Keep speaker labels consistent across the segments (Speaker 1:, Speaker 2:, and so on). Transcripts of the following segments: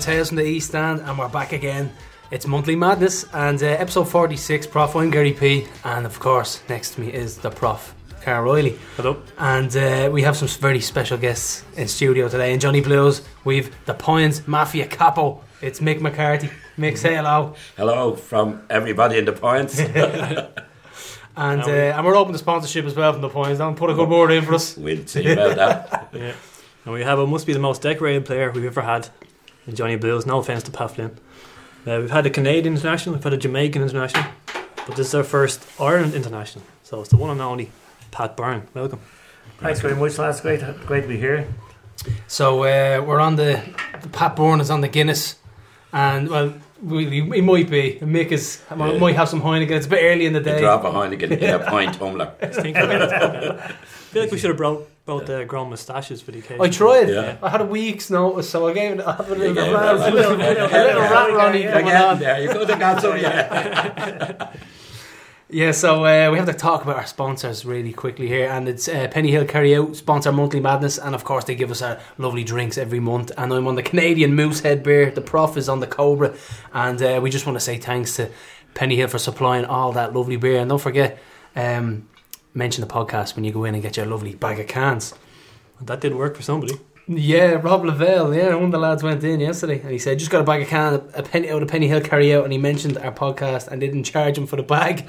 Speaker 1: Tales from the East End, and we're back again. It's Monthly Madness, and uh, episode 46, Prof. I'm Gary P. And of course, next to me is the Prof. Carl Riley.
Speaker 2: Hello.
Speaker 1: And uh, we have some very special guests in studio today. In Johnny Blues, we've the Pines Mafia Capo. It's Mick McCarthy. Mick, say hello.
Speaker 3: Hello from everybody in the points.
Speaker 1: And, uh, and we're open to sponsorship as well from the Pines. Don't put a good word in for us.
Speaker 3: we'll see about that.
Speaker 2: Yeah. And we have what must be the most decorated player we've ever had in Johnny Blues. No offence to Pat Flynn. Uh, we've had a Canadian international, we've had a Jamaican international, but this is our first Ireland international. So it's the one and only Pat Byrne. Welcome.
Speaker 4: Thanks very much, lads. Great, great to be here.
Speaker 1: So uh, we're on the, the Pat Bourne is on the Guinness, and well, really, he might be. Mick is might-
Speaker 3: Yeah.
Speaker 1: might have some Heineken. It's a bit early in the
Speaker 3: The
Speaker 1: day.
Speaker 3: drop behind again in a pint tumbler.
Speaker 2: I think- I feel like we should have brought, brought the grown moustaches for the occasion.
Speaker 1: I tried.
Speaker 3: Yeah.
Speaker 1: I had a week's notice, so I gave it I have a
Speaker 3: You
Speaker 1: little
Speaker 3: gave it
Speaker 1: rat-
Speaker 3: a
Speaker 1: a little,
Speaker 3: little-
Speaker 1: a little rat Ronnie
Speaker 4: Yeah,
Speaker 3: You're
Speaker 1: going
Speaker 3: getting
Speaker 1: on.
Speaker 3: there. You could have got some. Yeah.
Speaker 1: Yeah, so uh, we have to talk about our sponsors really quickly here, and it's uh, Penny Hill Carry Out sponsor Monthly Madness, and of course they give us our lovely drinks every month. And I'm on the Canadian Moosehead beer, the Prof is on the Cobra, and uh, we just want to say thanks to Penny Hill for supplying all that lovely beer. And don't forget, um, mention the podcast when you go in and get your lovely bag of cans.
Speaker 2: That did work for somebody.
Speaker 1: Yeah, Rob Lavelle. Yeah, one of the lads went in yesterday, and he said just got a bag of can, a penny out of Penny Hill carry out, and he mentioned our podcast and didn't charge him for the bag.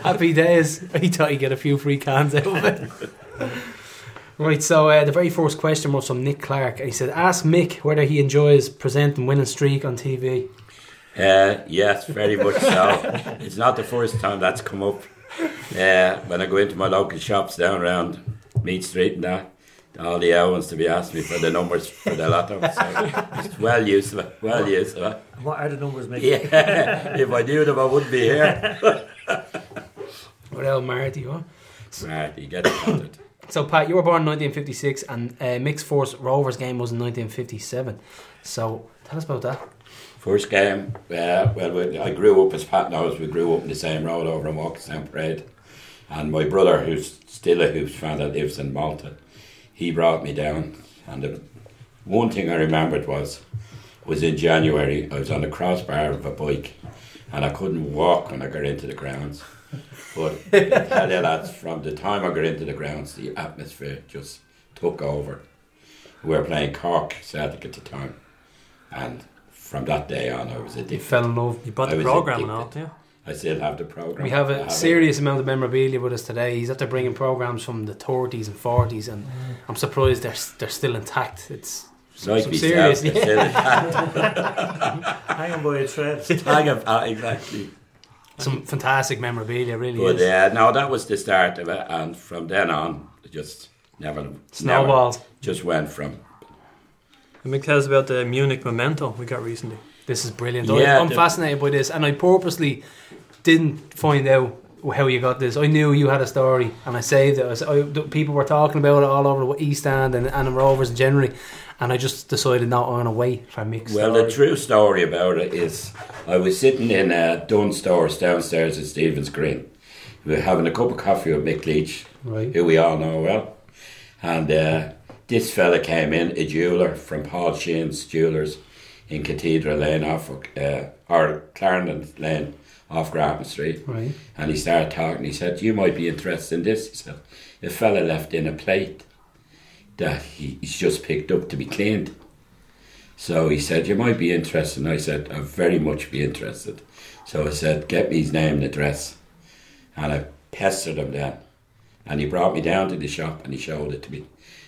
Speaker 1: Happy days. He thought he'd get a few free cans out of it. Right, so uh, the very first question was from Nick Clark. and He said, "Ask Mick whether he enjoys presenting winning streak on TV."
Speaker 3: Uh, yes, very much so. It's not the first time that's come up. Uh, when I go into my local shops down around Meat Street and that, all the hours to be asked me for the numbers for the lotto. So it's well used to it. Well used to it.
Speaker 4: What are the numbers, mate?
Speaker 3: Yeah. If I knew them, I wouldn't be here.
Speaker 1: What else, Marty? Huh?
Speaker 3: Right, you get it. Patrick.
Speaker 1: So, Pat, you were born in 1956, and uh, Mick's first Rovers game was in 1957. So, tell us about that.
Speaker 3: First game, uh, well, we, I grew up as Pat knows. We grew up in the same road over in Walkerstown Parade, and my brother, who's still a hoops fan that lives in Malta, he brought me down. And the one thing I remembered was, was in January. I was on the crossbar of a bike, and I couldn't walk when I got into the grounds. But I tell you lads, from the time I got into the grounds, the atmosphere just took over. We were playing Cork Celtic at the time, and from that day on, I was
Speaker 1: You
Speaker 3: addicted.
Speaker 1: fell in love
Speaker 2: You bought the
Speaker 3: I was
Speaker 2: program and all,
Speaker 3: addicted.
Speaker 2: yeah.
Speaker 3: I still have the program.
Speaker 1: We have
Speaker 3: I
Speaker 1: a
Speaker 3: it.
Speaker 1: serious amount of memorabilia with us today. He's after bringing programs from the 30s and 40s,
Speaker 3: Mm.
Speaker 1: and I'm surprised they're they're still intact. It's
Speaker 3: Like
Speaker 1: some
Speaker 3: myself,
Speaker 1: serious-
Speaker 3: I still-
Speaker 4: Hang on by a thread.
Speaker 3: Tag of- uh, exactly.
Speaker 1: some fantastic memorabilia, really.
Speaker 3: But
Speaker 1: is.
Speaker 3: uh, no, that was the start of it, and from then on, it just never never-
Speaker 1: Snowballs.
Speaker 3: just went from
Speaker 2: And Mick tells us about the Munich memento we got recently.
Speaker 1: This is brilliant.
Speaker 3: Yeah,
Speaker 1: I, I'm
Speaker 3: the-
Speaker 1: fascinated by this, and I purposely didn't find out how you got this. I knew you had a story, and I saved it. I, was- I, the people were talking about it all over the East End and, and in Rovers generally, and I just decided not on a wait for a mix.
Speaker 3: Well, the true story about it is I was sitting in uh, Dunn's stores downstairs at Stephen's Green. We were having a cup of coffee with Mick Leach,
Speaker 1: Right.
Speaker 3: who we all know well. And uh, this fella came in, a jeweller from Paul Sheehan's Jewellers in Cathedral Lane off, uh, or Clarendon Lane off Grafton Street.
Speaker 1: Right.
Speaker 3: And he started talking. He said, You might be interested in this. He said, A fella left in a plate that he, he's just picked up to be cleaned. So he said, You might be interested. And I said, I'd very much be interested. So I said, Get me his name and address. And I pestered him then. And he brought me down to the shop and he showed it to me.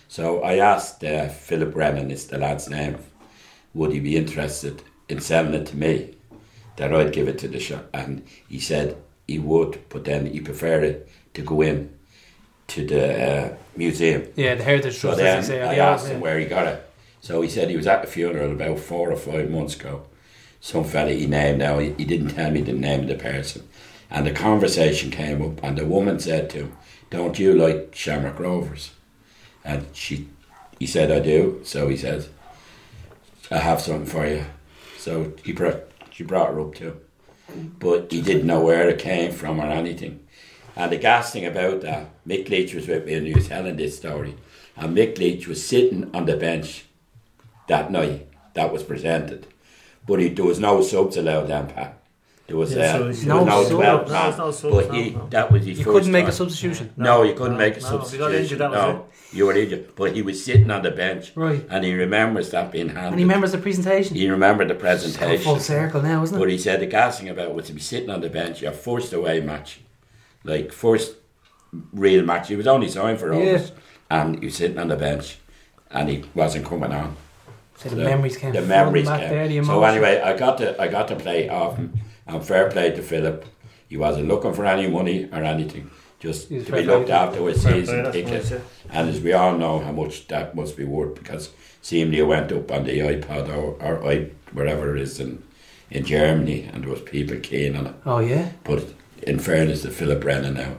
Speaker 3: So I asked uh, Philip Brennan, is the lad's name, would he be interested in selling it to me? That I'd give it to the shop. And he said he would, but then he preferred it to go in to the uh, museum.
Speaker 1: yeah, the Heritage
Speaker 3: So
Speaker 1: Trust.
Speaker 3: then
Speaker 1: as you say,
Speaker 3: I
Speaker 1: yeah,
Speaker 3: asked him where he got it. So he said he was at the funeral about four or five months ago. Some fella he named now, he he didn't tell me the name of the person. And the conversation came up, and the woman said to him, Don't you like Shamrock Rovers? And she, he said, I do. So he says, I have something for you. So he brought, she brought her up to him but he didn't know where it came from or anything. And the gas thing about that, Mick Leach was with me and he was telling this story. And Mick Leach was sitting on the bench that night that was presented. But he, there was no subs allowed then, Pat. There was,
Speaker 4: Yeah,
Speaker 3: uh,
Speaker 4: so
Speaker 3: there was
Speaker 1: no
Speaker 3: no,
Speaker 1: subs.
Speaker 3: 12
Speaker 4: No,
Speaker 3: man,
Speaker 4: there's no subs,
Speaker 3: but
Speaker 4: no,
Speaker 3: he,
Speaker 4: no.
Speaker 3: that was his
Speaker 1: You
Speaker 3: first
Speaker 1: couldn't make a
Speaker 3: time.
Speaker 1: substitution.
Speaker 3: No, you couldn't
Speaker 4: No,
Speaker 3: make a
Speaker 4: no, if
Speaker 3: substitution.
Speaker 4: you got injured, that was
Speaker 3: no, you were injured. But he was sitting on the bench,
Speaker 1: Right.
Speaker 3: and he remembers that being handed.
Speaker 1: And he remembers the presentation.
Speaker 3: He remembered the
Speaker 1: It's come full
Speaker 3: presentation,
Speaker 1: circle now, isn't it?
Speaker 3: but he said the gassing about was to be sitting on the bench. Your first away match, like first real match. He was only signed for
Speaker 1: Yeah.
Speaker 3: August, and he was sitting on the bench, and he wasn't coming on.
Speaker 1: So the memories came.
Speaker 3: The memories
Speaker 1: flooding back there, the
Speaker 3: came. So
Speaker 1: emotions.
Speaker 3: anyway, I got to I got to play off him, and fair play to Philip. He wasn't looking for any money or anything, just
Speaker 1: He was
Speaker 3: to
Speaker 1: fair
Speaker 3: be looked
Speaker 1: play.
Speaker 3: after with
Speaker 4: Fair play,
Speaker 3: season
Speaker 4: that's what I
Speaker 3: tickets.
Speaker 4: said.
Speaker 3: And as we all know, how much that must be worth because seemingly it went up on the iPod or, or i wherever it is in in Germany, and there was people keen on it.
Speaker 1: Oh, yeah.
Speaker 3: But in fairness to Philip Brennan, now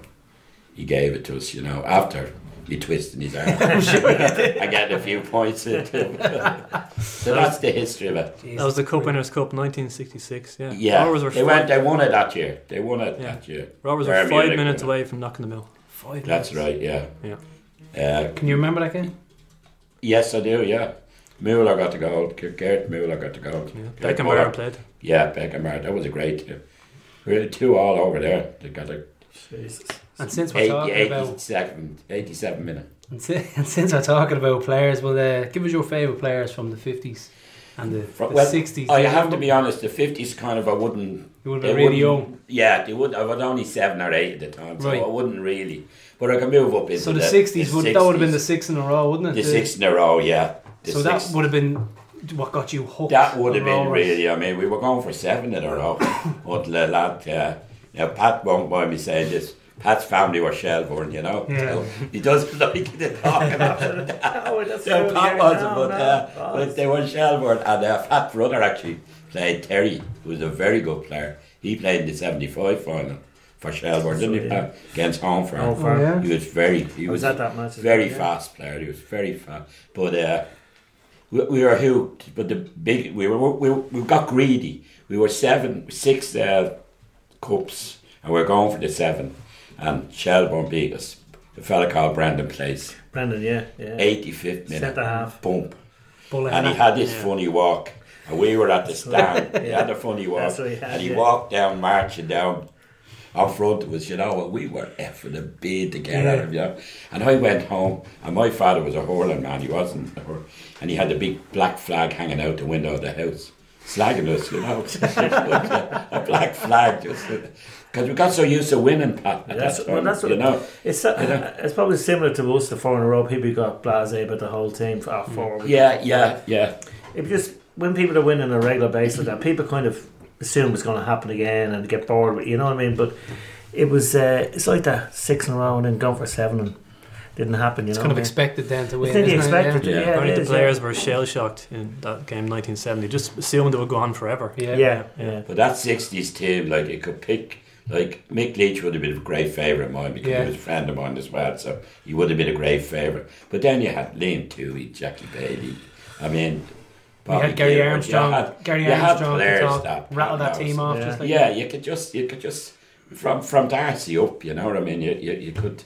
Speaker 3: he gave it to us, you know, after me twisting his arm. I'm sure I got a few points. in it. so that's the history of it.
Speaker 2: That was the Cup Winners' Cup 1966, yeah.
Speaker 3: Yeah,
Speaker 2: Rovers were,
Speaker 3: they went.
Speaker 2: five,
Speaker 3: They won it that year. They won it
Speaker 2: Yeah.
Speaker 3: that year.
Speaker 2: Rovers
Speaker 3: Bayern
Speaker 2: were five
Speaker 3: Munich
Speaker 2: minutes
Speaker 3: won
Speaker 2: away from knocking the mill.
Speaker 1: Five
Speaker 3: it. That's
Speaker 1: minutes.
Speaker 3: right. Yeah.
Speaker 2: Yeah.
Speaker 3: Uh,
Speaker 1: Can you remember that game?
Speaker 3: yes, I do. Yeah. Mueller got the gold. Gert Mueller got the gold.
Speaker 2: Yeah.
Speaker 3: Gerd
Speaker 2: Beckenbauer
Speaker 3: Müller.
Speaker 2: played.
Speaker 3: Yeah, Beckenbauer. That was a great. Team. We had two all over there. They got a
Speaker 4: Jesus.
Speaker 1: And since we're
Speaker 3: 80,
Speaker 1: talking
Speaker 3: 80
Speaker 1: about
Speaker 3: second, 87 minute.
Speaker 1: and, si- and since we're talking about players, well, uh, give us your favourite players from the fifties and the,
Speaker 3: From-
Speaker 1: the
Speaker 3: well,
Speaker 1: 60s.
Speaker 3: I have to be honest. The 50s kind of I wouldn't.
Speaker 1: You would
Speaker 3: they
Speaker 1: have been really
Speaker 3: wouldn't-
Speaker 1: young.
Speaker 3: Yeah, they would. I was only seven or eight at the time, so
Speaker 1: Right.
Speaker 3: I wouldn't really. But I can move up into
Speaker 1: So
Speaker 3: the
Speaker 1: the sixties
Speaker 3: the
Speaker 1: would that would have been the
Speaker 3: 60s.
Speaker 1: six in a row, wouldn't it?
Speaker 3: the
Speaker 1: The-
Speaker 3: six in a row. Yeah. The
Speaker 1: so
Speaker 3: six.
Speaker 1: that would have been what got you hooked.
Speaker 3: That would have
Speaker 1: on
Speaker 3: been
Speaker 1: Rovers.
Speaker 3: really. I mean, we were going for seven in a row until the lad. Uh, now Pat won't mind me saying this. Pat's family were Shelbourne, you know.
Speaker 1: Yeah.
Speaker 3: So he doesn't like to talk about it.
Speaker 4: Oh, that's
Speaker 3: So
Speaker 4: so
Speaker 3: Pat
Speaker 4: weird.
Speaker 3: was,
Speaker 4: No,
Speaker 3: but,
Speaker 4: no,
Speaker 3: uh,
Speaker 4: no.
Speaker 3: but they were Shelbourne, and uh, Pat's brother actually played Terry, who was a very good player. He played in the '75 final for Shelbourne, didn't he?
Speaker 4: Yeah.
Speaker 3: Pat? Against Home
Speaker 4: Oh,
Speaker 3: Farm.
Speaker 4: far.
Speaker 1: yeah.
Speaker 3: He was very. He
Speaker 4: I was
Speaker 3: was
Speaker 4: at that match. as
Speaker 3: very
Speaker 4: well, yeah.
Speaker 3: fast player. He was very fast, but uh, we, we were hooked. But the big we were we, we got greedy. We were seven six uh, cups, and we are going for the seven. And Shelbourne beat us. A fella called Brandon plays
Speaker 4: Brendan, yeah, yeah.
Speaker 3: eighty fifth minute
Speaker 4: Centre half.
Speaker 3: bump,
Speaker 2: Bullet
Speaker 3: and he
Speaker 2: head.
Speaker 3: had this
Speaker 2: Yeah.
Speaker 3: funny walk. And we were at the stand. He had a funny walk,
Speaker 4: That's what he had,
Speaker 3: and he
Speaker 4: yeah.
Speaker 3: walked down, marching down. Up front it was, you know, what we were effing a bid to get out of you. know. And I went home, and my father was a hurling man. He wasn't, a hurler, and he had the big black flag hanging out the window of the house, slagging us, you know, a black flag just because we got so used to winning, Pat. at
Speaker 4: That's-
Speaker 3: that
Speaker 4: well,
Speaker 3: time,
Speaker 4: that's what-
Speaker 3: you know.
Speaker 4: It's uh, it's probably similar to us. The four in a row, people got blasé about the whole team for our four.
Speaker 3: Yeah, yeah, yeah.
Speaker 4: It just when people are winning on a regular basis, that people kind of assume it's going to happen again and get bored. with You know what I mean? But it was uh, it's like that six in a row and then gone for seven and didn't happen. You
Speaker 1: It's
Speaker 4: know,
Speaker 1: kind of
Speaker 4: what I mean?
Speaker 1: expected then to win.
Speaker 4: It's nearly
Speaker 1: isn't it?
Speaker 4: expected.
Speaker 3: Yeah.
Speaker 4: Yeah,
Speaker 2: Apparently
Speaker 4: it
Speaker 2: the
Speaker 4: is,
Speaker 2: players were shell shocked in that game 1970, just assumed they were gone forever.
Speaker 1: Yeah.
Speaker 4: Yeah,
Speaker 1: yeah.
Speaker 4: yeah. yeah.
Speaker 3: But that '60s team, like it could pick, like Mick Leach would have been a great favourite of mine because
Speaker 1: Yeah.
Speaker 3: he was a friend of mine as well, so he would have been a great favourite. But then you had Liam Toohey, Jackie Bailey. I mean,
Speaker 1: We had Gary
Speaker 3: Gilmore.
Speaker 1: Armstrong.
Speaker 3: You had,
Speaker 1: Gary
Speaker 3: you had
Speaker 1: Armstrong could
Speaker 3: players
Speaker 1: talk,
Speaker 3: that-
Speaker 1: rattle that
Speaker 3: that
Speaker 1: team
Speaker 3: was-
Speaker 1: off
Speaker 4: yeah.
Speaker 1: just like
Speaker 3: yeah, you could just, you could just from from Darcy up. You know what I mean? You you, you could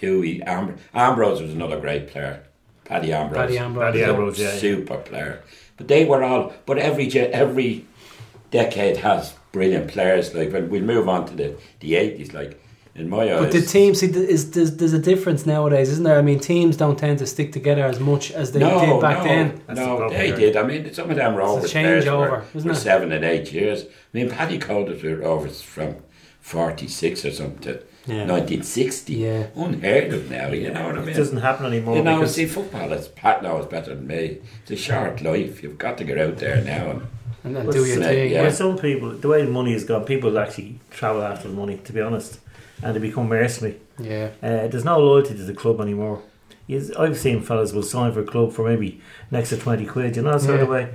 Speaker 3: Toohey, Am- Ambrose was another great player. Paddy Ambrose.
Speaker 1: Paddy Ambrose.
Speaker 4: Paddy
Speaker 1: yeah.
Speaker 4: Ambrose. yeah, yeah.
Speaker 3: super player. But they were all. But every ge- every decade has brilliant players. Like when we move on to the the eighties, like in my eyes,
Speaker 1: But the team, see, th- is, there's, there's a difference nowadays, isn't there? I mean, teams don't tend to stick together as much as they
Speaker 3: no,
Speaker 1: did back
Speaker 3: no,
Speaker 1: then.
Speaker 4: That's the
Speaker 3: no,
Speaker 4: problem
Speaker 3: they
Speaker 4: here.
Speaker 3: did. I mean, some of them Rovers players
Speaker 1: changeover,
Speaker 3: were,
Speaker 1: isn't
Speaker 3: were
Speaker 1: it?
Speaker 3: seven and eight years. I mean, Paddy Colders were Rovers from forty six or something
Speaker 2: Yeah.
Speaker 3: to nineteen sixty.
Speaker 1: Yeah.
Speaker 3: unheard of now. You know what I mean?
Speaker 4: It doesn't happen anymore.
Speaker 3: You know,
Speaker 4: because
Speaker 3: see, football is Pat knows better than me. It's a short life. You've got to get out there now and
Speaker 1: And then
Speaker 4: Well,
Speaker 1: do your
Speaker 3: yeah.
Speaker 1: thing.
Speaker 4: Well,
Speaker 1: Yeah.
Speaker 4: some people, the way money has gone, people actually travel after the money, to be honest, and they become mercenary.
Speaker 1: yeah.
Speaker 4: Uh, there's no loyalty to the club anymore. Yes, I've seen fellas will sign for a club for maybe next to 20 quid, you know, sort of
Speaker 1: Yeah.
Speaker 4: way.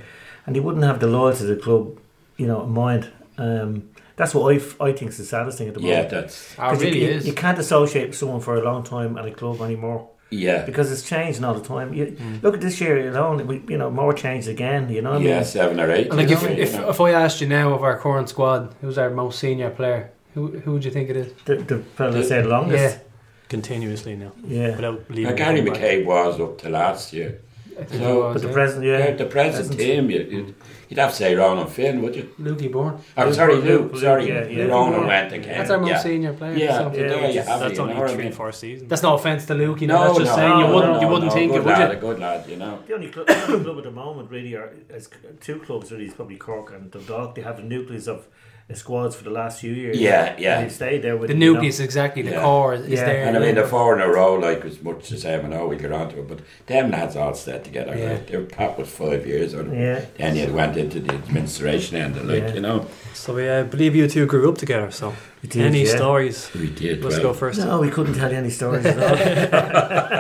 Speaker 4: And they wouldn't have the loyalty to the club, you know, in mind. Um, that's what I, f- I think is the saddest thing at the
Speaker 3: yeah,
Speaker 4: moment.
Speaker 3: that's
Speaker 1: Oh, it
Speaker 4: 'Cause you-
Speaker 1: really
Speaker 4: you,
Speaker 1: is.
Speaker 4: You can't associate with someone for a long time at a club anymore
Speaker 3: yeah. Mm.
Speaker 4: because it's changing all the time. You, Look at this year alone, we, you know, more changed again, you know what I mean?
Speaker 3: Yeah, seven or eight.
Speaker 1: And like
Speaker 3: you
Speaker 1: if,
Speaker 3: know,
Speaker 1: if,
Speaker 3: you know.
Speaker 1: if I asked you now of our current squad, who's our most senior player? Who who would you think it is?
Speaker 4: The, the fella that said longest.
Speaker 2: Continuously now.
Speaker 4: Yeah.
Speaker 2: Without
Speaker 3: Now,
Speaker 2: leaving.
Speaker 3: Gary
Speaker 2: the back.
Speaker 3: McCabe was up to last year.
Speaker 1: I think
Speaker 3: No,
Speaker 1: it was.
Speaker 4: But the
Speaker 1: yeah.
Speaker 4: present, yeah.
Speaker 3: Yeah, the present
Speaker 4: Present.
Speaker 3: team, you, you'd, you'd have to say Ronan Finn, would you?
Speaker 1: Lukey Bourne.
Speaker 3: I'm
Speaker 4: Luke-
Speaker 3: sorry,
Speaker 4: Luke-
Speaker 3: Luke.
Speaker 4: Luke,
Speaker 3: Sorry,
Speaker 4: yeah, yeah.
Speaker 3: Ronan
Speaker 1: Luke
Speaker 3: went
Speaker 2: Moore.
Speaker 3: again.
Speaker 1: That's our most
Speaker 3: yeah,
Speaker 1: senior player.
Speaker 3: Yeah,
Speaker 1: so.
Speaker 4: yeah,
Speaker 3: there
Speaker 4: which
Speaker 3: you
Speaker 4: is-
Speaker 3: have it,
Speaker 2: That's
Speaker 3: you know
Speaker 2: only
Speaker 3: what I
Speaker 2: three,
Speaker 3: mean?
Speaker 2: four seasons.
Speaker 1: That's no offence to Lukey. No, that's just
Speaker 4: no,
Speaker 1: saying you
Speaker 4: no,
Speaker 1: wouldn't.
Speaker 4: no,
Speaker 1: you wouldn't
Speaker 4: no,
Speaker 1: think
Speaker 3: good
Speaker 1: it, would
Speaker 3: lad,
Speaker 1: you?
Speaker 3: A good lad, you know.
Speaker 4: The only club, the only club at the moment really are is two clubs really is probably Cork and Dundalk. They have a nucleus of squads for the last few years.
Speaker 3: Yeah, yeah.
Speaker 4: And they stayed there with
Speaker 1: The
Speaker 4: you know,
Speaker 1: nucleus exactly. The
Speaker 3: Yeah.
Speaker 1: core is
Speaker 4: Yeah.
Speaker 1: there.
Speaker 3: And I mean, the four in a row, like, was much the same. I know we'll get onto it, but them lads all stayed together.
Speaker 1: Yeah.
Speaker 3: Right? Their top was five years, or
Speaker 4: Yeah.
Speaker 3: then you went into the administration end, of, like,
Speaker 4: Yeah.
Speaker 3: you know.
Speaker 2: So we uh, believe you two grew up together. So
Speaker 4: We did,
Speaker 2: any
Speaker 4: yeah.
Speaker 2: stories?
Speaker 3: We did.
Speaker 2: Let's go
Speaker 3: well.
Speaker 2: first.
Speaker 4: No, we couldn't tell you any stories at all.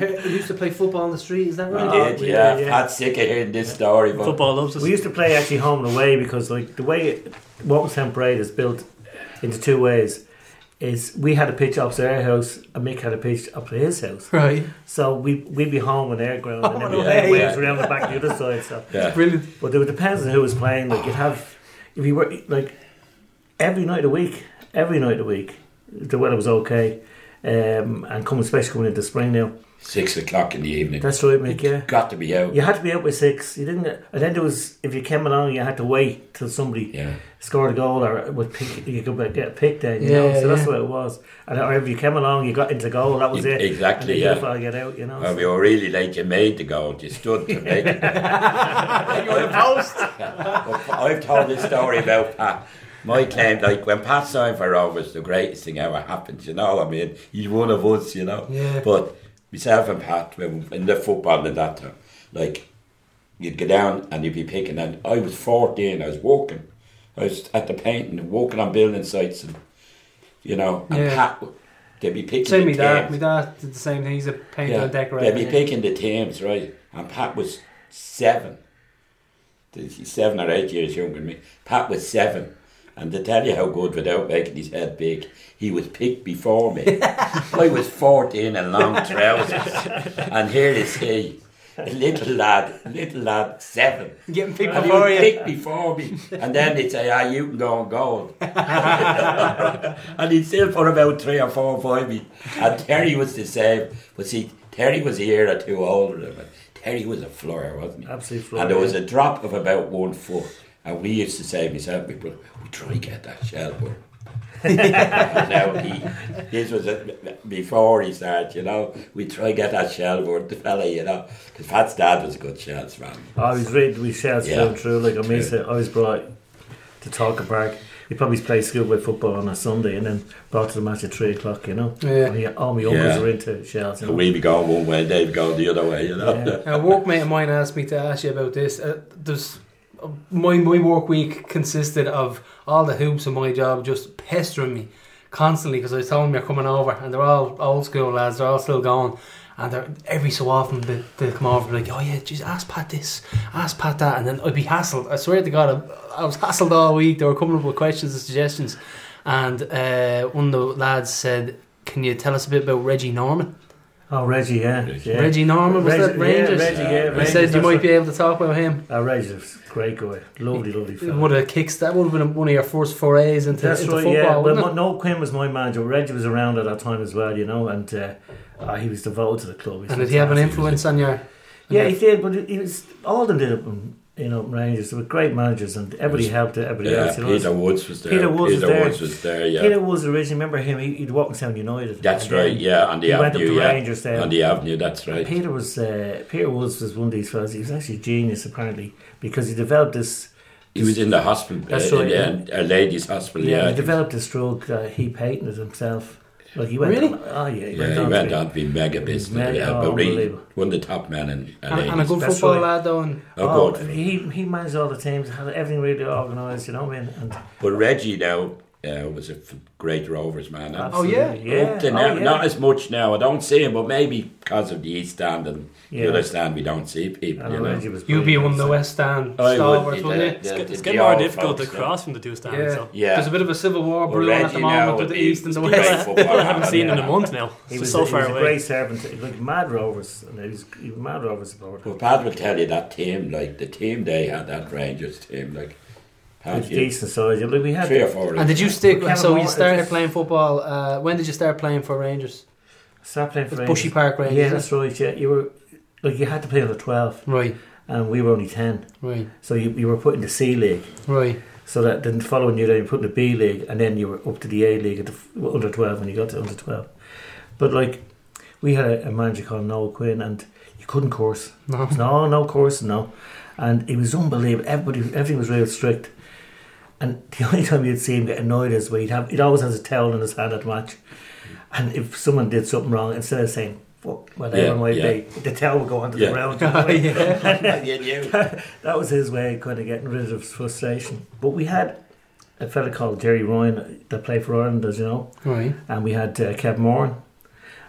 Speaker 1: You used to play football on the street. Is that
Speaker 3: We
Speaker 1: right?
Speaker 3: did,
Speaker 4: we did,
Speaker 3: yeah.
Speaker 4: yeah.
Speaker 3: Pat sick of hearing this story, but
Speaker 2: Football loves us.
Speaker 4: we used to play actually home and away because like the way Walkinstown Parade is built into two ways is we had a pitch opposite our house and Mick had a pitch up to his house.
Speaker 1: Right.
Speaker 4: So we we'd be home on their ground and then
Speaker 1: Oh,
Speaker 4: we'd
Speaker 3: yeah,
Speaker 4: play waves
Speaker 3: yeah.
Speaker 4: around the back the other side. So
Speaker 3: yeah.
Speaker 1: Brilliant.
Speaker 4: But it would depends on who was playing. Like you'd have if you were like every night a week, every night a week, the weather was okay. Um, and coming especially coming into spring now.
Speaker 3: six o'clock in the evening.
Speaker 4: That's right, Mick, yeah.
Speaker 3: Got to be out.
Speaker 4: You had to be out by six. You didn't and then there was if you came along you had to wait till somebody
Speaker 3: Yeah.
Speaker 4: scored a goal or would pick you could get picked then, you
Speaker 1: Yeah,
Speaker 4: know. So
Speaker 1: yeah.
Speaker 4: that's what it was. And or if you came along you got into goal, that was
Speaker 3: E-
Speaker 4: it.
Speaker 3: exactly,
Speaker 4: And then
Speaker 3: yeah.
Speaker 4: if I get out, you know.
Speaker 3: Well, we were really late. You made the goal. You stood to make it. But I've told this story about Pat. My claim, like when Pat signed for Rovers, the greatest thing ever happened. You know, I mean, he's one of us. You know,
Speaker 1: Yeah.
Speaker 3: But myself and Pat, when in the football at that time, like you'd go down and you'd be picking. And I was fourteen. I was walking. I was at the painting, walking on building sites, and you know, and
Speaker 1: Yeah.
Speaker 3: Pat, they'd be picking.
Speaker 1: Same
Speaker 3: the
Speaker 1: me dad.
Speaker 3: teams.
Speaker 1: My dad did the same thing. He's a painter and decorator.
Speaker 3: They'd be picking the teams, right? And Pat was seven. He's seven or eight years younger than me. Pat was seven. And to tell you how good without making his head big, he was picked before me. I was 14 and long trousers. and here is he, a little lad, little lad, seven.
Speaker 1: Getting people
Speaker 3: And he
Speaker 1: for
Speaker 3: was
Speaker 1: you.
Speaker 3: picked before me. And then they'd say, ah, you can go on gold. and he'd still put about three or four by me. And Terry was the same. But see, Terry was a year or two older than me. Terry was a flyer, wasn't he?
Speaker 4: Absolute
Speaker 3: And there
Speaker 4: flyer,
Speaker 3: was
Speaker 4: yeah.
Speaker 3: a drop of about one foot. And we used to say, myself, we, we try to get that shell, but now he, this was a, before he started, you know. We try to get that shell, but the fella, you know, because Pat's dad was a good shells man.
Speaker 4: I was read we shouts
Speaker 3: Yeah.
Speaker 4: yeah. down through like I mean so I was brought to Talker Park. He probably played schoolboy football on a Sunday and then brought to the match at three o'clock, you know.
Speaker 1: Yeah.
Speaker 4: And he, all my uncles
Speaker 3: Yeah.
Speaker 4: were into shells. You know?
Speaker 3: We be going one way, they be going the other way, you know.
Speaker 4: Yeah.
Speaker 1: A workmate of mine asked me to ask you about this. Uh, there's my my work week consisted of all the hoops of my job just pestering me constantly because I was telling them you're coming over, and they're all old school lads. They're all still going. And they're, every so often they, they'll come over and be like, oh yeah, just ask Pat this, ask Pat that. And then I'd be hassled. I swear to God, I, I was hassled all week. They were coming up with questions and suggestions. And uh, one of the lads said, can you tell us a bit about Reggie Norman?
Speaker 4: Oh Reggie, yeah.
Speaker 3: Reggie.
Speaker 4: yeah.
Speaker 1: Reggie Norman, was that Rangers?
Speaker 4: Yeah, Reggie, yeah.
Speaker 3: He
Speaker 1: He
Speaker 4: Rangers,
Speaker 1: said you
Speaker 4: that's
Speaker 1: might
Speaker 4: what-
Speaker 1: be able to talk about him.
Speaker 4: Oh, Reggie was a great guy. Lovely, lovely
Speaker 1: It
Speaker 4: fella.
Speaker 1: would have kicked. That would have been one of your first forays into,
Speaker 4: That's
Speaker 1: into
Speaker 4: right,
Speaker 1: football,
Speaker 4: yeah. Well,
Speaker 1: wouldn't
Speaker 4: Mo- Noel Quinn was my manager. Reggie was around at that time as well, you know, and uh, uh, he was devoted to the club.
Speaker 1: it? And did he have an influence on your?
Speaker 4: Yeah,
Speaker 1: on
Speaker 4: he did, but he was all of them did up in you know Rangers. They were great managers, and everybody helped everybody
Speaker 3: Yeah,
Speaker 4: else. You know?
Speaker 3: Peter Woods was there.
Speaker 4: Peter Woods was there.
Speaker 3: Woods was there, yeah.
Speaker 4: Peter was originally. Remember him? He, he'd walk in Town United.
Speaker 3: that's
Speaker 4: And then
Speaker 3: right, yeah, on the
Speaker 4: He went up
Speaker 3: avenue,
Speaker 4: to
Speaker 3: yeah.
Speaker 4: Rangers then.
Speaker 3: On the avenue, that's right.
Speaker 4: Peter was uh, Peter Woods was one of these fellas. He was actually a genius apparently because he developed this.
Speaker 3: He was in the hospital,
Speaker 4: That's
Speaker 3: uh,
Speaker 4: right,
Speaker 3: in the, a ladies' hospital, yeah.
Speaker 4: he developed this drug that he patented himself. Like he went.
Speaker 1: Really?
Speaker 4: On, oh yeah, he
Speaker 3: yeah,
Speaker 4: went
Speaker 3: he
Speaker 4: on. to
Speaker 3: went
Speaker 4: be-
Speaker 3: on to be mega business.
Speaker 4: Mega-
Speaker 3: yeah,
Speaker 4: oh,
Speaker 3: but he
Speaker 4: unbelievable.
Speaker 3: one of the top men in a
Speaker 1: And,
Speaker 3: ladies.
Speaker 1: and a good
Speaker 4: That's
Speaker 1: football
Speaker 4: right.
Speaker 1: lad though. And
Speaker 3: oh,
Speaker 4: Oh,
Speaker 3: good.
Speaker 4: he he managed all the teams, had everything really organised. You know what I mean? And
Speaker 3: But Reggie now uh, was a f- great Rovers man. And
Speaker 1: Oh, yeah.
Speaker 4: absolutely, yeah.
Speaker 3: up to
Speaker 4: Oh,
Speaker 3: now,
Speaker 4: yeah.
Speaker 3: not as much now. I don't see him, but maybe because of the East Stand and
Speaker 4: Yeah.
Speaker 3: the other stand, we don't see people.
Speaker 4: And
Speaker 3: You know,
Speaker 4: Reggie was
Speaker 1: you'd be
Speaker 4: brilliant,
Speaker 1: one of the
Speaker 4: so-
Speaker 1: West Stand
Speaker 3: I Oh, would
Speaker 1: stalwarts, wouldn't
Speaker 3: be the-
Speaker 1: you?
Speaker 2: It's,
Speaker 3: the-
Speaker 2: get- it's
Speaker 3: the
Speaker 2: getting more
Speaker 3: old
Speaker 2: difficult to
Speaker 3: folks, yeah.
Speaker 2: cross from the two stands.
Speaker 1: Yeah.
Speaker 2: So.
Speaker 3: Yeah.
Speaker 1: There's a bit of a civil war
Speaker 3: Well,
Speaker 1: brewing at
Speaker 3: Reggie
Speaker 1: the
Speaker 3: now
Speaker 1: moment
Speaker 3: would
Speaker 1: with the
Speaker 3: be
Speaker 1: East and the
Speaker 3: great
Speaker 1: West.
Speaker 3: football
Speaker 2: People
Speaker 3: man,
Speaker 2: haven't seen
Speaker 3: yeah.
Speaker 2: him in a month now.
Speaker 4: He
Speaker 2: It's
Speaker 4: was
Speaker 2: so
Speaker 4: he
Speaker 2: far
Speaker 4: was a
Speaker 2: away.
Speaker 4: great servant, like mad rovers. And he was he was a mad rovers supporter.
Speaker 3: Well, Pat will tell you that team, like the team they had, that Rangers team, like
Speaker 4: It
Speaker 3: Pat,
Speaker 4: was
Speaker 3: you,
Speaker 4: decent size. Yeah, Like we had
Speaker 3: three or four. of
Speaker 1: And did you
Speaker 3: them.
Speaker 1: stick?
Speaker 4: Kevin
Speaker 1: So you
Speaker 4: Moore-
Speaker 1: started
Speaker 4: it's-
Speaker 1: playing football. Uh, when did you start playing for Rangers?
Speaker 4: Stop playing for
Speaker 1: Bushy
Speaker 4: Rangers.
Speaker 1: Park Rangers.
Speaker 4: Yeah, that's right. Yeah, you were like you had to play under twelve,
Speaker 1: Right,
Speaker 4: and we were only ten,
Speaker 1: right,
Speaker 4: so you, you were put in the C league.
Speaker 1: right.
Speaker 4: So that then the following year, then you put in the B league, and then you were up to the A league at the, f- under twelve when you got to under twelve. But like, we had a, a manager called Noel Quinn, and you couldn't course.
Speaker 1: No.
Speaker 4: No, no course, no. And it was unbelievable. Everybody, everything was real strict. And the only time you'd see him get annoyed is when he'd have, he'd always has a towel in his hand at match. And if someone did something wrong, instead of saying, fuck, whatever
Speaker 3: Yeah,
Speaker 4: it might
Speaker 3: yeah.
Speaker 4: be, the towel would go onto
Speaker 3: Yeah.
Speaker 4: the ground.
Speaker 1: yeah.
Speaker 4: That was his way of kind of getting rid of his frustration. But we had a fella called Jerry Ryan that played for Ireland, as you know
Speaker 1: Right.
Speaker 4: and we had uh, Kevin Moran.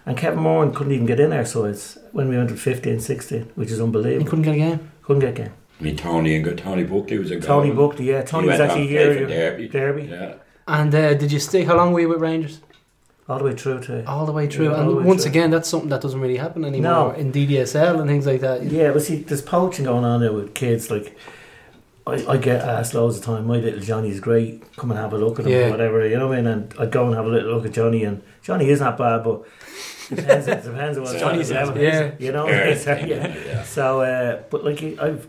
Speaker 4: And Kevin Moran couldn't even get in our sides when we went to 15, 16, which is
Speaker 1: You
Speaker 4: unbelievable.
Speaker 1: couldn't get a game.
Speaker 4: Couldn't get in.
Speaker 3: I mean, Tony and Tony Buckley was a
Speaker 4: Tony booked, yeah. Tony was actually here, derby.
Speaker 3: Derby.
Speaker 4: derby,
Speaker 3: Yeah.
Speaker 1: And uh, did you stick? How long were you with Rangers?
Speaker 4: all the way through to.
Speaker 1: All the way through.
Speaker 4: Yeah, all the
Speaker 1: and
Speaker 4: way
Speaker 1: once
Speaker 4: through.
Speaker 1: again, that's something that doesn't really happen anymore
Speaker 4: No.
Speaker 1: in DDSL and things like that.
Speaker 4: Yeah, but see, there's poaching going on there with kids. Like, I, I get asked loads of time, my little Johnny's great, come and have a look at him,
Speaker 1: Yeah.
Speaker 4: or whatever, you know what I mean? And I'd go and have a little look at Johnny, and Johnny is not bad, but depends, it depends on what
Speaker 3: Johnny
Speaker 4: Johnny's
Speaker 3: says,
Speaker 4: having.
Speaker 1: yeah.
Speaker 4: You know?
Speaker 3: Yeah.
Speaker 4: yeah.
Speaker 3: Yeah.
Speaker 4: So, uh, but like I've,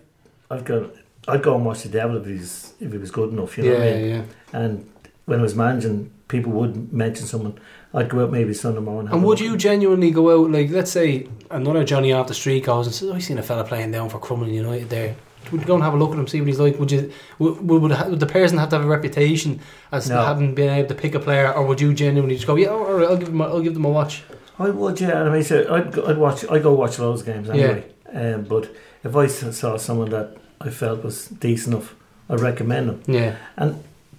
Speaker 4: I've got, I'd go and watch the devil if he's if he was good enough, you know. What I
Speaker 1: yeah,
Speaker 4: mean?
Speaker 1: yeah.
Speaker 4: And when I was managing, people would mention someone. I'd go out maybe Sunday morning. have
Speaker 1: And
Speaker 4: a
Speaker 1: would
Speaker 4: look.
Speaker 1: you genuinely go out, like, let's say another Johnny off the street goes and says, oh, I seen a fella playing down for Crumlin United there. Would you go and have a look at him, see what he's like? Would you? Would, would, would the person have to have a reputation as
Speaker 4: No.
Speaker 1: having been able to pick a player, or would you genuinely just go, yeah, all right, I'll give them, a, I'll give them a watch?
Speaker 4: I would, yeah. And I mean, so I'd, go- I'd watch. I go watch those games anyway. Um, but if I s- saw someone that I felt was decent enough, I'd recommend them.
Speaker 1: Yeah,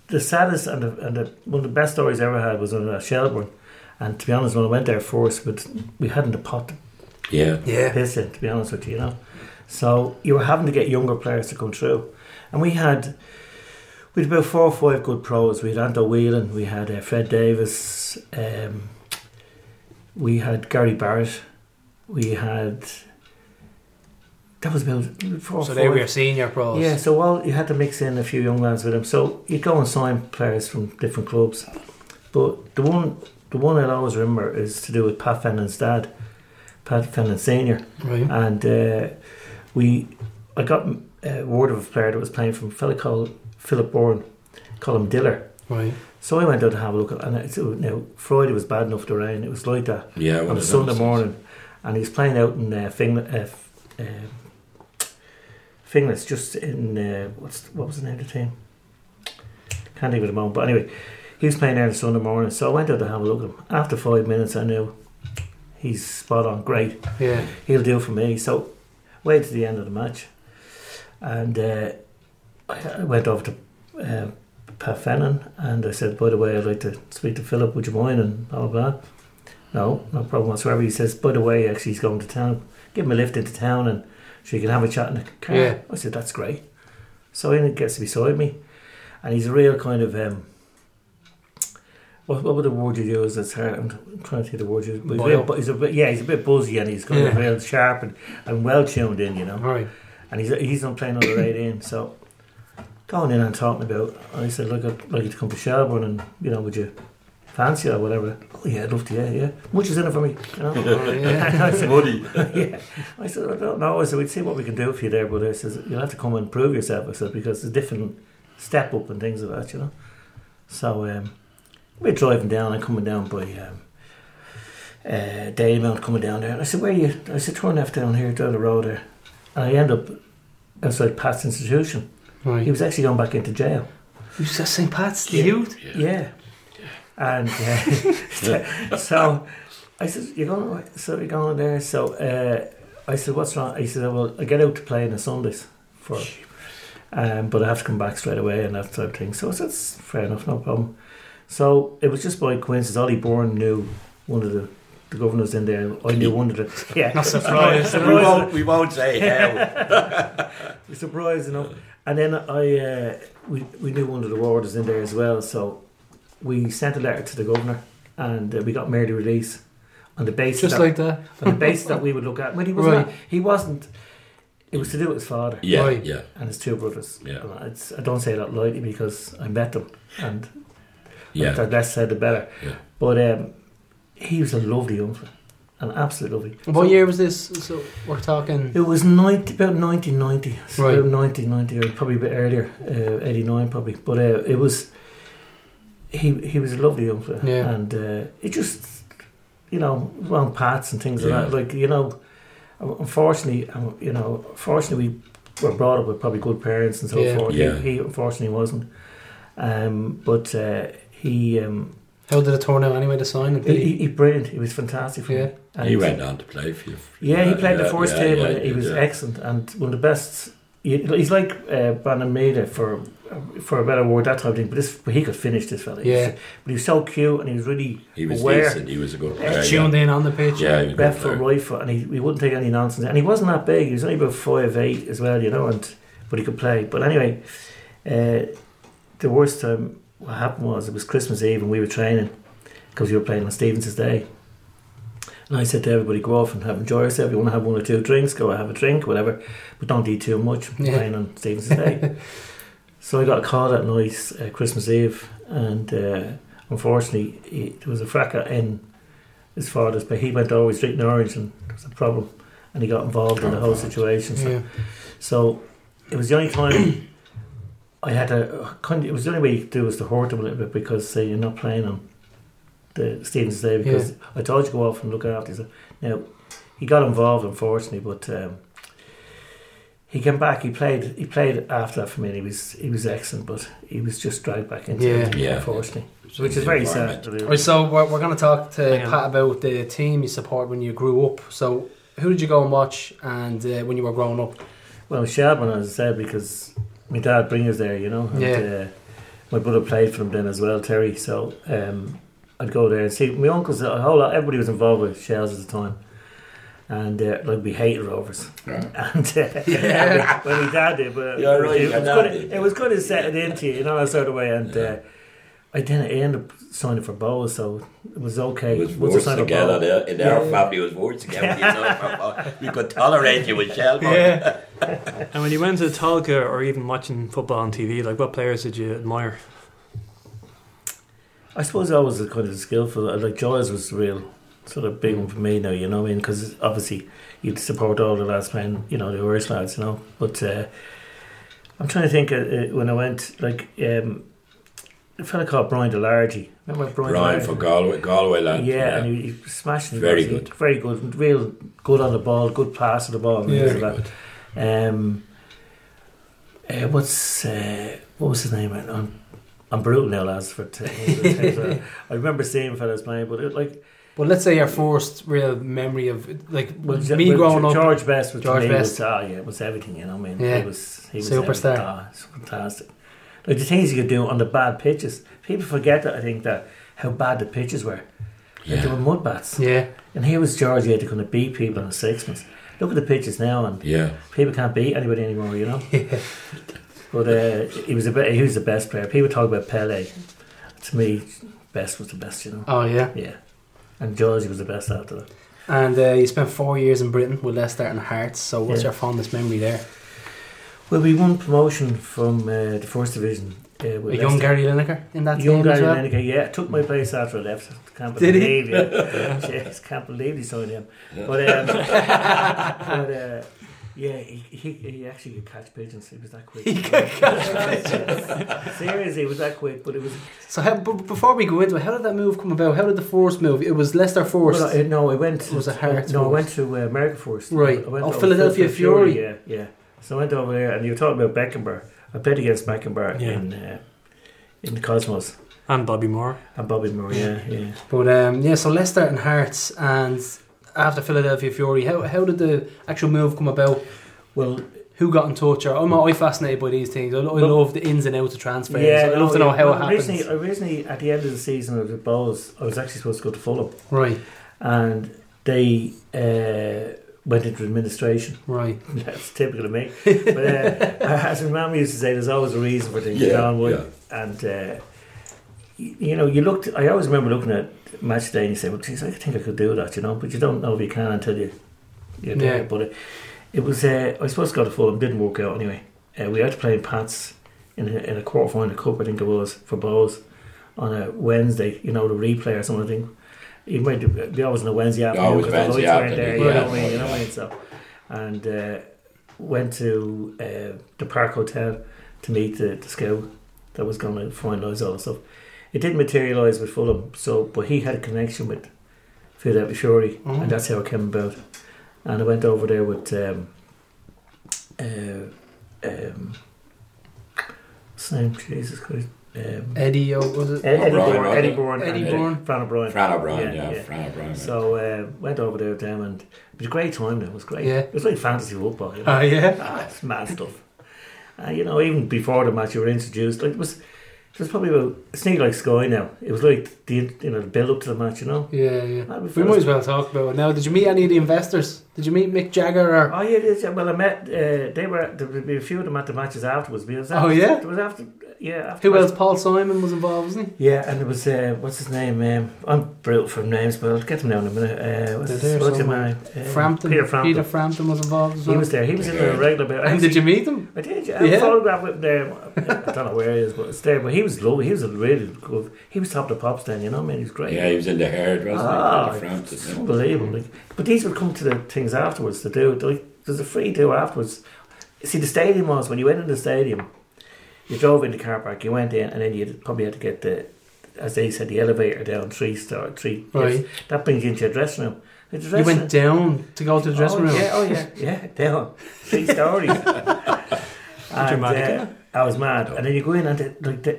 Speaker 4: The saddest and, the, and the, one of the best stories I ever had was on uh, Shelbourne. And to be honest, when I went there first, but we hadn't a pot
Speaker 3: Yeah.
Speaker 1: yeah,
Speaker 4: piss in, to be honest with you, you know. So you were having to get younger players to come through. And we had we had about four or five good pros. We had Anto Whelan, we had uh, Fred Davis, um, we had Gary Barrett, we had that was about four or
Speaker 1: So
Speaker 4: five.
Speaker 1: they were your senior pros.
Speaker 4: Yeah, so well, you had to mix in a few young lads with him. So you go and sign players from different clubs, but the one the one I always remember is to do with Pat Fennan's dad, Pat Fennan senior,
Speaker 1: right.
Speaker 4: and uh, we I got uh, word of a player that was playing from a fella called Philip Bourne, called him Diller.
Speaker 1: Right.
Speaker 4: So I went out to have a look, at, and it's, now Friday was bad enough to rain. It was like that
Speaker 3: Yeah.
Speaker 4: on
Speaker 3: one
Speaker 4: a
Speaker 3: of
Speaker 4: Sunday
Speaker 3: those.
Speaker 4: morning, and he was playing out in uh, Finglas, uh, F- uh, Finglas, just in uh, what's what was the name of the team? Can't think of the moment, but anyway, he was playing there on Sunday morning. So I went out to have a look at him. After five minutes, I knew he's spot on, great.
Speaker 1: Yeah.
Speaker 4: He'll do for me. So wait to the end of the match, and uh, I I went over to. Uh, Pat Fennan, and I said, by the way, I'd like to speak to Philip, would you mind? And all that. No, no problem whatsoever. He says, by the way, actually, he's going to town. Give him a lift into town and so you can have a chat in the car.
Speaker 1: Yeah.
Speaker 4: I said, that's great. So in it gets beside me. And he's a real kind of, um, what, what would the word you use? It's hard. I'm trying to think of the word you use. He's a
Speaker 1: Loyal.
Speaker 4: bit, he's a bit, yeah, he's a bit buzzy and he's kind of
Speaker 1: Yeah.
Speaker 4: real sharp and, and well tuned in, you know
Speaker 1: All right.
Speaker 4: and he's he's not playing under 18 so going in and talking about I said look I'd like you to come to Shelbourne and you know would you fancy it or whatever oh yeah I'd love to yeah yeah much is in it for me you know
Speaker 1: All right, yeah.
Speaker 4: I said, yeah. I said, I don't know. I said, we'd see what we can do for you there, but I says, you'll have to come and prove yourself. I said, because it's a different step up and things like that, you know. So um, we're driving down and coming down by um, uh, Dalymount, coming down there. And I said, where are you? I said, turn left down here, down the road there. And I end up outside Pat's institution. He
Speaker 1: Right.
Speaker 4: was actually going back into jail.
Speaker 1: You said St. Pat's, the
Speaker 4: Yeah.
Speaker 1: youth?
Speaker 4: Yeah. And uh, so I said, You're going so you're going there. So uh, I said, What's wrong? He said, Well, I get out to play on the Sundays for um, but I have to come back straight away and that type of thing. So I said, "That's fair enough, no problem. So it was just by coincidence, Ollie Bourne knew one of the, the governors in there. I knew one of the yeah.
Speaker 1: Not surprised.
Speaker 4: Surprised.
Speaker 5: We won't, we won't say how.
Speaker 4: surprised enough. And then I, uh, we, we knew one of the warders in there as well, so we sent a letter to the governor, and uh, we got Mary release on the basis
Speaker 1: Just
Speaker 4: that,
Speaker 1: like that.
Speaker 4: on the basis that we would look at. When he was not,
Speaker 1: Right.
Speaker 4: he wasn't. It was to do with his father
Speaker 3: Yeah.
Speaker 1: Right.
Speaker 3: Yeah.
Speaker 4: and his two brothers.
Speaker 3: Yeah.
Speaker 4: And It's, I don't say that lightly because I met them, and
Speaker 3: Yeah.
Speaker 4: the less said the better.
Speaker 3: Yeah.
Speaker 4: But um, he was a lovely young fella. and absolutely lovely.
Speaker 1: What
Speaker 4: So
Speaker 1: year was this? So we're talking.
Speaker 4: It was 90, about 1990, so
Speaker 1: Right.
Speaker 4: about 1990 or probably a bit earlier, uh, 89 probably. But uh, it was, he he was a lovely young fella.
Speaker 1: Yeah.
Speaker 4: And uh, it just, you know, wrong paths and things
Speaker 3: Yeah.
Speaker 4: like that. Like, you know, unfortunately, um, you know, fortunately we were brought up with probably good parents and so
Speaker 1: Yeah.
Speaker 4: forth.
Speaker 3: Yeah.
Speaker 4: He, he unfortunately wasn't. Um, but uh, he, um,
Speaker 1: How did it turn out anyway? The signing.
Speaker 4: he,
Speaker 1: Did he?
Speaker 4: he, he brilliant. He was fantastic for
Speaker 1: Yeah.
Speaker 4: me. And
Speaker 3: He went on to play for you.
Speaker 4: yeah, he played the first
Speaker 3: yeah,
Speaker 4: table.
Speaker 3: yeah,
Speaker 4: and he was
Speaker 3: yeah.
Speaker 4: excellent and one of the best. he- He's like uh, Brandon Maida for for a better word that type of thing. But this, but he could finish this fella. He was-
Speaker 1: Yeah.
Speaker 4: but he was so cute and he was really
Speaker 3: He was
Speaker 4: aware,
Speaker 3: decent. He was a good
Speaker 4: Uh,
Speaker 3: player.
Speaker 1: Tuned in on the pitch.
Speaker 3: Yeah, yeah he was a good
Speaker 4: left foot,
Speaker 3: player.
Speaker 4: right foot, and he, he wouldn't take any nonsense. And he wasn't that big. He was only about five eight as well, you know. And but he could play. But anyway, uh, the worst time what happened was it was Christmas Eve and we were training because we were playing on Stevens' day. And I said to everybody, go off and have enjoy yourself. You want to have one or two drinks, go have a drink, whatever, but don't eat too much. We're
Speaker 1: Yeah.
Speaker 4: Playing on Stevens' day. so I got a call that night, uh, Christmas Eve, and uh, unfortunately, he, there was a fracas in his father's. But he went over, he's drinking orange, and there was a problem, and he got involved in the whole situation. So
Speaker 1: Yeah.
Speaker 4: so it was the only time I had to. kind of- It was the only way you could do was to hurt him a little bit because say you're not playing on the Stevens Day because I told you to go off and look after. yourself. Now he got involved unfortunately, but um, he came back. He played. He played after that for me. And he was he was excellent, but he was just dragged back into
Speaker 1: Yeah.
Speaker 4: it
Speaker 3: Yeah.
Speaker 4: unfortunately,
Speaker 3: It was
Speaker 4: which
Speaker 3: in
Speaker 4: is
Speaker 3: the
Speaker 4: very
Speaker 3: environment.
Speaker 4: sad. to do.
Speaker 1: Right, so we're, we're going to talk to
Speaker 2: Hang on.
Speaker 1: Pat about the team you support when you grew up. So who did you go and watch and uh, when you were growing up?
Speaker 4: Well, Shelburne, as I said, because my dad bring us there, you know. And,
Speaker 1: Yeah.
Speaker 4: Uh, my brother played for him then as well, Terry. So um, I'd go there and see my uncles. A whole lot, everybody was involved with Shells at the time, and uh, like we hated Rovers.
Speaker 3: Yeah.
Speaker 4: And uh,
Speaker 3: Yeah.
Speaker 4: well, my dad did, but
Speaker 3: You're right,
Speaker 4: it,
Speaker 3: your
Speaker 4: was
Speaker 3: dad
Speaker 4: good,
Speaker 3: did.
Speaker 4: it was good to set it into you, you know, that sort of way. And uh, I didn't end up signing for Bowes, so it was
Speaker 3: It
Speaker 4: okay.
Speaker 3: was
Speaker 4: Once I
Speaker 3: worse
Speaker 4: signed for
Speaker 3: together.
Speaker 4: Bowes-
Speaker 3: the- In our
Speaker 4: Yeah.
Speaker 3: family, it was worse together. with yourself. uh, We could tolerate you with Shelburne.
Speaker 1: Yeah.
Speaker 2: And when you went to Talca or even watching football on TV, like what players did you admire?
Speaker 4: I suppose I was kind of skillful. Like Giles was the real sort of big one for me now. You know what I mean? Because obviously you'd support all the lads playing. You know the Irish lads. You know, but uh, I'm trying to think. Uh, uh, when I went, like um, a fella called Brian DeLargy. Remember Brian?
Speaker 3: Brian
Speaker 4: DeLargy?
Speaker 3: for Galway, Galway
Speaker 4: Yeah,
Speaker 3: lad.
Speaker 4: and he, he smashed. it.
Speaker 3: Very
Speaker 4: He-
Speaker 3: good.
Speaker 4: Very good. Real good on the ball. Good pass of the ball. and
Speaker 1: Yeah.
Speaker 4: things
Speaker 3: Very
Speaker 4: like that.
Speaker 3: good.
Speaker 4: Um, uh, what's uh, what was his name? I- I'm, I'm brutal now, lads. For t- I remember seeing fellas playing, but it, like
Speaker 1: Well, let's say your first real memory of like
Speaker 4: well,
Speaker 1: me
Speaker 4: well,
Speaker 1: growing up.
Speaker 4: George Best was
Speaker 1: George
Speaker 4: George me,
Speaker 1: Best.
Speaker 4: Was, ah, yeah, it was everything. You know, what I mean,
Speaker 1: Yeah.
Speaker 4: he was he was
Speaker 1: Superstar.
Speaker 4: everything. Ah, it's fantastic. Like the things you could do on the bad pitches, people forget that. I think that how bad the pitches were. Like, they
Speaker 3: Yeah.
Speaker 4: were mud bats,
Speaker 1: Yeah,
Speaker 4: and here was George. He had to kind of beat people on a sixpence. Look at the pitches now, and
Speaker 3: Yeah.
Speaker 4: people can't beat anybody anymore, you know. But uh, he was a bit, he was the best player. People talk about Pele. To me, best was the best, you know.
Speaker 1: oh yeah.
Speaker 4: Yeah, and George was the best after that.
Speaker 1: And uh, you spent four years in Britain with Leicester and Hearts. So what's
Speaker 4: Yeah.
Speaker 1: your fondest memory there?
Speaker 4: Well, we won promotion from uh, the first division. Uh,
Speaker 1: A
Speaker 4: with
Speaker 1: young
Speaker 4: Leicester.
Speaker 1: Gary Lineker in that team
Speaker 4: young Gary
Speaker 1: as well.
Speaker 4: Lineker, yeah, took my place after I left. Can't
Speaker 1: Did he?
Speaker 4: believe you. Jeez, can't believe he signed him. But, um, but uh, yeah, he, he, he actually could catch pigeons. He was that quick. He could catch pigeons. Seriously, he was that quick, but it was
Speaker 1: So how, b- before we go into it, how did that move come about? How did the first move? It was Leicester first.
Speaker 4: Well, I, no, I went.
Speaker 1: It was a Hearts
Speaker 4: No, I
Speaker 1: first.
Speaker 4: went to uh, America first.
Speaker 1: Right.
Speaker 4: I went
Speaker 1: Oh,
Speaker 4: over to
Speaker 1: Philadelphia Fury.
Speaker 4: Yeah, yeah. So I went over there, and you were talking about Beckenbauer. I played against Beckenbauer
Speaker 2: Yeah.
Speaker 4: in uh, in the Cosmos
Speaker 2: And Bobby Moore.
Speaker 4: and Bobby Moore. Yeah, yeah.
Speaker 1: But um, yeah, so Leicester and Hearts, and after Philadelphia Fury, how, how did the actual move come about?
Speaker 4: Well,
Speaker 1: Who got in touch? Or I'm always fascinated by these things. I, lo- I
Speaker 4: Well-
Speaker 1: love the ins and outs of transfers.
Speaker 4: yeah.
Speaker 1: I love to know
Speaker 4: yeah.
Speaker 1: how
Speaker 4: Well,
Speaker 1: it happens.
Speaker 4: Originally, originally, at the end of the season of the Bulls, I was actually supposed to go to Fulham,
Speaker 1: Right,
Speaker 4: and they uh, went into administration.
Speaker 1: right.
Speaker 4: That's typical of me. But uh, as my mum used to say, there's always a reason for things.
Speaker 3: Yeah,
Speaker 4: Yeah, And uh, you, you know, you looked. I always remember looking at match day and you say, "Well, geez, I think I could do that," you know. But you don't know if you can until you. you do
Speaker 1: Yeah.
Speaker 4: it. But it, it was. Uh, I was supposed to go to Fulham. Didn't work out anyway. Uh, we had to play in Pats in a, in a quarter final cup, I think it was for Bowes on a Wednesday. You know, the replay or something. I think. He might be always on a Wednesday afternoon
Speaker 3: Always
Speaker 4: because the lights
Speaker 3: Wednesday
Speaker 4: weren't there.
Speaker 3: afternoon,
Speaker 4: You know what I
Speaker 3: yeah.
Speaker 4: mean? You know what I mean? So, and uh, went to uh, the Park Hotel to meet the, the school that was going to finalise all the stuff. It didn't materialise with Fulham, so but he had a connection with Philadelphia Shorey,
Speaker 1: Mhm.
Speaker 4: and that's how it came about. And I went over there with um, uh, um, what's his name? Jesus Christ, um,
Speaker 1: Eddie, oh, was it?
Speaker 3: O'Brien,
Speaker 4: Eddie Bourne,
Speaker 3: right?
Speaker 4: Eddie Bourne,
Speaker 1: Eddie
Speaker 4: and, uh,
Speaker 1: Bourne.
Speaker 4: Fran O'Brien.
Speaker 3: Fran O'Brien,
Speaker 4: Yeah,
Speaker 3: yeah,
Speaker 4: yeah.
Speaker 3: Fran O'Brien.
Speaker 4: So uh, went over there with them, and it was a great time. Though. It was great.
Speaker 1: Yeah.
Speaker 4: It was like fantasy football. You know?
Speaker 1: Oh, yeah.
Speaker 4: ah, it's mad stuff. Uh, you know, even before the match, you were introduced. Like it was, it was probably about. It's not like Sky now. It was like the you know the build up to the match. You know.
Speaker 1: Yeah, yeah.
Speaker 4: That'd be
Speaker 1: We
Speaker 4: fun.
Speaker 1: might as well talk about it now. Did you meet any of the investors? Did you meet Mick Jagger or
Speaker 4: Oh yeah, yeah, well I met. Uh, they were there would be a few of them at the matches afterwards. But it was
Speaker 1: Oh,
Speaker 4: after-
Speaker 1: yeah?
Speaker 4: it was after yeah. After
Speaker 1: who else? Paul Simon was involved, wasn't
Speaker 4: Yeah, and it was uh, what's his name? Um, I'm brutal for names, but I'll get him now in a minute. Uh, what's
Speaker 1: They're
Speaker 4: his,
Speaker 1: there
Speaker 4: what's his
Speaker 1: somewhere.
Speaker 4: name?
Speaker 1: he?
Speaker 4: Uh,
Speaker 1: Frampton.
Speaker 4: Peter Frampton.
Speaker 1: Peter Frampton was involved as
Speaker 4: He
Speaker 1: well.
Speaker 4: was there. He was in there on a regular bit.
Speaker 1: and did you meet him?
Speaker 4: I did. Yeah. I
Speaker 1: Yeah.
Speaker 4: have a photograph with him there. I don't know where it is, but it's there. But he was low. He was a really good. He was top of the pops then. You know, what I mean, he was great.
Speaker 3: yeah, he was in the herd, wasn't
Speaker 4: Ah,
Speaker 3: he? Fran Frampton,
Speaker 4: it's
Speaker 3: yeah.
Speaker 4: unbelievable. Like, but these would come to the things afterwards to do. Like, there's a free do afterwards. See, the stadium was when you went in the stadium, you drove in the car park, you went in, and then you probably had to get the, as they said, the elevator down three star three.
Speaker 1: Right.
Speaker 4: yes. That brings you into your dressing room. The dressing
Speaker 1: You went down to go to the dressing
Speaker 4: oh,
Speaker 1: room.
Speaker 4: Yeah, oh yeah, yeah, down. Three stories. and, uh,
Speaker 2: Dramatic.
Speaker 4: I was mad, and then you go in and it, like the,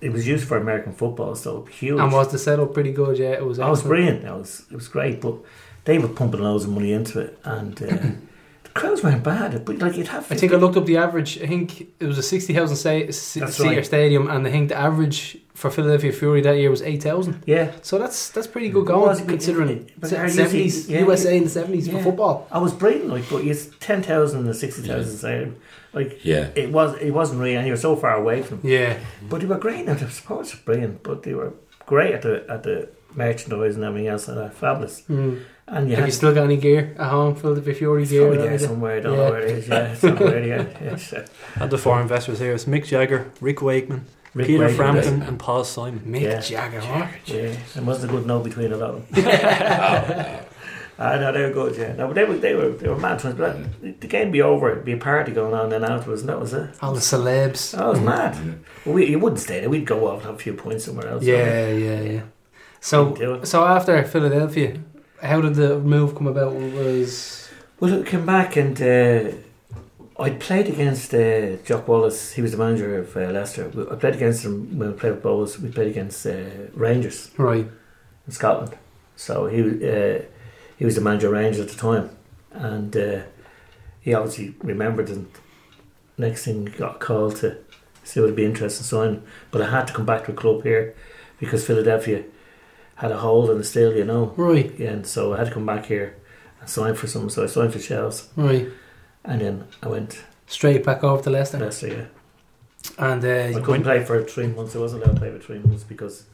Speaker 4: it was used for American football, so huge.
Speaker 1: And was the setup pretty good? Yeah, it was.
Speaker 4: I was
Speaker 1: excellent.
Speaker 4: brilliant. That was it was great, but they were pumping loads of money into it, and uh, the crowds weren't bad. But like you'd have,
Speaker 1: I think I looked up the average. I think it was a sixty thousand seater
Speaker 4: That's right.
Speaker 1: stadium, and I think the average for Philadelphia Fury that year was eight thousand.
Speaker 4: yeah,
Speaker 1: So that's that's pretty good
Speaker 4: Well, it's
Speaker 1: going
Speaker 4: good,
Speaker 1: considering
Speaker 4: isn't it? But are you
Speaker 1: seventies
Speaker 4: see- yeah.
Speaker 1: USA in the seventies for
Speaker 4: Yeah.
Speaker 1: football.
Speaker 4: I was brilliant. Like, but it's ten thousand and sixty thousand. So, like
Speaker 3: Yeah.
Speaker 4: it was, it wasn't real, and you were so far away from.
Speaker 1: Yeah,
Speaker 4: But they were great. Now the supporters were brilliant, but they were great at the at the merchandise and everything else. And that fabulous.
Speaker 1: mm.
Speaker 4: And you
Speaker 1: have
Speaker 4: had Oh,
Speaker 1: you still got any gear at home? Philadelphia Fury
Speaker 4: it's
Speaker 1: gear?
Speaker 4: probably
Speaker 1: or
Speaker 4: there
Speaker 1: anything?
Speaker 4: somewhere. I don't
Speaker 1: Yeah.
Speaker 4: know where it is. Yeah, it's somewhere. Yeah, yeah. so-
Speaker 2: Had the four investors here. It's Mick Jagger, Rick Wakeman,
Speaker 4: Rick
Speaker 2: Peter
Speaker 4: Wakeman.
Speaker 2: Frampton, and Paul Simon.
Speaker 1: Mick
Speaker 4: Yeah.
Speaker 1: Jagger. huh?
Speaker 4: Yeah, there wasn't a good no between a lot of them.
Speaker 3: Oh,
Speaker 4: I know they were good. Yeah, Ah, no, but they were they were they were mad ones. But the game be over, it'd be a party going on then afterwards, and that was it.
Speaker 1: All the celebs.
Speaker 4: That was mad.
Speaker 3: no.
Speaker 4: We you wouldn't stay there. We'd go off and have a few points somewhere else.
Speaker 1: Yeah, yeah, yeah. So,
Speaker 4: Do it.
Speaker 1: so after Philadelphia, how did the move come about? Was
Speaker 4: Well, it came back and uh, I played against uh, Jock Wallace. He was the manager of uh, Leicester. We- I played against him when we played with Bowles. We played against uh, Rangers
Speaker 1: right.
Speaker 4: in Scotland. So he uh, he was the manager of Rangers at the time, and uh, he obviously remembered. And next thing, got called to see would be interested in signing. But I had to come back to a club here because Philadelphia had a hold on the still, you know.
Speaker 1: Right,
Speaker 4: And so I had to come back here and sign for some. So I signed for Shells,
Speaker 1: right.
Speaker 4: and then I went
Speaker 1: Straight back over to
Speaker 4: to
Speaker 1: Leicester,
Speaker 4: Leicester. Yeah.
Speaker 1: and
Speaker 4: I
Speaker 1: uh,
Speaker 4: couldn't play for three months. I wasn't allowed to play for three months because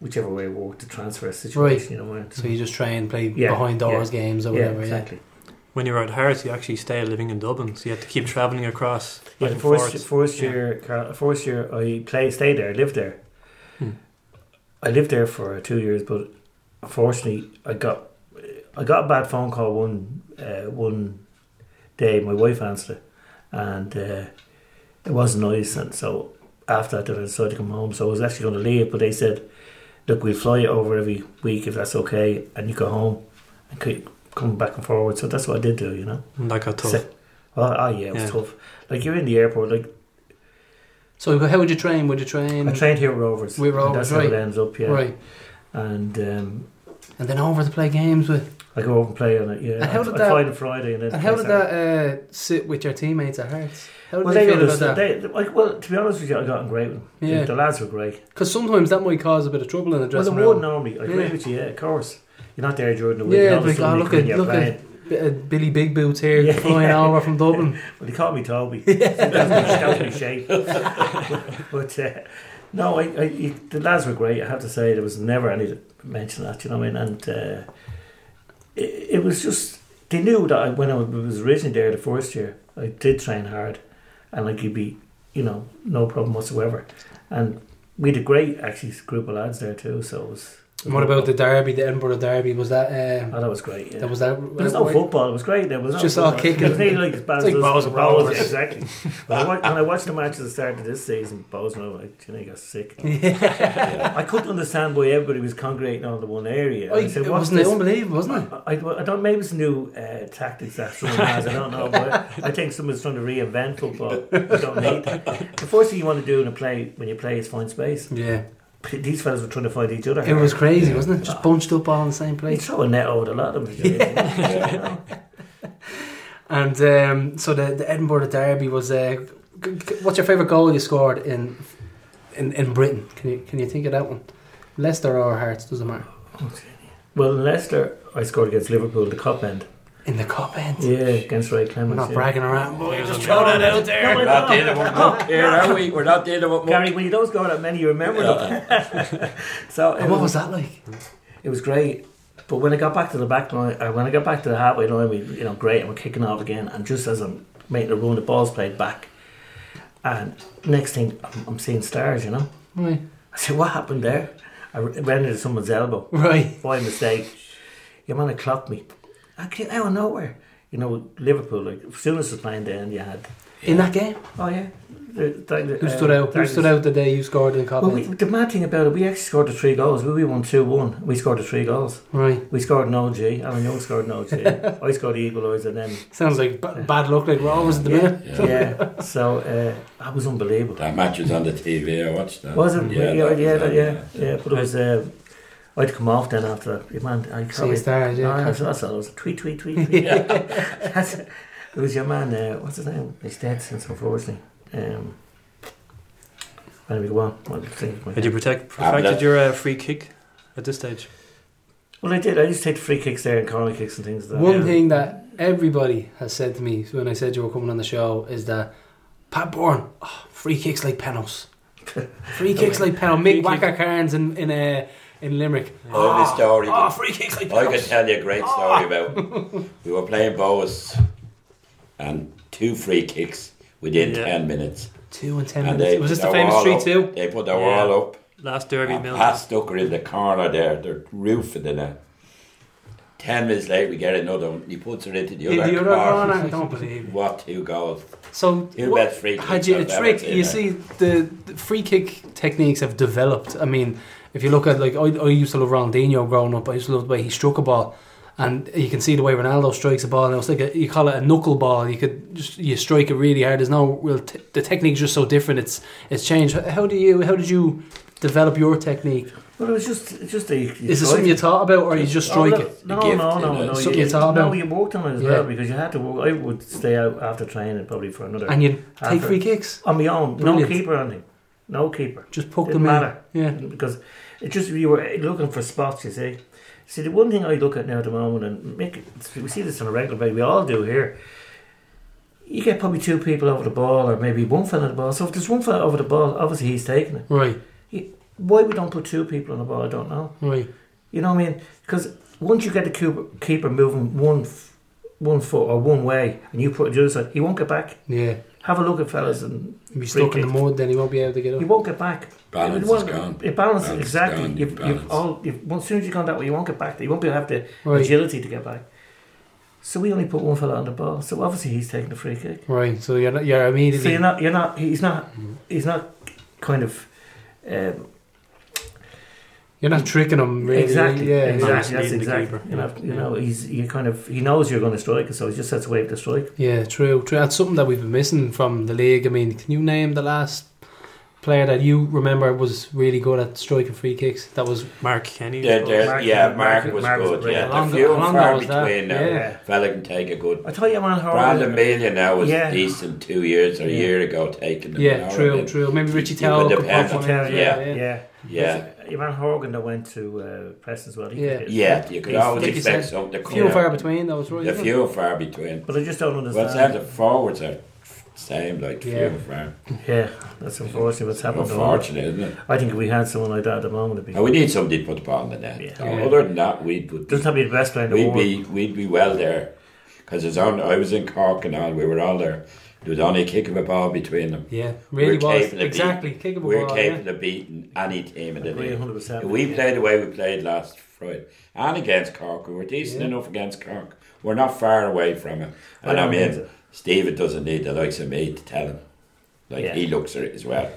Speaker 4: whichever way it worked, the transfer situation, you know. weren't-
Speaker 1: so you just try and play
Speaker 4: Yeah,
Speaker 1: behind doors games or
Speaker 4: yeah,
Speaker 1: whatever. Yeah,
Speaker 4: exactly.
Speaker 2: When you were at Hearts, you actually stayed living in Dublin, so you had to keep travelling across.
Speaker 4: Yeah,
Speaker 2: back and
Speaker 4: first,
Speaker 2: forths.
Speaker 4: first
Speaker 2: Yeah.
Speaker 4: year, Carl- first year, I play, stayed there, lived there.
Speaker 2: Hmm.
Speaker 4: I lived there for two years, but unfortunately, I got I got a bad phone call one uh, one day. My wife answered, it, and uh, it wasn't nice. And so after that, then I decided to come home. So I was actually going to leave, but they said, "Look, we'll fly you over every week if that's okay, and you go home and c- come back and forward." So that's what I did do, you know.
Speaker 2: And that got tough.
Speaker 4: Sick. Oh, oh yeah, it was
Speaker 2: Yeah.
Speaker 4: tough. Like you're in the airport. Like
Speaker 1: So how would you train? Would you train?
Speaker 4: I trained here at Rovers.
Speaker 1: We were
Speaker 4: and
Speaker 1: Rovers,
Speaker 4: That's how
Speaker 1: right.
Speaker 4: it ends up, yeah.
Speaker 1: Right,
Speaker 4: And um,
Speaker 1: and then over to play games with.
Speaker 4: I go over and play on it. Yeah.
Speaker 1: And how
Speaker 4: I-
Speaker 1: did
Speaker 4: I
Speaker 1: that-
Speaker 4: fly on Friday and then.
Speaker 1: And how
Speaker 4: play
Speaker 1: did that uh, sit with your teammates at Hearts? How
Speaker 4: Saturday.
Speaker 1: did
Speaker 4: Well,
Speaker 1: they
Speaker 4: they,
Speaker 1: feel
Speaker 4: were
Speaker 1: about
Speaker 4: just-
Speaker 1: that?
Speaker 4: they, like, well, to be honest with you, I got on great with them.
Speaker 1: Yeah.
Speaker 4: The, the lads were great.
Speaker 1: Because sometimes that might cause a bit of trouble in the
Speaker 4: Well, they
Speaker 1: dressing
Speaker 4: would
Speaker 1: room.
Speaker 4: normally. I agree
Speaker 1: Yeah.
Speaker 4: with you. Yeah, of course. You're not there during the week.
Speaker 1: Yeah,
Speaker 4: and all of a
Speaker 1: like,
Speaker 4: sudden
Speaker 1: oh,
Speaker 4: you
Speaker 1: look
Speaker 4: come in,
Speaker 1: at-
Speaker 4: you're
Speaker 1: look at-
Speaker 4: playing.
Speaker 1: Bit of Billy Big Boots here
Speaker 4: Yeah.
Speaker 1: flying over from Dublin.
Speaker 4: Well, he called me Toby. So that was my shape. but uh, no, I, I, you- the lads were great. I have to say, there was never any to mention that. You know what I mean? And uh, it, it was just they knew that I, when I was originally there the first year, I did train hard, and like you'd be, you know, no problem whatsoever. And we had a great actually group of lads there too. So it was
Speaker 1: And what about the derby, the Edinburgh derby? Was that um,
Speaker 4: Oh, that was great. Yeah.
Speaker 1: that was that?
Speaker 4: There was no
Speaker 1: where-
Speaker 4: football. It was great. There was no
Speaker 1: Just all
Speaker 4: football.
Speaker 1: kicking.
Speaker 4: It was nearly like as bad
Speaker 1: It's like
Speaker 4: as those
Speaker 1: balls and
Speaker 4: balls,
Speaker 1: rollers.
Speaker 4: exactly. when, I watched, when I watched the match at the start of this season, balls and rollers, like, you know, I got sick. I couldn't understand why everybody was congregating on the one area.
Speaker 1: Oh,
Speaker 4: And I
Speaker 1: it
Speaker 4: said, "What's
Speaker 1: wasn't it
Speaker 4: this?"
Speaker 1: unbelievable, wasn't it?
Speaker 4: I, I don't. Maybe it's new uh, tactics that someone has. I don't know. But I think someone's trying to reinvent football. I don't need. The first thing you want to do in a play when you play is find space.
Speaker 1: Yeah,
Speaker 4: But these fellas were trying to find each other.
Speaker 1: it was crazy, wasn't it? Just bunched up all in the same
Speaker 4: You
Speaker 1: place.
Speaker 4: throw a net over a lot of them. You know?
Speaker 1: And um, so the, the Edinburgh derby was. Uh, g- g- what's your favourite goal you scored in in in Britain? Can you can you think of that one? Leicester or Hearts doesn't matter.
Speaker 4: Well, in Leicester, I scored against Liverpool, the cop end.
Speaker 1: In the cup end.
Speaker 4: Yeah, against Ray
Speaker 1: We're
Speaker 4: Clements.
Speaker 1: not
Speaker 4: yeah.
Speaker 1: bragging around. boy.
Speaker 2: Just
Speaker 1: throw that out
Speaker 4: No,
Speaker 1: there.
Speaker 4: I
Speaker 5: We're not dealing
Speaker 4: know.
Speaker 5: with muck here, are we? We're not dealing with muck.
Speaker 4: Gary, when you don't score that many, you remember them. so it
Speaker 1: And what was that like?
Speaker 4: It was great. But when I got back to the back line, uh, when I got back to the halfway line, we you know great, and we're kicking off again. And just as I'm making a run, the ball's played back. And next thing, I'm, I'm seeing stars. You know,
Speaker 1: Right.
Speaker 4: I said, "What happened there?" I re- ran into someone's elbow.
Speaker 1: Right.
Speaker 4: By mistake. Your man had clocked me. I came out of nowhere. You know, Liverpool. Like as soon as I was playing, then you had
Speaker 1: In that game,
Speaker 4: Oh yeah. The- the- the-
Speaker 1: who
Speaker 4: uh,
Speaker 1: stood out? Who
Speaker 4: Dragons.
Speaker 1: stood out the day you scored in the cup
Speaker 4: Well, we,
Speaker 1: end?
Speaker 4: the mad thing about it, we actually scored the three goals. We, we won two one. We scored the three goals.
Speaker 1: Right.
Speaker 4: We scored an OG. Alan Young scored an OG. I scored the equaliser and then
Speaker 1: Sounds like b- bad luck. Like we're always in the middle.
Speaker 3: Yeah.
Speaker 4: yeah. So uh, that was unbelievable.
Speaker 3: That match was on the TV. I watched that.
Speaker 4: Was it? Yeah,
Speaker 3: Yeah,
Speaker 4: yeah,
Speaker 3: that was
Speaker 4: yeah,
Speaker 3: it,
Speaker 4: yeah,
Speaker 3: yeah.
Speaker 4: yeah. But it was. Uh, I'd come off then after that. Your Man, I
Speaker 1: See you
Speaker 4: can't.
Speaker 1: stars.
Speaker 4: No,
Speaker 1: Yeah.
Speaker 4: that's, that's all. It was tweet, tweet, tweet. tweet. That's- it was your man. Uh, what's his name? He's dead since unfortunately. Um, anyway, go on. What do you think of my-
Speaker 2: Had you protect,
Speaker 3: Ah,
Speaker 2: perfected
Speaker 3: that-
Speaker 2: your uh, free kick at this stage?
Speaker 4: Well, I did. I used to take free kicks there and corner kicks and things. Like that.
Speaker 1: One
Speaker 2: Yeah.
Speaker 1: thing that everybody has said to me when I said you were coming on the show is that Pat Bourne, oh, free kicks like penalties. Free kicks like penalties. Mick
Speaker 2: Free kick.
Speaker 1: Wacker Cairns in in, uh, in Limerick.
Speaker 3: Oh, the story.
Speaker 1: Oh, free kicks like
Speaker 3: I can
Speaker 1: penalties.
Speaker 3: tell you a great
Speaker 1: Ah.
Speaker 3: story about. We were playing Boas, and two free kicks within
Speaker 2: Yeah.
Speaker 3: ten minutes.
Speaker 1: Two and ten
Speaker 3: and
Speaker 1: minutes. Was this
Speaker 3: put
Speaker 1: the
Speaker 3: their
Speaker 1: famous
Speaker 3: wall
Speaker 1: three
Speaker 3: up.
Speaker 1: two?
Speaker 3: They put the
Speaker 2: Yeah.
Speaker 3: wall up.
Speaker 2: Last derby,
Speaker 3: And
Speaker 2: Milton.
Speaker 3: Pat Stucker in the corner there, the roof of the net. Ten minutes later, we get another one. He puts her into the
Speaker 1: In
Speaker 3: other
Speaker 1: the other corner,
Speaker 3: corner.
Speaker 1: I don't believe. it.
Speaker 3: What two goals?
Speaker 1: So
Speaker 3: Two
Speaker 1: what-
Speaker 3: best free kicks.
Speaker 1: Had you a
Speaker 3: I've ever
Speaker 1: trick?
Speaker 3: seen
Speaker 1: You
Speaker 3: now.
Speaker 1: see, the, the free kick techniques have developed. I mean, if you look at like I, I used to love Ronaldinho growing up. I used to love the way he struck a ball, and you can see the way Ronaldo strikes a ball. And it was like a, you call it a knuckle ball. You could just you strike it really hard. There's no real t- the technique's just so different. It's it's changed. How do you how did you develop your technique?
Speaker 4: Well, it was just it's just a.
Speaker 1: Is it something you thought about, or you just
Speaker 4: Oh,
Speaker 1: strike it?
Speaker 4: No,
Speaker 3: The gift,
Speaker 4: no,
Speaker 3: you
Speaker 4: no,
Speaker 3: know,
Speaker 4: no.
Speaker 1: something
Speaker 4: you,
Speaker 1: it's all
Speaker 4: no,
Speaker 1: about.
Speaker 4: you worked on it as
Speaker 1: Yeah.
Speaker 4: well because you had to work. I would stay out after training probably for another.
Speaker 1: And you take
Speaker 4: After-
Speaker 1: free kicks,
Speaker 4: on my own, no
Speaker 1: Brilliant.
Speaker 4: keeper on him, no keeper.
Speaker 1: just poke
Speaker 4: Didn't
Speaker 1: them in.
Speaker 4: matter.
Speaker 1: Yeah,
Speaker 4: because it just you were looking for spots. You see, see the one thing I look at now at the moment, and make it, we see this on a regular basis. We all do here. You get probably two people over the ball, or maybe one fella over the ball. So if there's one fella over the ball, obviously he's taking it.
Speaker 1: right,
Speaker 4: Why we don't put two people on the ball, I don't know.
Speaker 1: right.
Speaker 4: You know what I mean? Because once you get the keeper, keeper moving one f- one foot or one way, and you put it the other side, he won't get back.
Speaker 1: Yeah,
Speaker 4: Have a look at fellas, and
Speaker 1: He'll be
Speaker 4: Free
Speaker 1: stuck in the
Speaker 4: kick.
Speaker 1: mud. Then he won't be able to get up.
Speaker 4: he won't get back.
Speaker 3: Balance
Speaker 4: it
Speaker 3: is
Speaker 4: won't-
Speaker 3: gone.
Speaker 4: It
Speaker 3: Balance
Speaker 4: balances
Speaker 3: is
Speaker 4: exactly.
Speaker 3: gone,
Speaker 4: You've,
Speaker 3: balance.
Speaker 4: you've all. You've, well, as soon as you have gone that way, you won't get back. there. You won't be able to have the
Speaker 1: Right.
Speaker 4: agility to get back. So we only put one fella on the ball. So obviously he's taking the free kick.
Speaker 1: Right, so you're not, you're immediately
Speaker 4: So you're not. You're not. He's not. He's not. Kind of. Um,
Speaker 1: You're not tricking them really.
Speaker 4: exactly.
Speaker 1: Yeah.
Speaker 4: Exactly. That's
Speaker 2: Misleading the
Speaker 4: exactly.
Speaker 2: keeper.
Speaker 4: You know. You know. He's. You kind of. He knows you're going to strike, so he just sets away the strike.
Speaker 1: Yeah. True. True. That's something that we've been missing from the league. I mean, can you name the last player that you remember was really good at striking free kicks? That was
Speaker 2: Mark Kenny.
Speaker 3: There- there-
Speaker 4: Mark-
Speaker 3: yeah, Mark,
Speaker 4: Mark-
Speaker 3: was
Speaker 4: Mark was
Speaker 3: good.
Speaker 4: great.
Speaker 3: yeah,
Speaker 1: How long-
Speaker 3: the few
Speaker 1: how long
Speaker 3: and
Speaker 1: ago
Speaker 3: far
Speaker 1: was that?
Speaker 3: between now.
Speaker 1: Yeah.
Speaker 3: Fella can take a good.
Speaker 4: I thought you, man. Howard.
Speaker 3: Brandon Bailey now was
Speaker 4: Yeah.
Speaker 3: decent two years or a
Speaker 4: Yeah.
Speaker 3: year ago taking them.
Speaker 1: yeah.
Speaker 3: now,
Speaker 1: True.
Speaker 3: and then-
Speaker 1: True. Maybe Richie
Speaker 3: you
Speaker 1: Towell.
Speaker 3: could
Speaker 1: could
Speaker 3: depend
Speaker 1: pop
Speaker 4: Richie
Speaker 1: one
Speaker 4: Taylor,
Speaker 1: in.
Speaker 4: yeah,
Speaker 3: Yeah.
Speaker 4: yeah, yeah.
Speaker 3: Yeah,
Speaker 4: Your man Horgan that went to uh, Preston as well. he could
Speaker 1: Yeah.
Speaker 4: hit.
Speaker 3: yeah, you could
Speaker 4: He's-
Speaker 3: always
Speaker 1: like you
Speaker 3: expect
Speaker 1: said,
Speaker 3: something to come.
Speaker 1: Few and
Speaker 3: out.
Speaker 1: far between. That was right.
Speaker 3: The
Speaker 1: isn't it?
Speaker 3: few and far between.
Speaker 4: But I just don't understand.
Speaker 3: What's that? The forwards are same like few
Speaker 1: Yeah.
Speaker 3: and far.
Speaker 4: Yeah, that's unfortunate what's happened. to him.
Speaker 3: Unfortunate, Oh, isn't it?
Speaker 4: I think if we had someone like that at the moment, it'd be.
Speaker 3: And we need somebody to put the ball in the net.
Speaker 4: Yeah.
Speaker 3: Now, Other than that, we would be,
Speaker 4: Doesn't have to be the best player in the
Speaker 3: we'd
Speaker 4: world.
Speaker 3: be we'd be well there because on. I was in Cork and all. We were all there, There was only a kick of a ball between them.
Speaker 1: Yeah, really
Speaker 3: We're
Speaker 1: was.
Speaker 3: capable of
Speaker 1: Exactly. Kick of a
Speaker 3: We're
Speaker 1: ball, yeah.
Speaker 3: capable of beating any team in the
Speaker 4: Agree
Speaker 3: league.
Speaker 4: 100%.
Speaker 3: We played the way we played last Friday, and against Cork, we were decent
Speaker 1: Yeah.
Speaker 3: enough against Cork. We're not far away from it. And I,
Speaker 4: I don't
Speaker 3: mean,
Speaker 4: think
Speaker 3: Stephen doesn't need the likes of me to tell him. Like
Speaker 4: Yeah.
Speaker 3: he looks at it as well.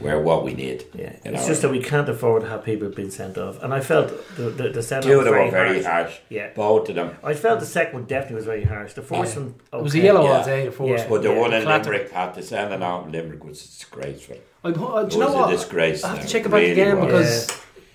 Speaker 3: We're what we need.
Speaker 4: Yeah,
Speaker 3: You
Speaker 4: it's
Speaker 3: know?
Speaker 4: just that we can't afford to have people being sent off, and I felt the the, the send
Speaker 3: Two
Speaker 4: off
Speaker 3: of them were very
Speaker 4: harsh.
Speaker 3: harsh.
Speaker 4: Yeah.
Speaker 3: Both of them.
Speaker 4: I felt the second one definitely was very harsh. The first
Speaker 3: Yeah.
Speaker 4: one
Speaker 1: It was a
Speaker 4: okay.
Speaker 1: yellow
Speaker 3: Yeah.
Speaker 1: all day, the force.
Speaker 4: Yeah.
Speaker 3: But the one in
Speaker 1: Clatter.
Speaker 3: Limerick, Pat, the sending out in Limerick was disgraceful.
Speaker 1: I'm, uh, do
Speaker 3: It
Speaker 1: you know
Speaker 3: was
Speaker 1: what?
Speaker 3: a disgrace.
Speaker 1: I have to
Speaker 3: now.
Speaker 1: check it back
Speaker 3: Really
Speaker 1: again
Speaker 3: was.
Speaker 1: because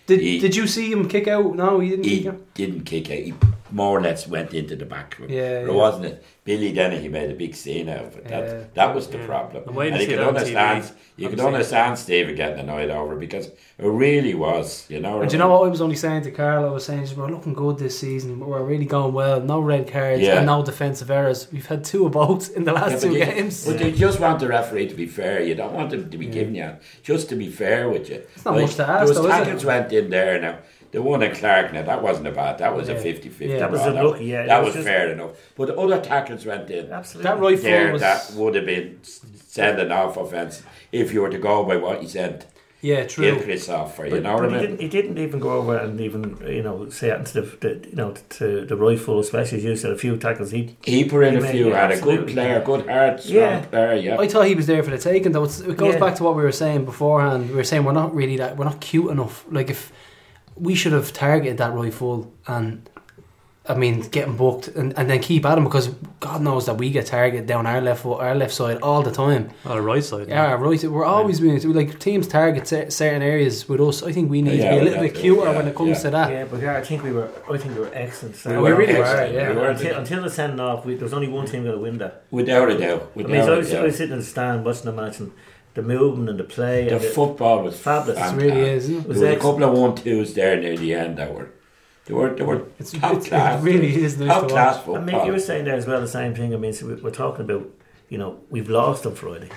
Speaker 1: did,
Speaker 3: He-
Speaker 1: did you see him kick out? No, he didn't. kick
Speaker 3: he
Speaker 1: out.
Speaker 3: didn't kick out. He more or less went into the back room.
Speaker 1: Yeah,
Speaker 3: but
Speaker 1: yeah.
Speaker 3: it wasn't it. Billy Dennehy made a big scene out of it. That,
Speaker 1: Yeah.
Speaker 3: that was the
Speaker 2: Yeah.
Speaker 3: problem.
Speaker 2: I'm waiting
Speaker 3: and
Speaker 2: to
Speaker 3: you
Speaker 2: see
Speaker 3: could
Speaker 2: that on
Speaker 3: understand,
Speaker 2: TV.
Speaker 3: you
Speaker 2: I'm
Speaker 3: could
Speaker 2: seeing it.
Speaker 3: understand Steve getting annoyed over it because it really was. You know.
Speaker 1: But do you know what I was only saying to Carl? I was saying just, we're looking good this season. We're really going well. No red cards
Speaker 3: Yeah.
Speaker 1: and no defensive errors. We've had two of both in the
Speaker 3: Yeah,
Speaker 1: last
Speaker 3: but
Speaker 1: two
Speaker 3: you,
Speaker 1: games.
Speaker 3: But you just want the referee to be fair. You don't want them to be
Speaker 1: Yeah.
Speaker 3: giving you just to be fair with you.
Speaker 1: It's not much to ask,
Speaker 3: There was
Speaker 1: though, is it?
Speaker 3: tackles went in there now. The one at Clark now that wasn't a bad. That was
Speaker 1: Yeah.
Speaker 3: a 50-50
Speaker 1: Yeah.
Speaker 4: That was
Speaker 3: ball.
Speaker 4: a lucky, yeah,
Speaker 3: That was
Speaker 4: it was just-
Speaker 3: fair enough. But the other tackles went in.
Speaker 4: Absolutely.
Speaker 1: That right
Speaker 3: there
Speaker 1: foot was
Speaker 3: that would have been sending off offence if you were to go by what he said.
Speaker 1: yeah,
Speaker 3: Kill
Speaker 1: true.
Speaker 3: Christoph for you
Speaker 4: But,
Speaker 3: know
Speaker 4: but
Speaker 3: what
Speaker 4: he,
Speaker 3: I mean?
Speaker 4: didn't, he didn't even go over and even you know say it to the, the you know to the rifle, especially as you said a few tackles. He
Speaker 3: He put in
Speaker 4: He
Speaker 3: a
Speaker 4: made-
Speaker 3: few.
Speaker 4: yeah,
Speaker 3: Had a good
Speaker 4: absolutely.
Speaker 3: player, good heart, strong
Speaker 4: Yeah.
Speaker 3: player. Yeah,
Speaker 1: I thought he was there for the taking. Though it's, it goes
Speaker 4: Yeah.
Speaker 1: back to what we were saying beforehand. We were saying we're not really that. We're not cute enough. Like if we should have targeted that rifle and. I mean, getting booked and, and then keep at him because God knows that we get targeted down our left foot, our left side all the time.
Speaker 2: On the right side.
Speaker 1: Yeah, right. We're always being like teams target cer- certain areas with us. I think we need to
Speaker 3: Yeah,
Speaker 1: be a
Speaker 3: we
Speaker 1: little
Speaker 3: have
Speaker 1: bit
Speaker 3: to,
Speaker 1: cuter
Speaker 3: yeah,
Speaker 1: when it comes
Speaker 3: yeah.
Speaker 1: to that.
Speaker 4: yeah, but yeah, I think we were I think we were excellent.
Speaker 1: We
Speaker 4: So-
Speaker 1: were really were,
Speaker 3: excellent.
Speaker 1: yeah.
Speaker 3: We were
Speaker 4: Until, until the sending off, we, there was only one team going to win that.
Speaker 3: without a doubt.
Speaker 4: I mean,
Speaker 3: Without
Speaker 4: so I
Speaker 3: a
Speaker 4: was, I
Speaker 3: doubt.
Speaker 4: was sitting in the stand watching the match and the movement and the play.
Speaker 3: The
Speaker 4: and the-
Speaker 3: football was
Speaker 4: Fabulous.
Speaker 1: It
Speaker 3: fantastic.
Speaker 1: really is. Isn't
Speaker 4: It
Speaker 1: it?
Speaker 3: There
Speaker 4: was
Speaker 3: was a
Speaker 4: excellent.
Speaker 3: couple of one twos there near the end that were they were they were
Speaker 1: It's,
Speaker 3: top
Speaker 1: it's,
Speaker 3: class.
Speaker 1: it really is nice
Speaker 3: top
Speaker 1: to
Speaker 3: class
Speaker 1: watch.
Speaker 3: football.
Speaker 4: I mean, you were saying there as well the same thing. I mean, so we- we're talking about, you know, we've lost on Friday.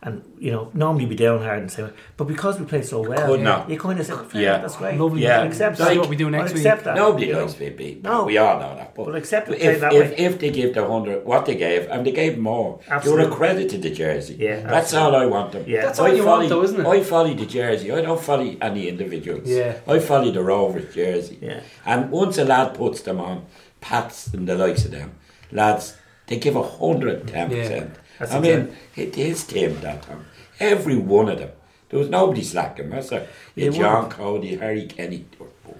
Speaker 4: And, you know, normally we down hard and say, but because we played so well,
Speaker 3: Could not.
Speaker 4: you kind of say, yeah,
Speaker 3: Yeah.
Speaker 4: that's great.
Speaker 1: Lovely.
Speaker 3: Yeah.
Speaker 4: Accept
Speaker 1: See
Speaker 4: that.
Speaker 1: what we do next
Speaker 4: I'll accept
Speaker 1: week.
Speaker 4: that.
Speaker 3: Nobody
Speaker 4: you know.
Speaker 3: likes to be beat.
Speaker 4: No.
Speaker 3: No. We all know that. But,
Speaker 4: But except we play
Speaker 3: if,
Speaker 4: that
Speaker 3: if,
Speaker 4: way.
Speaker 3: if they give the 100, what they gave, and they gave more,
Speaker 4: Absolutely.
Speaker 3: they were a credit to the jersey.
Speaker 4: Yeah,
Speaker 3: That's all I want them.
Speaker 4: Yeah. That's
Speaker 1: all
Speaker 3: I
Speaker 1: you want though, isn't it?
Speaker 3: I follow the jersey. I don't follow any individuals.
Speaker 1: Yeah.
Speaker 3: I follow the Rovers jersey.
Speaker 4: Yeah.
Speaker 3: And once a lad puts them on, pats them, the likes of them, lads, they give 110%.
Speaker 1: Yeah.
Speaker 4: That's
Speaker 3: I
Speaker 4: it,
Speaker 3: mean, it is Tim that time. Every one of them. There was nobody slacking, was there?
Speaker 4: They
Speaker 3: Yeah, John Cody, Harry Kenny, they were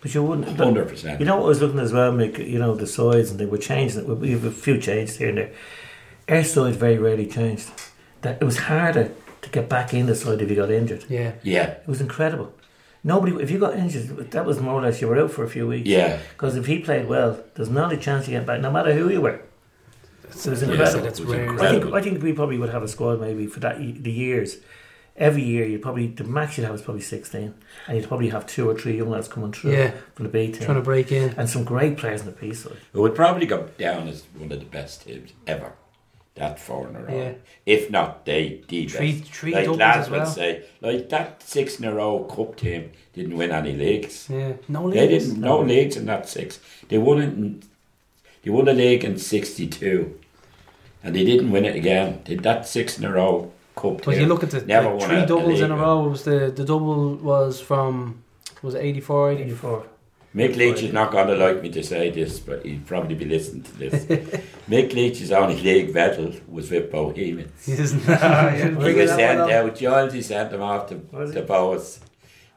Speaker 4: But you wouldn't. but-
Speaker 3: 100%.
Speaker 4: You know what I was looking as well, Mick? You know, the sides and they were changing it. We have a few changes here and there. Our side very rarely changed. That It was harder to get back in the side if you got injured.
Speaker 1: Yeah,
Speaker 3: yeah.
Speaker 4: It was incredible. Nobody, if you got injured, that was more or less you were out for a few weeks.
Speaker 3: Yeah.
Speaker 4: Because if he played well, there's not a chance you get back, no matter who you were. It was
Speaker 1: That's-
Speaker 4: incredible.
Speaker 1: that's
Speaker 3: It was
Speaker 1: rare.
Speaker 4: I
Speaker 3: incredible.
Speaker 4: think I think we probably would have a squad maybe for that y- the years. Every year, you'd probably the max you'd have is probably sixteen, and you'd probably have two or three young lads coming through
Speaker 1: Yeah.
Speaker 4: from the B
Speaker 1: trying to
Speaker 4: team,
Speaker 1: break in.
Speaker 4: and some great players in the P side.
Speaker 3: It would probably go down as one of the best teams ever. That four in a row.
Speaker 1: Yeah.
Speaker 3: If not, they the
Speaker 1: Three-
Speaker 3: best.
Speaker 1: three
Speaker 3: like
Speaker 1: doubles
Speaker 3: lads
Speaker 1: as well.
Speaker 3: would say, like that six in a row cup team didn't win any leagues.
Speaker 1: Yeah, no
Speaker 3: They
Speaker 1: leaders.
Speaker 3: didn't no leagues in that six. They won it. In, they won the league in '62, and they didn't win it again. They, that six in a row cup
Speaker 1: But
Speaker 3: team.
Speaker 1: you look at the
Speaker 3: never
Speaker 1: like,
Speaker 3: won
Speaker 1: three
Speaker 3: a- a
Speaker 1: doubles in a
Speaker 3: league.
Speaker 1: row. It was the the double was from was it 84, 80?
Speaker 4: Eighty-four.
Speaker 3: Mick Leach is not going to like me to say this, but he'd probably be listening to this. Mick Leach's only league medal was with Bohemians.
Speaker 1: He doesn't. Yeah,
Speaker 3: He
Speaker 1: bring it
Speaker 3: was
Speaker 1: up,
Speaker 3: sent
Speaker 1: well,
Speaker 3: out. Giles, he sent him off to,
Speaker 4: Was he?
Speaker 3: to Bowes,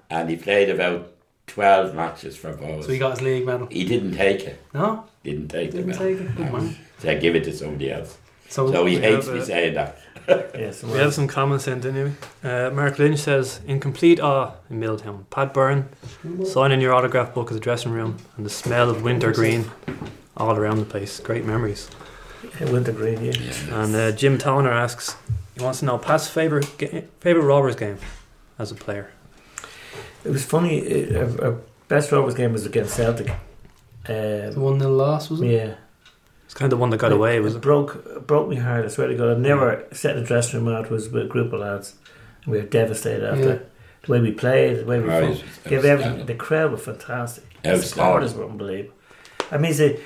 Speaker 3: and he played about 12 matches for Bowes.
Speaker 1: So he got his league medal.
Speaker 3: he didn't take it.
Speaker 1: No,
Speaker 3: Didn't take
Speaker 1: didn't
Speaker 3: the medal.
Speaker 1: take Oh, it. Good man.
Speaker 3: So give it to somebody else.
Speaker 1: So,
Speaker 3: So he
Speaker 2: we
Speaker 3: hates
Speaker 2: have
Speaker 3: me
Speaker 2: a-
Speaker 3: saying that.
Speaker 4: Yeah,
Speaker 2: We have some comments in, didn't we? Uh, Mark Lynch says, in complete awe in Milltown, Pat Byrne, signing your autograph book at the dressing room and the smell of winter green all around the place. Great memories.
Speaker 4: winter green. Yeah.
Speaker 2: And uh, Jim Towner asks, he wants to know Pat's favourite ga- favourite Robbers game as a player.
Speaker 4: It was funny. uh, Our, our best Rovers game was against Celtic.
Speaker 1: the
Speaker 4: Um,
Speaker 1: one nil loss was it?
Speaker 4: yeah.
Speaker 2: It's kind of the one that got away, was
Speaker 4: it
Speaker 2: it?
Speaker 4: broke broke me hard. I swear to God, I never set the dressing room out. Was with a group of lads, and we were devastated after
Speaker 1: Yeah.
Speaker 4: the way we played, the way we
Speaker 3: Right.
Speaker 4: fought. Gave everything. The crowd were fantastic. The
Speaker 3: Outstanding.
Speaker 4: supporters were unbelievable. I mean, the,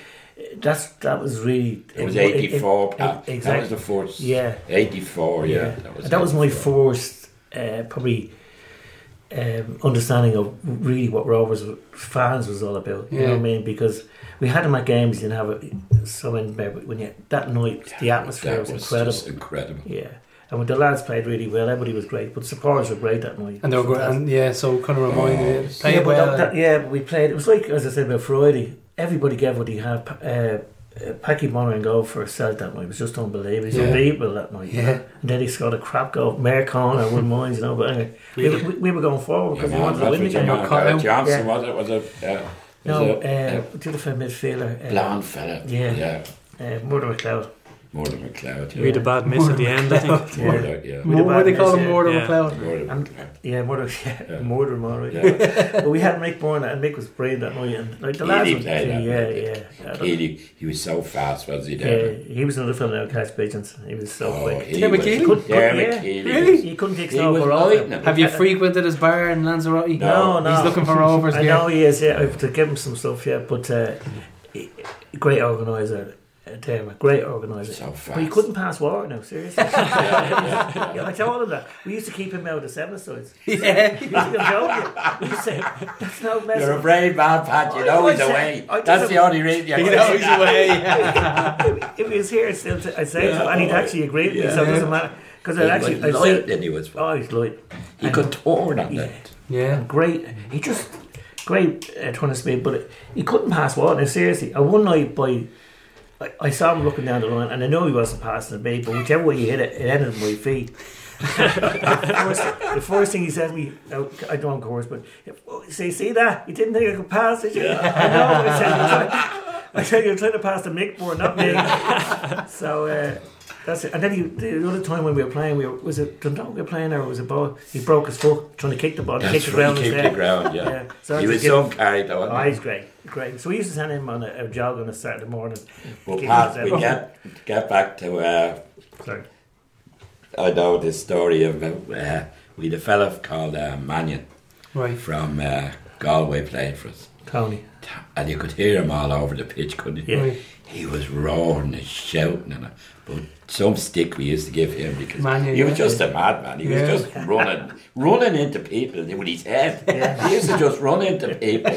Speaker 4: That's that was really.
Speaker 3: It was 84, Pat.
Speaker 4: it-
Speaker 3: That was
Speaker 4: exactly.
Speaker 3: the first.
Speaker 4: Yeah.
Speaker 3: 84, yeah.
Speaker 4: that was my
Speaker 3: 84.
Speaker 4: first uh, probably um, understanding of really what Rovers fans was all about. You know what I
Speaker 1: Yeah.
Speaker 4: mean? Because we had them at games, you didn't have it so in there, but when you that night the atmosphere
Speaker 3: That
Speaker 4: was,
Speaker 3: was
Speaker 4: incredible.
Speaker 3: just incredible.
Speaker 4: Yeah, and when the lads played really well, everybody was great. But supporters were great that night.
Speaker 1: And they were great.
Speaker 4: Fantastic.
Speaker 1: And yeah, so kind of reminded
Speaker 3: Oh.
Speaker 1: me. Played
Speaker 4: yeah, but
Speaker 1: well.
Speaker 4: that, that, yeah, we played. It was like as I said about Friday. Everybody gave what he had. Pa- Uh, uh, Packy Monahan for a cell that night. It was just unbelievable. He was
Speaker 1: Yeah.
Speaker 4: unbeatable that night. you know.
Speaker 1: Yeah.
Speaker 4: And then he scored a crap goal. Mayor Cohn, I wouldn't mind, you know. But anyway, we,
Speaker 2: Really?
Speaker 4: we, we were going forward
Speaker 3: Yeah,
Speaker 4: because
Speaker 3: man,
Speaker 4: we wanted to
Speaker 3: that's
Speaker 4: win the
Speaker 3: what your
Speaker 4: game.
Speaker 1: Mark
Speaker 3: man
Speaker 1: Cotton.
Speaker 3: Garrett Johnson
Speaker 4: Yeah.
Speaker 3: was it? Was it? Uh,
Speaker 4: No,
Speaker 3: was it,
Speaker 4: uh, to the defend midfielder.
Speaker 3: uh,
Speaker 4: Uh,
Speaker 3: blonde fella.
Speaker 4: yeah.
Speaker 3: yeah.
Speaker 4: Uh, Murder McLeod.
Speaker 3: Murder McLeod.
Speaker 2: We had a bad miss at the end, I think.
Speaker 4: Yeah.
Speaker 3: Murder, yeah.
Speaker 4: With the
Speaker 1: what do they
Speaker 4: badness,
Speaker 1: call him?
Speaker 4: yeah.
Speaker 1: Murder
Speaker 2: Yeah.
Speaker 1: McLeod.
Speaker 3: Murder
Speaker 4: And-
Speaker 3: McLeod.
Speaker 4: Yeah, Murder. Yeah,
Speaker 3: Yeah.
Speaker 4: Murder, Murray.
Speaker 3: Yeah.
Speaker 4: But we had Mick Bourne and Mick was brilliant that night. And like the
Speaker 3: Keely
Speaker 4: lads, were-
Speaker 3: played
Speaker 4: yeah,
Speaker 3: that night,
Speaker 4: yeah, yeah.
Speaker 3: Keely, he was so fast, was he?
Speaker 4: Yeah,
Speaker 3: Dermot?
Speaker 4: he was another fellow now, Cash Pigeons. He was so
Speaker 3: Oh,
Speaker 4: quick.
Speaker 3: he
Speaker 1: Dermot
Speaker 3: was-
Speaker 1: Keely?
Speaker 4: Good- good-
Speaker 3: Dermot
Speaker 4: yeah.
Speaker 3: Keely
Speaker 1: Really?
Speaker 3: was-
Speaker 4: You couldn't take
Speaker 3: He
Speaker 4: snow
Speaker 3: was
Speaker 4: for all
Speaker 3: lightning.
Speaker 4: of them.
Speaker 1: Have you frequented his bar in Lanzarote?
Speaker 4: No, no.
Speaker 1: He's looking for rovers
Speaker 4: I
Speaker 1: here.
Speaker 4: know he is, yeah. I have to give him some stuff, yeah. But uh, he- great organiser, uh, Dermot. Great organiser.
Speaker 3: So
Speaker 4: But he
Speaker 3: fast.
Speaker 4: couldn't pass water now, seriously. yeah, I told him that. We used to keep him out of the seven sides.
Speaker 1: Yeah.
Speaker 4: He used to go, "No, you." He used to say, that's no mess.
Speaker 3: You're a brave man, Pat. You know
Speaker 4: I- I
Speaker 3: he's
Speaker 4: said-
Speaker 3: away.
Speaker 4: I
Speaker 3: That's
Speaker 4: did
Speaker 3: the only reason you
Speaker 1: He knows the way.
Speaker 4: if he was here, I'd still t- I'd say
Speaker 3: Yeah,
Speaker 4: so. And he'd
Speaker 3: oh,
Speaker 4: actually agree with me,
Speaker 3: yeah.
Speaker 4: so it doesn't matter. Because I'd
Speaker 3: He
Speaker 4: actually,
Speaker 3: was
Speaker 4: I'd say,
Speaker 3: lightning, he was.
Speaker 4: oh, he's light.
Speaker 3: He could turn on it.
Speaker 1: Yeah.
Speaker 4: great. He just great uh, turn of speed, but he couldn't pass water. Now, seriously, and one night by I, I saw him looking down the line, and I know he wasn't passing it me, but whichever way he hit it, it ended in my feet. the, first, the first thing he said to me, oh, I don't of course, but oh, see, see that you didn't think I could pass it. Yeah. I know. I said, "You're trying- I said you're trying to pass the Mick board, not me. so. Uh, that's it. And then he, the other time when we were playing, we were, was it Dundalk we were playing or was it ball? He broke his foot trying to kick the ball. He kicked
Speaker 3: That's
Speaker 4: the
Speaker 3: right,
Speaker 4: ground.
Speaker 3: he
Speaker 4: and
Speaker 3: kicked
Speaker 4: said-
Speaker 3: the ground, yeah.
Speaker 4: yeah. So
Speaker 3: He
Speaker 4: I
Speaker 3: was
Speaker 4: just give
Speaker 3: so
Speaker 4: him-
Speaker 3: carried on.
Speaker 4: Oh, he's great, great. So we used to send him on a, a jog on a Saturday morning.
Speaker 3: Well,
Speaker 4: Give
Speaker 3: Pat,
Speaker 4: him
Speaker 3: we
Speaker 4: his-
Speaker 3: get, get back to uh,
Speaker 4: Sorry.
Speaker 3: I know this story of uh, we had a fella called uh, Mannion
Speaker 1: Right.
Speaker 3: from uh, Galway played for us,
Speaker 4: Tony.
Speaker 3: and you could hear him all over the pitch, couldn't you?
Speaker 4: Yeah.
Speaker 1: Right.
Speaker 3: He was roaring and shouting, and uh, but some stick we used to give him because
Speaker 1: Mannion,
Speaker 3: he was
Speaker 1: yeah.
Speaker 3: just a madman. He
Speaker 1: Yeah.
Speaker 3: was just running, running into people with his head.
Speaker 4: Yeah.
Speaker 3: He used to just run into people.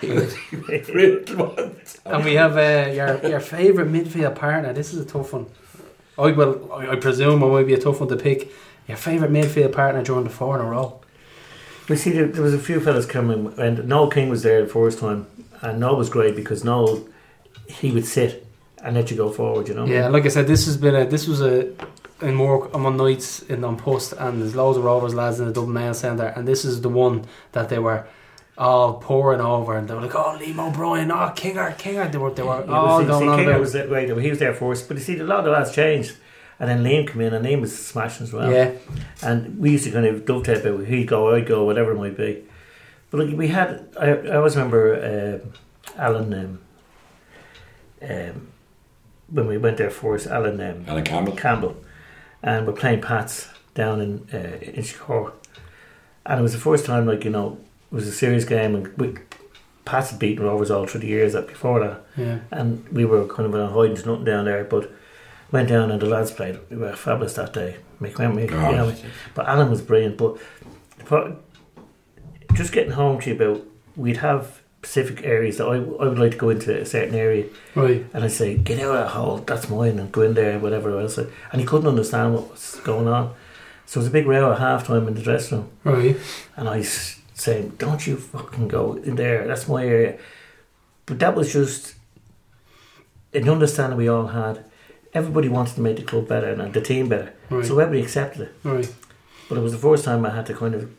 Speaker 3: he was he was brutal.
Speaker 1: And we have uh, your your favourite midfield partner. This is a tough one. I well, I, I presume it might be a tough one to pick. Your favourite midfield partner during the four in a row.
Speaker 4: We see there, there was a few fellas coming, and Noel King was there the first time, and Noel was great because Noel he would sit and let you go forward. You know.
Speaker 1: Yeah, like I said, this has been a this was a in work I'm on nights in on post, and there's loads of Rovers lads in the Dublin Mail Centre, and this is the one that they were all pouring over, and they were like, "Oh, Liam O'Brien, oh Kinger, Kinger." They were they were
Speaker 4: He
Speaker 1: all
Speaker 4: was, you
Speaker 1: going
Speaker 4: see,
Speaker 1: on
Speaker 4: King
Speaker 1: about.
Speaker 4: was there, great. He was there first, but you see, a lot of lads changed, and then Liam came in, and Liam was smashing as well.
Speaker 1: yeah,
Speaker 4: and we used to kind of dovetail about he'd go, I'd go, whatever it might be. But like we had, I, I always remember um, Alan um, um, when we went there first, Alan um,
Speaker 3: Alan Campbell.
Speaker 4: Campbell, and we're playing Pats down in uh, in Chicago, and it was the first time like you know it was a serious game, and we Pats had beaten Rovers all through the years that before that
Speaker 1: yeah,
Speaker 4: and we were kind of on hiding to nothing down there, but went down and the lads played. We were fabulous that day. Mick went with me, you know,
Speaker 3: God.
Speaker 4: but Alan was brilliant. But the part- just getting home to you about, we'd have specific areas that I, I would like to go into a certain area,
Speaker 1: right.
Speaker 4: and I'd say, "Get out of that hole, that's mine," and go in there, whatever else. And he couldn't understand what was going on, so it was a big row at half time in the dressing room.
Speaker 1: Right.
Speaker 4: And I s- said, "Don't you fucking go in there. That's my area." But that was just an understanding we all had. Everybody wanted to make the club better and the team better,
Speaker 1: Right.
Speaker 4: so everybody accepted it.
Speaker 1: Right.
Speaker 4: But it was the first time I had to kind of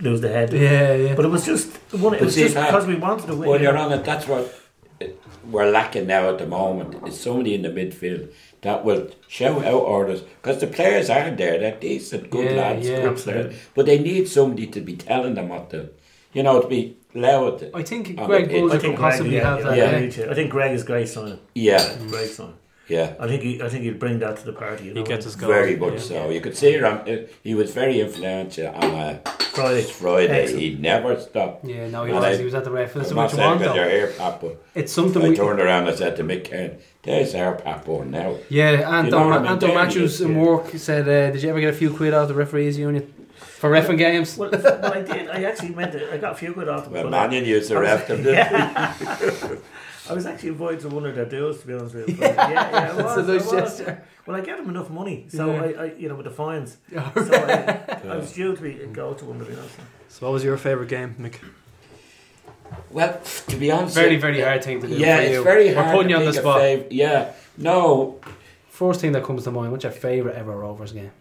Speaker 4: lose the head.
Speaker 1: Yeah, yeah.
Speaker 4: But it was just one. It
Speaker 3: But
Speaker 4: was
Speaker 3: see,
Speaker 4: just
Speaker 3: Pat,
Speaker 4: because we wanted to win.
Speaker 3: Well,
Speaker 4: you
Speaker 3: you're
Speaker 4: know.
Speaker 3: on it. That's what uh, we're lacking now at the moment. Is somebody in the midfield that will shout out orders because the players are there. They're decent, good
Speaker 1: Yeah,
Speaker 3: lads,
Speaker 1: yeah,
Speaker 3: good
Speaker 1: absolutely.
Speaker 3: players, but they need somebody to be telling them what to, you know, to be loud.
Speaker 1: I think
Speaker 3: Oh,
Speaker 1: Greg
Speaker 3: it- I
Speaker 1: Bulger
Speaker 4: I
Speaker 1: could
Speaker 4: think Greg,
Speaker 1: possibly
Speaker 4: yeah,
Speaker 1: have
Speaker 4: yeah,
Speaker 1: that.
Speaker 4: yeah,
Speaker 1: yeah.
Speaker 4: me too. I think Greg is great signing.
Speaker 3: yeah,
Speaker 4: Great signing.
Speaker 3: Yeah,
Speaker 4: I think he, I think he'd bring that to the party. You know?
Speaker 2: He gets his goal.
Speaker 3: very much
Speaker 2: yeah.
Speaker 3: so. You could see her. On, uh, he was very influential on uh,
Speaker 4: Friday.
Speaker 3: Friday.
Speaker 4: Excellent.
Speaker 3: He never stopped.
Speaker 1: Yeah, no, he
Speaker 3: And
Speaker 1: was.
Speaker 3: I-
Speaker 1: He was at the ref. That's
Speaker 3: I'm
Speaker 1: what
Speaker 3: not
Speaker 1: you
Speaker 3: saying
Speaker 1: want,
Speaker 3: because you're
Speaker 1: though.
Speaker 3: here, Papa.
Speaker 1: It's something
Speaker 3: I
Speaker 1: we.
Speaker 3: turned around and said to Mick Cairn, there's our Papa now.
Speaker 1: Yeah,
Speaker 3: You know
Speaker 1: Anton,
Speaker 3: what I mean?
Speaker 1: Anton
Speaker 3: There he
Speaker 1: Matthews
Speaker 3: is,
Speaker 1: in
Speaker 3: yeah.
Speaker 1: work said, uh, "Did you ever get a few quid out of the referees union for refing games?"
Speaker 4: Well, well, I did. I actually meant it. I got a few good off the
Speaker 3: Well,
Speaker 4: but
Speaker 3: Mannion used to ref them. didn't he?
Speaker 4: I was actually invited to one of their deals, to be honest with you. But yeah, yeah, it
Speaker 1: That's
Speaker 4: was.
Speaker 1: a nice
Speaker 4: it was.
Speaker 1: gesture.
Speaker 4: Well, I gave them enough money, so
Speaker 1: Yeah.
Speaker 4: I, I, you know, with the fines, so I, I was due to be go to one, but you know, so.
Speaker 2: So, what was your favourite game, Mick?
Speaker 3: Well, to be honest,
Speaker 1: Very, very hard thing to do.
Speaker 3: Yeah,
Speaker 1: for
Speaker 3: it's
Speaker 1: you.
Speaker 3: very
Speaker 1: We're
Speaker 3: hard.
Speaker 1: putting you
Speaker 3: to
Speaker 1: on the
Speaker 3: pick a
Speaker 1: spot.
Speaker 3: fav- yeah, no,
Speaker 1: First thing that comes to mind. What's your favourite ever Rovers game?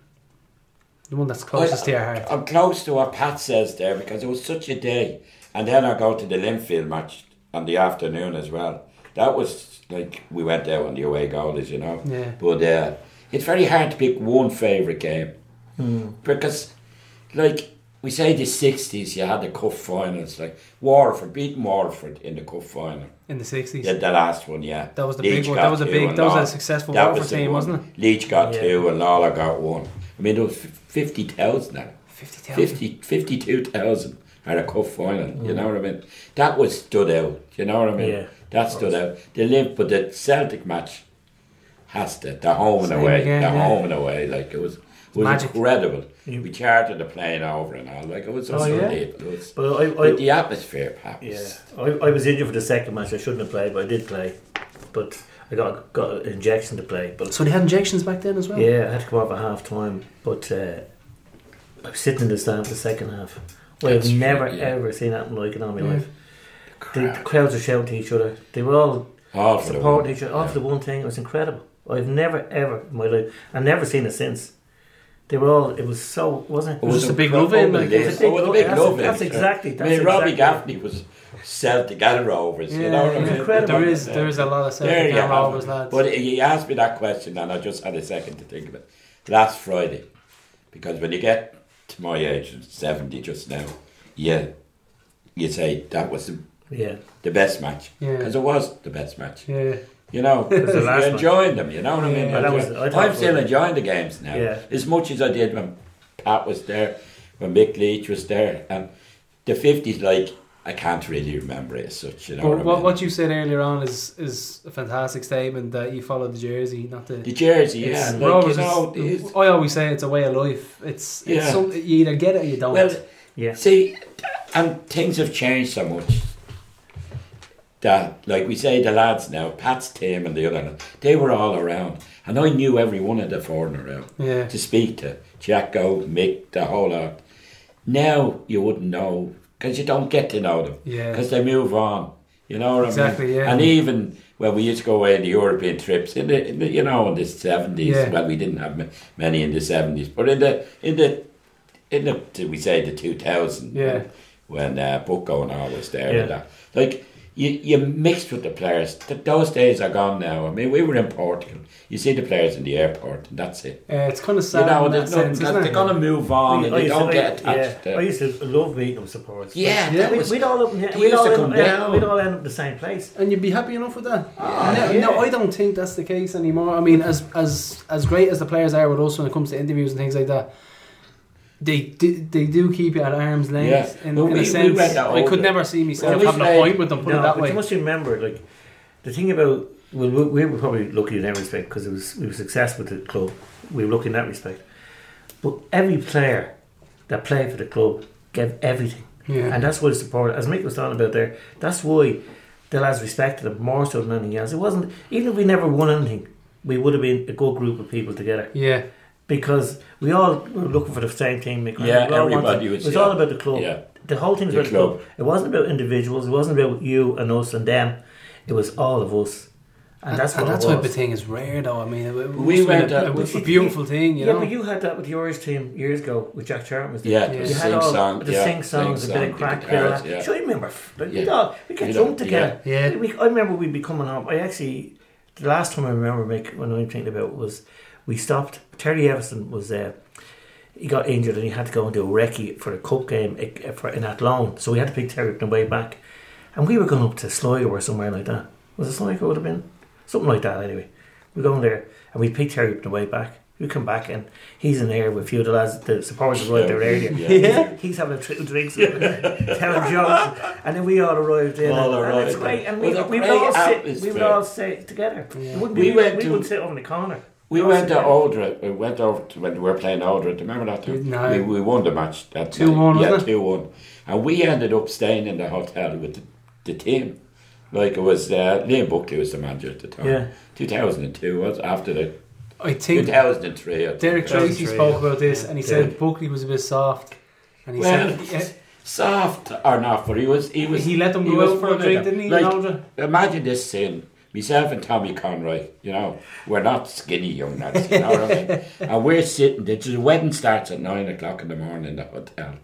Speaker 1: The one that's closest to your heart.
Speaker 3: I'm close to what Pat says there because it was such a day. And then I go to the Linfield match on the afternoon as well. That was like we went there on the away goal, as you know.
Speaker 1: Yeah.
Speaker 3: But uh, it's very hard to pick one favourite game because, like we say, the '60s you had the cup finals, like Waterford beating Waterford in the cup final.
Speaker 1: in the sixties.
Speaker 3: Yeah, the last one, yeah.
Speaker 1: That was the big one. That
Speaker 3: got
Speaker 1: was a
Speaker 3: two
Speaker 1: big-
Speaker 3: and
Speaker 1: that was a
Speaker 3: Lawler-
Speaker 1: successful
Speaker 3: that
Speaker 1: Waterford
Speaker 3: was the
Speaker 1: team,
Speaker 3: one.
Speaker 1: wasn't it?
Speaker 3: Leach got
Speaker 4: Yeah.
Speaker 3: two and Lawler got one. I mean, there was f- 50,000 now.
Speaker 1: 50,000.
Speaker 3: 50, 52,000 at a cup final. You know what I mean? That was stood out. You know what I mean?
Speaker 4: Mm. Yeah.
Speaker 3: That stood out. The Limp, but the Celtic match has to. The home and
Speaker 1: Same
Speaker 3: away.
Speaker 1: again,
Speaker 3: the
Speaker 1: yeah.
Speaker 3: home and away. Like, it was, it was
Speaker 1: Magic.
Speaker 3: incredible.
Speaker 4: Yeah.
Speaker 3: We chartered the plane over and all. Like, it was
Speaker 1: Oh, yeah?
Speaker 3: unbelievable. It was-
Speaker 4: But I, I,
Speaker 3: but the atmosphere, Pat, was-
Speaker 4: Yeah, I, I was injured for the second match. I shouldn't have played, but I did play. But I got got an injection to play. But
Speaker 1: So they had injections back then as
Speaker 3: Oh.
Speaker 1: well.
Speaker 4: yeah, I had to come off at half time. But uh, I was sitting in the stand for the second half. Well, I've
Speaker 3: That's
Speaker 4: never
Speaker 3: right, yeah.
Speaker 4: ever seen that like it in all my
Speaker 1: Yeah.
Speaker 4: life. The, the crowds are shouting to each other. They were all
Speaker 3: All for the
Speaker 4: supporting
Speaker 3: one.
Speaker 4: each other. Off the one thing, it was incredible. I've never ever in my life. I've never seen it since. They were all. It was so wasn't it?
Speaker 1: was just a big love in, like,
Speaker 3: Oh, It was a big,
Speaker 4: that's-
Speaker 3: love in.
Speaker 4: that's exactly-
Speaker 3: I mean,
Speaker 4: that's
Speaker 3: Robbie
Speaker 4: exactly-
Speaker 3: Gaffney was Celtic and Rovers. you know what I
Speaker 1: yeah.
Speaker 3: mean?
Speaker 4: incredible.
Speaker 1: There is, there is a lot of
Speaker 3: There
Speaker 1: Celtic
Speaker 3: you
Speaker 1: and
Speaker 3: have
Speaker 1: Rovers
Speaker 3: it.
Speaker 1: lads.
Speaker 3: But he asked me that question, and I just had a second to think of it. Last Friday, because when you get to my age of seventy, just now, yeah, you say that was the,
Speaker 4: Yeah.
Speaker 3: the best match
Speaker 1: Yeah.
Speaker 3: because it was the best match.
Speaker 1: yeah,
Speaker 3: You know,
Speaker 4: the last
Speaker 3: you're
Speaker 4: one.
Speaker 3: enjoying them. You know what I mean?
Speaker 1: Yeah,
Speaker 4: that
Speaker 3: You're
Speaker 4: was-
Speaker 3: enjoying-
Speaker 4: I thought it
Speaker 3: I'm
Speaker 4: was-
Speaker 3: still enjoying the games now,
Speaker 4: Yeah.
Speaker 3: as much as I did when Pat was there, when Mick Leach was there, and the fifties. Like I can't really remember it as such. You know
Speaker 1: but
Speaker 3: what I
Speaker 1: what,
Speaker 3: mean?
Speaker 1: what you said earlier on is is a fantastic statement that you follow the jersey, not the.
Speaker 3: the jersey, yeah,
Speaker 1: It's-
Speaker 3: like,
Speaker 1: Rovers
Speaker 3: you know,
Speaker 1: is-
Speaker 3: it's-
Speaker 1: I always say it's a way of life. It's, it's
Speaker 3: Yeah.
Speaker 1: some, you either get it or you don't.
Speaker 3: well,
Speaker 4: Yeah.
Speaker 3: See, and things have changed so much that, like we say, the lads now, Pat's team and the other, lad, they were all around, and I knew every one of the four in a row
Speaker 1: yeah,
Speaker 3: to speak to Jacko, Mick, the whole lot. Now you wouldn't know because you don't get to know them
Speaker 1: yeah.
Speaker 3: because they move on. You know what I
Speaker 1: Exactly,
Speaker 3: mean?
Speaker 1: yeah.
Speaker 3: And even when we used to go away on the European trips in the, in the you know in the seventies,
Speaker 1: Yeah.
Speaker 3: well, we didn't have ma- many in the seventies, but in the in the in the did we say the two thousand?
Speaker 1: Yeah.
Speaker 3: When uh, Bucco and all was there,
Speaker 4: Yeah.
Speaker 3: and that. like. You, you mixed with the players. Th- those days are gone now. I mean, we were in Portugal. You see the players in the airport, and that's it.
Speaker 1: Uh, it's kind of
Speaker 3: You
Speaker 1: sad
Speaker 3: know,
Speaker 1: in
Speaker 3: they're,
Speaker 1: that sense,
Speaker 3: they're,
Speaker 1: isn't it?
Speaker 3: going to move on, and
Speaker 4: I
Speaker 3: they
Speaker 4: used to-
Speaker 3: don't
Speaker 4: I-
Speaker 3: get attached.
Speaker 4: yeah,
Speaker 3: to-
Speaker 4: I used to love meeting them supporters.
Speaker 3: Yeah, that
Speaker 4: we,
Speaker 3: was-
Speaker 4: would all up,
Speaker 3: they
Speaker 4: we'd,
Speaker 3: used
Speaker 4: all
Speaker 3: to
Speaker 4: end,
Speaker 3: come
Speaker 4: up- yeah,
Speaker 3: down.
Speaker 4: we'd all end up the same place.
Speaker 1: and you'd be happy enough with that. no,
Speaker 4: yeah.
Speaker 1: no, I don't think that's the case anymore. I mean, as as as great as the players are with us when it comes to interviews and things like that, they do, they do keep you at arm's length
Speaker 3: Yeah.
Speaker 1: in,
Speaker 3: Well,
Speaker 1: in
Speaker 3: we-
Speaker 1: a
Speaker 3: we
Speaker 1: sense.
Speaker 3: went that
Speaker 1: I could
Speaker 3: older.
Speaker 1: never see myself
Speaker 3: Well, we
Speaker 1: having a
Speaker 3: played-
Speaker 1: point with them. Put
Speaker 4: no,
Speaker 1: it that
Speaker 4: but
Speaker 1: way.
Speaker 4: you must remember, like the thing about well, we, we were probably lucky in every respect because it was we were successful with the club. We were lucky in that respect. But every player that played for the club gave everything,
Speaker 1: yeah,
Speaker 4: and that's why the support, as Mick was talking about there, that's why the lads respected him more so than anything else. It wasn't even if we never won anything, we would have been a good group of people together.
Speaker 1: yeah,
Speaker 4: because we all were looking for the same team. Mick.
Speaker 3: Yeah,
Speaker 4: We all wanted-
Speaker 3: everybody
Speaker 4: It
Speaker 3: was-
Speaker 4: was
Speaker 3: yeah.
Speaker 4: all about the club.
Speaker 3: Yeah.
Speaker 4: The whole thing was
Speaker 3: The
Speaker 4: about the
Speaker 3: club.
Speaker 4: club. It wasn't about individuals. It wasn't about you and us and them. It was all of us, and, that's what
Speaker 1: that
Speaker 4: it was.
Speaker 1: type of thing is rare, though. I mean, it, it
Speaker 3: We
Speaker 1: must have
Speaker 3: went
Speaker 1: been a,
Speaker 3: up-
Speaker 1: it was a beautiful thing, you
Speaker 4: yeah,
Speaker 1: know.
Speaker 4: but you had that with your team years ago with Jack Charlton. Was there.
Speaker 3: Yeah,
Speaker 1: Yeah.
Speaker 3: it was
Speaker 4: You had
Speaker 3: sing
Speaker 4: all
Speaker 3: song,
Speaker 4: the
Speaker 3: yeah,
Speaker 4: sing songs,
Speaker 3: sing
Speaker 4: a bit
Speaker 3: song,
Speaker 4: of crack
Speaker 3: the
Speaker 4: here. and
Speaker 3: guitars,
Speaker 4: that.
Speaker 3: yeah.
Speaker 4: Sure, you remember? Like, We'd
Speaker 3: Yeah.
Speaker 4: all we get
Speaker 3: You
Speaker 4: drunk
Speaker 3: know,
Speaker 4: together.
Speaker 1: yeah. Yeah.
Speaker 4: We, I remember we'd be coming home. I actually, the last time I remember Mick, when I'm thinking about it was we stopped. Terry Everson was Uh, he got injured and he had to go and do a recce for a cup game eh, for, in Athlone. So we had to pick Terry up on the way back. And we were going up to Sligo or somewhere like that. Was it Sligo it would have been? Something like that anyway. We go in there and we picked Terry up the way back. We come back and he's in there with a few of the lads, the supporters were right there earlier.
Speaker 1: Yeah.
Speaker 4: He's having a triple drinks, telling jokes, and then we all arrived in.
Speaker 3: All
Speaker 4: and, and
Speaker 3: arrived
Speaker 4: it's great, and we,
Speaker 3: with a
Speaker 4: we would
Speaker 3: great
Speaker 4: all sit, we
Speaker 3: atmosphere.
Speaker 4: would all sit together. It wouldn't
Speaker 3: We
Speaker 4: be, we
Speaker 3: went to-
Speaker 4: would sit over in the corner.
Speaker 3: We
Speaker 4: All
Speaker 3: went
Speaker 4: sit
Speaker 3: to
Speaker 4: there.
Speaker 3: Aldred. We went over to when we were playing Aldred. Remember that time?
Speaker 1: No.
Speaker 3: We, we won the match that
Speaker 1: 2-1,
Speaker 3: night. Yeah,
Speaker 1: wasn't it?
Speaker 3: two one. And we ended up staying in the hotel with the, the team. Like it was uh, Liam Buckley was the manager at the time.
Speaker 4: Yeah.
Speaker 3: Two thousand and two was after the
Speaker 1: I
Speaker 3: two
Speaker 1: think
Speaker 3: thousand and three.
Speaker 1: Derek Tracy
Speaker 2: 2003,
Speaker 1: spoke
Speaker 2: yeah.
Speaker 1: about this, and he
Speaker 3: Yeah.
Speaker 1: said Buckley was a bit soft, and he
Speaker 3: Well,
Speaker 1: said
Speaker 3: soft or not, but he was he
Speaker 1: yeah,
Speaker 3: was
Speaker 1: he let them
Speaker 3: he
Speaker 1: go
Speaker 3: was
Speaker 1: out for
Speaker 3: one
Speaker 1: a
Speaker 3: of
Speaker 1: drink,
Speaker 3: them.
Speaker 1: didn't he?
Speaker 3: Like,
Speaker 1: in Aldra?
Speaker 3: Imagine this scene. Myself and Tommy Conroy, you know, we're not skinny young lads, you know what I mean? And we're sitting there, the wedding starts at nine o'clock in the morning in the hotel.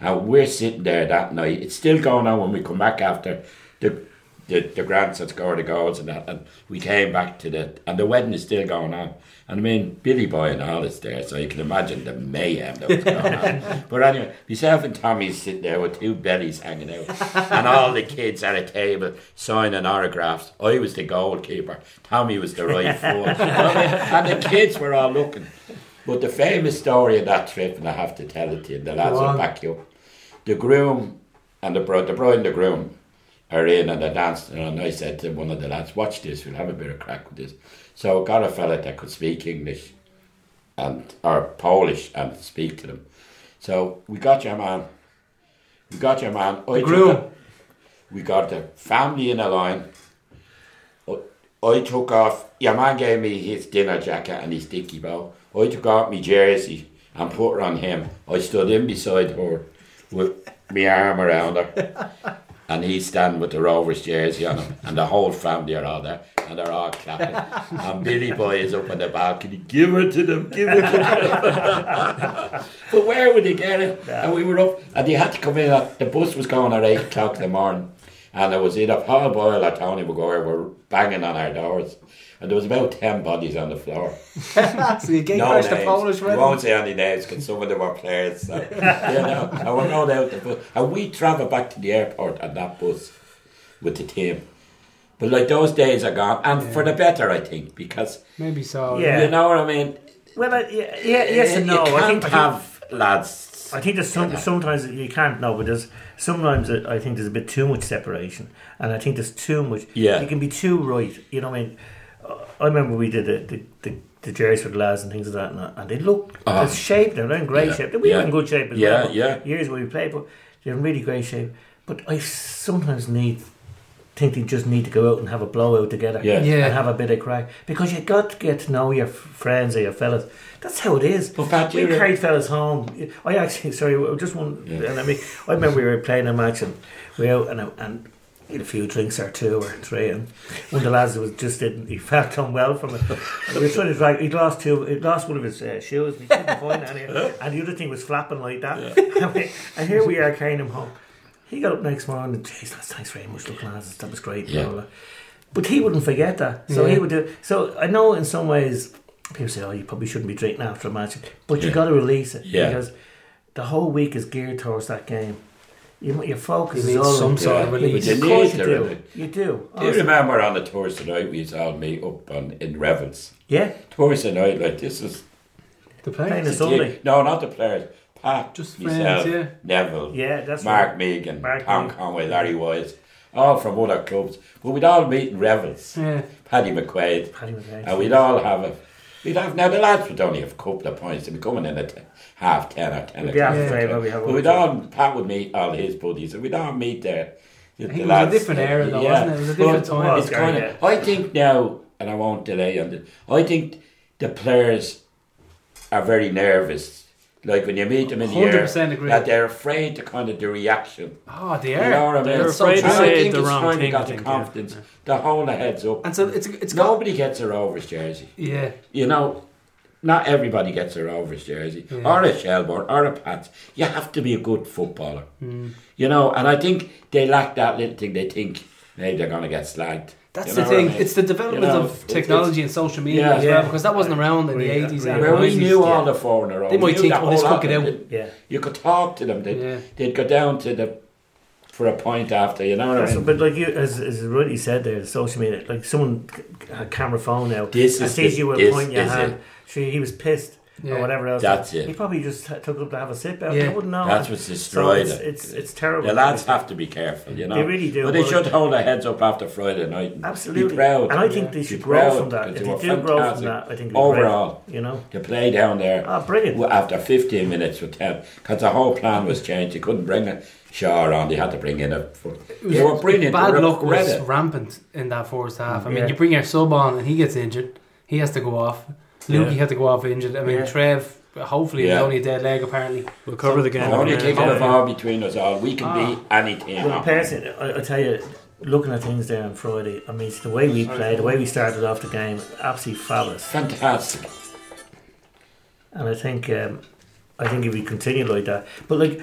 Speaker 3: And we're sitting there that night. It's still going on when we come back after the the, the grants had scored the goals and that. And we came back to the, and the wedding is still going on. And I mean, Billy Boy and all is there, so you can imagine the mayhem that was going on. but anyway, myself and Tommy is sitting there with two bellies hanging out, and all the kids at a table signing autographs. I was the goalkeeper, Tommy was the right forward, and the kids were all looking. But the famous story of that trip, and I have to tell it to you, the lads
Speaker 1: Go on.
Speaker 3: will back you up. The groom and the bride, the bride and the groom are in and they're dancing. And I said to one of the lads, Watch this, we'll have a bit of crack with this. So I got a fella that could speak English and or Polish and speak to them. So we got your man. We got your man. I took
Speaker 1: groom.
Speaker 3: the- we got the family in a line. I- I took off. Your man gave me his dinner jacket and his dicky bow. I took off my jersey and put her on him. I stood in beside her with my arm around her, and he's standing with the Rovers jersey on him, and the whole family are all there, and they're all clapping. And Billy Boy is up on the balcony. Give her to them. Give her to them. But where would they get it? And we were up, and they had to come in. At, the bus was going at eight o'clock in the morning, and it was either Paul Boyle or Tony McGuire were banging on our doors, and there was about ten bodies on the floor.
Speaker 1: so you gate
Speaker 3: No
Speaker 1: crashed the
Speaker 3: names.
Speaker 1: Polish
Speaker 3: we
Speaker 1: red.
Speaker 3: won't say any names because some of them were players. So, you know, and we're going out the bus, and we travelled back to the airport on that bus with the team. But like those days are gone, and for the better, I think, because
Speaker 1: Maybe so.
Speaker 4: Yeah.
Speaker 3: you know what I mean. Eh,
Speaker 4: Well, I, yeah, yeah, yes and
Speaker 3: you
Speaker 4: no.
Speaker 3: can't
Speaker 4: I think, I think-
Speaker 3: have lads.
Speaker 4: I think there's some, sometimes you can't know, but there's sometimes I I think there's a bit too much separation, and I think there's too much.
Speaker 3: Yeah.
Speaker 4: you can be too right. You know, what I mean, Uh, I remember we did the the, the, the jerseys for the lads and things like that, and, and they look
Speaker 3: Ah.
Speaker 4: the shape. They're in great
Speaker 3: Yeah,
Speaker 4: shape. We
Speaker 3: yeah.
Speaker 4: were in good shape as
Speaker 3: Yeah,
Speaker 4: well.
Speaker 3: yeah.
Speaker 4: Years where we played, but they're in really great shape. But I sometimes need think they just need to go out and have a blowout together
Speaker 3: Yeah.
Speaker 1: Yeah.
Speaker 4: and have a bit of crack because you got to get to know your f- friends or your fellas that's how it is
Speaker 3: But Pat,
Speaker 4: we
Speaker 3: you re-
Speaker 4: carried fellas home I actually sorry just one and I mean I remember we were playing a match and we were out and, and had a few drinks or two or three and one of the lads was just didn't he felt unwell from it and we were trying to drag he'd lost two he'd lost one of his uh, shoes and he couldn't find any and the other thing was flapping like that and, we- and here we are carrying him home he got up next morning and geez lads, thanks very much look lads that was great blah,
Speaker 3: Yeah.
Speaker 4: blah, blah. but he wouldn't forget that so
Speaker 1: Yeah.
Speaker 4: he would do so I know in some ways people say oh you probably shouldn't be drinking after a match but you
Speaker 3: Yeah.
Speaker 4: got to release it
Speaker 3: Yeah.
Speaker 4: because the whole week is geared towards that game you, your
Speaker 1: You
Speaker 4: focus is
Speaker 1: need
Speaker 4: all
Speaker 1: some
Speaker 4: on-
Speaker 1: sort of
Speaker 3: Yeah.
Speaker 1: release.
Speaker 3: Yeah.
Speaker 4: of course
Speaker 3: Need
Speaker 4: you
Speaker 3: to
Speaker 4: do.
Speaker 3: release.
Speaker 4: You do.
Speaker 3: Do you remember on the Thursday night we used to all meet up on in Revels?
Speaker 4: Yeah.
Speaker 3: Thursday night, like this is
Speaker 1: The
Speaker 4: Playing
Speaker 1: players.
Speaker 4: us Sunday.
Speaker 3: Yeah, no, not the players. Pat,
Speaker 1: Just
Speaker 3: myself,
Speaker 1: friends, yeah.
Speaker 3: Neville,
Speaker 4: Yeah, that's
Speaker 3: Mark
Speaker 4: right.
Speaker 3: Megan,
Speaker 4: Mark
Speaker 3: Tom
Speaker 4: Megan.
Speaker 3: Conway, Larry Wise, all from other clubs. But we'd all meet in Revels.
Speaker 1: Yeah.
Speaker 3: Paddy McQuaid,
Speaker 4: Hmm. Paddy McQuaid.
Speaker 3: and we'd all have a. We'd have now the lads would only have a couple of points. They'd be coming in at half ten or ten.
Speaker 4: be half
Speaker 3: o'clock.
Speaker 4: five, but we have
Speaker 3: But we'd all Pat would meet all his buddies, and we'd all meet there. The,
Speaker 1: think it was a different era though, wasn't it? It was a different
Speaker 3: But
Speaker 1: time.
Speaker 3: It's kind of. I think now, and I won't delay on this. I think the players are very nervous. Like when you meet them in the air,
Speaker 1: 100% agree.
Speaker 3: that they're afraid to kind of the reaction.
Speaker 1: Oh, they
Speaker 3: You know
Speaker 1: are.
Speaker 3: what I mean?
Speaker 2: They're
Speaker 3: It's so
Speaker 2: afraid to
Speaker 3: true.
Speaker 2: say
Speaker 3: I think
Speaker 2: the
Speaker 3: it's
Speaker 2: wrong
Speaker 3: finally
Speaker 2: thing, I
Speaker 3: Got the
Speaker 2: think, yeah.
Speaker 3: confidence. The whole heads up.
Speaker 1: And so it's it's got
Speaker 3: Nobody gets a Rovers jersey.
Speaker 1: yeah.
Speaker 3: You know, not everybody gets a Rovers jersey
Speaker 1: Yeah.
Speaker 3: or a Shelbourne or a Pats. You have to be a good footballer.
Speaker 1: Mm.
Speaker 3: You know, and I think they lack that little thing. They think maybe they're going to get slagged.
Speaker 1: That's
Speaker 3: You
Speaker 1: the
Speaker 3: know what I
Speaker 1: thing.
Speaker 3: mean?
Speaker 1: It's the development
Speaker 3: You know,
Speaker 1: of
Speaker 3: it's-
Speaker 1: technology and social media
Speaker 3: Yeah.
Speaker 1: as well,
Speaker 4: Yeah.
Speaker 1: because that wasn't around in the
Speaker 4: Really,
Speaker 1: eighties.
Speaker 4: really.
Speaker 3: Where we
Speaker 4: Yeah.
Speaker 3: knew all the foreigner,
Speaker 1: They might think, "Oh, this could get out."
Speaker 4: Yeah.
Speaker 3: You could talk to them. They'd,
Speaker 1: Yeah.
Speaker 3: they'd go down to the for a point after, you know what I
Speaker 4: That's-
Speaker 3: mean?
Speaker 4: But like you, as as Rudy said there, social media, like someone c- had a camera phone out.
Speaker 3: This
Speaker 4: and
Speaker 3: is
Speaker 4: sees
Speaker 3: the-
Speaker 4: you with
Speaker 3: this
Speaker 4: point in your
Speaker 3: is
Speaker 4: hand.
Speaker 3: it.
Speaker 4: Sure, he was pissed
Speaker 1: Yeah.
Speaker 4: or whatever else.
Speaker 3: That's it.
Speaker 4: He probably just t- took it up to have a sip. out.
Speaker 1: Yeah.
Speaker 4: I wouldn't know.
Speaker 3: That's what's
Speaker 4: so
Speaker 3: destroyed
Speaker 4: it's,
Speaker 3: it.
Speaker 4: it's it's terrible.
Speaker 3: The lads have to be careful, you know.
Speaker 4: They really do,
Speaker 3: But they
Speaker 4: but-
Speaker 3: should hold their heads up after Friday night. and
Speaker 4: Absolutely,
Speaker 3: Be proud.
Speaker 4: and I think they
Speaker 3: Be
Speaker 4: should
Speaker 3: proud
Speaker 4: grow from that.
Speaker 3: because
Speaker 4: If
Speaker 3: were
Speaker 4: they do grow from
Speaker 3: fantastic.
Speaker 4: that, I think it'll be great,
Speaker 3: overall,
Speaker 4: you know,
Speaker 3: to play down there
Speaker 4: ah, brilliant.
Speaker 3: w- after 15 minutes with ten, because the whole plan was changed. They couldn't bring a Shaw on. They had to bring in a. fu- They were brilliant.
Speaker 1: Bad
Speaker 3: they were
Speaker 1: luck was
Speaker 3: brilliant.
Speaker 1: rampant in that first half. I mean,
Speaker 4: Yeah.
Speaker 1: you bring your sub on and he gets injured. He has to go off. Lukey
Speaker 2: Yeah.
Speaker 1: had to go off injured. I mean,
Speaker 4: Yeah.
Speaker 1: Trev, hopefully,
Speaker 3: Yeah.
Speaker 1: it's only a dead leg, apparently.
Speaker 2: We'll cover the game.
Speaker 3: And only
Speaker 2: Yeah.
Speaker 3: taking
Speaker 2: Yeah.
Speaker 3: a ball between us all. We can
Speaker 1: Ah.
Speaker 3: be anything.
Speaker 4: Well, personally, I, I tell you, looking at things there on Friday, I mean, it's the way we played, the way we started off the game, absolutely fabulous.
Speaker 3: Fantastic.
Speaker 4: And I think, um, I think if we continue like that, but like,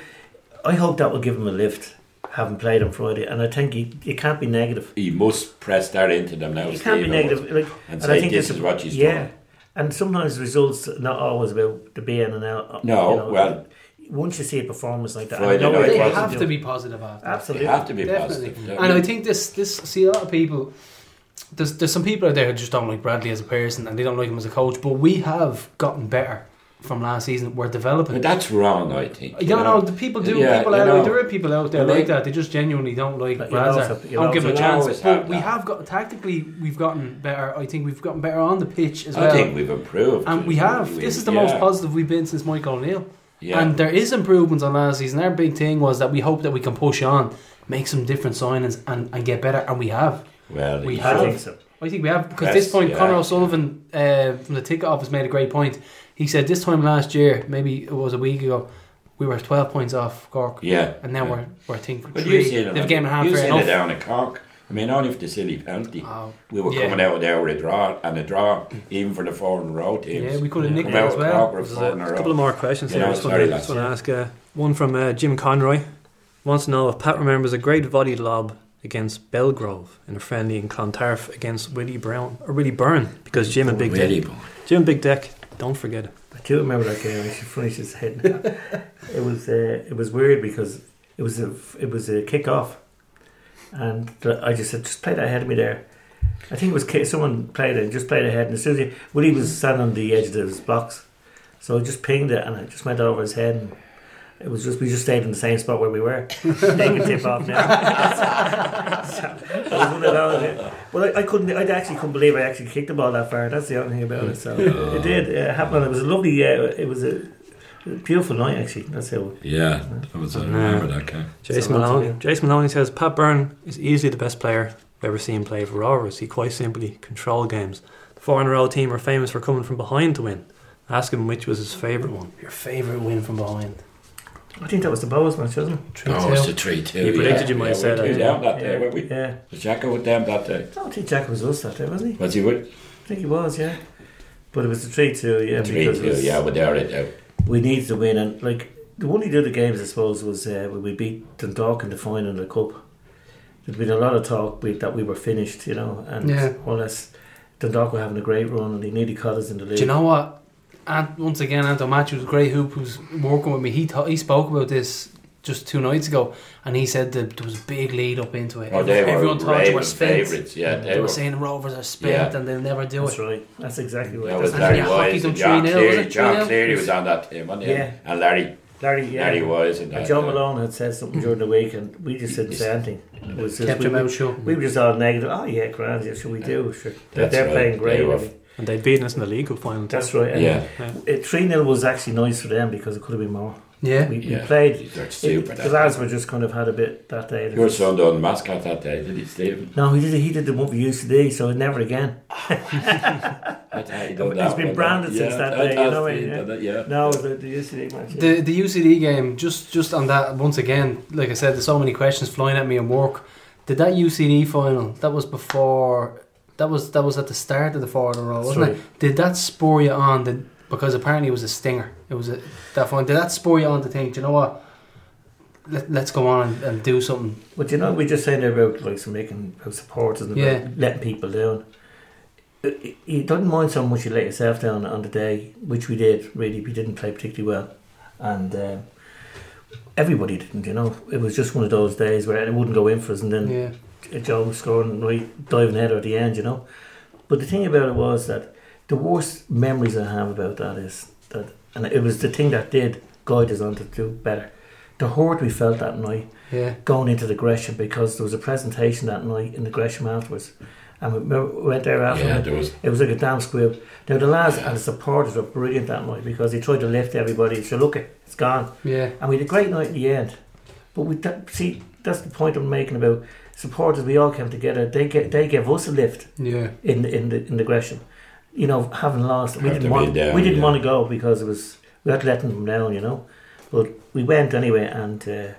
Speaker 4: I hope that will give him a lift, having played on Friday. And I think you, you can't be negative.
Speaker 3: He must press that into them now.
Speaker 4: You can't be
Speaker 3: Stephen,
Speaker 4: negative. Like,
Speaker 3: And
Speaker 4: and,
Speaker 3: say
Speaker 4: I think
Speaker 3: this
Speaker 4: it's-
Speaker 3: is what he's
Speaker 4: yeah.
Speaker 3: doing.
Speaker 4: And sometimes results are not always about the be in and out.
Speaker 3: No,
Speaker 4: you know.
Speaker 3: well-
Speaker 4: once you see a performance like that,
Speaker 3: Friday
Speaker 4: I know
Speaker 3: night
Speaker 4: it
Speaker 1: They
Speaker 3: wasn't
Speaker 1: have to be positive after.
Speaker 3: They
Speaker 4: absolutely.
Speaker 3: have to be
Speaker 1: Definitely.
Speaker 3: positive.
Speaker 1: And I think this this see a lot of people. There's there's some people out there who just don't like Bradley as a person and they don't like him as a coach. But we have gotten better from last season. We're
Speaker 3: But
Speaker 1: developing.
Speaker 3: that's wrong, I think.
Speaker 1: You don't know, the people do.
Speaker 3: Yeah,
Speaker 1: people
Speaker 3: you
Speaker 1: out there,
Speaker 3: know.
Speaker 1: there are people out there
Speaker 3: But
Speaker 1: like
Speaker 3: they-
Speaker 1: that. They just genuinely don't like
Speaker 4: But you'll also-
Speaker 1: Bradley.
Speaker 4: you'll
Speaker 1: Don't give him a
Speaker 3: also-
Speaker 1: chance.
Speaker 3: You'll always
Speaker 1: But
Speaker 3: have
Speaker 1: we
Speaker 3: that.
Speaker 1: have got tactically, we've gotten better. I think we've gotten better on the pitch as well.
Speaker 3: I think we've improved.
Speaker 1: and we have. This is the most
Speaker 3: yeah,
Speaker 1: positive we've been since Michael O'Neill.
Speaker 3: Yeah.
Speaker 1: And there is improvements on last season. Our big thing was that we hope that we can push on, make some different signings, and, and get better. And we have.
Speaker 3: well,
Speaker 1: we
Speaker 3: you
Speaker 1: have.
Speaker 4: I
Speaker 3: should.
Speaker 4: think so.
Speaker 1: I think we have because
Speaker 3: Yes,
Speaker 1: this point,
Speaker 3: yeah.
Speaker 1: Conor O'Sullivan uh, from the ticket office made a great point. He said this time last year, maybe it was a week ago, we were twelve points off Cork,
Speaker 3: Yeah.
Speaker 1: and now
Speaker 3: yeah.
Speaker 1: we're we're I think
Speaker 3: But
Speaker 1: three.
Speaker 3: you've seen
Speaker 1: They've
Speaker 3: it.
Speaker 1: a game and a half
Speaker 3: You've
Speaker 1: fair
Speaker 3: seen it
Speaker 1: enough.
Speaker 3: down at Cork. I mean, only for the silly penalty.
Speaker 1: Oh,
Speaker 3: We were
Speaker 1: Yeah.
Speaker 3: coming out of there with a draw and a draw, even for the four in a row teams.
Speaker 1: Yeah, we could have nicked
Speaker 3: Come
Speaker 1: that
Speaker 3: out
Speaker 1: as
Speaker 3: of
Speaker 1: well.
Speaker 3: Cork with
Speaker 2: There's
Speaker 3: four in
Speaker 2: a
Speaker 3: a
Speaker 2: couple
Speaker 3: row.
Speaker 2: of more questions here.
Speaker 3: Yeah,
Speaker 2: I just want
Speaker 3: sorry,
Speaker 2: to,
Speaker 3: lads.
Speaker 2: just want to ask uh, one from uh, Jim Conroy. Wants to know if Pat remembers a great volley lob against Belgrove in a friendly in Clontarf against Willie Brown or Willie Byrne because Jim and Big
Speaker 3: Really
Speaker 2: Deck.
Speaker 3: boy.
Speaker 2: Jim and Big Deck, don't forget it.
Speaker 4: I do remember that game. She finished his head. it was uh, it was weird because it was a it was a kick off, and the- I just said just play that ahead of me there. I think it was ki- someone played it, just played ahead, and as soon as he, Willie was standing on the edge of his box, so I just pinged it and it just went over his head. And, it was just we just stayed in the same spot where we were. they can tip off now. so, it was one of those, yeah. Well, I, I couldn't. I actually couldn't believe I actually kicked the ball that far. That's the only thing about it. So it did. It happened. It was a lovely. Uh, it was a beautiful night actually. That's how.
Speaker 3: Yeah, that was, I
Speaker 2: Yeah.
Speaker 3: remember that game.
Speaker 2: Jason
Speaker 4: So that's
Speaker 2: Maloney.
Speaker 4: it.
Speaker 2: Jason Maloney says Pat Byrne is easily the best player I've ever seen play for Rovers. He quite simply control games. The four in a row team are famous for coming from behind to win. Ask him which was his favourite one.
Speaker 1: Your favourite win from behind.
Speaker 4: I think that was the Bows match, wasn't it?
Speaker 1: Three
Speaker 3: Oh, it's
Speaker 1: two.
Speaker 3: the 3 2.
Speaker 2: You predicted you might say
Speaker 3: we
Speaker 2: that,
Speaker 3: were
Speaker 2: yeah.
Speaker 3: down that day,
Speaker 4: yeah.
Speaker 3: were we?
Speaker 4: yeah.
Speaker 3: The Jacko was down that day.
Speaker 4: I don't think Jack was us that day, wasn't he?
Speaker 3: Was he with?
Speaker 4: I think he was. Yeah. But it was the three two. Yeah.
Speaker 3: 3
Speaker 4: because it
Speaker 3: 2,
Speaker 4: was-
Speaker 3: yeah, without it out.
Speaker 4: we needed to win, and like the one of the other games, I suppose, was uh, when we beat Dundalk in the final of the cup. There'd been a lot of talk we, that we were finished, you know, and
Speaker 1: Yeah.
Speaker 4: more or less Dundalk were having a great run, and they nearly caught us in the league.
Speaker 1: Do you know what? And once again, Anto Matthews, Grey Hoop, who's working with me, he ta- he spoke about this just two nights ago, and he said that there was a big lead up into it.
Speaker 3: Oh, they were
Speaker 1: Everyone thought you were
Speaker 3: raving
Speaker 1: spent.
Speaker 3: favourites. Yeah,
Speaker 1: They,
Speaker 3: they
Speaker 1: were
Speaker 3: were.
Speaker 1: saying Rovers are spent
Speaker 3: Yeah.
Speaker 1: and they'll never do
Speaker 4: That's
Speaker 1: it.
Speaker 4: right. That's exactly what.
Speaker 3: That
Speaker 4: it
Speaker 3: was
Speaker 1: And
Speaker 4: was.
Speaker 1: Larry
Speaker 3: Larry
Speaker 1: you hockeyed
Speaker 3: Wise
Speaker 1: them
Speaker 3: and
Speaker 1: 3-0,
Speaker 3: John
Speaker 1: was
Speaker 3: Cleary.
Speaker 1: it?
Speaker 3: John
Speaker 1: 3-0?
Speaker 3: Cleary was on that team, wasn't he?
Speaker 4: Yeah.
Speaker 3: And Larry,
Speaker 4: Larry, yeah.
Speaker 3: Larry Wise and uh,
Speaker 4: and
Speaker 3: that.
Speaker 4: John
Speaker 3: yeah.
Speaker 4: Malone had said something during the week, and we just didn't say anything. It was just,
Speaker 1: Kept
Speaker 4: we,
Speaker 1: your
Speaker 4: were-
Speaker 1: mouth shut.
Speaker 4: we were just all negative. Oh yeah, grand. Yeah, should we do? Sure. They're,
Speaker 3: That's
Speaker 4: they're
Speaker 3: right.
Speaker 4: playing great.
Speaker 3: They were-
Speaker 4: I mean,
Speaker 2: And they'd beaten us in the league cup final. too.
Speaker 4: that's right.
Speaker 3: Yeah,
Speaker 4: Three 0 was actually nice for them because it could have been more.
Speaker 1: Yeah.
Speaker 4: We,
Speaker 3: yeah.
Speaker 4: we played
Speaker 3: They're super.
Speaker 4: It-
Speaker 3: that
Speaker 4: the lads were just kind of had a bit that day.
Speaker 3: Your son done mascot that day, did he, Stephen?
Speaker 4: No, he did. He did the one we used today, so never again.
Speaker 3: I thought he
Speaker 4: But he's been branded since that day, you know what I mean, yeah.
Speaker 3: Yeah.
Speaker 4: No, the, the UCD match. yeah.
Speaker 1: The the UCD game, just just on that once again, like I said, there's so many questions flying at me in work. Did that UCD final that was before that was that was at the start of the four in a row, wasn't
Speaker 4: Sorry.
Speaker 1: it? Did that spur you on? Did, because apparently it was a stinger. It was a that final. Did that spur you on to think? Do you know what? Let, let's go on and, and do something.
Speaker 4: But you know, we just saying there about like some making about supporters and about
Speaker 1: Yeah.
Speaker 4: letting people down. Uh, You you don't mind so much you let yourself down on the day, which we did. Really, we didn't play particularly well, and uh, everybody didn't, you know. It was just one of those days where it wouldn't go in for us, and then
Speaker 1: Yeah.
Speaker 4: Joe scoring right diving header at the end, you know. But the thing about it was that the worst memories I have about that is that, and it was the thing that did guide us on to do better. The hurt we felt that night
Speaker 1: Yeah.
Speaker 4: going into the Gresham because there was a presentation that night in the Gresham afterwards, and we remember- we went there after.
Speaker 3: Yeah,
Speaker 4: it.
Speaker 3: there was.
Speaker 4: It was like a damn squib. Now the lads and the supporters were brilliant that night because they tried to lift everybody. They said, "Look, it, it's gone."
Speaker 1: Yeah.
Speaker 4: and we had a great night in the end. But we that, see that's the point I'm making about supporters. We all came together. They get they gave us a lift
Speaker 1: Yeah.
Speaker 4: in the in the in the Gresham. You know, having lost, we
Speaker 3: After
Speaker 4: didn't want
Speaker 3: being down,
Speaker 4: we didn't
Speaker 3: yeah.
Speaker 4: want to go because it was we had to let them down. You know, but we went anyway, and uh,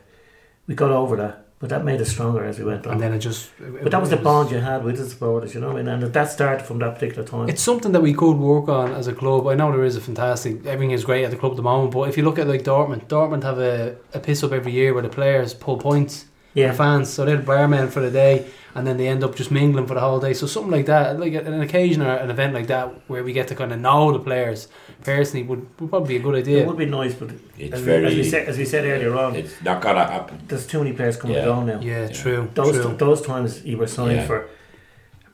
Speaker 4: we got over that. But that made us stronger as we went on.
Speaker 1: And then it just. it-
Speaker 4: but that was
Speaker 1: it
Speaker 4: the bond you had with the supporters, you know, and, and that started from that particular time.
Speaker 1: It's something that we could work on as a club. I know there is a fantastic, everything is great at the club at the moment, but if you look at like Dortmund, Dortmund have a, a piss up every year where the players pull points for
Speaker 4: yeah,
Speaker 1: the fans, so they're the barmen for the day, and then they end up just mingling for the whole day. So something like that, like an occasion or an event like that, where we get to kind of know the players personally, would, would probably be a good
Speaker 4: it
Speaker 1: idea.
Speaker 4: would be nice, but
Speaker 3: It's
Speaker 4: as,
Speaker 3: very.
Speaker 4: as we said um, as we said earlier on,
Speaker 3: it's not gonna happen.
Speaker 4: there's too many players coming
Speaker 3: Yeah.
Speaker 4: and going now.
Speaker 1: Yeah,
Speaker 3: Yeah.
Speaker 1: true.
Speaker 4: those
Speaker 1: true.
Speaker 4: those times you were signed
Speaker 3: Yeah.
Speaker 4: for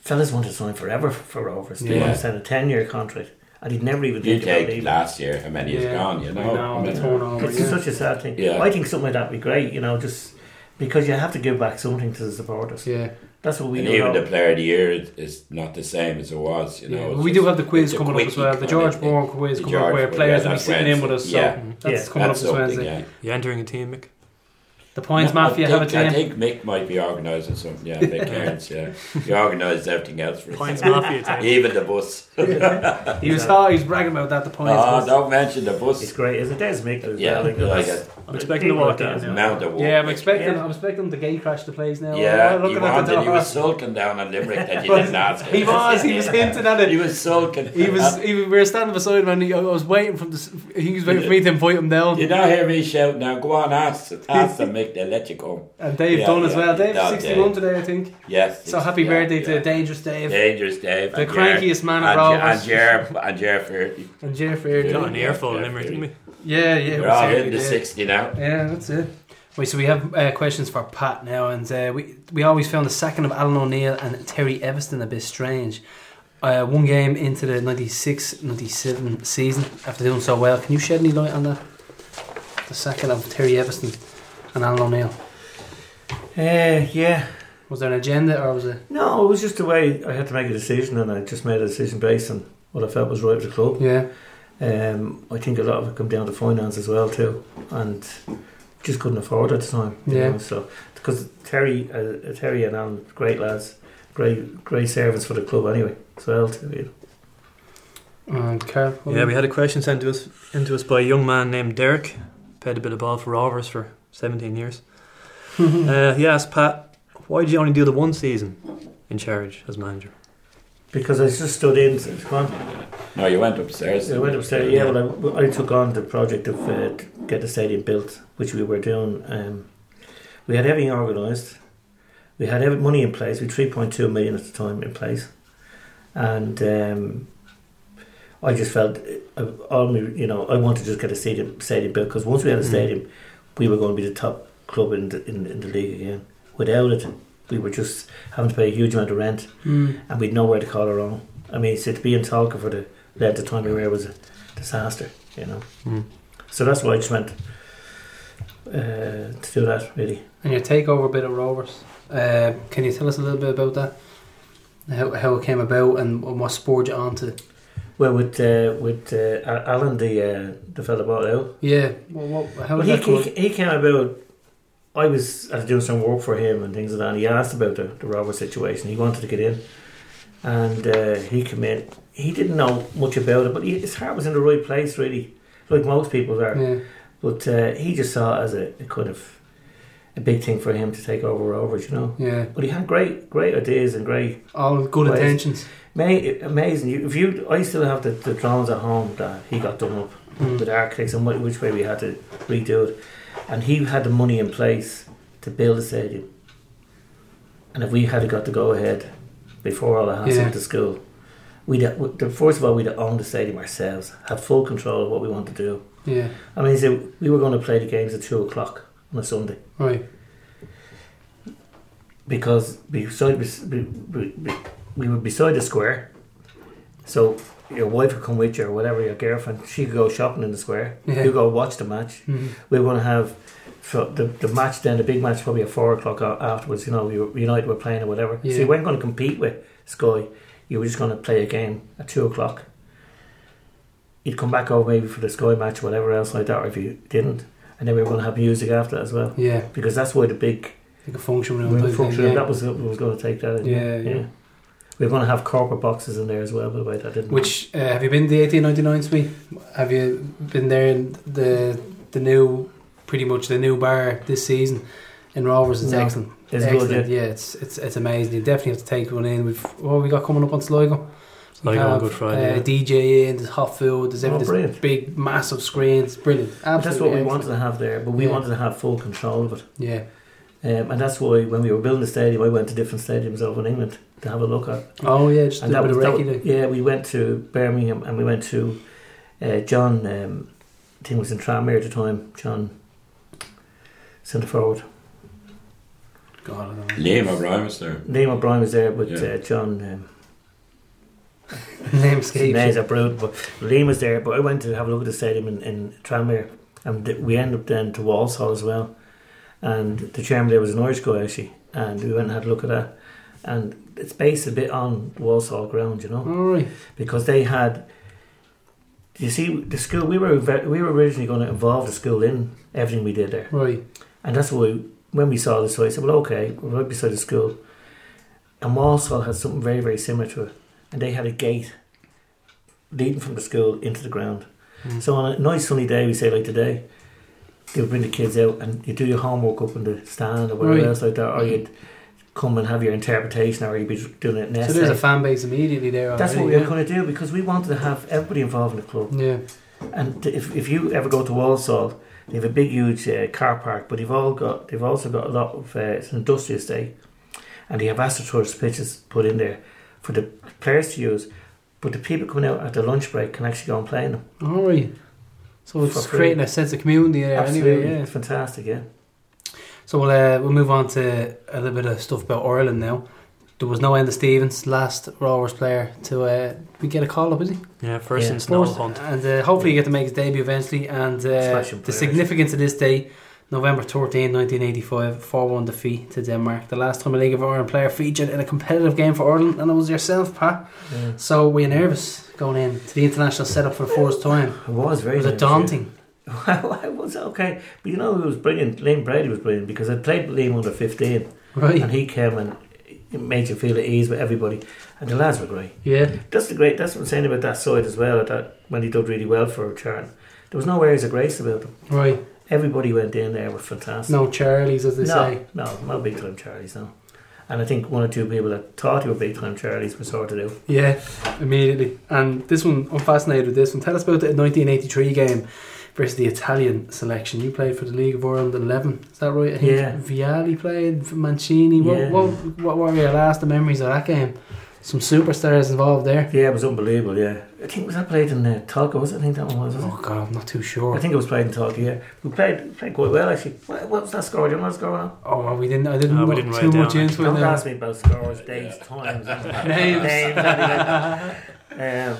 Speaker 4: fellas wanted to sign forever for Rovers. They
Speaker 1: Yeah.
Speaker 4: wanted to sign a ten year contract. and he'd never even
Speaker 3: You
Speaker 4: think about
Speaker 3: take
Speaker 4: leaving.
Speaker 3: last year, how many
Speaker 1: Yeah.
Speaker 3: is gone? You
Speaker 1: I
Speaker 3: know.
Speaker 1: know,
Speaker 3: I mean,
Speaker 1: that's all over,
Speaker 4: It's
Speaker 1: yeah.
Speaker 4: such a sad thing.
Speaker 3: Yeah.
Speaker 4: I think something like that would be great, you know, just because you have to give back something to the supporters.
Speaker 1: Yeah,
Speaker 4: That's what we
Speaker 3: and
Speaker 4: do.
Speaker 3: even
Speaker 4: now.
Speaker 3: the player of the year is- is not the same as it was. You
Speaker 1: yeah.
Speaker 3: know.
Speaker 1: But
Speaker 3: It's
Speaker 1: we do
Speaker 3: just-
Speaker 1: have the quiz
Speaker 3: it's a
Speaker 1: coming up as
Speaker 3: quickie
Speaker 1: well, the
Speaker 3: kind
Speaker 1: George
Speaker 3: of thing.
Speaker 1: Bourne quiz
Speaker 3: The
Speaker 1: coming up,
Speaker 3: George
Speaker 1: where
Speaker 3: Bourne,
Speaker 1: players
Speaker 3: yeah,
Speaker 1: will be
Speaker 3: that's
Speaker 1: sitting in with us. So
Speaker 3: Wednesday.
Speaker 1: that's
Speaker 4: Yeah.
Speaker 1: coming
Speaker 3: That's
Speaker 1: up this
Speaker 3: something.
Speaker 1: Wednesday.
Speaker 3: Yeah.
Speaker 2: You're entering a team, Mick.
Speaker 1: The points
Speaker 3: No,
Speaker 1: mafia
Speaker 3: I
Speaker 1: have a
Speaker 3: think,
Speaker 1: team.
Speaker 3: I think Mick might be organising something. Yeah, Mick Cairns. Yeah, he organised everything else for us.
Speaker 2: Points Mafia team.
Speaker 3: Even the bus.
Speaker 1: He was, oh, he was bragging about that. The points.
Speaker 3: Oh,
Speaker 1: was-
Speaker 3: don't mention the
Speaker 4: it's
Speaker 3: bus.
Speaker 4: great, isn't it? There's Mick as
Speaker 3: Yeah,
Speaker 4: well. like,
Speaker 3: like
Speaker 4: that's-
Speaker 3: a
Speaker 2: I'm expecting to walk in.
Speaker 4: Yeah.
Speaker 3: mound of
Speaker 1: Yeah, I'm expecting.
Speaker 4: Yeah.
Speaker 1: I'm expecting the gay crash to plays now.
Speaker 3: Yeah,
Speaker 1: I'm
Speaker 3: he
Speaker 1: looking at the
Speaker 3: wanted. He
Speaker 1: door.
Speaker 3: was sulking down on Limerick that you didn't ask him.
Speaker 1: He was. He was hinting at
Speaker 3: He
Speaker 1: it.
Speaker 3: was sulking. Uh,
Speaker 1: He was. He, we were standing beside him, and he, I was waiting for him. To, s- he was waiting for me to invite him down.
Speaker 3: You don't hear me shout now. Go on, ask, ask them, Mick. They let you come.
Speaker 1: And Dave
Speaker 3: Yeah,
Speaker 1: done as
Speaker 3: yeah.
Speaker 1: well. Dave,
Speaker 3: No,
Speaker 1: 61
Speaker 3: Dave.
Speaker 1: today, I think.
Speaker 3: Yes.
Speaker 1: So
Speaker 3: it's-
Speaker 1: happy
Speaker 3: yeah,
Speaker 1: birthday
Speaker 3: yeah.
Speaker 1: to Dangerous Dave
Speaker 3: Dangerous Dave.
Speaker 1: The
Speaker 3: and Jer-
Speaker 1: crankiest man at
Speaker 3: and Jer-
Speaker 1: Rovers.
Speaker 3: And Jer, and Jer Fairley.
Speaker 1: and Jeff
Speaker 3: Yeah.
Speaker 1: Early.
Speaker 2: Got an earful
Speaker 3: Yeah.
Speaker 2: in Limerick, didn't we?
Speaker 1: Yeah, yeah.
Speaker 3: We're
Speaker 1: we
Speaker 3: all
Speaker 1: certainly
Speaker 3: in the
Speaker 1: did.
Speaker 3: 60 now.
Speaker 1: Yeah, that's it. Wait, so we have uh, questions for Pat now, and uh, we we always found the second of Alan O'Neill and Terry Everston a bit strange. Uh, one game into the 96-97 season, after doing so well, can you shed any light on that? The second of Terry Everston and Alan O'Neill.
Speaker 4: Uh, yeah.
Speaker 1: Was there an agenda, or was it?
Speaker 4: No, it was just the way I had to make a decision and I just made a decision based on what I felt was right for the club.
Speaker 1: Yeah,
Speaker 4: Um, I think a lot of it come down to finance as well too, and just couldn't afford it at the time. you
Speaker 1: Yeah.
Speaker 4: know, So because Terry, uh, Terry and Alan, great lads, great great servants for the club anyway. as well too. You know.
Speaker 1: and Carl. what
Speaker 2: Yeah,
Speaker 1: was
Speaker 2: we had a question sent to us into us by a young man named Derek. Played a bit of ball for Rovers for 17 years. uh, he asked Pat, "Why did you only do the one season in charge as manager?"
Speaker 4: Because I just stood in. it's gone.
Speaker 3: No, you went upstairs.
Speaker 4: I went upstairs. Yeah, well, I, I took on the project of uh, to get the stadium built, which we were doing. Um, we had everything organised. We had every money in place. We had three point two million at the time in place, and um, I just felt uh, all me, you know I wanted to just get a stadium stadium built because once we had a
Speaker 2: Mm.
Speaker 4: stadium, we were going to be the top club in the, in, in the league again. Without it, we were just having to pay a huge amount of rent
Speaker 1: it? Mm.
Speaker 4: and we'd nowhere to call our own. I mean, so to be in Talca for the length of time we were was a disaster, you know.
Speaker 2: Mm.
Speaker 4: So that's why I just went uh, to do that, really.
Speaker 1: And your takeover bit at Rovers. Uh, can you tell us a little bit about that? How, how it came about and what spurred you on to?
Speaker 4: Well, with uh, with uh, Al- Alan, the uh, the fella bought out.
Speaker 1: Yeah. Well, what, how
Speaker 4: Well,
Speaker 1: did
Speaker 4: he,
Speaker 1: that come?
Speaker 4: he, he came about. I was I was doing some work for him and things like that. And he asked about the, the robber situation. He wanted to get in, and uh, he came in. He didn't know much about it, but he, his heart was in the right place, really, like most people are.
Speaker 1: Yeah.
Speaker 4: But uh, he just saw it as a, a kind of a big thing for him to take over Rovers, you know.
Speaker 1: Yeah,
Speaker 4: But he had great, great ideas and great,
Speaker 1: all good
Speaker 4: Right.
Speaker 1: intentions.
Speaker 4: ma- amazing. You, if you, I still have the, the drawings at home that he got done up
Speaker 1: Mm.
Speaker 4: with architects and wh- which way we had to redo it. And he had the money in place to build a stadium. And if we had got the go ahead before all the hassle
Speaker 1: Yeah.
Speaker 4: with the school, we'd ha- w- the- first of all we'd have owned the stadium ourselves, had full control of what we wanted to do.
Speaker 1: Yeah.
Speaker 4: I mean, he said we were going to play the games at two o'clock on a Sunday
Speaker 1: Right.
Speaker 4: because beside we, we, we- we were beside the square, so your wife would come with you or whatever your girlfriend. She could go shopping in the square.
Speaker 1: Yeah.
Speaker 4: You go watch the match.
Speaker 1: Mhm.
Speaker 4: We were going to have for the the match then the big match probably at four o'clock a- afterwards. You know, we were, United were playing or whatever. So
Speaker 1: Yeah.
Speaker 4: you weren't going to compete with Sky. You were just going to play a game at two o'clock. You'd come back over maybe for the Sky match, or whatever else like that, or if you didn't, and then we were going to have music after that as well
Speaker 1: Yeah.
Speaker 4: because that's why the big
Speaker 1: Like a function room.
Speaker 4: Room
Speaker 1: type
Speaker 4: function.
Speaker 1: thing, yeah.
Speaker 4: That was we was going to take that. In.
Speaker 1: Yeah, yeah.
Speaker 4: We're going to have corporate boxes in there as well. By the way, that didn't.
Speaker 1: Which uh, have you been to the 1899 suite? Have you been there in the the new, pretty much the new bar this season in Rovers? It's
Speaker 4: No.
Speaker 1: excellent.
Speaker 4: It's good,
Speaker 1: excellent. yeah. it's it's it's amazing. You definitely have to take one in. We've what have we got coming up on Sligo. We
Speaker 2: Sligo on
Speaker 1: have,
Speaker 2: Good Friday,
Speaker 1: Uh,
Speaker 2: yeah.
Speaker 1: DJ in. There's hot food. There's
Speaker 4: Oh,
Speaker 1: everything. there's
Speaker 4: brilliant.
Speaker 1: big massive screens. Brilliant.
Speaker 4: But that's what
Speaker 1: Absolutely
Speaker 4: we
Speaker 1: excellent.
Speaker 4: wanted to have there, but we
Speaker 1: Yeah.
Speaker 4: wanted to have full control of it,
Speaker 1: Yeah.
Speaker 4: um, and that's why when we were building the stadium, I went to different stadiums over in England to have a look at.
Speaker 1: Oh yeah. Just a
Speaker 4: And that
Speaker 1: little bit
Speaker 4: was,
Speaker 1: of
Speaker 4: that
Speaker 1: recce.
Speaker 4: was-
Speaker 1: like.
Speaker 4: yeah, we went to Birmingham and we went to uh, John. Um, I think was in Tranmere at the time. John, centre forward.
Speaker 1: God, I don't know.
Speaker 3: Liam O'Brien was there.
Speaker 4: Liam O'Brien was there with
Speaker 3: Yeah.
Speaker 4: uh, John. Um,
Speaker 1: Name
Speaker 4: His
Speaker 1: escapes
Speaker 4: name's
Speaker 1: you.
Speaker 4: a brood, but Liam was there. But I went to have a look at the stadium in, in Tranmere, and th- we ended up then to Walsall as well. And the chairman there was an Irish guy actually, and we went and had a look at that. And it's based a bit on Walsall ground, you know,
Speaker 1: All right.
Speaker 4: because they had. You see, the school we were ve- we were originally going to involve the school in everything we did there.
Speaker 1: Right.
Speaker 4: And that's why when we saw this, I said, well, okay, we're right beside the school. And Walsall had something very, very similar to it. And they had a gate leading from the school into the ground.
Speaker 2: Mm.
Speaker 4: So on a nice sunny day, we say like today, they would bring the kids out and you do your homework up in the stand or whatever
Speaker 1: Right.
Speaker 4: else like that, or you'd come and have your interpretation, or you'd be doing it in
Speaker 1: So there's a
Speaker 4: essay.
Speaker 1: fan base immediately there.
Speaker 4: That's what we
Speaker 1: already,
Speaker 4: were going to do because we wanted to have everybody involved in the club.
Speaker 1: yeah.
Speaker 4: And th- if, if you ever go to Walsall, they have a big, huge uh, car park, but they've all got they've also got a lot of uh, it's an industrial estate, and they have astroturf pitches put in there for the players to use. But the people coming out at the lunch break can actually go and play in them.
Speaker 1: Yeah. All right. So it's
Speaker 4: For free.
Speaker 1: creating a sense of community there. Anyway, yeah.
Speaker 4: it's fantastic. Yeah,
Speaker 1: So we'll uh, we'll move on to a little bit of stuff about Ireland now. There was no end of Stevens, last Rovers player to uh, we get a call up, is he?
Speaker 2: Yeah, first
Speaker 4: Yeah.
Speaker 2: in Snow
Speaker 1: First,
Speaker 2: Hunt.
Speaker 1: And uh, hopefully, he get to make his debut eventually. And uh,
Speaker 4: Smashing
Speaker 1: the
Speaker 4: players.
Speaker 1: significance of this day, November 13, 1985, 4 1 defeat to Denmark. The last time a League of Ireland player featured in a competitive game for Ireland, and it was yourself, Pat.
Speaker 4: yeah.
Speaker 1: So were you nervous going in to the international setup for the first time?
Speaker 4: it was very.
Speaker 1: Was it
Speaker 4: nervous, yeah.
Speaker 1: daunting?
Speaker 4: I was okay, but you know it was brilliant. Liam Brady was brilliant because I played with Liam under fifteen, and
Speaker 1: Right.
Speaker 4: he came and it made you feel at ease with everybody, and the lads were great.
Speaker 1: Yeah.
Speaker 4: That's the great. That's what I'm saying about that side as well. That when he did really well for Charlton, there was no areas of grace about him.
Speaker 1: Right.
Speaker 4: Everybody went in there were fantastic.
Speaker 1: No Charlies, as they say.
Speaker 4: no, no, no big time Charlies. No, and I think one or two people that thought he were big time Charlies were sorted out.
Speaker 1: Yeah, immediately. And this one, I'm fascinated with this one. Tell us about the 1983 game versus the Italian selection. You played for the League of Ireland 11, is that right? I think
Speaker 4: Yeah.
Speaker 1: Vialli played, Mancini. What,
Speaker 4: Yeah.
Speaker 1: what, what were your last memories of that game? Some superstars involved there.
Speaker 4: Yeah, it was unbelievable. Yeah, I think was that played in uh, Talca? Was it? I think that one was. was it?
Speaker 1: Oh, God, I'm not too
Speaker 4: I
Speaker 1: sure.
Speaker 4: think it was played in Talca. Yeah, we played played quite well actually. What, what was that score? Do you know what score? was?
Speaker 1: Oh, well, we didn't, I didn't
Speaker 2: No,
Speaker 1: look
Speaker 2: we didn't write
Speaker 1: too
Speaker 2: it down,
Speaker 1: much into it.
Speaker 4: Don't
Speaker 1: now.
Speaker 4: ask me about scores, days, times,
Speaker 1: Names.
Speaker 4: names. anything. um,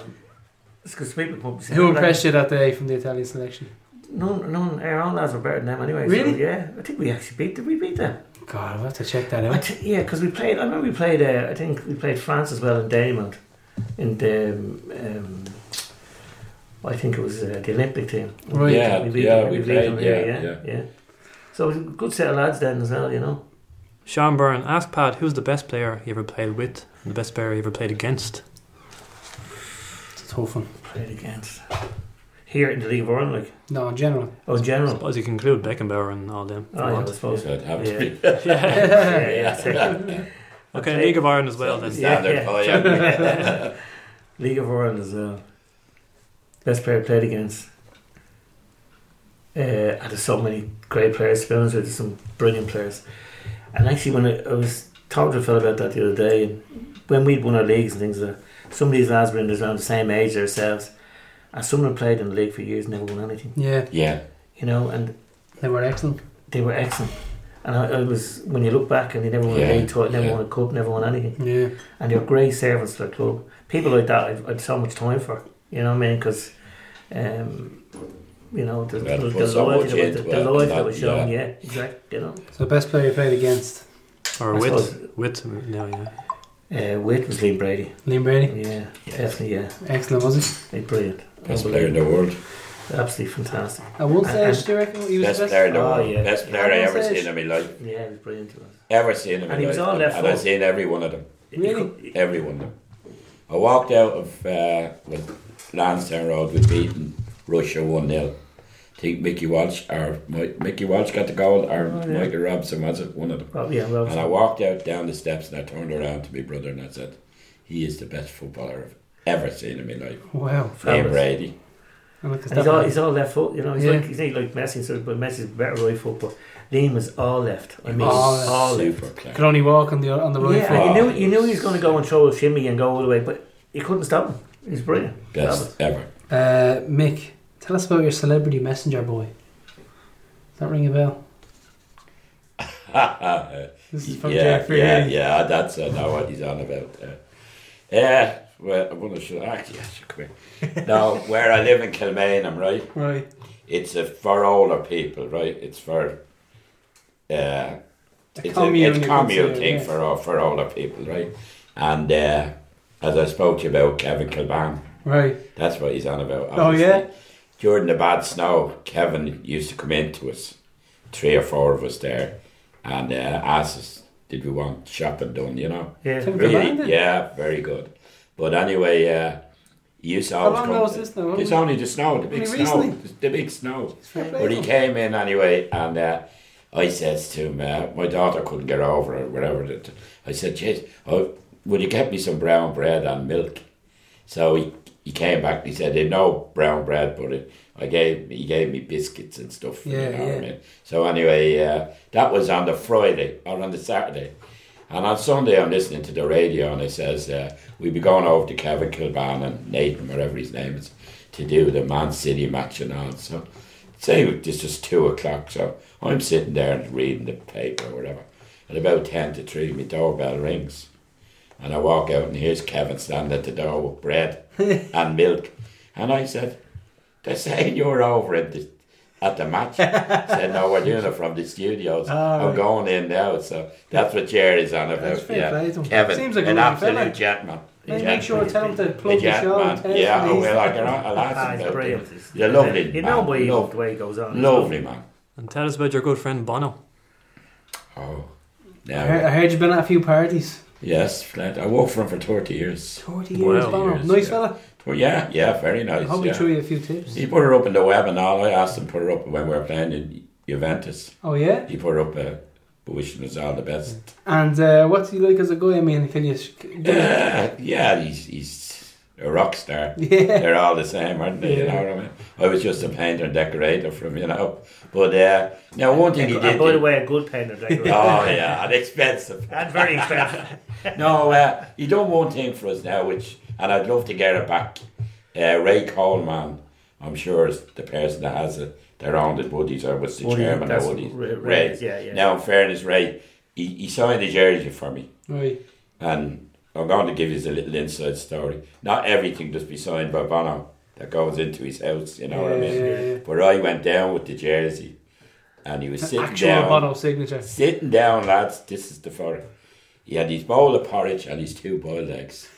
Speaker 4: it's because people come up and say,
Speaker 1: Who
Speaker 4: "Like,
Speaker 1: impressed you that day from the Italian selection?
Speaker 4: None, none. Our own lads were better than them anyway. So,
Speaker 1: Really?
Speaker 4: yeah, I think we actually beat them. We beat them.
Speaker 1: God, I'll have to check that
Speaker 4: I
Speaker 1: out.
Speaker 4: thi- yeah, because we played. I remember we played. Uh, I think we played France as well in Diamond, in the. Um, um, I think it was uh, the Olympic team. We
Speaker 1: Right.
Speaker 4: beat
Speaker 3: Yeah,
Speaker 4: them, beat
Speaker 3: yeah,
Speaker 4: them,
Speaker 3: we
Speaker 4: beat them
Speaker 3: played,
Speaker 4: here,
Speaker 3: yeah,
Speaker 4: yeah, yeah. So it was a good set of lads then as well, you know.
Speaker 2: Sean Byrne, ask Pat who's the best player he ever played with and the best player he ever played against.
Speaker 1: It's a tough one.
Speaker 4: Played against here in the League of Ireland, like
Speaker 1: No, in general.
Speaker 4: oh, in
Speaker 2: I
Speaker 4: general.
Speaker 2: suppose you can include Beckenbauer and all them.
Speaker 4: Oh, yeah, I suppose.
Speaker 3: So it had to
Speaker 4: Yeah.
Speaker 3: be.
Speaker 4: yeah, yeah.
Speaker 2: Okay,
Speaker 4: Okay.
Speaker 2: League of Ireland as well then.
Speaker 4: Yeah,
Speaker 3: Standard
Speaker 4: yeah.
Speaker 3: player.
Speaker 4: League of Ireland is uh, best player played against. Uh, and there's so many great players. To be honest with you, some brilliant players. And actually, when I, I was talking to a fellow about that the other day, and when we'd won our leagues and things, uh, some of these lads were in this around the same age as ourselves, And some of them played in the league for years, never won anything.
Speaker 1: Yeah,
Speaker 3: Yeah.
Speaker 4: You know, and
Speaker 1: they were excellent.
Speaker 4: they were excellent. And I, I was when you look back and they never won
Speaker 3: Yeah,
Speaker 4: a league title, never
Speaker 3: yeah.
Speaker 4: won a cup, never won anything.
Speaker 1: Yeah,
Speaker 4: And they're great servants to the club. People like that, I've, I've so much time for. You know what I mean? Because, um, you know, the,
Speaker 3: Well,
Speaker 4: the,
Speaker 3: for
Speaker 4: the
Speaker 3: so
Speaker 4: loyalty,
Speaker 3: much
Speaker 4: that was-
Speaker 3: into
Speaker 4: the, the
Speaker 3: it,
Speaker 4: loyalty
Speaker 3: that-
Speaker 4: that was shown.
Speaker 3: yeah.
Speaker 4: Yeah, exactly. You know,
Speaker 1: so best player you played against,
Speaker 2: Or
Speaker 4: I
Speaker 2: with,
Speaker 4: suppose-
Speaker 2: with no, yeah.
Speaker 4: uh, Witt was Liam Brady.
Speaker 1: Liam Brady.
Speaker 4: Yeah, definitely. Yeah,
Speaker 1: Excellent, wasn't he?
Speaker 4: he's brilliant.
Speaker 3: Best player in the world.
Speaker 4: Absolutely fantastic.
Speaker 1: At one
Speaker 4: And-
Speaker 1: stage, do you reckon he was
Speaker 3: Best
Speaker 1: the
Speaker 3: player in the
Speaker 4: Oh,
Speaker 3: world.
Speaker 4: yeah.
Speaker 3: Best player I
Speaker 1: Yeah,
Speaker 3: ever
Speaker 1: that's
Speaker 3: seen in my life.
Speaker 4: Yeah, he's brilliant. He was.
Speaker 3: Ever seen in my
Speaker 4: And he
Speaker 3: life.
Speaker 4: was all left
Speaker 3: and I've
Speaker 4: foot.
Speaker 3: seen every one of them.
Speaker 1: Really?
Speaker 4: He- he-
Speaker 3: Every one of them. I walked out of uh, with Lansdowne Road with beating Russia 1 0. think Mickey Walsh or Mi- Mickey Walsh got the goal or
Speaker 4: Oh, yeah.
Speaker 3: Michael Robson was it one of them.
Speaker 4: Rob, yeah, Rob's
Speaker 3: And I walked out down the steps and I turned around to my brother and I said, "He is the best footballer I've ever seen in my life."
Speaker 1: Wow.
Speaker 3: Liam
Speaker 4: fabulous.
Speaker 3: Brady.
Speaker 1: I look at
Speaker 4: And he's
Speaker 1: that.
Speaker 4: all, he's all left foot, you know. He's
Speaker 1: Yeah.
Speaker 4: like he's like Messi, so, but Messi's better right foot. But Liam was all left. I mean,
Speaker 1: All
Speaker 4: all,
Speaker 1: left.
Speaker 4: left.
Speaker 3: Super player.
Speaker 1: Could only walk on the on the right
Speaker 4: yeah,
Speaker 1: foot.
Speaker 4: and you knew
Speaker 3: Oh,
Speaker 4: you knew he was going to go and throw a shimmy and go all the way, but he couldn't stop him. He was brilliant.
Speaker 3: Best ever.
Speaker 1: Uh, Mick, tell us about your celebrity messenger boy. Does that ring a bell? This is from
Speaker 3: yeah,
Speaker 1: Jeffrey.
Speaker 3: yeah, yeah, that's uh, now what he's on about. Uh, yeah, well, I want to actually, yes, come here. now, where I live in Kilmainham, right?
Speaker 1: Right.
Speaker 3: It's uh, for older people, right? It's for uh, it's
Speaker 1: commune,
Speaker 3: a
Speaker 1: you
Speaker 3: it's
Speaker 1: could
Speaker 3: commune
Speaker 1: say,
Speaker 3: thing
Speaker 1: yeah.
Speaker 3: for all for older people, right? And uh, as I spoke to you about Kevin Kilbane,
Speaker 1: Right.
Speaker 3: that's what he's on about.
Speaker 1: Oh, yeah?
Speaker 3: During the bad snow, Kevin used to come in to us, three or four of us there, and uh, ask us, "Did we want shopping done?" You know,
Speaker 4: Yeah,
Speaker 1: Tim Kilbane did?
Speaker 3: really, yeah, very good. But anyway, uh, he used to
Speaker 1: How
Speaker 3: always
Speaker 1: long
Speaker 3: come.
Speaker 1: ago was this now?
Speaker 3: It's Oh. only the snow, the big
Speaker 1: Only
Speaker 3: snow,
Speaker 1: recently?
Speaker 3: the big snow.
Speaker 1: Fair play
Speaker 3: But
Speaker 1: to
Speaker 3: he
Speaker 1: him.
Speaker 3: came in anyway, and uh, I says to him, uh, my daughter couldn't get over it, whatever. That I said, "Jeez, oh, would you get me some brown bread and milk?" So he, he came back and he said, "They no brown bread, but it, I gave he gave me biscuits and stuff."
Speaker 1: Yeah,
Speaker 3: you know what I
Speaker 1: yeah.
Speaker 3: mean? So anyway, uh, that was on the Friday or on the Saturday. And on Sunday, I'm listening to the radio, and it says uh, we'll be going over to Kevin Kilbane and Nathan, whatever his name is, to do the Man City match and all. So, say it's just two o'clock, so I'm sitting there and reading the paper or whatever. At about ten to three, my doorbell rings, and I walk out, and here's Kevin standing at the door with bread and milk, and I said, "They're saying you're over at the at the match." said, "No, we're doing it from the studios. I'm
Speaker 1: right.
Speaker 3: going in now." So that's what Jerry's on about.
Speaker 1: That's fair
Speaker 3: yeah.
Speaker 1: play to him.
Speaker 3: Kevin,
Speaker 1: Seems like a
Speaker 3: an
Speaker 1: lovely
Speaker 3: absolute
Speaker 1: fella.
Speaker 3: gentleman.
Speaker 1: Make-
Speaker 3: Gentleman.
Speaker 1: Make sure to tell him to
Speaker 3: A
Speaker 1: plug the show. and tell
Speaker 3: gentleman.
Speaker 1: us
Speaker 3: Yeah, oh, I
Speaker 1: when he's-
Speaker 3: will. I can. I'll
Speaker 4: Ah,
Speaker 3: ask
Speaker 4: he's
Speaker 3: him about
Speaker 4: brilliant.
Speaker 3: it. You're lovely.
Speaker 4: You know
Speaker 3: man.
Speaker 4: why he-
Speaker 3: Lov-
Speaker 4: the way he goes on.
Speaker 3: lovely man.
Speaker 2: And tell us about your good friend Bono.
Speaker 3: Oh,
Speaker 1: I heard, I
Speaker 3: now
Speaker 1: heard you've been at a few parties.
Speaker 3: yes, Flat. I worked for him for thirty years.
Speaker 1: 40
Speaker 2: Wow.
Speaker 1: years, Bono.
Speaker 3: Years,
Speaker 1: Nice
Speaker 3: yeah.
Speaker 1: fella.
Speaker 3: Well, yeah, yeah, very
Speaker 1: I
Speaker 3: nice.
Speaker 1: hope he
Speaker 3: yeah.
Speaker 1: threw you a few tips.
Speaker 3: He put her up in the web and all. I asked him to put her up when we were playing in Juventus.
Speaker 1: Oh, yeah?
Speaker 3: He put her up, uh, wishing us all the best.
Speaker 1: And uh, what's he like as a guy? I mean, can you.
Speaker 3: Yeah, yeah, he's he's a rock star.
Speaker 1: Yeah.
Speaker 3: They're all the same, aren't they? You
Speaker 1: Yeah.
Speaker 3: know what I mean? I was just a painter and decorator from you know. But uh, now one thing he
Speaker 4: And,
Speaker 3: did.
Speaker 4: by the
Speaker 3: do-
Speaker 4: way, a good painter. Like,
Speaker 3: Oh yeah, and expensive.
Speaker 4: and very expensive.
Speaker 3: No, uh, he done one thing for us now, which and I'd love to get it back. Uh, Ray Coleman, I'm sure is the person that has it. They're on the Woodies, or was the
Speaker 4: Woodies,
Speaker 3: chairman of
Speaker 4: that's
Speaker 3: Woodies.
Speaker 4: Ray- Ray's, yeah, yeah.
Speaker 3: Now, in fairness, Ray, he, he signed a jersey for me.
Speaker 1: Right.
Speaker 3: And I'm going to give you a little inside story. Not everything just be signed by Bono that goes into his house, you know what I
Speaker 1: Yeah,
Speaker 3: mean?
Speaker 1: yeah, yeah.
Speaker 3: But I went down with the jersey and he was sitting
Speaker 1: Actual
Speaker 3: down.
Speaker 1: Bono signature.
Speaker 3: Sitting down, lads, this is the fur. He had his bowl of porridge and his two boiled eggs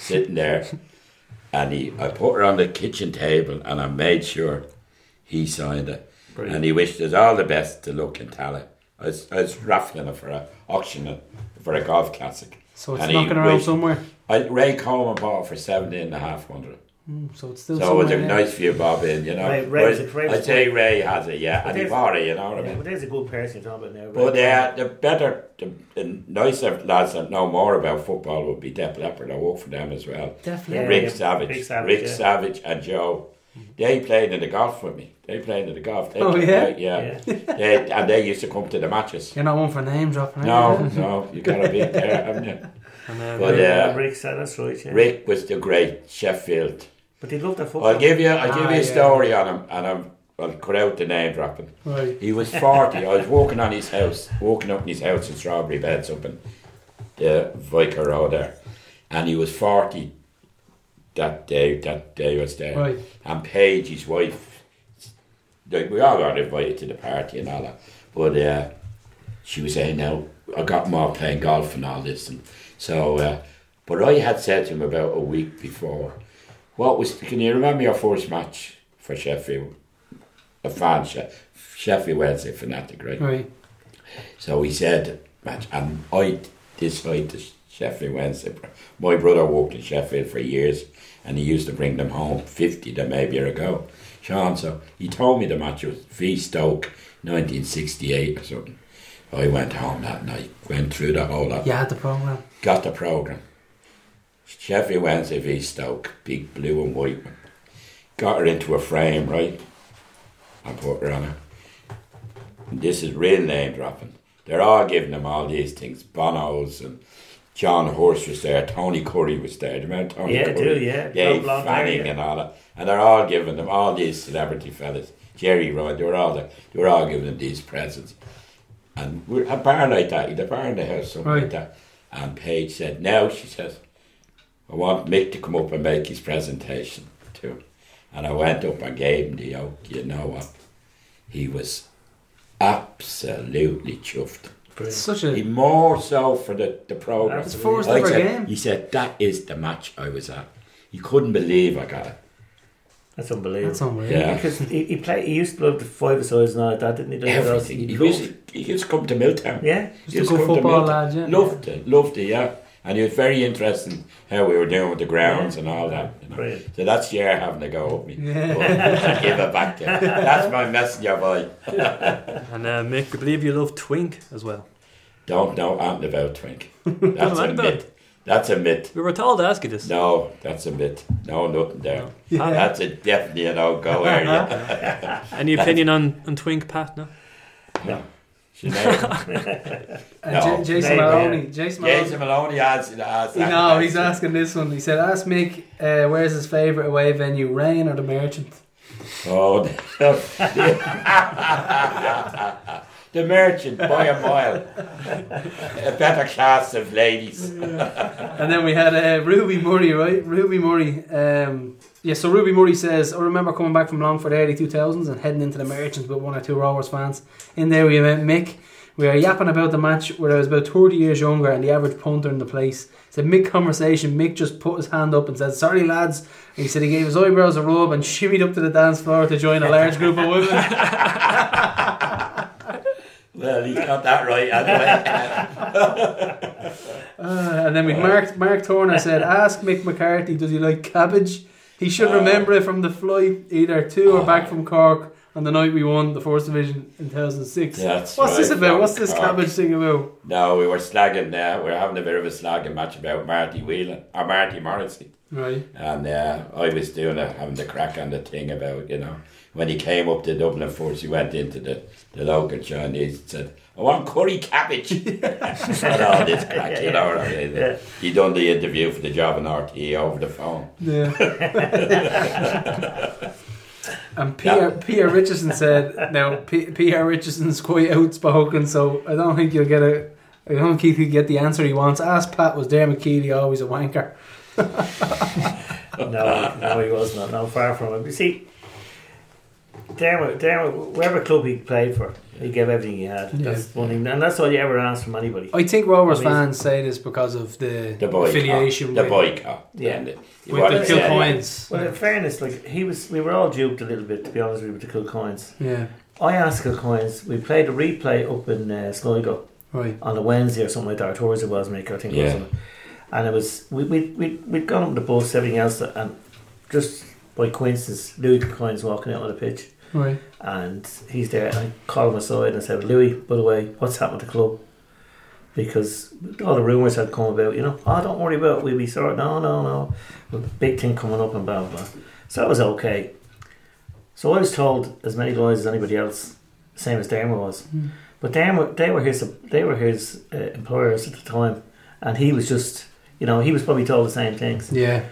Speaker 3: sitting there. And he, I put her on the kitchen table and I made sure he signed it. And he wished us all the best to look in Tally. I was, I was raffling it for a auction it for a golf classic.
Speaker 1: So it's
Speaker 3: And he
Speaker 1: knocking around
Speaker 3: wished-
Speaker 1: somewhere.
Speaker 3: I, Ray Coleman bought it for seventeen and a half hundred.
Speaker 1: Mm, So it's still
Speaker 3: So it was a
Speaker 1: somewhere. now.
Speaker 3: nice few bob in, you know.
Speaker 4: Ray- Ray was a-
Speaker 3: Whereas
Speaker 4: Ray was
Speaker 3: I'd say Ray has it, yeah, and he
Speaker 4: there's-
Speaker 3: bought it, you know what I
Speaker 4: yeah,
Speaker 3: mean.
Speaker 4: but there's a good person you're talking about now.
Speaker 3: But
Speaker 4: right?
Speaker 3: uh, the better, the, the nicer lads that know more about football would be Def Leppard. I work for them as well.
Speaker 1: Definitely.
Speaker 4: Yeah,
Speaker 3: Rick
Speaker 4: yeah.
Speaker 3: Savage,
Speaker 4: Rick Savage,
Speaker 3: Rick
Speaker 4: yeah.
Speaker 3: Savage, and Joe. They played in the golf with me. They played in the golf. They
Speaker 1: Oh,
Speaker 3: played-
Speaker 1: yeah?
Speaker 3: yeah. they, and they used to come to the matches.
Speaker 1: You're not one for name dropping. eh? are
Speaker 3: No,
Speaker 1: you?
Speaker 3: no, you gotta be there, haven't you?
Speaker 2: And uh,
Speaker 3: But
Speaker 4: Yeah,
Speaker 3: uh,
Speaker 4: Rick said that's right. Yeah.
Speaker 3: Rick was the great Sheffield
Speaker 4: But they love their football.
Speaker 3: I'll give you. I'll give
Speaker 1: Ah,
Speaker 3: you a
Speaker 1: yeah.
Speaker 3: story on him, and I'm, I'll cut out the name dropping.
Speaker 1: Right.
Speaker 3: He was 40. I was walking on his house, walking up in his house in Strawberry Beds up in the Vicar Road there. And he was 40 that day, that day I was there.
Speaker 1: Right.
Speaker 3: And Paige, his wife, like, we all got invited to the party and all that. But uh, she was saying, no, I got more playing golf and all this. And so, uh, but I had said to him about a week before, what was, can you remember your first match for Sheffield? A fan, She- Sheffield Wednesday fanatic, right?
Speaker 1: Right.
Speaker 3: So he said, match, and I disliked the Sheffield Wednesday. My brother worked in Sheffield for years and he used to bring them home 50 them maybe a year ago. Sean, so he told me the match was V Stoke 1968 or something. I went home that night, went through the whole lot,
Speaker 1: You had the program.
Speaker 3: got the programme. Sheffield Wednesday v Stoke, big blue and white one. Got her into a frame, right? And put her on her. This is real name dropping. They're all giving them all these things. Bonos and John Horse was there, Tony Curry was there. Do you remember Tony
Speaker 4: Yeah, I do,
Speaker 3: Curry?
Speaker 4: yeah.
Speaker 3: Dave
Speaker 4: Blonde, blonde hair,
Speaker 3: Fanning
Speaker 4: yeah.
Speaker 3: and all that. And they're all giving them all these celebrity fellas. Jerry Rod, they were all there. They were all giving them these presents. And we're a bar like that, the bar in the house, something
Speaker 1: Right.
Speaker 3: like that. And Paige said, Now she says, I want Mick to come up and make his presentation to him. And I went up and gave him the oak, you know what? He was absolutely chuffed.
Speaker 1: It's such a.
Speaker 3: He more so for the, the programme.
Speaker 1: It's the first
Speaker 3: I
Speaker 1: ever
Speaker 3: said-
Speaker 1: game.
Speaker 3: He said, That is the match I was at. He couldn't believe I got it.
Speaker 4: That's unbelievable.
Speaker 1: That's unbelievable.
Speaker 3: Yeah.
Speaker 4: Because he, he played. He used to love the five sides and all like that, didn't he? Didn't he?
Speaker 3: Everything. He
Speaker 4: He
Speaker 3: used,
Speaker 4: loved-
Speaker 3: he used to come to Milltown.
Speaker 4: Yeah.
Speaker 1: Just a good football lad, yeah.
Speaker 3: Loved it, loved it, yeah. And it was very interesting how we were doing with the grounds and all that. You know.
Speaker 4: Brilliant.
Speaker 3: So that's your having a go at me.
Speaker 1: Yeah.
Speaker 3: But I give it back to him. That's my messenger boy.
Speaker 2: And uh, Mick, I believe you love Twink as well.
Speaker 3: Don't know anything about Twink. That's a
Speaker 2: like that.
Speaker 3: myth. That's a myth.
Speaker 2: We were told to ask you this.
Speaker 3: No, that's a myth. No, nothing there.
Speaker 2: Yeah.
Speaker 3: That's a definitely a no go area.
Speaker 2: Any opinion on, on Twink, Pat? No?
Speaker 3: You know?
Speaker 1: And J-
Speaker 3: No.
Speaker 1: Jason
Speaker 4: Maybe,
Speaker 1: Maloney. Jason Maloney.
Speaker 3: Jason Maloney has, has that
Speaker 1: No, he's
Speaker 3: question.
Speaker 1: asking this one. He said, "Ask Mick, uh, where's his favourite away venue, Rain or the Merchant?"
Speaker 3: Oh, the, the merchant by a mile, a better class of ladies.
Speaker 1: And then we had uh, Ruby Murray, right? Ruby Murray. Um, yeah, so Ruby Murray says, I remember coming back from Longford early 2000s and heading into the Merchants with one or two Rovers fans. In there we met Mick. We were yapping about the match where I was about 30 years younger and the average punter in the place. Said mid conversation, Mick just put his hand up and said, Sorry lads. And he said he gave his eyebrows a rub and shimmied up to the dance floor to join a large group of women.
Speaker 3: Well, he's got that right anyway.
Speaker 1: Uh, and then we Mark Mark Turner said, "Ask Mick McCarthy, does he like cabbage? He should remember it from the flight either to or back from Cork on the night we won the fourth division in 2006."
Speaker 3: That's
Speaker 1: What's this
Speaker 3: right,
Speaker 1: about? What's
Speaker 3: from
Speaker 1: this
Speaker 3: Cork.
Speaker 1: cabbage thing about?
Speaker 3: No, we were slagging now. we were having a bit of a slagging match about Marty Whelan or Marty Morrissey,
Speaker 1: Right.
Speaker 3: and uh, I was doing a, having the crack on the thing about you know when he came up to Dublin first, he went into the, the local Chinese and said, "I want curry cabbage." and all this crack, you know. what I mean? He done the interview for the job in RTE over the phone.
Speaker 1: Yeah. and Pierre Pierre Richardson said, "Now P- Pierre Richardson's quite outspoken, so I don't think you'll get a." I don't think he'll get the answer he wants. Ask Pat, was Dermot Keely always a wanker?
Speaker 4: No, no, he wasn't. No, far from it. You see, Dermot, Dermot, whatever club he played for, he gave everything he had. That's one thing, and that's all you ever ask from anybody.
Speaker 1: I think Rovers
Speaker 4: I mean-
Speaker 1: fans say this because of the,
Speaker 3: the boycott.
Speaker 1: affiliation
Speaker 3: the
Speaker 1: with,
Speaker 3: boycott.
Speaker 4: Yeah.
Speaker 3: And it- it
Speaker 1: with
Speaker 3: wasn't
Speaker 1: the Kill
Speaker 3: said.
Speaker 1: Coins.
Speaker 4: Well, in fairness, like he was, we were all duped a little bit, to be honest with you, with the Kilcoynes.
Speaker 1: Yeah,
Speaker 4: I asked Kilcoynes. We played a replay up in uh, Sligo.
Speaker 1: right.
Speaker 4: on a Wednesday or something like that, or Thursday it was, Mick, I think
Speaker 3: Yeah.
Speaker 4: it was. And it was, we, we, we, we'd gone up the bus, everything else, and just by coincidence, Louis Kilcoyne's walking out on the pitch,
Speaker 1: Right.
Speaker 4: and he's there, and I called him aside and I said, Louis, by the way, what's happened to the club? Because all the rumours had come about, you know, oh, don't worry about it, we'll be sorted. No, no, no. Well, big thing coming up and blah, blah, blah. So that was okay. So I was told as many lies as anybody else, same as Dermot was. But they were they were his they were his uh, employers at the time, and he was just you know he was probably told the same things,
Speaker 1: Yeah,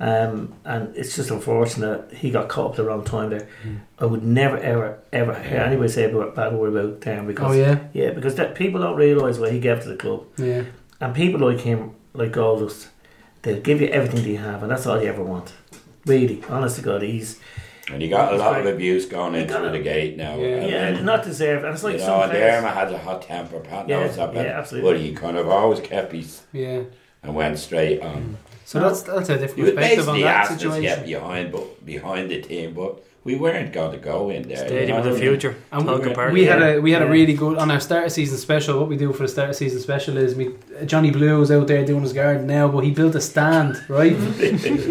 Speaker 1: Oh,
Speaker 4: Um, and it's just unfortunate he got caught up the wrong time there.
Speaker 1: Hmm.
Speaker 4: I would never, ever, ever hear anybody say a bad word about Dan because
Speaker 1: Oh yeah,
Speaker 4: yeah, because that people don't realise what he gave to the club,
Speaker 1: yeah.
Speaker 4: and people like him, like Goldust, they'll give you everything they have, and that's all you ever want. Really, honest to God, he's
Speaker 3: And he got a lot of abuse going into
Speaker 4: got
Speaker 3: the gate now.
Speaker 1: Yeah.
Speaker 3: And
Speaker 4: yeah,
Speaker 3: then,
Speaker 4: not deserved, and it's like
Speaker 3: you
Speaker 4: some
Speaker 3: know, and
Speaker 4: players.
Speaker 3: Derma had a hot temper. Pat
Speaker 4: Yeah,
Speaker 3: knows oh, that.
Speaker 4: yeah,
Speaker 3: but-
Speaker 4: absolutely.
Speaker 3: But he kind of always kept his
Speaker 1: Yeah.
Speaker 3: and went straight on.
Speaker 1: So
Speaker 4: No.
Speaker 1: that's that's a
Speaker 3: He
Speaker 1: different
Speaker 3: was
Speaker 1: perspective on
Speaker 3: basically
Speaker 1: that
Speaker 3: asking us to
Speaker 1: situation.
Speaker 3: get behind, but behind the team, but we weren't going to go in there. you know
Speaker 2: Stadium of
Speaker 3: what
Speaker 2: the
Speaker 3: I mean?
Speaker 2: future.
Speaker 1: And
Speaker 2: Talk
Speaker 3: we-
Speaker 2: apart.
Speaker 1: We had a we had a
Speaker 4: Yeah.
Speaker 1: really good on our start of season special. What we do for the start of season special is we Johnny Blue is out there doing his garden now, but he built a stand, right?
Speaker 4: Mm-hmm.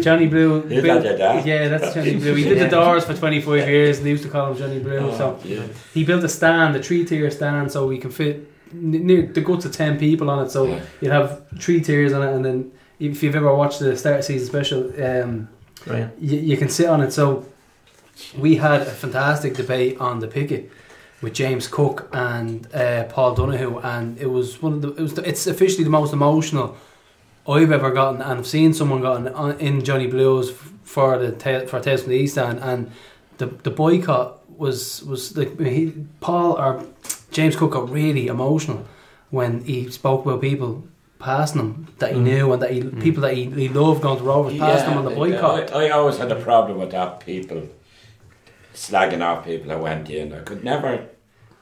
Speaker 1: Johnny Blue,
Speaker 3: Who
Speaker 1: built-
Speaker 3: did that?
Speaker 1: yeah, that's Johnny Blue. He did
Speaker 4: Yeah.
Speaker 1: the doors for twenty five years, and they used to call him Johnny Blue.
Speaker 3: Oh,
Speaker 1: So
Speaker 3: yeah.
Speaker 1: he built a stand, a three tier stand, so we can fit n- near the guts of ten people on it. So
Speaker 3: Yeah.
Speaker 1: you'd have three tiers on it, and then if you've ever watched the start of season special, um,
Speaker 4: Right.
Speaker 1: you, you can sit on it. So we had a fantastic debate on the picket with James Cook and uh, Paul Donahue, and it was one of the it was the, it's officially the most emotional I've ever gotten, and I've seen someone gotten on, in Johnny Blues f- for the ta- for Tales from the East End, and the the boycott was was like he, Paul or James Cook got really emotional when he spoke about people passing him that he
Speaker 2: Mm.
Speaker 1: knew and that he people that he, he loved going to Rovers passed him on the boycott.
Speaker 3: I, I always had a problem with that people slagging off people that went in. I could never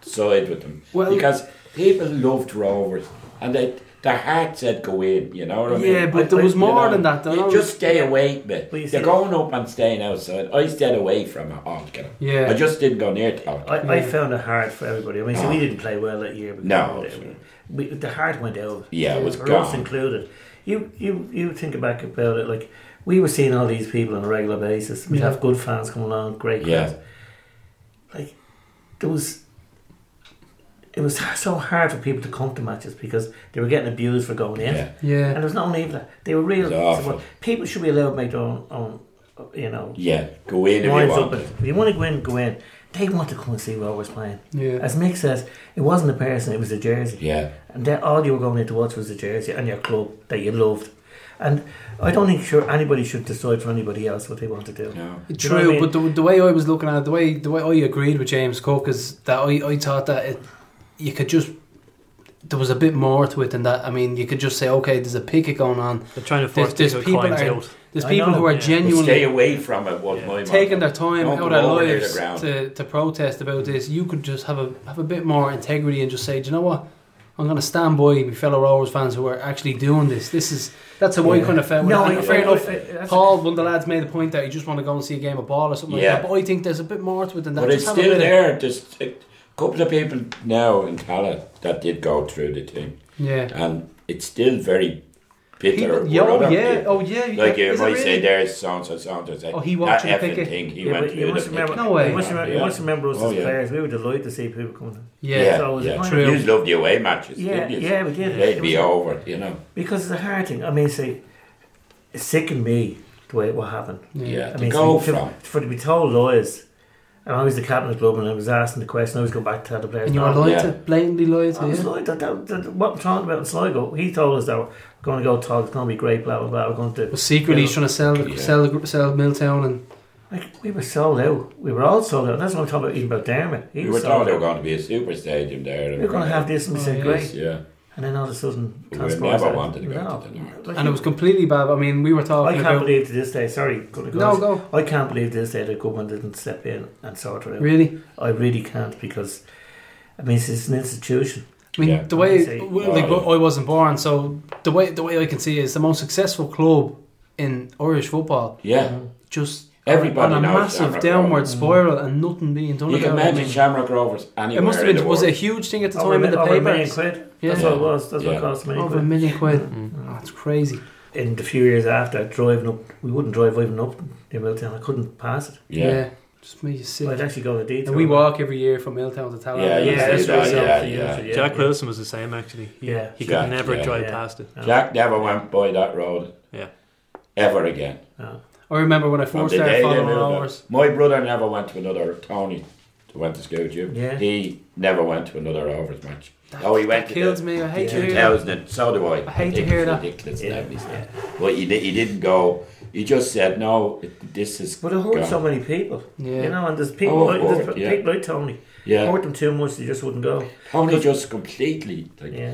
Speaker 3: side with them
Speaker 1: Well-
Speaker 3: because people loved Rovers and they, their heart said go in. You know what I mean?
Speaker 1: Yeah, but there was
Speaker 3: You
Speaker 1: more
Speaker 3: know,
Speaker 1: than that, though.
Speaker 3: You just stay away, man.
Speaker 4: Well, you
Speaker 3: They're
Speaker 4: see-
Speaker 3: going up and staying outside. I stayed away from it altogether.
Speaker 1: Yeah.
Speaker 3: I just didn't go near Talca.
Speaker 4: I, I
Speaker 1: Yeah.
Speaker 4: found it hard for everybody. I mean, so we didn't play well that year. because
Speaker 3: No.
Speaker 4: we, we- the heart went out.
Speaker 3: Yeah, it was
Speaker 4: for us
Speaker 3: gone.
Speaker 4: included. You, you, you think back about it. Like we were seeing all these people on a regular basis. We'd
Speaker 1: Yeah.
Speaker 4: have good fans come along, great
Speaker 3: Yeah.
Speaker 4: fans. Like there was, it was so hard for people to come to matches because they were getting abused for going in.
Speaker 3: Yeah.
Speaker 1: Yeah.
Speaker 4: And it was not only that they were real.
Speaker 3: It was awful.
Speaker 4: people should be allowed to make their own, own you know,
Speaker 3: Yeah, go in if you
Speaker 4: Minds
Speaker 3: want.
Speaker 4: open. If you want to go in, go in. They want to come and see what was playing.
Speaker 1: Yeah.
Speaker 4: As Mick says, it wasn't a person, it was a jersey.
Speaker 3: Yeah,
Speaker 4: And then all you were going in to watch was the jersey and your club that you loved. And I don't think sure anybody should decide for anybody else what they want to do.
Speaker 3: no.
Speaker 1: True,
Speaker 4: You know what I mean?
Speaker 1: but the, the way I was looking at it, the way the way I agreed with James Cook is that I, I thought that it, you could just there was a bit more to it than that. I mean, you could just say, okay, there's a picket going on.
Speaker 2: They're trying to force
Speaker 1: There's, there's
Speaker 2: these
Speaker 1: people
Speaker 2: coins
Speaker 1: are-
Speaker 2: out.
Speaker 1: there's
Speaker 4: I
Speaker 1: people
Speaker 4: know,
Speaker 1: who are
Speaker 2: yeah.
Speaker 3: But stay
Speaker 1: genuinely
Speaker 3: away from it was
Speaker 2: Yeah.
Speaker 3: my
Speaker 1: taking
Speaker 3: motto.
Speaker 1: their time
Speaker 3: Don't
Speaker 1: out of
Speaker 3: go
Speaker 1: their
Speaker 3: over near the
Speaker 1: lives
Speaker 3: ground.
Speaker 1: to, to protest about this. You could just have a have a bit more integrity and just say, do you know what? I'm going to stand by my fellow Rovers fans who are actually doing this. This is that's how I
Speaker 4: Yeah.
Speaker 1: kind of felt. No,
Speaker 4: I-
Speaker 1: Uh, fair
Speaker 4: I-
Speaker 1: enough.
Speaker 4: I- that's-
Speaker 1: Paul, one of the lads, made the point that he just want to go and see a game of ball or something
Speaker 3: Yeah.
Speaker 1: like that. But I think there's a bit more to it than that.
Speaker 3: But it's
Speaker 1: Just have a
Speaker 3: still
Speaker 1: bit of-
Speaker 3: there. Just a couple of people now in Tala that did go through the thing,
Speaker 1: Yeah.
Speaker 3: and it's still very bitter.
Speaker 1: People-
Speaker 3: with
Speaker 1: yeah, oh,
Speaker 3: other
Speaker 1: yeah,
Speaker 3: people.
Speaker 1: oh yeah.
Speaker 3: Like you
Speaker 1: is it
Speaker 3: might
Speaker 1: really?
Speaker 3: say, there's so and so, so and so. say,
Speaker 1: Oh, he
Speaker 3: that
Speaker 1: watched it,
Speaker 3: effing
Speaker 1: pick it.
Speaker 3: thing. He
Speaker 4: Yeah,
Speaker 3: went
Speaker 4: but
Speaker 3: through
Speaker 4: you,
Speaker 3: the
Speaker 4: must remember,
Speaker 3: pick.
Speaker 1: No way.
Speaker 4: you, must remember, you
Speaker 3: Yeah.
Speaker 4: must remember us
Speaker 3: Oh,
Speaker 4: as
Speaker 3: yeah.
Speaker 4: players. We were delighted to see people coming.
Speaker 1: Yeah.
Speaker 3: Yeah,
Speaker 1: Yeah.
Speaker 3: yeah.
Speaker 4: So it was kind of-
Speaker 1: True.
Speaker 3: You loved the away matches,
Speaker 4: Yeah,
Speaker 3: didn't you?
Speaker 4: yeah, we did.
Speaker 3: They'd
Speaker 4: It
Speaker 3: be
Speaker 4: was-
Speaker 3: over, you know.
Speaker 4: Because it's a hard thing. I mean, see, it sickened me the way what happened.
Speaker 3: Yeah,
Speaker 4: I
Speaker 3: to
Speaker 4: mean,
Speaker 3: go
Speaker 4: to,
Speaker 3: from.
Speaker 4: for to be told lies, and I was the captain of the club, and I was asking the question. I was going back to tell the players.
Speaker 1: And you were
Speaker 4: "No,
Speaker 1: lied
Speaker 3: Yeah.
Speaker 1: to, blatantly lied
Speaker 4: I
Speaker 1: to.
Speaker 4: was
Speaker 1: Yeah.
Speaker 4: like, that, that, that, what I'm talking about in Sligo, he told us that we're going to go talk. It's going to be great. Blah blah blah. We're going to.
Speaker 1: But secretly, he's
Speaker 4: Yeah.
Speaker 1: trying to sell
Speaker 3: Yeah.
Speaker 1: the sell the gr- sell Milltown and
Speaker 4: Like we were sold out. We were all sold out. And that's what I'm talking about. Even about Dermot. He
Speaker 3: You
Speaker 4: was
Speaker 3: were
Speaker 4: sold
Speaker 3: told there
Speaker 4: out.
Speaker 3: were going to be a super stadium there.
Speaker 4: We were going to have this, and we
Speaker 1: Oh,
Speaker 4: said
Speaker 1: yeah.
Speaker 4: great.
Speaker 3: Yeah.
Speaker 4: And then all of a sudden,
Speaker 3: We
Speaker 4: transport
Speaker 3: never
Speaker 4: said,
Speaker 3: wanted to go
Speaker 4: no.
Speaker 3: to the North.
Speaker 4: Like,
Speaker 1: and it was completely bad. I mean, we were
Speaker 4: I
Speaker 1: talking
Speaker 4: can't
Speaker 1: about
Speaker 4: believe to this day. Sorry, gonna go
Speaker 1: no go
Speaker 4: I can't believe to this day that government didn't step in and sort it out.
Speaker 1: really.
Speaker 4: I really can't because I mean it's an institution.
Speaker 1: I mean,
Speaker 3: Yeah.
Speaker 1: the way
Speaker 4: Obviously.
Speaker 1: well, like
Speaker 3: Yeah.
Speaker 1: I wasn't born, so the way the way I can see it is the most successful club in Irish football
Speaker 3: Yeah.
Speaker 1: just
Speaker 3: Everybody
Speaker 1: on a
Speaker 3: knows
Speaker 1: massive
Speaker 3: Shamrock
Speaker 1: downward
Speaker 3: Rovers.
Speaker 1: spiral and nothing being done
Speaker 3: You can
Speaker 1: about it. I
Speaker 3: imagine
Speaker 1: mean,
Speaker 3: Shamrock Rovers anywhere
Speaker 1: it must have
Speaker 3: in the
Speaker 1: been was it a
Speaker 3: world.
Speaker 1: huge thing at the
Speaker 4: Over a
Speaker 1: time in
Speaker 4: mi-
Speaker 1: the
Speaker 4: over a million
Speaker 1: papers.
Speaker 4: quid.
Speaker 1: Yeah.
Speaker 4: That's what it was. That's what
Speaker 3: Yeah.
Speaker 4: it cost a million
Speaker 1: Over a
Speaker 4: quid.
Speaker 1: million quid.
Speaker 2: Mm.
Speaker 1: Oh, that's crazy.
Speaker 4: In the few years after driving up we wouldn't drive even up the Milltown. I couldn't pass it.
Speaker 3: Yeah.
Speaker 1: Just made you sick.
Speaker 4: I'd actually go on a detour.
Speaker 1: And we walk every year from Milltown to Tallinn.
Speaker 3: Yeah, you
Speaker 4: Yeah, that's
Speaker 3: see
Speaker 4: what
Speaker 3: that,
Speaker 4: I
Speaker 3: yeah,
Speaker 4: said.
Speaker 3: yeah.
Speaker 2: Jack Wilson was the same actually. He,
Speaker 4: Yeah.
Speaker 2: he could
Speaker 3: Jack,
Speaker 2: never
Speaker 3: yeah.
Speaker 2: drive
Speaker 4: Yeah.
Speaker 2: past it.
Speaker 3: Jack never went by that road.
Speaker 2: Yeah.
Speaker 3: Ever again.
Speaker 4: No.
Speaker 1: I remember when I first
Speaker 3: From the
Speaker 1: started
Speaker 3: day they
Speaker 1: following
Speaker 3: moved up.
Speaker 1: Rovers.
Speaker 3: My brother never went to another Tony went to school gym.
Speaker 4: Yeah.
Speaker 3: He never went to another Rovers match. oh he went
Speaker 1: That
Speaker 3: to
Speaker 1: kills
Speaker 3: the,
Speaker 1: me. I hate to
Speaker 3: two
Speaker 1: hear that.
Speaker 3: thousand and so do I.
Speaker 1: I hate to
Speaker 3: think
Speaker 1: hear
Speaker 3: it's
Speaker 1: that.
Speaker 3: ridiculous and
Speaker 4: Yeah.
Speaker 3: everything. But he, di- he didn't go He just said, no, it- this is.
Speaker 4: But it hurt
Speaker 3: gone."
Speaker 4: so many people.
Speaker 1: Yeah.
Speaker 4: You know, and there's people,
Speaker 3: Oh,
Speaker 4: like, there's
Speaker 3: hurt,
Speaker 4: p-
Speaker 3: yeah.
Speaker 4: people like Tony.
Speaker 3: Yeah.
Speaker 4: Hurt them too much, they just wouldn't go.
Speaker 3: Tony just completely. Like,
Speaker 4: Yeah.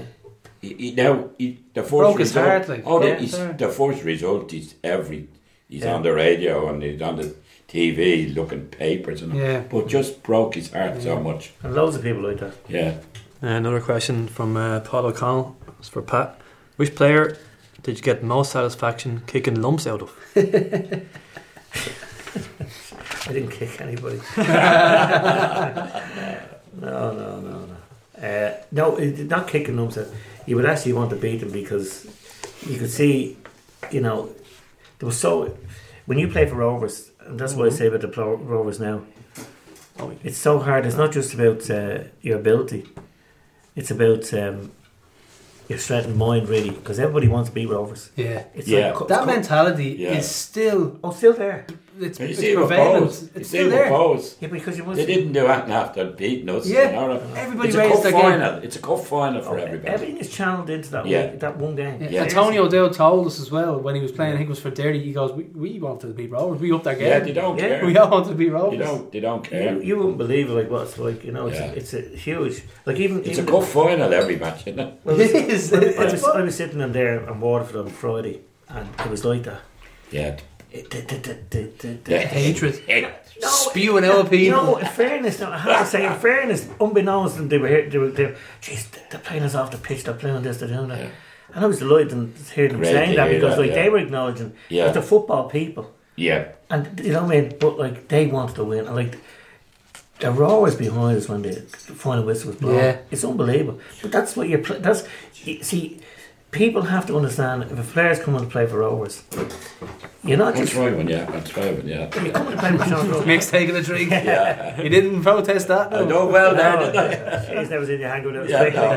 Speaker 3: he, he now he, the first
Speaker 1: Broke his
Speaker 3: result,
Speaker 1: heart, like,
Speaker 3: oh,
Speaker 1: yeah,
Speaker 3: he's,
Speaker 1: sorry.
Speaker 3: the first result is every he's
Speaker 4: Yeah.
Speaker 3: on the radio and he's on the TV looking papers and all.
Speaker 1: Yeah.
Speaker 3: but just broke his heart so much
Speaker 4: And loads of people like that.
Speaker 3: yeah
Speaker 2: Another question from uh, Paul O'Connell. It's for Pat. Which player did you get most satisfaction kicking lumps out of?
Speaker 4: I didn't kick anybody. no, no, no, no. Uh, no, it did not kicking them. So you would actually want to beat them because you could see, you know, there was so. When you play for Rovers, and that's what I say about the plo- Rovers now,
Speaker 2: Oh, yeah.
Speaker 4: it's so hard. It's not just about uh, your ability, it's about um, your strength and mind, really, because everybody wants to beat Rovers.
Speaker 1: Yeah.
Speaker 4: It's
Speaker 3: Yeah.
Speaker 4: like,
Speaker 1: That mentality
Speaker 3: Yeah.
Speaker 1: is still
Speaker 4: Oh, still there.
Speaker 1: it's,
Speaker 3: you
Speaker 1: it's
Speaker 3: see with
Speaker 1: prevalent.
Speaker 3: Bose you
Speaker 1: It's
Speaker 3: see
Speaker 1: still
Speaker 3: with
Speaker 1: there.
Speaker 3: Bose
Speaker 4: Yeah, because you must.
Speaker 3: they didn't do anything after beating us
Speaker 1: Yeah.
Speaker 3: you know?
Speaker 1: Everybody
Speaker 3: it's a
Speaker 1: raised Oh,
Speaker 3: cup
Speaker 1: their game.
Speaker 3: final it's a cup final for everybody
Speaker 4: Everything is channeled into that
Speaker 3: Yeah.
Speaker 4: one, that one game.
Speaker 1: Yeah.
Speaker 3: Yeah.
Speaker 1: Antonio O'Dell told us as well when he was playing. I think it was for Derry. He goes, "We, we wanted to be Rovers. We upped our
Speaker 3: yeah
Speaker 1: game.
Speaker 3: they don't
Speaker 4: Yeah.
Speaker 3: care
Speaker 1: we all wanted to be Rovers."
Speaker 3: they don't they don't care
Speaker 4: You, you wouldn't believe like what it's like. You know, it's,
Speaker 3: Yeah.
Speaker 4: it's a huge. Like even
Speaker 3: it's a
Speaker 4: even,
Speaker 3: cup final every match isn't it
Speaker 4: well,
Speaker 1: It is.
Speaker 4: I
Speaker 1: It's
Speaker 4: was, I was sitting in there in Waterford on Friday, and it was like that.
Speaker 3: yeah
Speaker 4: It- the- the- the- the- the-
Speaker 3: Yeah.
Speaker 1: hatred
Speaker 3: yeah
Speaker 4: No,
Speaker 1: spewing out people.
Speaker 4: No, in fairness, no, I have to say, in fairness, unbeknownst to them, they were here. They were there. Jeez, they're playing us off the pitch. They're playing this. They're doing that.
Speaker 3: Yeah.
Speaker 4: And I was delighted to hear them
Speaker 3: Great
Speaker 4: saying
Speaker 3: to
Speaker 4: that
Speaker 3: hear
Speaker 4: because
Speaker 3: that,
Speaker 4: like
Speaker 3: yeah.
Speaker 4: they were acknowledging
Speaker 3: Yeah.
Speaker 4: that they're football people.
Speaker 3: yeah
Speaker 4: And you know what I mean? But like they wanted to win, and like they were always behind us when the final whistle was blown.
Speaker 1: Yeah.
Speaker 4: It's unbelievable. But that's what you're. Pl- that's you see, people have to understand if a player's coming to play for Rovers, you're not
Speaker 3: I'll
Speaker 4: just
Speaker 3: try one yeah I'll try one yeah
Speaker 4: you're coming to play for Sean Rovers.
Speaker 1: Mick's taking a drink.
Speaker 3: yeah
Speaker 1: He didn't protest that.
Speaker 3: I
Speaker 1: No.
Speaker 3: know well now
Speaker 1: uh,
Speaker 3: didn't I
Speaker 4: He's never seen your hand go down.
Speaker 3: yeah no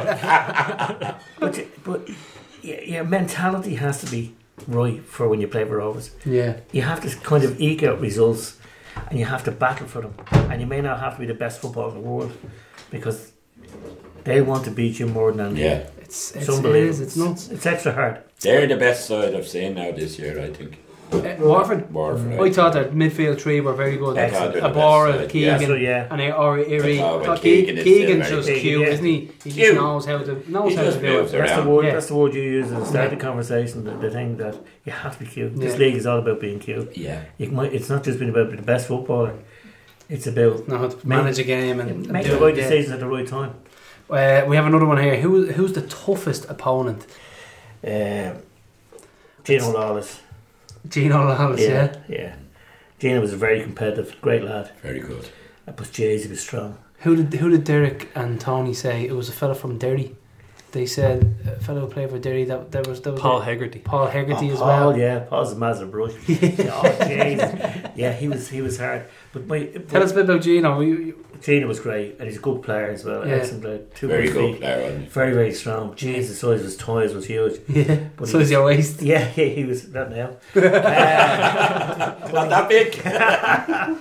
Speaker 4: But you- but your, your mentality has to be right for when you play for Rovers.
Speaker 1: Yeah.
Speaker 4: You have to kind of eke out results, and you have to battle for them. And you may not have to be the best footballer in the world, because they want to beat you more than anything.
Speaker 3: yeah
Speaker 1: It's, it's
Speaker 4: It's
Speaker 1: it is.
Speaker 4: unbelievable.
Speaker 1: It's nuts.
Speaker 4: It's extra hard.
Speaker 3: They're the best side I've seen now this year, I think.
Speaker 1: Uh, Warford.
Speaker 3: Waterford.
Speaker 1: I thought their midfield three were very good.
Speaker 3: I thought they were the best
Speaker 1: Abora,
Speaker 3: side,
Speaker 1: Keegan,
Speaker 3: yeah.
Speaker 4: So yeah,
Speaker 1: and Ari Erie.
Speaker 3: I thought when Keegan
Speaker 1: Keegan
Speaker 3: is
Speaker 1: Keegan's
Speaker 3: still
Speaker 1: just
Speaker 4: very good.
Speaker 1: cute,
Speaker 4: Yeah.
Speaker 1: isn't he? He just
Speaker 3: Cute.
Speaker 1: knows how to knows
Speaker 3: He
Speaker 1: how to
Speaker 3: just
Speaker 1: do
Speaker 3: moves
Speaker 1: it.
Speaker 4: that's the
Speaker 3: around.
Speaker 4: word.
Speaker 1: Yeah.
Speaker 4: That's the word you use at the start of the conversation. The, the thing that you have to be cute. This
Speaker 1: Yeah.
Speaker 4: league is all about being cute.
Speaker 3: Yeah.
Speaker 4: You might, it's not just being about the best footballer. It's about
Speaker 1: Know how to manage a game and and
Speaker 4: make
Speaker 1: do
Speaker 4: the right
Speaker 1: it. yeah.
Speaker 4: decisions at the right time.
Speaker 1: Uh, we have another one here. Who who's the toughest opponent?
Speaker 4: Um, Gino Lawless.
Speaker 1: Gino Lawless. Yeah.
Speaker 4: yeah. Gino was very competitive, great lad.
Speaker 3: Very good.
Speaker 4: But jeez, he was strong.
Speaker 1: Who did who did Derek and Tony say? It was a fella from Derry. They said a fellow who played for Derry that there was there was
Speaker 2: Paul Hegarty.
Speaker 1: Paul Hegarty
Speaker 4: Oh,
Speaker 1: as
Speaker 4: Paul,
Speaker 1: well.
Speaker 4: yeah, Paul's a massive brush. yeah, oh, jeez. yeah, he was he was hard. But my
Speaker 1: Tell us a bit about Gino. We,
Speaker 4: Gino was great, and he's a good player as well.
Speaker 1: Yeah.
Speaker 4: Excellent player. Two
Speaker 3: Very
Speaker 4: good
Speaker 3: good
Speaker 4: feet.
Speaker 3: player, wasn't
Speaker 4: Very very strong. Jeez, the size of his toys was huge.
Speaker 1: yeah.
Speaker 4: But
Speaker 1: So
Speaker 4: he-
Speaker 1: is your waist.
Speaker 4: Yeah, yeah, he was not now. Uh,
Speaker 3: he? Not that big.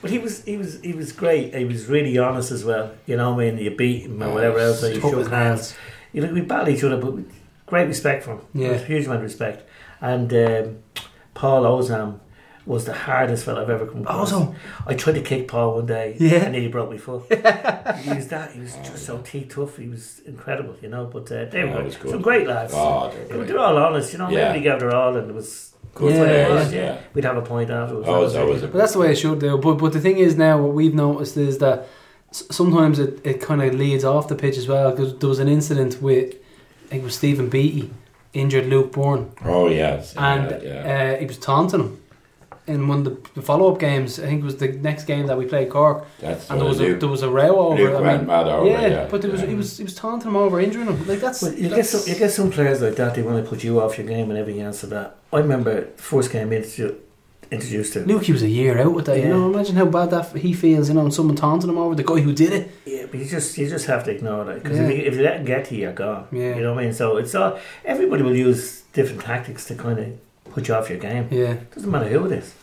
Speaker 4: But he was he was he was great. He was really honest as well. You know, what I mean, you beat him or whatever else, or you
Speaker 1: Tough
Speaker 4: shook
Speaker 1: as
Speaker 4: hands. You know, we battled each other, but with great respect for him.
Speaker 1: Yeah.
Speaker 4: There was a huge amount of respect. And um, Paul Ozam was the hardest fella I've ever come across.
Speaker 1: Ozam?
Speaker 4: I tried to kick Paul one day,
Speaker 1: Yeah.
Speaker 4: and nearly broke my foot. he was that. He was just so tee tough. He was incredible, you know. But uh, they
Speaker 3: Yeah,
Speaker 4: were
Speaker 3: he was good.
Speaker 4: some great lads.
Speaker 3: Oh,
Speaker 4: They were-
Speaker 3: they're
Speaker 4: they
Speaker 3: great.
Speaker 4: were all honest, you know.
Speaker 3: Yeah.
Speaker 4: Everybody gave their all, and it was
Speaker 3: Good
Speaker 1: Yeah,
Speaker 3: players,
Speaker 4: yeah.
Speaker 3: yeah.
Speaker 4: we'd have a point afterwards.
Speaker 3: Always, always.
Speaker 1: But that's the way it should do. But but the thing is now what we've noticed is that s- sometimes it, it kind of leads off the pitch as well because there was an incident with I think it was Stephen Beattie injured Luke Bourne
Speaker 3: Oh, yes.
Speaker 1: and
Speaker 3: yeah, yeah.
Speaker 1: Uh, he was taunting him in one of the, the follow up games. I think it was the next game that we played Cork
Speaker 3: That's
Speaker 1: and
Speaker 3: what
Speaker 1: there was a,
Speaker 3: Luke,
Speaker 1: there was a row over.
Speaker 3: Luke
Speaker 1: it. I
Speaker 3: went
Speaker 1: mean,
Speaker 3: mad over.
Speaker 1: yeah,
Speaker 3: Yeah,
Speaker 1: but there was,
Speaker 3: yeah.
Speaker 1: he was he was taunting him over injuring him. Like that's,
Speaker 4: Well, you get
Speaker 1: that's-
Speaker 4: some you get some players like that. They want to put you off your game and everything else. Of that, I remember the first game introdu- introduced to
Speaker 1: Luke, he was a year out with that. You
Speaker 4: Yeah.
Speaker 1: know, imagine how bad that f- he feels. You know, and someone taunting him over the guy who did it.
Speaker 4: Yeah, but you just you just have to ignore that because
Speaker 1: Yeah.
Speaker 4: if, you, if you let it get to you, you're gone.
Speaker 1: Yeah.
Speaker 4: You know what I mean? So it's all everybody will use different tactics to kind of put you off your game.
Speaker 1: Yeah,
Speaker 4: Doesn't matter who it is.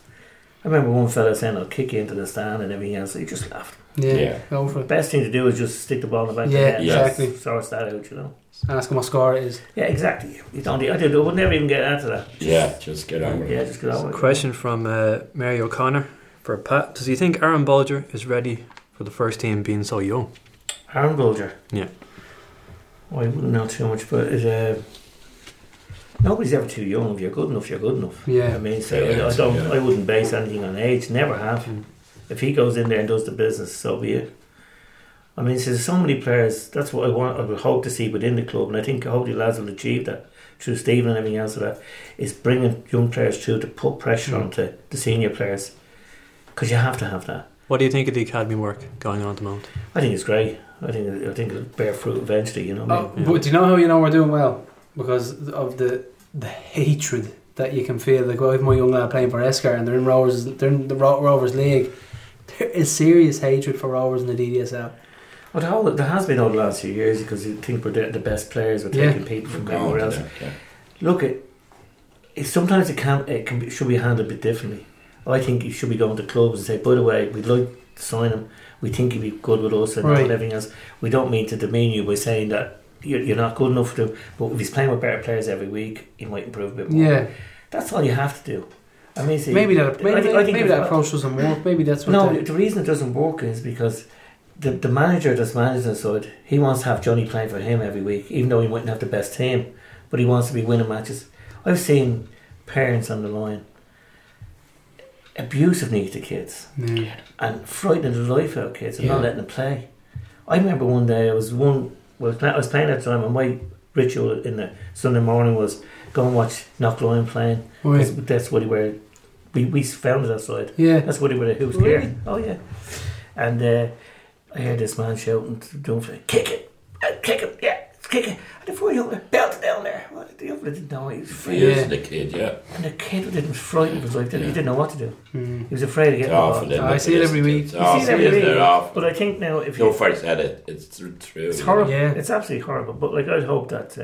Speaker 4: I remember one fella saying, I'll kick you into the stand and everything else. He just laughed.
Speaker 1: Yeah,
Speaker 3: Yeah.
Speaker 1: go for it.
Speaker 4: Best thing to do is just stick the ball in the back
Speaker 1: Yeah,
Speaker 4: of the net.
Speaker 1: exactly.
Speaker 4: Just Sort that out, you know.
Speaker 1: Ask him what score it is.
Speaker 4: Yeah, exactly. You don't, I, did, I would never even get after that.
Speaker 3: Yeah, just get on with
Speaker 4: Yeah,
Speaker 3: it.
Speaker 4: just get on with it.
Speaker 2: Question from uh, Mary O'Connor for Pat. Does he think Aaron Bolger is ready for the first team being so young?
Speaker 4: Aaron Bulger.
Speaker 2: Yeah.
Speaker 4: Well, I Oh, wouldn't know too much, but uh, nobody's ever too young. If you're good enough, you're good enough. I
Speaker 1: Yeah,
Speaker 4: mean, so
Speaker 3: Yeah,
Speaker 4: I, don't.
Speaker 3: yeah.
Speaker 4: I wouldn't base anything on age. Never have.
Speaker 2: Mm.
Speaker 4: If he goes in there and does the business, so be it. I mean, so there's so many players. That's what I want. I would hope to see within the club, and I think hopefully lads will achieve that through Stephen and everything else. Of that is bringing young players through to put pressure
Speaker 1: Hmm.
Speaker 2: Mm.
Speaker 4: onto the senior players because you have to have that.
Speaker 2: What do you think of the academy work going on at the moment?
Speaker 4: I think it's great. I think I think it'll bear fruit eventually. You know. what I mean?
Speaker 1: Oh, But do you know how you know we're doing well? Because of the the hatred that you can feel. Like, well, I have my young lad playing for Escar and they're in Rovers, they're in the Ro- Rovers League. There is serious hatred for Rovers in the DDSL.
Speaker 4: Well, the whole, there has been over the last few years because you think we're the the best players, we're
Speaker 1: Yeah.
Speaker 4: taking people from
Speaker 3: Go on
Speaker 4: everywhere
Speaker 3: to
Speaker 4: else.
Speaker 3: that, yeah.
Speaker 4: Look, it, it sometimes it can it can be, should be handled a bit differently. I think you should be going to clubs and say, by the way, we'd like to sign him. We think he'd be good with us and
Speaker 1: Right.
Speaker 4: everything else. We don't mean to demean you by saying that you're, you're not good enough for him. But if he's playing with better players every week, he might improve a bit more.
Speaker 1: Yeah,
Speaker 4: that's all you have to do. I mean, see,
Speaker 1: maybe that maybe,
Speaker 4: I think- I think
Speaker 1: maybe
Speaker 4: if-
Speaker 1: that approach doesn't work. Maybe that's what.
Speaker 4: no,
Speaker 1: the-
Speaker 4: the reason it doesn't work is because the, the manager that's managing the side, he wants to have Johnny playing for him every week, even though he mightn't have the best team, but he wants to be winning matches. I've seen parents on the line abusive needs to kids
Speaker 1: yeah.
Speaker 4: and frightening the life out of kids and not
Speaker 3: Yeah.
Speaker 4: letting them play. I remember one day I was one well I was playing at the time and my ritual in the Sunday morning was go and watch Knock Lyon playing. That's,
Speaker 1: Right.
Speaker 4: that's what he were we, we founded that side.
Speaker 1: Yeah.
Speaker 4: That's what he would have. Who's
Speaker 1: Really?
Speaker 4: here? Oh yeah. And uh, I heard this man shouting to Dunphy, "Kick it, Uh, kick it, yeah, kick it!" And the four young man belted down there. Well, the other didn't know he was afraid,
Speaker 3: Fears the kid, yeah.
Speaker 4: and the kid didn't frightened was like that. He
Speaker 3: Yeah.
Speaker 4: didn't know what to do.
Speaker 1: Mm.
Speaker 4: He was afraid of
Speaker 3: It's
Speaker 4: getting
Speaker 3: awful.
Speaker 4: the
Speaker 3: isn't
Speaker 1: I see it
Speaker 3: It is-
Speaker 1: every week.
Speaker 3: It's
Speaker 4: ball. You
Speaker 3: awful.
Speaker 4: see it every
Speaker 3: isn't
Speaker 4: week.
Speaker 3: it?
Speaker 4: But
Speaker 3: awful.
Speaker 4: I think now if
Speaker 3: Your
Speaker 4: you,
Speaker 3: first edit, it's tr- true.
Speaker 4: it's horrible.
Speaker 1: Yeah.
Speaker 4: It's absolutely horrible. But like I'd hope that. Uh,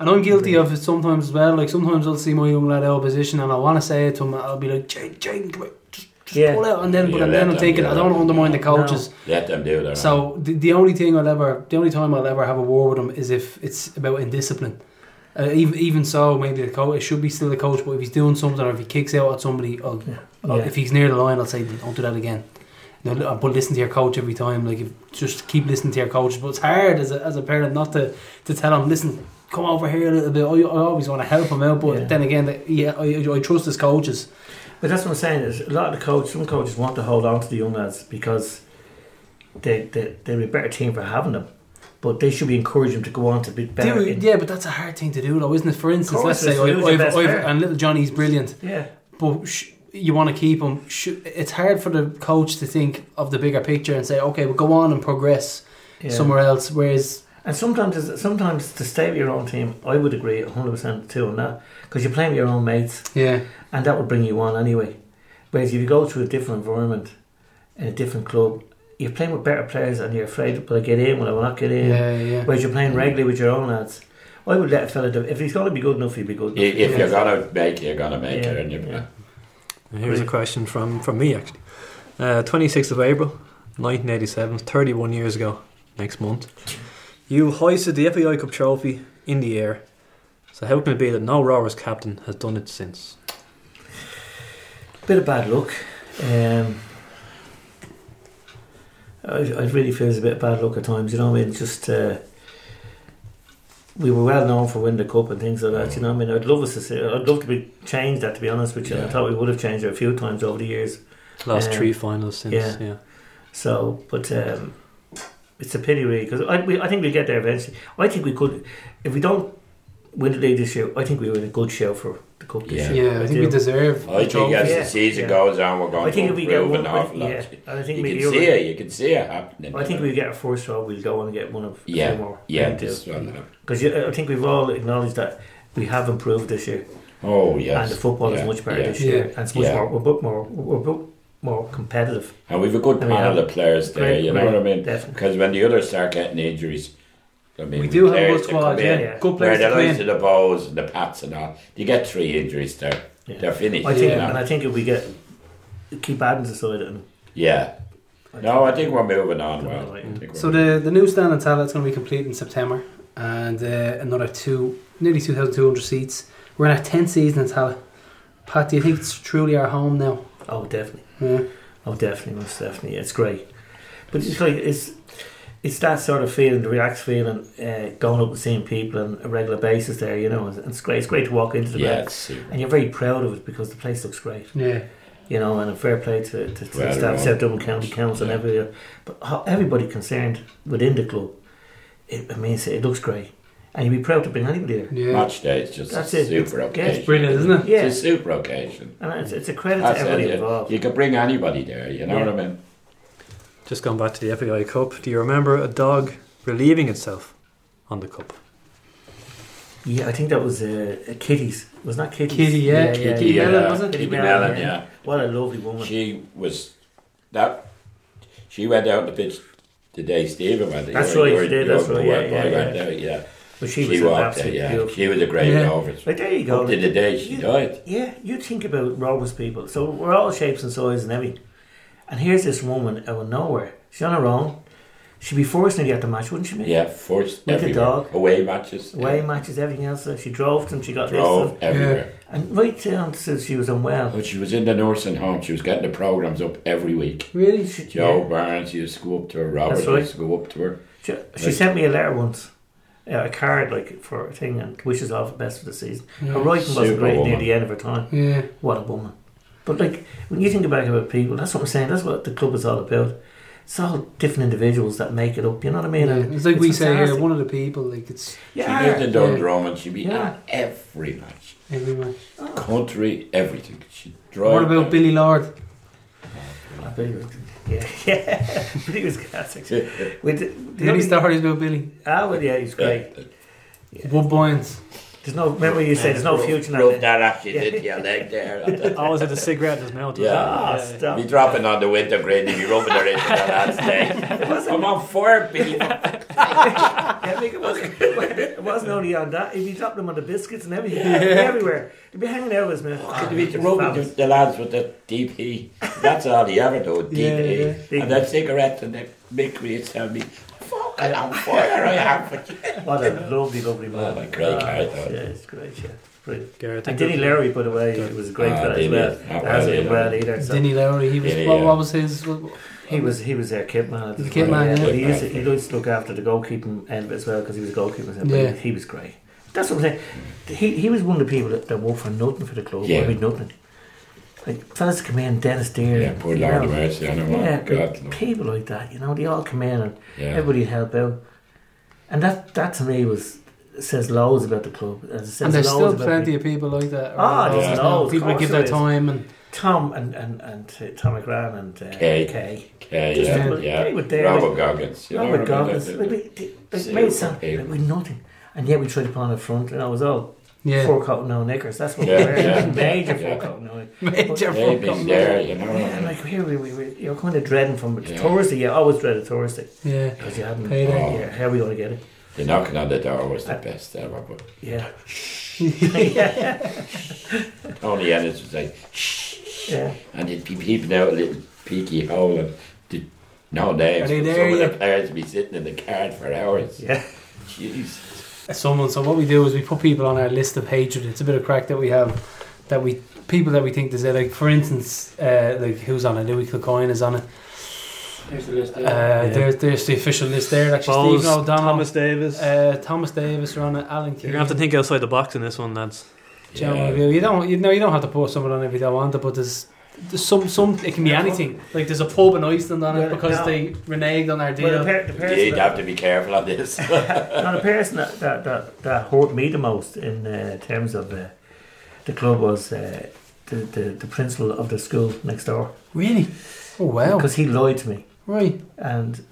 Speaker 1: And I'm guilty of it sometimes as well. Like sometimes I'll see my young lad out of position and I want to say it to him. I'll be like, Jane, Jane, come here, just, just
Speaker 4: Yeah.
Speaker 1: pull out. And then, but
Speaker 3: Yeah,
Speaker 1: then
Speaker 3: let
Speaker 1: I'm
Speaker 3: them,
Speaker 1: thinking
Speaker 3: yeah,
Speaker 1: I don't want to
Speaker 3: let them.
Speaker 1: undermine the coaches.
Speaker 3: Let them do that.
Speaker 1: So the, the only thing I'll ever, the only time I'll ever have a war with him is if it's about indiscipline. Uh, even even so, maybe the coach it should be still the coach. But if he's doing something or if he kicks out at somebody, I'll,
Speaker 4: Yeah.
Speaker 1: I'll-
Speaker 4: Yeah.
Speaker 1: if he's near the line, I'll say don't do that again. No, li- but listen to your coach every time. Like if, just keep listening to your coach. But it's hard as a, as a parent not to, to tell him listen. Come over here a little bit. I, I always want to help him out, but
Speaker 4: Yeah.
Speaker 1: then again, the- yeah, I, I trust his coaches.
Speaker 4: But that's what I'm saying is a lot of the coaches, some coaches want to hold on to the young lads because they, they, they're a better team for having them. But they should be encouraging them to go on to be better.
Speaker 1: Dude,
Speaker 4: in-
Speaker 1: yeah, but that's a hard thing to do, though, isn't it? For instance,
Speaker 4: course,
Speaker 1: let's say
Speaker 4: it's lose
Speaker 1: I've,
Speaker 4: your
Speaker 1: I've,
Speaker 4: best
Speaker 1: I've-
Speaker 4: player.
Speaker 1: and little Johnny's brilliant.
Speaker 4: yeah.
Speaker 1: but sh- you want to keep him. Sh- it's hard for the coach to think of the bigger picture and say, okay, well, go on and progress
Speaker 4: yeah.
Speaker 1: somewhere else. Whereas,
Speaker 4: And sometimes, it's- sometimes to stay with your own team, I would agree 100% too on that because you're playing with your own mates
Speaker 1: yeah,
Speaker 4: and that would bring you on anyway. Whereas if you go to a different environment in a different club, you're playing with better players and you're afraid, will I get in, will I not get in?
Speaker 1: yeah, yeah,
Speaker 4: Whereas you're playing regularly with your own lads. I would let a fella do If he's going to be good enough, he'd be good
Speaker 3: if,
Speaker 4: enough.
Speaker 3: if you're gonna make it, you're gonna make
Speaker 4: Yeah,
Speaker 3: it, and you're
Speaker 4: yeah.
Speaker 2: And here's a question from, from me actually. Uh, 26th of April 1987, 31 years ago next month. You hoisted the FAI Cup trophy in the air. So how can it be that no Rovers captain has done it since?
Speaker 4: Bit of bad luck. Um, I, I really feel it's a bit of bad luck at times. You know what I mean? Just uh, we were well known for winning the cup and things like that. You know what I mean? I'd love us to see, I'd love to be changed that. To be honest with you, I
Speaker 3: Yeah.
Speaker 4: thought we would have changed it a few times over the years.
Speaker 2: Last
Speaker 4: Um,
Speaker 2: three finals since,
Speaker 4: yeah.
Speaker 2: yeah.
Speaker 4: So, but um, it's a pity really because I, we, I think we get there eventually. I think we could if we don't win the league this year. I think we were in a good show for the cup this
Speaker 3: Yeah.
Speaker 4: year.
Speaker 1: yeah. I think we
Speaker 4: do.
Speaker 1: deserve.
Speaker 3: I think as
Speaker 4: Yeah,
Speaker 3: the season
Speaker 4: yeah.
Speaker 3: goes on, we're
Speaker 4: I
Speaker 3: going
Speaker 4: think
Speaker 3: to
Speaker 4: if we get
Speaker 3: improve
Speaker 4: one,
Speaker 3: an awful
Speaker 4: yeah,
Speaker 3: lot.
Speaker 4: and I think
Speaker 3: You
Speaker 4: we
Speaker 3: can see it. You can see it happening.
Speaker 4: I think we get a first draw. We'll go and get one of
Speaker 3: Yeah,
Speaker 4: a few more.
Speaker 3: Yeah, this one. uh,
Speaker 4: because I think we've all acknowledged that we have improved this year,
Speaker 3: Oh yes.
Speaker 4: and the football
Speaker 3: Yeah,
Speaker 4: is much better
Speaker 3: yeah.
Speaker 4: this year,
Speaker 1: Yeah.
Speaker 4: and it's much
Speaker 3: Yeah.
Speaker 4: more. We're a bit more. We're a bit more competitive.
Speaker 3: And we've a good
Speaker 4: I mean,
Speaker 3: panel of players there.
Speaker 4: Great,
Speaker 3: you know
Speaker 4: great,
Speaker 3: what I mean?
Speaker 4: Definitely.
Speaker 3: Because when the others start getting injuries, I mean,
Speaker 1: We do have a
Speaker 3: players
Speaker 1: good
Speaker 3: that come
Speaker 1: squad.
Speaker 3: in,
Speaker 1: Yeah,
Speaker 4: yeah.
Speaker 1: good
Speaker 3: Where
Speaker 1: players
Speaker 3: the
Speaker 1: to
Speaker 3: likes of
Speaker 1: play.
Speaker 3: the Bows and the Pats and all, you get three injuries there.
Speaker 4: Yeah.
Speaker 3: They're finished.
Speaker 4: I think,
Speaker 3: you
Speaker 1: Yeah.
Speaker 3: know?
Speaker 4: and I think if we get keep Adams aside. And
Speaker 3: Yeah. No, I think we're moving on. Well,
Speaker 4: Right.
Speaker 3: I think
Speaker 1: So
Speaker 3: we're-
Speaker 1: the the new stand in Tala is going to be complete in September, and uh, another two, nearly two thousand two hundred seats. We're in our tenth season in Tala. Pat, do you think it's truly our home now?
Speaker 4: oh, definitely.
Speaker 1: Yeah.
Speaker 4: Oh, definitely, most definitely. It's great, but it's like it's it's that sort of feeling, the relaxed feeling, uh, going up and seeing people on a regular basis. There, you know, it's, it's great. It's great to walk into the
Speaker 3: yeah,
Speaker 4: place,
Speaker 3: it's super.
Speaker 4: and you're very proud of it because the place looks great.
Speaker 1: Yeah.
Speaker 4: You know, and a fair play to, to, to
Speaker 3: Well,
Speaker 4: the staff,
Speaker 3: everyone.
Speaker 4: South Dublin County Council,
Speaker 3: Yeah.
Speaker 4: and everybody, but ho- everybody concerned within the club. It, I mean, it's- it looks great, and you'd be proud to bring anybody there.
Speaker 1: Yeah.
Speaker 3: Match day is just
Speaker 4: That's
Speaker 3: a
Speaker 4: it.
Speaker 3: super
Speaker 4: It's- yeah,
Speaker 3: occasion.
Speaker 4: it's
Speaker 1: Brilliant, isn't it?
Speaker 4: Yeah,
Speaker 3: It's a super occasion.
Speaker 4: and it's, it's a credit
Speaker 3: That's
Speaker 4: to
Speaker 3: it,
Speaker 4: everybody
Speaker 3: yeah.
Speaker 4: involved.
Speaker 3: You could bring anybody there, you know
Speaker 4: Yeah.
Speaker 3: what I mean?
Speaker 2: Just going back to the FAI Cup, do you remember a dog relieving itself on the cup?
Speaker 4: Yeah, I think that was uh, Kitty's. Was that Kitty's?
Speaker 1: Kitty, yeah.
Speaker 4: yeah,
Speaker 1: Kitty
Speaker 4: yeah.
Speaker 1: Mellon, wasn't it?
Speaker 3: Kitty
Speaker 4: Kitty
Speaker 3: Mellon,
Speaker 4: Mellon,
Speaker 3: yeah.
Speaker 4: What a lovely woman.
Speaker 3: She was that. She went out the pitch the day Stephen went.
Speaker 4: That's
Speaker 3: You were-
Speaker 4: right,
Speaker 3: you
Speaker 4: she
Speaker 3: were-
Speaker 4: did,
Speaker 3: you
Speaker 4: that's
Speaker 3: were-
Speaker 4: right,
Speaker 3: you
Speaker 4: yeah,
Speaker 3: were-
Speaker 4: yeah,
Speaker 3: I
Speaker 4: yeah.
Speaker 3: went out, yeah.
Speaker 4: But she,
Speaker 3: She,
Speaker 4: was an
Speaker 3: walked out,
Speaker 4: absolute
Speaker 3: yeah.
Speaker 4: beautiful.
Speaker 3: She was a great
Speaker 1: Yeah.
Speaker 3: novice.
Speaker 4: Like there you go.
Speaker 3: Up to the day she died.
Speaker 4: Yeah, you think about Romans people. So we're all shapes and sizes and everything. And here's this woman out of nowhere. She's on her own. She'd be forced nearly at the match, wouldn't she? mate?
Speaker 3: Yeah, first
Speaker 4: Like a
Speaker 3: everywhere.
Speaker 4: dog.
Speaker 3: Away matches.
Speaker 4: Away
Speaker 3: yeah.
Speaker 4: matches, everything else. So She drove them. She got this.
Speaker 3: Drove
Speaker 4: stuff.
Speaker 3: everywhere.
Speaker 4: And right down since she was unwell.
Speaker 3: But she was in the nursing home. She was getting the programs up every week.
Speaker 1: Really?
Speaker 4: She,
Speaker 3: Joe
Speaker 4: yeah.
Speaker 3: Barnes used to go up to her. Robert
Speaker 4: That's right.
Speaker 3: used to go up to her.
Speaker 4: She, she
Speaker 3: Right.
Speaker 4: sent me a letter once, uh, a card like for a thing, and wishes all the best for the season. Her writing wasn't great near
Speaker 3: Superwoman.
Speaker 4: the end of her time.
Speaker 1: Yeah.
Speaker 4: What a woman! But like when you think about it about people, that's what I'm saying. That's what the club is all about. It's all different individuals that make it up. You know what I mean?
Speaker 1: Yeah,
Speaker 4: And
Speaker 1: it's like we say here,
Speaker 4: fantastic.
Speaker 1: one of the people, like it's
Speaker 4: Yeah.
Speaker 3: She lived in
Speaker 1: Yeah.
Speaker 3: Dundrum and she'd be
Speaker 4: Yeah.
Speaker 3: at every match.
Speaker 1: every match.
Speaker 3: Country, everything. She'd drive.
Speaker 1: What about Billy Lord?
Speaker 4: I believe it. Yeah, yeah. but he was classic. With the, the
Speaker 1: The only
Speaker 4: only,
Speaker 1: stories about Billy.
Speaker 4: ah, well, yeah, he's great.
Speaker 1: Woodbines.
Speaker 4: There's no. Remember you said there's no future now.
Speaker 3: Rub that actually
Speaker 4: Yeah.
Speaker 3: into your leg there.
Speaker 2: Always had a cigarette in his mouth.
Speaker 3: Yeah.
Speaker 4: Ah,
Speaker 3: Be
Speaker 4: stop.
Speaker 3: dropping on the winter grade and be rubbing her into that leg. I'm on four people.
Speaker 4: Yeah, I think it, wasn't, it wasn't only on that. If you dropped them on the biscuits and everything, everywhere, they'd be hanging out with Ah, me.
Speaker 3: Could be rubbing the, the lads with the DP. That's all he ever do,
Speaker 1: Yeah,
Speaker 3: DP. And that cigarette and the bakery is telling me, fucking on fire I am with you.
Speaker 4: What a lovely, lovely man.
Speaker 3: Oh, my great
Speaker 4: Ah,
Speaker 3: character.
Speaker 4: Yeah, it's great, yeah. Brilliant.
Speaker 2: Gareth,
Speaker 4: And Denny Larry, by the way, was a great
Speaker 3: Ah,
Speaker 4: guy as
Speaker 3: Denny,
Speaker 4: well.
Speaker 3: not
Speaker 4: That was
Speaker 3: well
Speaker 4: a
Speaker 3: either.
Speaker 4: well either. So
Speaker 1: Denny Lowry. He was.
Speaker 3: Yeah,
Speaker 1: what,
Speaker 3: yeah.
Speaker 1: what was his? What,
Speaker 4: he was he was their kit man. at
Speaker 1: The
Speaker 4: this
Speaker 1: kit
Speaker 4: point,
Speaker 1: man, yeah.
Speaker 4: But he used to, he used to look after the goalkeeping end of it as well because he was a goalkeeper. But
Speaker 1: Yeah.
Speaker 4: he, he was great. That's what I'm saying. He, he was one of the people that, that worked for nothing for the club.
Speaker 3: Yeah.
Speaker 4: I mean nothing. Like fellas come in, Dennis Deere.
Speaker 3: Yeah, poor
Speaker 4: you
Speaker 3: Lord
Speaker 4: know.
Speaker 3: of mercy on him.
Speaker 4: Yeah,
Speaker 3: Yeah,
Speaker 4: like,
Speaker 3: God, no.
Speaker 4: people like that, you know, they all come in and
Speaker 3: yeah.
Speaker 4: everybody help out, and that that to me was says loads about the club. And, it says
Speaker 1: and there's
Speaker 4: loads
Speaker 1: still
Speaker 4: about
Speaker 1: plenty
Speaker 4: people.
Speaker 1: of people like that.
Speaker 4: Ah,
Speaker 1: around
Speaker 3: there's
Speaker 1: us now.
Speaker 4: loads, of
Speaker 1: People
Speaker 4: course
Speaker 1: give
Speaker 4: there
Speaker 1: their
Speaker 4: is.
Speaker 1: time and
Speaker 4: Tom and and and uh, Tom McGrath and uh,
Speaker 3: Kay.
Speaker 4: Kay. Oh
Speaker 3: Okay,
Speaker 4: Just
Speaker 3: yeah,
Speaker 4: they
Speaker 3: yeah.
Speaker 4: were there,
Speaker 3: Robert Goggins. You know
Speaker 4: Robert
Speaker 3: what I mean?
Speaker 4: Goggins.
Speaker 3: That-
Speaker 4: Like,
Speaker 3: that-
Speaker 4: we- they- they
Speaker 3: Zero
Speaker 4: made some
Speaker 3: people.
Speaker 4: like, we nothing, and yet we tried to put on a front, and I was all
Speaker 1: yeah,
Speaker 4: four coat no knickers. That's what
Speaker 3: Yeah,
Speaker 4: we were.
Speaker 3: yeah.
Speaker 4: Major
Speaker 3: Yeah.
Speaker 4: four coat no. knickers.
Speaker 1: major
Speaker 3: They
Speaker 1: fuck
Speaker 3: been
Speaker 1: up.
Speaker 3: there, you know what I
Speaker 4: Yeah,
Speaker 3: mean?
Speaker 4: like here we, we, we you're kind of dreading from
Speaker 3: Yeah.
Speaker 4: Thursday. You always dreaded Thursday
Speaker 1: Yeah,
Speaker 4: because you hadn't.
Speaker 1: Payday.
Speaker 3: Oh.
Speaker 4: Yeah, how are we going to get it?
Speaker 3: The knocking on the door was the best ever, but
Speaker 4: Yeah. yeah.
Speaker 3: Tony Ennis was like,
Speaker 4: Yeah.
Speaker 3: and it'd be peeping out a little peaky hole and the, no names.
Speaker 1: Are they
Speaker 3: but
Speaker 1: there
Speaker 3: some of
Speaker 1: yet?
Speaker 3: the players would be sitting in the card for hours.
Speaker 4: Yeah.
Speaker 3: Jeez.
Speaker 1: someone. So what we do is we put people on our list of hatred. It's a bit of crack that we have that we people that we think deserve. Like for instance, uh, like who's on it? Louis Kilcoyne is on it.
Speaker 5: Here's the list.
Speaker 1: Uh, There's there's the official list there. Actually,
Speaker 2: Bowles,
Speaker 1: Stephen O'Donnell,
Speaker 2: Thomas Davis.
Speaker 1: uh, Thomas Davis are on it. Alan,
Speaker 2: You're gonna have to think outside the box in this one, lads.
Speaker 1: General review. You don't. You know. You don't have to put someone on if you don't want to. But there's, there's some. Some. It can be anything. Like there's a pub in Iceland on it
Speaker 4: Well,
Speaker 1: because
Speaker 4: no.
Speaker 1: they reneged on our
Speaker 4: Well,
Speaker 1: deal.
Speaker 4: the, per- the
Speaker 3: Yeah,
Speaker 4: person
Speaker 3: you'd
Speaker 4: that-
Speaker 3: have to be careful on this.
Speaker 4: Now, the person that, that, that, that hurt me the most in uh, terms of uh, the club was uh, the, the, the principal of the school next door.
Speaker 1: really? Oh wow.
Speaker 4: Because he lied to me.
Speaker 1: Right.
Speaker 4: And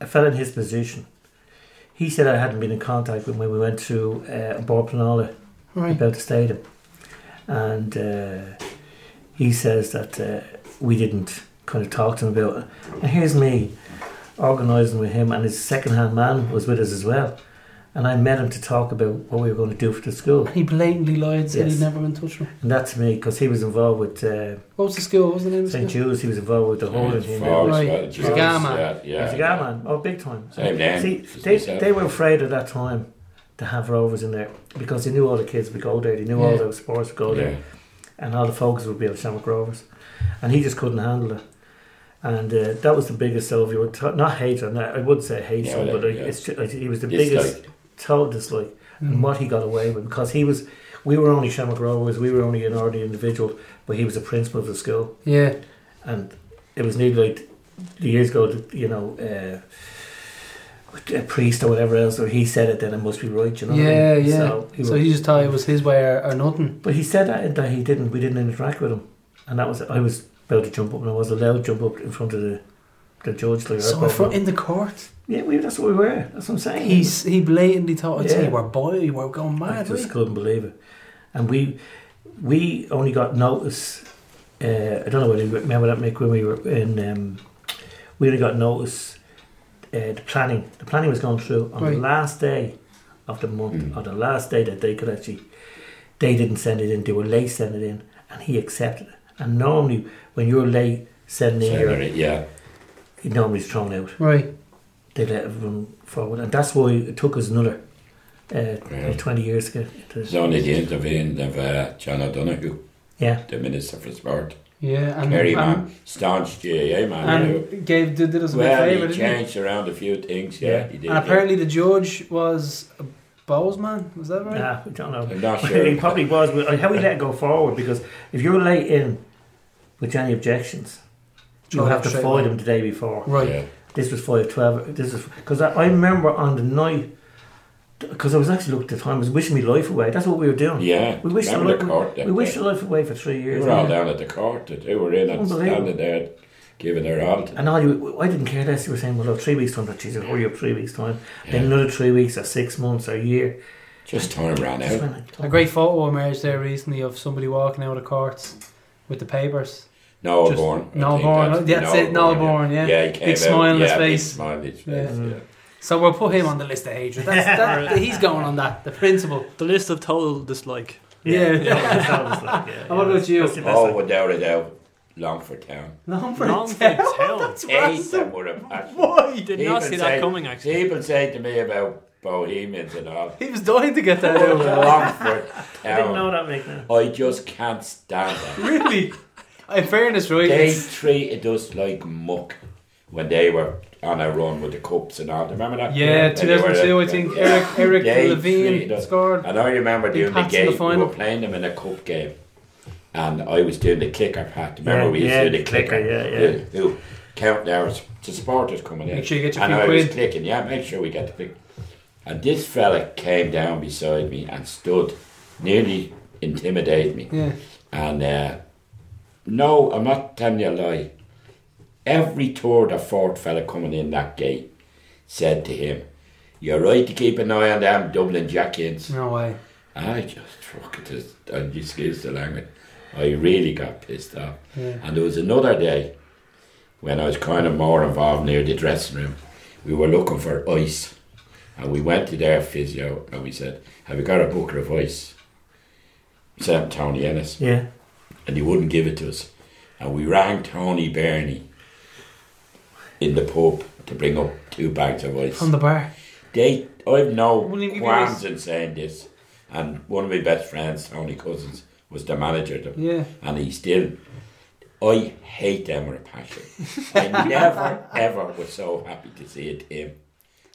Speaker 4: a fella in his position, he said I hadn't been in contact with him when we went to uh, Borplanala
Speaker 1: Right.
Speaker 4: about the stadium. And uh, he says that uh, we didn't kind of talk to him about it. And here's me organising with him, and his second hand man was with us as well. and I met him to talk about what we were going to do for the school.
Speaker 1: He blatantly lied, said
Speaker 4: Yes.
Speaker 1: he'd never been touched. with him.
Speaker 4: And that's me because he was involved with uh,
Speaker 1: What was the school? What was the name of the
Speaker 4: St.
Speaker 1: school?
Speaker 4: Jude's. He was involved with the whole
Speaker 3: Yeah,
Speaker 4: thing.
Speaker 3: Forest,
Speaker 1: Right.
Speaker 3: yeah,
Speaker 1: He's a
Speaker 3: Jude's,
Speaker 1: guy, man.
Speaker 3: yeah, yeah.
Speaker 4: He's a guy, man. Oh, big time.
Speaker 3: Same name.
Speaker 4: See,
Speaker 3: It's
Speaker 4: they,
Speaker 3: myself.
Speaker 4: they were afraid at that time to have rovers in there because they knew all the kids would go there. They knew all
Speaker 1: Yeah.
Speaker 4: the sports would go there.
Speaker 3: Yeah.
Speaker 4: and all the focus would be on Shamrock Rovers, and he just couldn't handle it. And uh, that was the biggest of you would t- not hate him. I would say hate
Speaker 3: Yeah,
Speaker 4: him,
Speaker 3: well,
Speaker 4: but like,
Speaker 3: yeah.
Speaker 4: it's ju- like, he was the
Speaker 3: It's
Speaker 4: biggest
Speaker 3: like-
Speaker 4: total dislike,
Speaker 1: Mm-hmm. Mm.
Speaker 4: and what he got away with because he was. We were only Shamrock Rovers. We were only an ordinary individual, but he was the principal of the school,
Speaker 1: Yeah,
Speaker 4: and it was nearly like years ago. that, You know. Uh, a priest or whatever else, or he said it, then it must be right, you know. what I
Speaker 1: yeah,
Speaker 4: mean?
Speaker 1: yeah.
Speaker 4: So
Speaker 1: So
Speaker 4: he
Speaker 1: he,
Speaker 4: was-
Speaker 1: just thought it was his way or, or nothing.
Speaker 4: but he said that, that he didn't. We didn't interact with him, and that was I was about to jump up, and I was allowed to jump up in front of the the judge. Like,
Speaker 1: So
Speaker 4: I
Speaker 1: in front in the court,
Speaker 4: yeah, we, that's what we were. That's what I'm saying.
Speaker 1: he's he blatantly thought, "I'd say
Speaker 4: Yeah.
Speaker 1: we're boy, we're going
Speaker 4: I
Speaker 1: mad."
Speaker 4: just
Speaker 1: right?
Speaker 4: couldn't believe it, and we we only got notice. Uh, I don't know whether you remember that Mick when we were in. Um, we only got notice. Uh, the planning, the planning was going through on the
Speaker 1: Right.
Speaker 4: last day of the month,
Speaker 3: Mm.
Speaker 4: or the last day that they could actually. They didn't send it in. They were late sending it in, and he accepted it. And normally, when you're late sending in, your,
Speaker 3: Celery, yeah.
Speaker 4: it normally is thrown out.
Speaker 1: Right.
Speaker 4: They let everyone forward, and that's why it took us another uh,
Speaker 3: Yeah.
Speaker 4: twenty years to get. to-
Speaker 3: It's only the intervening of uh, John O'Donoghue,
Speaker 4: yeah,
Speaker 3: the Minister for Sport.
Speaker 1: Yeah, and
Speaker 3: Kerry
Speaker 1: and,
Speaker 3: man, staunch GAA man. you know.
Speaker 1: and gave did, did us a big
Speaker 3: well,
Speaker 1: favour, didn't
Speaker 3: he
Speaker 1: he?
Speaker 3: changed around a few things, yeah,
Speaker 4: Yeah.
Speaker 3: he did.
Speaker 1: And apparently the judge was a Bowsman. Was that right?
Speaker 4: nah, I don't know.
Speaker 3: I'm not
Speaker 4: Well, he
Speaker 3: sure.
Speaker 4: probably was, but how we let it go forward because if you're late in with any objections, you
Speaker 1: Throw
Speaker 4: have
Speaker 1: it
Speaker 4: to
Speaker 1: straight
Speaker 4: foil
Speaker 1: away.
Speaker 4: them the day before.
Speaker 1: Right.
Speaker 3: Yeah.
Speaker 4: This was five twelve. This is because I, I remember on the night because I was actually looking at the time, I was wishing me life away. That's what we were doing.
Speaker 3: yeah.
Speaker 4: We wished
Speaker 3: Remember
Speaker 4: the
Speaker 3: the
Speaker 4: lo-
Speaker 3: court that
Speaker 4: we wished
Speaker 3: day?
Speaker 4: the life away for three
Speaker 3: They
Speaker 4: years,
Speaker 3: were all down at the court. They were in and
Speaker 4: Unbelievable.
Speaker 3: standing there, giving their all. to-
Speaker 4: and all you. I didn't care less. You were saying, "Well, look, three weeks time." But Jesus, hurry up, three weeks time. Then
Speaker 3: Yeah.
Speaker 4: another three weeks, or six months, or a year.
Speaker 3: Just time ran
Speaker 4: Just
Speaker 3: out.
Speaker 4: went like,
Speaker 1: A great photo emerged there recently of somebody walking out of courts with the papers.
Speaker 3: Noel
Speaker 1: Just-
Speaker 3: Bourne. I
Speaker 1: Noel
Speaker 3: think
Speaker 1: Bourne, that's it, Noel Bourne, yeah.
Speaker 3: Yeah, he came
Speaker 1: Big
Speaker 3: out,
Speaker 1: smile on his
Speaker 3: yeah, big
Speaker 1: face.
Speaker 3: smile on his face,
Speaker 1: Yeah. Mm.
Speaker 3: yeah.
Speaker 1: So we'll put him on the list of hatred. That's, that, he's going on that. The principal.
Speaker 2: The list of total dislike.
Speaker 1: Yeah.
Speaker 4: that was like, yeah,
Speaker 1: And what
Speaker 4: yeah.
Speaker 1: about you?
Speaker 4: That's the best I-
Speaker 3: Oh, without a doubt, Longford Town.
Speaker 1: Longford.
Speaker 2: Longford
Speaker 1: Town.
Speaker 2: Town.
Speaker 1: That's
Speaker 3: Eight
Speaker 1: massive.
Speaker 3: that would have passed.
Speaker 2: You did not
Speaker 3: Even
Speaker 2: see
Speaker 3: say-
Speaker 2: that coming, actually.
Speaker 3: People say to me about Bohemians and all.
Speaker 1: He was dying to get that out.
Speaker 3: Longford
Speaker 4: I didn't know
Speaker 3: Town.
Speaker 4: that, Mick. now.
Speaker 3: Um, I just can't stand them.
Speaker 1: really? In fairness, right?
Speaker 3: They
Speaker 1: it's-
Speaker 3: treated us like muck when they were on a run with the cups and all. Do you remember that?
Speaker 1: yeah,
Speaker 3: When they were-
Speaker 1: 2002, I think. Eric Eric
Speaker 3: They treated
Speaker 1: Levine
Speaker 3: us
Speaker 1: scored.
Speaker 3: And I remember
Speaker 1: Big
Speaker 3: doing the
Speaker 1: pats in
Speaker 3: game.
Speaker 1: the
Speaker 3: we
Speaker 1: final.
Speaker 3: were playing them in a cup game, and I was doing the clicker pat. Remember
Speaker 4: Yeah,
Speaker 3: we used
Speaker 4: yeah,
Speaker 3: to do the
Speaker 4: the clicker,
Speaker 3: clicker?
Speaker 4: yeah, yeah.
Speaker 3: Who, who count hours to supporters coming in.
Speaker 1: Make sure you get your
Speaker 3: And
Speaker 1: few
Speaker 3: I
Speaker 1: quid.
Speaker 3: was clicking. Yeah, make sure we get the click. And this fella came down beside me and stood, nearly intimidated me.
Speaker 1: Yeah.
Speaker 3: And uh, no, I'm not telling you a lie. Every third or fourth fella coming in that gate said to him, "You're right to keep an eye on them Dublin Jack kids."
Speaker 1: No way.
Speaker 3: I just fucking just, and you excuse the language, I really got pissed off.
Speaker 1: Yeah.
Speaker 3: And there was another day when I was kind of more involved near the dressing room. We were looking for ice, and we went to their physio and we said, "Have you got a booker of ice?" Said Tony Ennis,
Speaker 4: Yeah.
Speaker 3: and he wouldn't give it to us. And we rang Tony Burney in the pub to bring up two bags of ice.
Speaker 1: From the bar.
Speaker 3: They, I've no
Speaker 1: Will you give me
Speaker 3: qualms
Speaker 1: this?
Speaker 3: in saying this, and one of my best friends, Tony Cousins, was the manager, of them,
Speaker 1: Yeah.
Speaker 3: and he still. I hate them with a passion. I never ever was so happy to see a team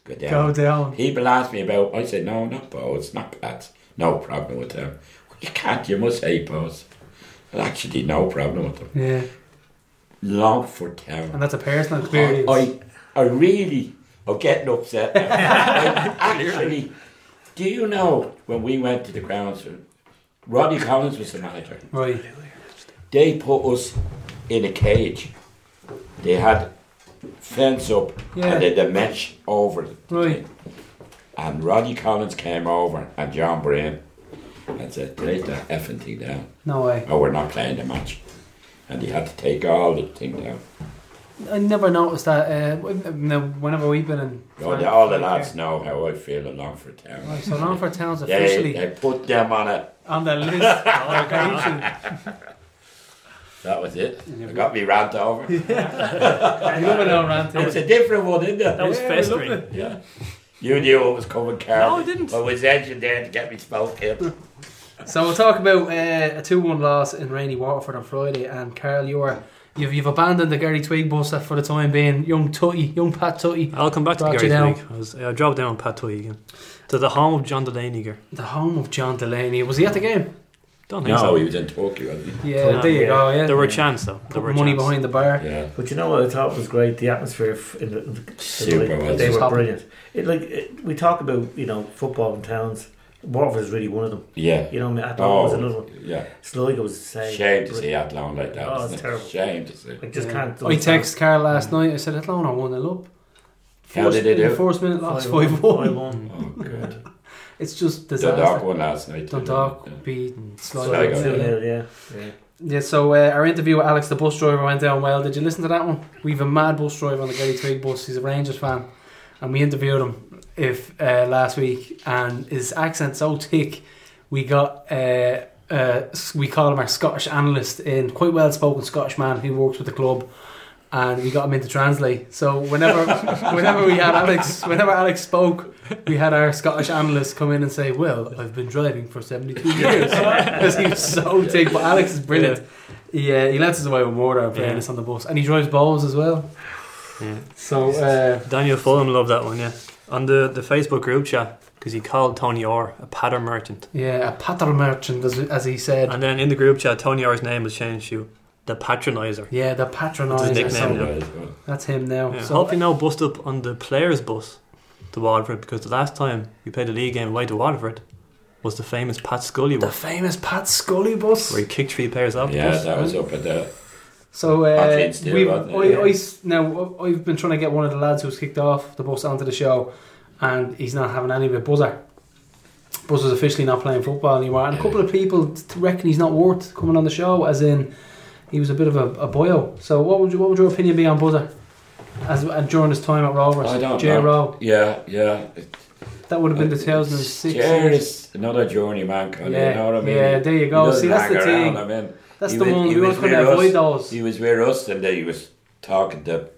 Speaker 3: go down.
Speaker 1: Go down.
Speaker 3: People asked me about. I said, "No, not Bows, not Pats. No problem with them. You can't. You must hate Bows." Well, actually, no problem with them.
Speaker 1: Yeah.
Speaker 3: Love for Town.
Speaker 1: And that's a personal experience.
Speaker 3: I, I really am getting upset. now. I actually, do you know when we went to the grounds, Roddy Collins was the manager.
Speaker 1: right.
Speaker 3: They put us in a cage. They had fence up
Speaker 1: Yeah.
Speaker 3: and they had a mesh over it.
Speaker 1: Right.
Speaker 3: And Roddy Collins came over and John Brain and said, take that effing thing down
Speaker 1: No way.
Speaker 3: oh, we're not playing the match. And he had to take all the thing down.
Speaker 1: I never noticed that. Uh, w- no, whenever we've been in,
Speaker 3: Oh, the- all the
Speaker 4: er-
Speaker 3: lads know how I feel in Longford Town.
Speaker 1: Right, so Longford Town's
Speaker 3: They,
Speaker 1: officially
Speaker 3: they put them on it.
Speaker 1: on the list. of locations.
Speaker 3: That was it. I got me rant over.
Speaker 1: I love it all round
Speaker 3: It's
Speaker 1: here.
Speaker 3: a different one, isn't it?
Speaker 2: That was
Speaker 1: Yeah, I loved
Speaker 2: festering.
Speaker 3: Yeah. You knew what was coming,
Speaker 2: No,
Speaker 3: Carl.
Speaker 2: I didn't.
Speaker 3: I was edging there to get me spell killed.
Speaker 1: So we'll talk about uh, a two-one loss in rainy Waterford on Friday. And Carl, you are you've, you've abandoned the Gary Twig bus for the time being. Young Tutty, young Pat Tutty,
Speaker 2: I'll come back to the
Speaker 1: Brought you
Speaker 2: Gary's week. I, was, I dropped down on Pat Toy again. To the home of John Delaney.
Speaker 1: the home of John Delaney. Was he at the game?
Speaker 2: Don't think
Speaker 3: No,
Speaker 2: so.
Speaker 3: he was in Tokyo, wasn't he?
Speaker 1: Yeah,
Speaker 2: No.
Speaker 1: there you go. Yeah,
Speaker 2: There were a chance though. There
Speaker 1: Put
Speaker 2: were a
Speaker 1: money
Speaker 2: chance.
Speaker 1: behind the bar.
Speaker 3: Yeah.
Speaker 4: But you know what I thought was great? The atmosphere f- in the, in the- in the
Speaker 3: Super
Speaker 4: league,
Speaker 3: was.
Speaker 4: they
Speaker 1: It was
Speaker 4: were
Speaker 1: hot.
Speaker 4: brilliant. It like it, we talk about you know football in towns. Waterford's really one of them.
Speaker 3: Yeah.
Speaker 4: You know, I thought it was another
Speaker 3: Oh,
Speaker 4: one.
Speaker 3: yeah.
Speaker 4: Sligo was the same.
Speaker 3: Shame to see Athlone like that.
Speaker 4: Oh,
Speaker 3: isn't
Speaker 4: it's
Speaker 3: it?
Speaker 4: terrible.
Speaker 3: Shame to see.
Speaker 4: Like just
Speaker 1: Yeah.
Speaker 4: can't.
Speaker 1: I texted Carl last night. I said, "At loan, I won it up."
Speaker 3: How did they do?
Speaker 1: First minute loss,
Speaker 4: Five
Speaker 1: five
Speaker 4: one.
Speaker 1: one.
Speaker 4: Five one.
Speaker 3: Oh, good.
Speaker 1: It's just
Speaker 3: Dundalk
Speaker 1: disaster.
Speaker 3: won last night. didn't
Speaker 1: Dundalk
Speaker 3: they?
Speaker 1: beat
Speaker 2: Mm.
Speaker 3: Sligo.
Speaker 1: Sligo.
Speaker 4: Two
Speaker 1: Yeah.
Speaker 4: nil, yeah. yeah.
Speaker 1: Yeah, so uh, our interview with Alex, the bus driver, went down well. Did you listen to that one? We've a mad bus driver on the Gary Twig bus. He's a Rangers fan, and we interviewed him if uh, last week, and his accent so thick, we got uh, uh, s- we call him our Scottish analyst in quite well spoken Scottish man who works with the club. And we got him in to translate. So whenever, whenever we had Alex, whenever Alex spoke, we had our Scottish analyst come in and say, "Well, I've been driving for seventy-two years." because he was so thick. But Alex is brilliant. Yeah, he lets us away with more than playing
Speaker 2: Yeah.
Speaker 1: us on the bus, and he drives balls as well.
Speaker 2: Yeah.
Speaker 1: So uh,
Speaker 2: Daniel Fulham loved that one, yeah. On the, the Facebook group chat, because he called Tony Orr a pattern merchant.
Speaker 1: yeah, a pattern merchant, as, as he said.
Speaker 2: And then in the group chat, Tony Orr's name was changed to the patroniser.
Speaker 1: Yeah, the
Speaker 2: That's his
Speaker 1: patroniser.
Speaker 2: nickname
Speaker 1: So
Speaker 2: now.
Speaker 3: Good.
Speaker 1: that's him now.
Speaker 2: Yeah.
Speaker 1: Oh, so
Speaker 2: Hopefully now bust up on the players' bus to Waterford because the last time we played a league game away to Waterford was the famous Pat Scully
Speaker 1: the
Speaker 2: one
Speaker 1: famous Pat Scully bus.
Speaker 2: where he kicked three players off the
Speaker 3: Yeah,
Speaker 2: bus.
Speaker 3: that was up at the.
Speaker 1: So
Speaker 3: I
Speaker 1: uh,
Speaker 3: think still,
Speaker 1: we've,
Speaker 3: aren't they?
Speaker 1: I,
Speaker 3: Yeah.
Speaker 1: I s- now I- I've been trying to get one of the lads who was kicked off the bus onto the show, and he's not having any of it. Buzzer, Buzzer's officially not playing football anymore, and a couple of people t- reckon he's not worth coming on the show, as in he was a bit of a, a boyo. So what would you, what would your opinion be on Buzzer? As and during his time at Rovers,
Speaker 3: I don't
Speaker 1: J.
Speaker 3: know.
Speaker 1: Rowe,
Speaker 3: Yeah, yeah.
Speaker 1: that would have been
Speaker 3: Uh,
Speaker 1: the 2006. years.
Speaker 3: Cheers. Another journeyman, kind of,
Speaker 1: Yeah,
Speaker 3: you know what I mean?
Speaker 1: yeah, there you
Speaker 3: He
Speaker 1: go.
Speaker 3: doesn't
Speaker 1: See, that's
Speaker 3: hang
Speaker 1: the
Speaker 3: around,
Speaker 1: thing.
Speaker 3: I mean,
Speaker 1: That's
Speaker 3: he
Speaker 1: the
Speaker 3: was-
Speaker 1: one
Speaker 3: he
Speaker 1: we were
Speaker 3: was
Speaker 1: trying
Speaker 3: with
Speaker 1: to
Speaker 3: us.
Speaker 1: avoid those.
Speaker 3: He was with us and then he was talking to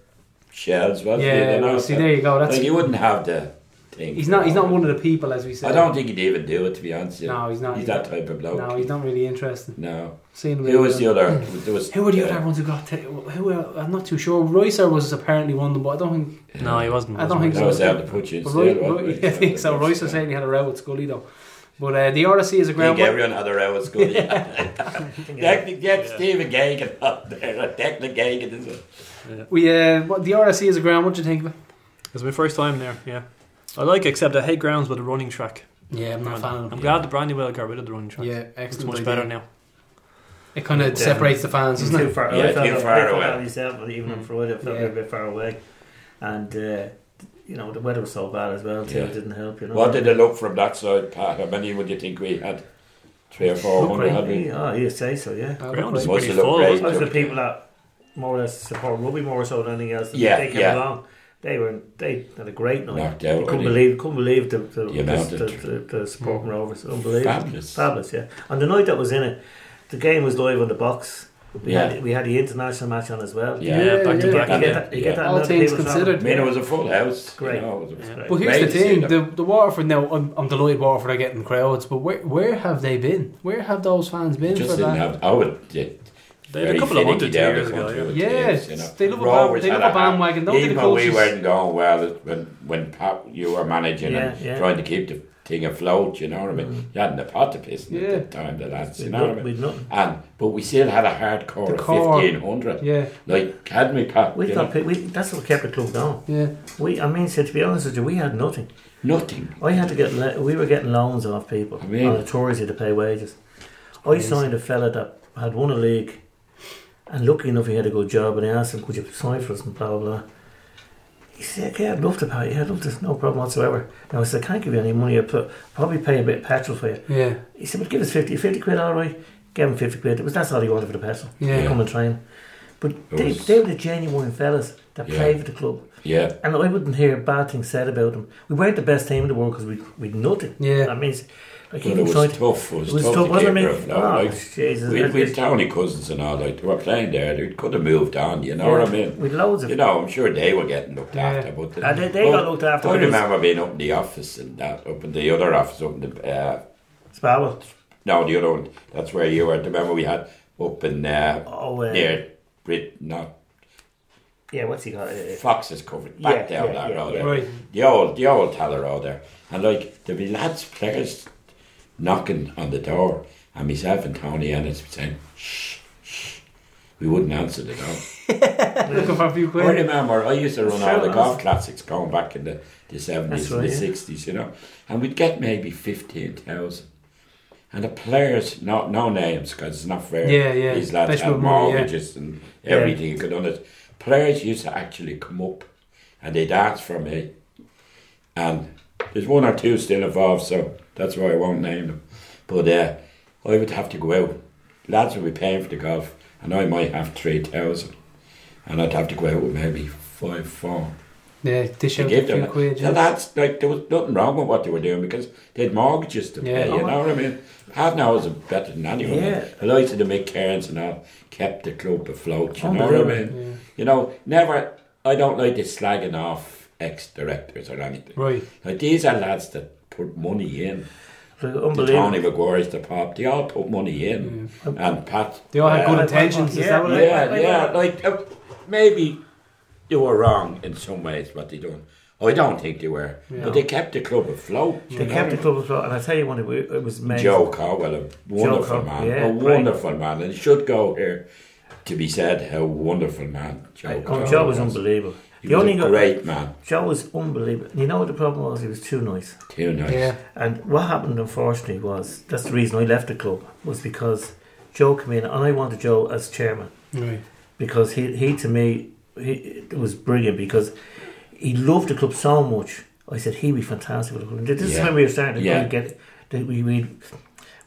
Speaker 3: shells, wasn't he?
Speaker 1: Yeah,
Speaker 3: You know,
Speaker 1: well, see, there you go. That's
Speaker 3: like, you wouldn't have the thing.
Speaker 1: he's not he's not one of the people as we said.
Speaker 3: I don't think he'd even do it, to be honest.
Speaker 1: No, he's not.
Speaker 3: He's that type of bloke.
Speaker 1: No, he's not really interested.
Speaker 3: No.
Speaker 1: Seeing him
Speaker 3: Who was
Speaker 1: really-
Speaker 3: the other? There was,
Speaker 1: Who were the
Speaker 3: uh,
Speaker 1: other ones who got? ta- who were, I'm not too sure. Roycer was apparently one of them, but I don't think.
Speaker 2: No, he wasn't.
Speaker 1: I don't think
Speaker 3: That
Speaker 1: so.
Speaker 3: was out to put you in
Speaker 1: But
Speaker 3: still,
Speaker 1: Roy,
Speaker 3: wasn't
Speaker 1: Roy,
Speaker 3: it?
Speaker 1: I think so. Roycer
Speaker 3: I
Speaker 1: certainly had a row with Scully though. But uh, the Odyssey is a
Speaker 3: think
Speaker 1: ground.
Speaker 3: everyone had a row at school. Yeah.
Speaker 4: Yeah.
Speaker 3: Technically, Get Stephen Gagan up there. Technically, Gagan is it?
Speaker 1: We uh, what the RSC is a ground. What do you think of it?
Speaker 2: It was my first time there, yeah. I like it, except I hate grounds with a running track.
Speaker 1: Yeah, I'm not a fan of
Speaker 2: I'm
Speaker 1: them.
Speaker 2: glad the Brandywell got rid of the running track.
Speaker 1: Yeah,
Speaker 2: It's
Speaker 1: excellent.
Speaker 2: much
Speaker 1: idea.
Speaker 2: better now.
Speaker 1: It kind of
Speaker 4: Yeah.
Speaker 1: separates the fans,
Speaker 4: It's
Speaker 1: doesn't
Speaker 4: too
Speaker 1: it?
Speaker 4: far.
Speaker 3: Yeah,
Speaker 4: I felt
Speaker 3: too
Speaker 4: like-
Speaker 3: far
Speaker 4: I felt
Speaker 3: away.
Speaker 4: like myself, but even on Friday, I felt
Speaker 1: Mm. Yeah.
Speaker 4: a bit far away, and uh, you know the weather was so bad as well. Too,
Speaker 3: Yeah.
Speaker 4: It didn't help. You know.
Speaker 3: What did it look from that side, Pat? How many would you think we had? Three or four
Speaker 4: Look
Speaker 3: hundred, had
Speaker 4: like
Speaker 3: we?
Speaker 4: me. Oh, you say so, yeah.
Speaker 1: Uh,
Speaker 2: Ground
Speaker 1: but-
Speaker 2: is
Speaker 3: Must
Speaker 2: pretty
Speaker 3: have looked
Speaker 2: full.
Speaker 3: great.
Speaker 2: wasn't it?
Speaker 4: Most of the people that more or less support rugby more so than anything else.
Speaker 3: Yeah,
Speaker 4: they came
Speaker 3: yeah.
Speaker 4: along. They were they had a great night.
Speaker 3: Knocked
Speaker 4: You
Speaker 3: out.
Speaker 4: couldn't
Speaker 3: really.
Speaker 4: believe, couldn't believe the the,
Speaker 3: The
Speaker 4: the,
Speaker 3: amount
Speaker 4: the,
Speaker 3: of-
Speaker 4: the, the support from Rovers. Unbelievable,
Speaker 3: Fabulous.
Speaker 4: fabulous, yeah. And the night that was in it, the game was live on the box. We
Speaker 3: Yeah.
Speaker 4: had we had the international match on as well.
Speaker 3: Yeah,
Speaker 1: Yeah,
Speaker 2: back
Speaker 1: yeah.
Speaker 2: to
Speaker 4: You
Speaker 2: back.
Speaker 4: get
Speaker 3: Yeah.
Speaker 4: that, you get that
Speaker 1: All
Speaker 4: amount of
Speaker 1: things
Speaker 4: people travelling.
Speaker 1: considered.
Speaker 3: I mean, it was a full house.
Speaker 4: Great.
Speaker 3: You know, it was
Speaker 2: Yeah.
Speaker 3: great.
Speaker 1: But here's
Speaker 3: Great
Speaker 1: the
Speaker 3: to see
Speaker 1: thing:
Speaker 3: them.
Speaker 1: the, the Waterford now. I'm, I'm delighted Waterford are getting crowds, but where where have they been? Where have those fans been
Speaker 3: just
Speaker 1: for
Speaker 3: didn't
Speaker 1: that?
Speaker 3: have. I would. Yeah,
Speaker 2: They had a couple of hundred years ago. yeah.
Speaker 1: Yes, they love a band- they love a bandwagon, don't they,
Speaker 3: Even
Speaker 1: the
Speaker 3: when we
Speaker 1: coaches?
Speaker 3: weren't going well, it- when when Pat you were managing and
Speaker 4: Yeah, yeah.
Speaker 3: trying to keep the thing afloat, you know what I mean. You hadn't a pot to piss in
Speaker 1: Mm. Yeah.
Speaker 3: at the time, the lads, you
Speaker 4: We'd
Speaker 3: know
Speaker 4: not-
Speaker 3: what I mean.
Speaker 4: we'd not-
Speaker 3: And but we still had a hardcore
Speaker 1: The
Speaker 3: of
Speaker 1: core.
Speaker 3: fifteen hundred.
Speaker 1: Yeah,
Speaker 3: Like had me Pat,
Speaker 4: We
Speaker 3: you
Speaker 4: got
Speaker 3: know,
Speaker 4: pe- we, that's what kept the club down.
Speaker 1: yeah.
Speaker 4: We, I mean, so to be honest with you, we had nothing.
Speaker 3: nothing.
Speaker 4: I had to get le- we were getting loans off people
Speaker 3: I mean-
Speaker 4: on the Tories to pay wages. I
Speaker 1: Crazy.
Speaker 4: signed a fella that had won a league, and lucky enough he had a good job. And I asked him, "Could you sign for us?" and blah blah. blah. He said, "Yeah, I'd love to pay. Yeah, I'd love to. No problem whatsoever." And I said, "I can't give you any money. I'll put, probably pay a bit of petrol for you."
Speaker 1: Yeah,
Speaker 4: He said, "But give us 50, 50 quid, all right." Gave him fifty quid. It was that's all he wanted for the petrol.
Speaker 1: Yeah.
Speaker 4: come and train. But
Speaker 3: It
Speaker 4: they,
Speaker 3: was-
Speaker 4: they were the genuine fellas that
Speaker 3: Yeah.
Speaker 4: played for the club.
Speaker 3: Yeah,
Speaker 4: And I wouldn't hear bad things said about them. We weren't the best team in the world because we, we'd nothing.
Speaker 1: Yeah.
Speaker 4: That means, like,
Speaker 3: but
Speaker 4: even
Speaker 3: it was
Speaker 4: trying to.
Speaker 3: tough. It was,
Speaker 4: It was
Speaker 3: tough, to
Speaker 4: tough,
Speaker 3: keep
Speaker 4: wasn't it?
Speaker 3: her afloat.
Speaker 4: Oh,
Speaker 3: like,
Speaker 4: Jesus.
Speaker 3: we,
Speaker 4: that-
Speaker 3: we had Tony Cousins and all, like, they were playing there. They could have moved on, you know what I mean?
Speaker 4: With loads of.
Speaker 3: You know, I'm sure they were getting looked
Speaker 1: Yeah.
Speaker 3: after, but
Speaker 4: And they, they got looked after.
Speaker 3: I
Speaker 4: when it was
Speaker 3: remember being up in the office and that, up in the other office, up in the uh,
Speaker 4: Sparrow.
Speaker 3: no, the other one. That's where you were. Remember we had up in uh,
Speaker 4: Oh, uh, yeah.
Speaker 3: near Brit, not
Speaker 4: what's he got? Uh,
Speaker 3: Fox's covered back
Speaker 4: Yeah,
Speaker 3: down
Speaker 4: yeah,
Speaker 3: that
Speaker 4: yeah,
Speaker 3: road.
Speaker 4: yeah.
Speaker 3: there.
Speaker 1: Right.
Speaker 3: The old, the old teller road there, and like there'd be lads players knocking on the door, and myself and Tony Ennis were saying, "Shh, shh." We wouldn't answer the door.
Speaker 1: Looking for a few
Speaker 3: I
Speaker 1: quid.
Speaker 3: remember I used to run
Speaker 4: Fair
Speaker 3: all the
Speaker 4: enough.
Speaker 3: golf classics going back in the, the 70s
Speaker 4: That's
Speaker 3: and
Speaker 4: right,
Speaker 3: the
Speaker 4: yeah.
Speaker 3: 60s, you know. And we'd get maybe 15,000. And the players, no, no names, because it's not fair.
Speaker 1: Yeah, yeah.
Speaker 3: These lads
Speaker 1: Special
Speaker 3: had
Speaker 1: money, yeah.
Speaker 3: mortgages and everything you could on it. Players used to actually come up and they'd ask for me. And there's one or two still involved, so that's why I won't name them. But uh, I would have to go out. Lads would be paying for the golf, and I might have 3,000 and I'd have to go out with maybe five, four.
Speaker 1: Yeah, dish
Speaker 3: To
Speaker 1: out a
Speaker 3: give
Speaker 1: few
Speaker 3: them,
Speaker 1: quid.
Speaker 3: yeah,
Speaker 1: Yeah.
Speaker 3: that's like there was nothing wrong with what they were doing because they had mortgages to
Speaker 1: Yeah.
Speaker 3: pay. You know what I mean? Half an hour's better than anyone.
Speaker 4: Yeah.
Speaker 3: The likes of the Mick Cairns and all kept the club afloat. You know what I
Speaker 4: Unbelievable.
Speaker 3: mean? You know, never. I don't like this slagging off ex directors or anything.
Speaker 1: Right.
Speaker 3: Like these are lads that put money in.
Speaker 4: like,
Speaker 3: The Tony
Speaker 4: unbelievable.
Speaker 3: McGuire's, the Pop, they all put money in. And Pat,
Speaker 1: They all had
Speaker 3: uh,
Speaker 1: good intentions. Is
Speaker 4: yeah.
Speaker 1: that what it is?
Speaker 3: yeah, yeah. Like uh, maybe they were wrong in some ways what they done. I don't think they were, but they kept the club afloat. you
Speaker 4: They
Speaker 3: know?
Speaker 4: kept the club as well. And I tell you one, it wa- it was amazing.
Speaker 3: Joe Cowell, a wonderful
Speaker 4: Cow-
Speaker 3: man,
Speaker 4: yeah,
Speaker 3: a
Speaker 4: great.
Speaker 3: wonderful man, and it should go here to be said how wonderful man Joe.
Speaker 4: Oh,
Speaker 3: Cowell
Speaker 4: Joe was unbelievable.
Speaker 3: He
Speaker 4: the
Speaker 3: was
Speaker 4: only
Speaker 3: a
Speaker 4: guy-
Speaker 3: great man.
Speaker 4: Joe was unbelievable. You know what the problem was? He was too nice.
Speaker 3: Too nice.
Speaker 1: Yeah.
Speaker 4: And what happened, unfortunately, was that's the reason I left the club was because Joe came in, and I wanted Joe as chairman
Speaker 1: Right.
Speaker 4: because he he to me he it was brilliant because he loved the club so much. I said he'd be fantastic with the club. This is
Speaker 3: Yeah.
Speaker 4: when we were starting to
Speaker 3: Yeah.
Speaker 4: get that we we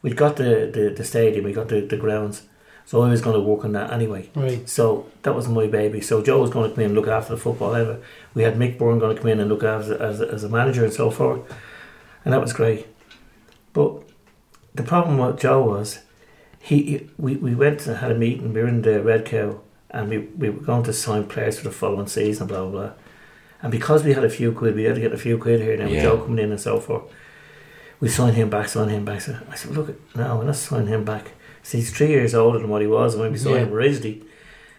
Speaker 4: we got the, the the stadium, we got the the grounds. So I was going to work on that anyway.
Speaker 1: Right.
Speaker 4: So that was my baby. So Joe was going to come in and look after the football. ever. We had Mick Byrne going to come in and look after as, as a manager and so forth. And that was great. But the problem with Joe was, he, he- we, we went and had a meeting. We were in the Red Cow and we, we were going to sign players for the following season, blah, blah, blah. And because we had a few quid, we had to get a few quid here now, with
Speaker 3: Yeah.
Speaker 4: Joe coming in and so forth. We signed him back, signed him back. So I said, look, no, we're not signing him back. See, he's three years older than what he was when we signed
Speaker 1: Yeah.
Speaker 4: him originally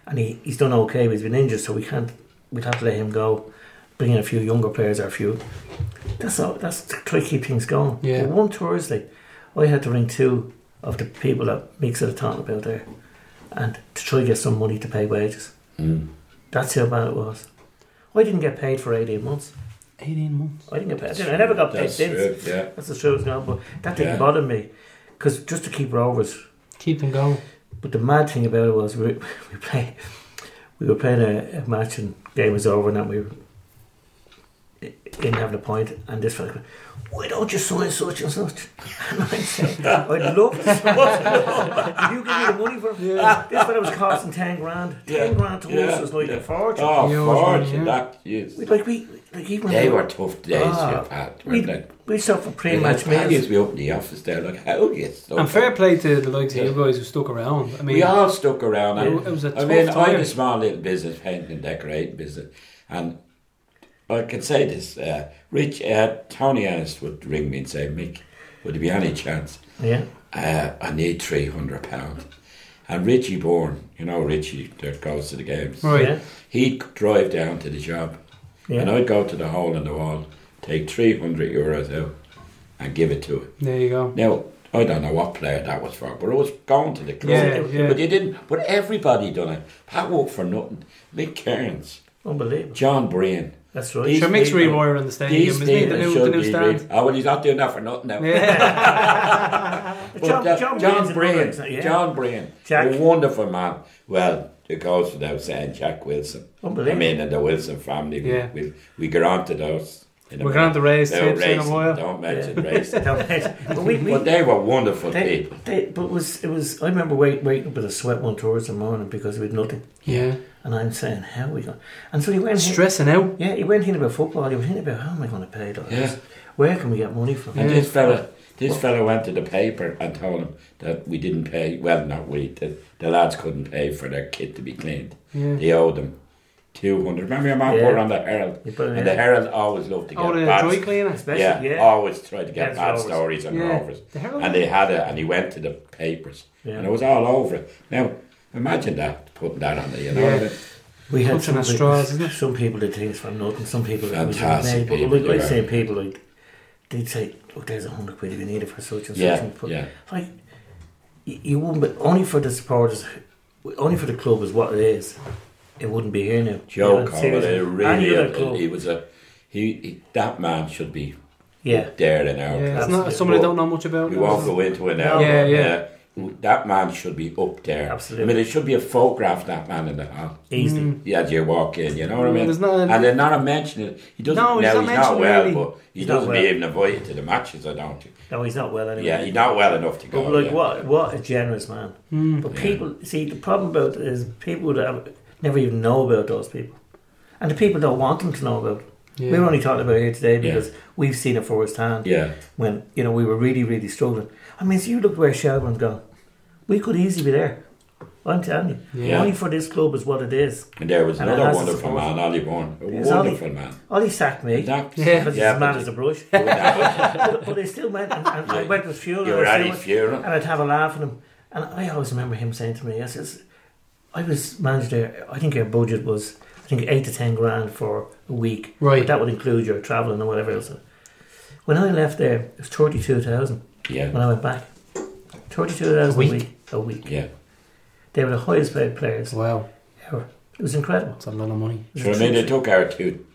Speaker 4: and he, he's done okay, but he's been injured, so we can't. We'd have to let him go. Bring in a few younger players or a few. That's all. That's to try to keep things going.
Speaker 1: Yeah.
Speaker 4: But one Thursday, I had to ring two of the people that Mick's at the time about there, and to try to get some money to pay wages.
Speaker 3: Mm.
Speaker 4: That's how bad it was. I didn't get paid for eighteen months.
Speaker 1: 18 months.
Speaker 4: I didn't get paid. I, didn't- I never got paid
Speaker 3: That's
Speaker 4: since.
Speaker 3: true, yeah.
Speaker 4: That's the truth, no. But that didn't
Speaker 3: Yeah.
Speaker 4: bother me, because just to keep Rovers
Speaker 1: Keep them going.
Speaker 4: but the mad thing about it was we, we play, we were playing a, a match and game was over and that we were, didn't have a point and this fella, went, why don't you sign such and such? And I said, I'd love to sign such and such. You give me the money for it. This fella was costing ten grand. Ten
Speaker 3: Yeah.
Speaker 4: grand to
Speaker 3: Yeah.
Speaker 4: us was like
Speaker 3: Yeah.
Speaker 4: a fortune.
Speaker 3: Oh,
Speaker 1: Yeah,
Speaker 3: fortune,
Speaker 1: yeah.
Speaker 3: that is.
Speaker 4: We, like we, like even when
Speaker 3: They
Speaker 4: we-
Speaker 3: were tough days,
Speaker 4: Ah,
Speaker 3: you Pat. weren't
Speaker 4: We'd,
Speaker 3: they?
Speaker 4: we'd stop
Speaker 3: They
Speaker 4: for
Speaker 3: had
Speaker 4: pre-match meals.
Speaker 3: values we opened the office there, like how you stuck
Speaker 1: And fair play to the likes
Speaker 3: Yeah.
Speaker 1: of you guys who stuck around. I mean,
Speaker 3: we all stuck around.
Speaker 1: It
Speaker 3: And,
Speaker 1: w- it was a
Speaker 3: I
Speaker 1: tough
Speaker 3: mean, I
Speaker 1: time.
Speaker 3: had a small little business, painting and decorating business, and I can say this: uh, Rich, uh, Tony Ennis would ring me and say, "Mick, would there be any chance?
Speaker 4: Yeah,
Speaker 3: Uh, I need three hundred pounds." And Richie Bourne, you know Richie that goes to the games,
Speaker 1: right.
Speaker 4: yeah,
Speaker 3: he'd drive down to the job,
Speaker 4: yeah.
Speaker 3: and I'd go to the hole in the wall, take three hundred euros out, and give it to him.
Speaker 1: There you go.
Speaker 3: Now, I don't know what player that was for, but it was going to the club.
Speaker 1: Yeah, yeah.
Speaker 3: But you didn't. But everybody done it. Pat worked for nothing. Mick Cairns,
Speaker 4: Unbelievable.
Speaker 3: John Brain.
Speaker 4: That's right.
Speaker 3: These
Speaker 1: Sure, Mick's
Speaker 3: people-
Speaker 1: rewiring the stadium,
Speaker 3: These
Speaker 1: isn't he? The
Speaker 3: people
Speaker 1: new, the
Speaker 3: should
Speaker 1: new
Speaker 3: be.
Speaker 1: stand.
Speaker 3: Re- oh, well, he's not doing that for nothing now.
Speaker 1: Yeah.
Speaker 3: But
Speaker 4: John-
Speaker 3: that-
Speaker 4: John Brain's
Speaker 3: John
Speaker 4: another
Speaker 3: Brain.
Speaker 4: example, yeah.
Speaker 3: John Brain.
Speaker 4: Jack.
Speaker 3: A wonderful man. Well, it goes without saying, Jack Wilson. I
Speaker 4: Unbelievable.
Speaker 3: mean, and the Wilson family.
Speaker 1: Yeah.
Speaker 3: We, we, we get on to those. in
Speaker 1: We're going to have to raise
Speaker 3: They were
Speaker 1: tips in a
Speaker 3: racing.
Speaker 1: while.
Speaker 3: Don't mention race.
Speaker 4: but we, we,
Speaker 3: But they were wonderful
Speaker 4: they,
Speaker 3: people.
Speaker 4: they, but it was it was? I remember wait, waking up with a sweat one towards the morning because we had nothing,
Speaker 1: Yeah.
Speaker 4: and I'm saying, "How are we going?" And so he went. in-
Speaker 1: Stressing out.
Speaker 4: Yeah, he went in about football. He was in about how am I going to pay all this?
Speaker 3: Yeah.
Speaker 4: Where can we get money from?
Speaker 3: And this fella, this fella went to the paper and told him that we didn't pay. Well, not we. The, the lads couldn't pay for their kit to be cleaned.
Speaker 1: Yeah.
Speaker 3: They owed them two hundred. Remember your man
Speaker 4: Yeah.
Speaker 3: were on the Herald,
Speaker 4: You put it
Speaker 3: and the
Speaker 4: in.
Speaker 3: Herald always loved to get
Speaker 1: Oh, the
Speaker 3: bad.
Speaker 1: dry cleaner.
Speaker 4: Especially,
Speaker 3: yeah, Oh. always tried to get
Speaker 4: That's
Speaker 3: bad
Speaker 4: rovers.
Speaker 3: stories on
Speaker 1: Yeah.
Speaker 3: rovers,
Speaker 1: The Herald.
Speaker 3: and they had it, and he went to the papers,
Speaker 4: Yeah.
Speaker 3: and it was all over it. Now imagine that putting that on the, you know,
Speaker 1: Yeah.
Speaker 3: what I mean?
Speaker 4: We had
Speaker 1: Puts in
Speaker 4: some,
Speaker 1: our
Speaker 4: peop-
Speaker 1: straws, isn't it?
Speaker 4: some people did things from nothing. Some people it was
Speaker 3: Fantastic
Speaker 4: amazing,
Speaker 3: people,
Speaker 4: But we-
Speaker 3: you're
Speaker 4: I've
Speaker 3: right.
Speaker 4: seen people like they'd say, "Look, there's a hundred quid if you need it for such and such."
Speaker 3: yeah,
Speaker 4: And, but,
Speaker 3: yeah,
Speaker 4: Like y- you wouldn't, but only for the supporters, only for the club is what it is. It wouldn't be here now.
Speaker 3: Joe
Speaker 4: Yeah,
Speaker 3: Colley,
Speaker 4: seriously. Any
Speaker 3: really,
Speaker 4: other
Speaker 3: a-
Speaker 4: club.
Speaker 3: he was a he, he. That man should be
Speaker 4: Yeah,
Speaker 3: there in our
Speaker 1: Yeah,
Speaker 3: class.
Speaker 1: it's not someone I don't know much about.
Speaker 3: We
Speaker 1: no.
Speaker 3: won't go into it now.
Speaker 1: Yeah,
Speaker 3: but,
Speaker 1: yeah.
Speaker 3: uh, that man should be up there.
Speaker 4: Absolutely.
Speaker 3: I mean, it should be a photograph of that man in the hall.
Speaker 4: easy.
Speaker 3: Yeah, as you walk in, you know what I
Speaker 1: Mm,
Speaker 3: mean?
Speaker 1: there's not-
Speaker 3: and then not a mention it. He doesn't.
Speaker 1: No,
Speaker 3: No,
Speaker 1: he's
Speaker 3: he's
Speaker 1: not
Speaker 3: not,
Speaker 1: mentioned
Speaker 3: well,
Speaker 1: really.
Speaker 3: but he
Speaker 4: He's not
Speaker 3: doesn't
Speaker 4: well.
Speaker 3: be even invited to the matches. I don't. think.
Speaker 4: No, he's not well anyway.
Speaker 3: Yeah, he's not well enough to go.
Speaker 4: But like
Speaker 3: yeah.
Speaker 4: what? What a generous man. But people see the problem about it is people that have, never even know about those people, and the people don't want them to know about. it.
Speaker 1: Yeah.
Speaker 4: We were only talking about it here today
Speaker 3: Yeah.
Speaker 4: because we've seen it firsthand.
Speaker 3: Yeah,
Speaker 4: When you know we were really, really struggling. I mean, so you look where Shelburne's gone. We could easily be there. I'm telling you.
Speaker 3: Yeah.
Speaker 4: Money for this club is what it is.
Speaker 3: and there was
Speaker 4: And
Speaker 3: another
Speaker 4: that's-
Speaker 3: wonderful man, Ollie Bourne. A
Speaker 4: Yes,
Speaker 3: wonderful man.
Speaker 4: Ollie sacked me because
Speaker 3: That,
Speaker 1: Yeah.
Speaker 4: he's
Speaker 3: Yeah,
Speaker 4: as mad
Speaker 3: but-
Speaker 4: as a brush.
Speaker 3: that
Speaker 4: but, but they still went and, and I
Speaker 3: Yeah.
Speaker 4: went with fuel.
Speaker 3: was, you
Speaker 4: and
Speaker 3: were
Speaker 4: I
Speaker 3: at
Speaker 4: still
Speaker 3: his
Speaker 4: went-
Speaker 3: funeral.
Speaker 4: And I'd have a laugh at him. And I always remember him saying to me, yes, it's, I was managed there, I think our budget was, I think, eight to ten grand for a week.
Speaker 1: Right.
Speaker 4: But that would include your travelling and whatever else. When I left there, it was 32,000
Speaker 3: Yeah,
Speaker 4: when I went back. 32,000 a
Speaker 1: A
Speaker 4: week.
Speaker 1: week?
Speaker 4: A week.
Speaker 3: yeah.
Speaker 4: They were the highest paid players
Speaker 1: Wow,
Speaker 4: ever. It was incredible.
Speaker 1: that's a lot of money.
Speaker 4: It was
Speaker 3: So I mean, they
Speaker 4: atrocious.
Speaker 3: took our two.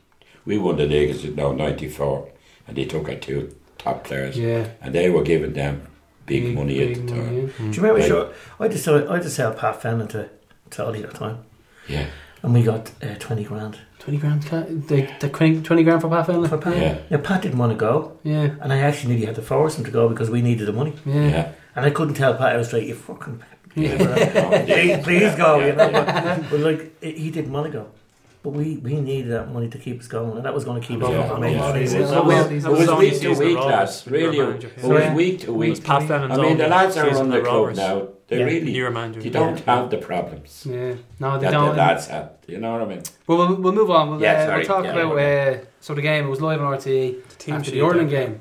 Speaker 3: We won the league as no '94, and they took our two top players,
Speaker 1: Yeah,
Speaker 3: and they were giving them big, money at
Speaker 1: big
Speaker 3: the
Speaker 1: money,
Speaker 3: time.
Speaker 1: yeah.
Speaker 4: Do you remember?
Speaker 3: Right.
Speaker 4: Sure, I just saw, I just sell Pat Fenlon to, to Ollie at the time,
Speaker 3: Yeah,
Speaker 4: and we got uh, twenty grand
Speaker 1: Twenty grand, ca- the, the 20, 20 grand for Pat
Speaker 4: for
Speaker 1: Finley.
Speaker 4: Pat.
Speaker 3: Yeah.
Speaker 4: Now Pat didn't want to go,
Speaker 1: Yeah,
Speaker 4: and I actually nearly had to force him to go because we needed the money,
Speaker 1: yeah, yeah.
Speaker 3: yeah.
Speaker 4: and I couldn't tell Pat. I was like, "You fucking
Speaker 3: yeah. Oh,
Speaker 4: please,
Speaker 3: yeah,
Speaker 4: please
Speaker 3: yeah,
Speaker 4: go," you
Speaker 3: yeah,
Speaker 4: know.
Speaker 3: yeah.
Speaker 4: But, but like he didn't want to go, but we we needed that money to keep us going, and that was going to keep us
Speaker 3: Yeah,
Speaker 4: going.
Speaker 3: yeah,
Speaker 4: Maybe
Speaker 3: it
Speaker 4: three
Speaker 3: was-
Speaker 2: That was-
Speaker 3: it was-
Speaker 2: that
Speaker 3: it
Speaker 2: was
Speaker 3: was
Speaker 2: only
Speaker 3: week to
Speaker 2: season
Speaker 3: week,
Speaker 2: of Rovers
Speaker 3: lads.
Speaker 2: when you
Speaker 3: Really,
Speaker 2: were
Speaker 3: it
Speaker 2: manager.
Speaker 3: was week to
Speaker 2: It was
Speaker 3: week.
Speaker 2: Pat Fennan's
Speaker 3: I mean, the
Speaker 2: only
Speaker 3: lads are
Speaker 2: season
Speaker 3: on the
Speaker 2: of
Speaker 3: club
Speaker 2: Rovers.
Speaker 3: now. They
Speaker 4: Yeah.
Speaker 2: You
Speaker 3: really,
Speaker 2: remind
Speaker 3: they
Speaker 2: you.
Speaker 3: don't have the problems
Speaker 1: No, they
Speaker 3: that the
Speaker 1: don't.
Speaker 3: lads had. You know what I mean?
Speaker 1: Well, we'll, we'll move on. We'll,
Speaker 3: Yeah,
Speaker 1: uh,
Speaker 3: sorry.
Speaker 1: we'll talk
Speaker 3: Yeah,
Speaker 1: about uh, so the game. It was live on E. RTE.
Speaker 2: team
Speaker 1: after the
Speaker 2: sheet,
Speaker 1: Ireland
Speaker 2: yeah.
Speaker 1: game.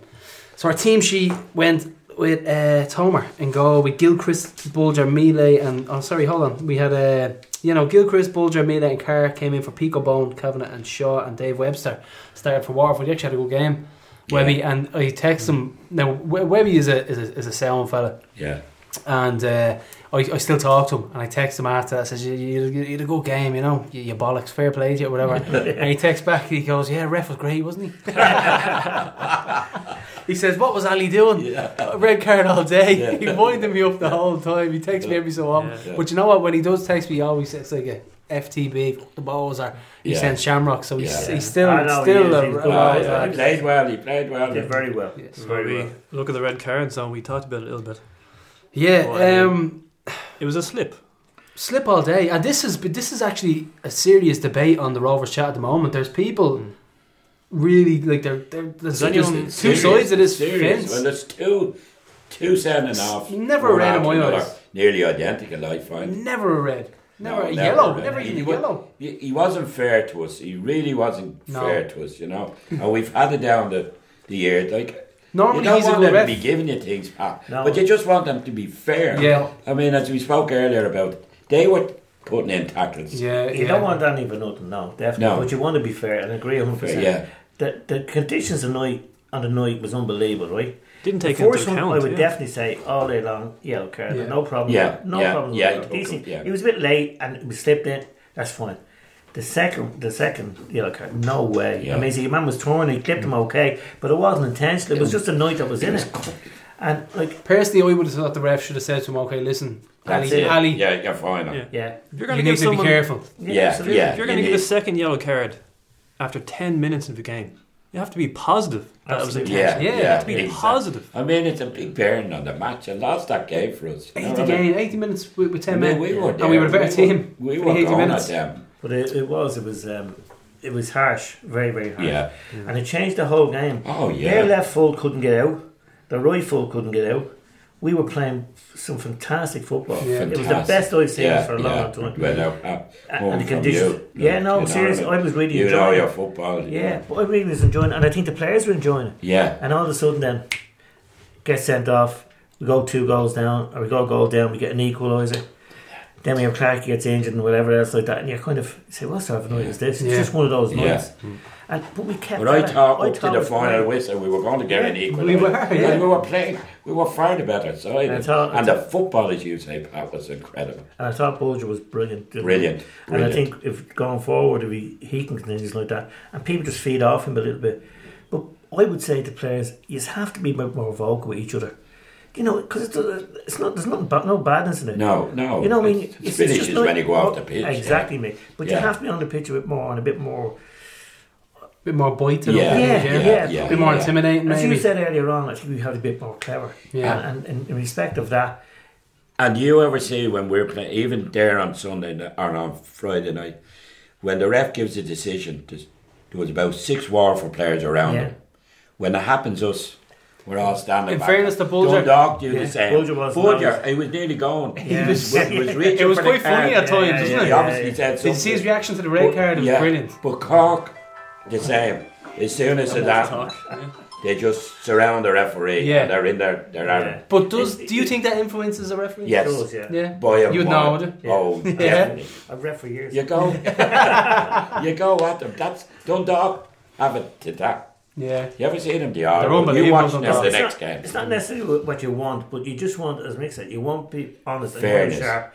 Speaker 1: So our team sheet went with uh, Tomer and goal with Gilchrist, Bulger, Melee, and oh sorry, hold on. We had uh, you know Gilchrist, Bulger, Melee, and Carr came in for Pico Bone, Kavanagh, and Shaw, and Dave Webster started for Waterford. He actually had a good game. Webby and I text him now. We- Webby is a is a, is a sound fella
Speaker 3: Yeah,
Speaker 1: and uh, I, I still talk to him and I text him after that I says you, you, you had a good game you know you, you bollocks fair play to you whatever and he texts back and he goes yeah ref was great wasn't he he says what was Ali doing
Speaker 3: yeah,
Speaker 1: Uh, red card all day
Speaker 3: Yeah.
Speaker 1: he winded me up the whole time he texts me every so often
Speaker 2: Yeah.
Speaker 3: Yeah.
Speaker 1: but you know what when he does text me he always says like uh, a FTB fuck the balls are he
Speaker 3: Yeah.
Speaker 1: sends Shamrock so he's,
Speaker 3: Yeah.
Speaker 1: he's still
Speaker 4: I know,
Speaker 1: still
Speaker 4: he is,
Speaker 1: a,
Speaker 4: he's
Speaker 1: a
Speaker 4: good.
Speaker 3: Ah,
Speaker 1: wild
Speaker 4: Yeah.
Speaker 3: yeah.
Speaker 1: lad.
Speaker 3: He played well. He played well.
Speaker 4: Did very well.
Speaker 1: Yeah.
Speaker 4: Did
Speaker 2: Where
Speaker 4: Very
Speaker 2: we
Speaker 4: well.
Speaker 2: look at the red cards and we talked about it a little bit.
Speaker 1: yeah um
Speaker 2: It was a slip.
Speaker 1: Slip all day, and this is but this is actually a serious debate on the Rovers chat at the moment. There's people
Speaker 3: Hmm.
Speaker 2: Mm.
Speaker 1: really like there. there- There's
Speaker 2: Is anyone
Speaker 1: there's two
Speaker 3: Serious,
Speaker 1: sides of this
Speaker 3: serious.
Speaker 1: fence.
Speaker 3: Well, there's two, two sounding off.
Speaker 1: Never
Speaker 3: one
Speaker 1: read in
Speaker 3: after
Speaker 1: my
Speaker 3: another,
Speaker 1: eyes.
Speaker 3: Nearly identical, I find.
Speaker 1: Never a red, never
Speaker 3: No,
Speaker 1: a
Speaker 3: never
Speaker 1: yellow,
Speaker 3: a red.
Speaker 1: never
Speaker 3: He-
Speaker 1: even
Speaker 3: he
Speaker 1: a
Speaker 3: would-
Speaker 1: yellow.
Speaker 3: He, he wasn't fair to us. He really wasn't
Speaker 1: No.
Speaker 3: fair to us, you know. And we've had it down the, the year. Like
Speaker 1: Normally
Speaker 3: you don't
Speaker 1: he's a
Speaker 3: want
Speaker 1: good ref.
Speaker 3: them to be giving you things, Pat,
Speaker 4: No.
Speaker 3: but you just want them to be fair.
Speaker 1: Yeah.
Speaker 3: I mean, as we spoke earlier about, they were putting in tackles.
Speaker 1: yeah,
Speaker 4: You
Speaker 1: yeah.
Speaker 4: don't want anything for nothing, no, definitely.
Speaker 3: No.
Speaker 4: But you want to be fair and agree 100%.
Speaker 3: Fair, yeah.
Speaker 4: The, the conditions of night on the night was unbelievable, right?
Speaker 2: Didn't take
Speaker 4: the
Speaker 2: into
Speaker 4: first
Speaker 2: account.
Speaker 4: one, I would
Speaker 2: yeah.
Speaker 4: definitely say all day long, yellow card,
Speaker 1: Yeah.
Speaker 4: no problem.
Speaker 3: Yeah,
Speaker 4: no
Speaker 3: yeah,
Speaker 4: problem.
Speaker 3: yeah,
Speaker 4: with that.
Speaker 3: he
Speaker 4: Decent.
Speaker 3: took it, yeah.
Speaker 4: He was a bit late and we slipped in. That's fine. The second, the second yellow card, no way.
Speaker 3: Yeah.
Speaker 4: I mean, see, your man was torn. He clipped him okay, but it wasn't intentional. It was just a night that was in
Speaker 3: was
Speaker 4: it. And like,
Speaker 1: Personally, I would have thought the ref should have said to him, "Okay, listen,
Speaker 4: That's
Speaker 1: Ali,
Speaker 4: it.
Speaker 1: Ali,
Speaker 3: Yeah, you're fine.
Speaker 2: Yeah.
Speaker 4: yeah,
Speaker 2: If you're
Speaker 1: you
Speaker 2: going
Speaker 1: need
Speaker 2: give
Speaker 1: to
Speaker 2: someone,
Speaker 1: be careful."
Speaker 3: Yeah,
Speaker 4: absolutely.
Speaker 3: yeah.
Speaker 2: If you're
Speaker 3: You
Speaker 2: going to give
Speaker 3: need-
Speaker 2: a second yellow card after 10 minutes of the game, You have to be positive. That was the
Speaker 4: Absolutely.
Speaker 2: intention.
Speaker 1: Yeah,
Speaker 2: you have to be
Speaker 3: exactly.
Speaker 2: positive.
Speaker 3: I mean, it's a big bearing on the match. and lost that game for us. You know
Speaker 1: 80
Speaker 3: what I mean?
Speaker 1: game, 80 minutes with, with 10
Speaker 3: I mean,
Speaker 1: men.
Speaker 3: we were there.
Speaker 1: And we were a better team
Speaker 3: We
Speaker 1: for
Speaker 3: were
Speaker 1: the 80
Speaker 3: going
Speaker 1: minutes.
Speaker 3: at them.
Speaker 4: But it, it was, it was, um, it was harsh, very, very harsh.
Speaker 3: Yeah.
Speaker 4: And it changed the whole game.
Speaker 3: Oh,
Speaker 4: Their
Speaker 3: yeah.
Speaker 4: left full couldn't get out. Their right full couldn't get out. We were playing some fantastic football.
Speaker 1: Yeah.
Speaker 4: It was the
Speaker 3: Fantastic.
Speaker 4: best I've seen
Speaker 3: yeah,
Speaker 4: for a long
Speaker 3: yeah.
Speaker 4: time.
Speaker 3: Well, uh, uh,
Speaker 4: And
Speaker 3: home
Speaker 4: the
Speaker 3: from
Speaker 4: conditions-
Speaker 3: you,
Speaker 4: yeah, no,
Speaker 3: you know,
Speaker 4: seriously,
Speaker 3: like,
Speaker 4: I was really
Speaker 3: You know
Speaker 4: enjoying
Speaker 3: your
Speaker 4: it.
Speaker 3: football. you
Speaker 4: Yeah,
Speaker 3: know.
Speaker 4: but I really was enjoying it, and I think the players were enjoying it.
Speaker 3: Yeah.
Speaker 4: And all of a sudden, then get sent off. We go two goals down, or we go a goal down. We get an equaliser. Then we have Clark gets injured and whatever else like that, and you're kind of you say, "What sort of night is this?" It's
Speaker 1: Yeah.
Speaker 4: just one of those
Speaker 3: Yeah. Mm.
Speaker 4: nights. And but we kept.
Speaker 3: But I
Speaker 4: at it.
Speaker 3: thought up to
Speaker 4: thought it
Speaker 3: the
Speaker 4: was
Speaker 3: final
Speaker 4: great.
Speaker 3: whistle, we were going to get an equal.
Speaker 1: we were, yeah.
Speaker 3: And we were playing, we were far the better side.
Speaker 4: I
Speaker 3: And,
Speaker 4: thought-
Speaker 3: the football, as you say, Pat, was incredible.
Speaker 4: And I thought Bulger was brilliant. didn't he?
Speaker 3: Brilliant.
Speaker 4: And I
Speaker 3: brilliant.
Speaker 4: think if going forward, if he, he can continue like that, and people just feed off him a little bit. But I would say to players, you just have to be a bit more vocal with each other. You know, because it's, uh, it's not there's nothing ba- no badness in it.
Speaker 3: no, no.
Speaker 4: You know, I mean,
Speaker 3: it's, it's finishes
Speaker 4: just like-
Speaker 3: when you go off the pitch. yeah.
Speaker 4: Exactly, mate. But you
Speaker 3: Yeah.
Speaker 4: have to be on the pitch a bit more and a bit more.
Speaker 1: A bit more bite to
Speaker 3: Yeah,
Speaker 1: them.
Speaker 4: yeah, yeah,
Speaker 1: A bit more
Speaker 3: yeah.
Speaker 1: intimidating,
Speaker 4: As you
Speaker 1: maybe.
Speaker 4: said earlier on, I think we had to be a bit more clever.
Speaker 1: Yeah.
Speaker 4: And, and in respect of that,
Speaker 3: And you ever see when we're playing, even there on Sunday ni- or on Friday night, when the ref gives a decision, there's- there was about six Warford players around
Speaker 4: Yeah.
Speaker 3: him. When it happens, us, we're all standing.
Speaker 1: In
Speaker 3: back.
Speaker 1: fairness to Bulger-
Speaker 3: Dundalk, you
Speaker 4: Yeah,
Speaker 3: the same.
Speaker 4: Bulger was
Speaker 3: Bulger,
Speaker 4: nice.
Speaker 3: he was nearly gone.
Speaker 4: Yeah.
Speaker 3: He was, he was reaching
Speaker 1: It was
Speaker 3: for the
Speaker 1: quite funny
Speaker 3: card.
Speaker 1: at times,
Speaker 4: Yeah,
Speaker 1: wasn't
Speaker 4: yeah,
Speaker 1: it?
Speaker 3: He obviously said
Speaker 1: Did you
Speaker 3: something.
Speaker 1: see his reaction to the red card? It was
Speaker 3: Yeah,
Speaker 1: brilliant.
Speaker 3: But Cork, the same. As soon as it happens, they just surround the referee.
Speaker 1: Yeah.
Speaker 3: and they're in their their
Speaker 4: yeah.
Speaker 3: arm.
Speaker 1: But does do you think that influences a referee?
Speaker 3: Yes.
Speaker 4: Goals, yeah.
Speaker 1: Yeah.
Speaker 3: By a
Speaker 1: You'd know,
Speaker 3: mile.
Speaker 1: would you?
Speaker 3: Oh,
Speaker 1: Yeah.
Speaker 3: definitely.
Speaker 4: I've read for years.
Speaker 3: You go, you go at them. That's Dundalk. Have it to that.
Speaker 1: Yeah.
Speaker 3: You ever seen them? They are.
Speaker 1: They're
Speaker 3: You
Speaker 1: unbelievable,
Speaker 3: watch them
Speaker 1: Dundalk.
Speaker 3: the
Speaker 4: It's
Speaker 3: next
Speaker 4: not,
Speaker 3: game.
Speaker 4: It's not necessarily what you want, but you just want, as Mick said, you want to be honest
Speaker 3: Fairness.
Speaker 4: and sharp.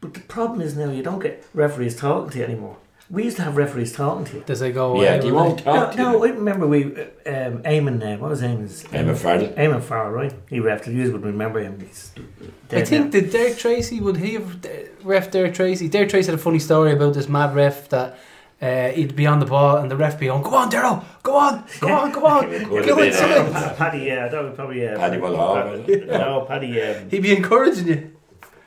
Speaker 4: But the problem is now you don't get referees talking to you anymore. We used to have referees talking to you.
Speaker 1: Does it go away?
Speaker 3: Yeah, you won't
Speaker 4: No,
Speaker 3: talk to
Speaker 4: no,
Speaker 3: them.
Speaker 4: I remember Oh, we, uh, um, Eamon, uh, what was Eamon's?
Speaker 3: Emma Farrell.
Speaker 4: Eamon Farrell, right? He refed, you would remember him. He's
Speaker 1: I
Speaker 4: dead
Speaker 1: think
Speaker 4: now.
Speaker 1: that Derek Tracy would he have ref Derek Tracy. Derek Tracy had a funny story about this mad ref that uh, he'd be on the ball and the ref be on, go on, Daryl, go on, go on, go on,
Speaker 3: It
Speaker 1: go
Speaker 3: could have
Speaker 1: on,
Speaker 3: been
Speaker 1: something.
Speaker 3: Emma.
Speaker 4: Oh, Paddy, yeah, that would probably. Uh,
Speaker 3: Paddy Mulhall,
Speaker 4: Paddy-
Speaker 3: was it?
Speaker 4: No, Paddy, um,
Speaker 1: He'd be encouraging you.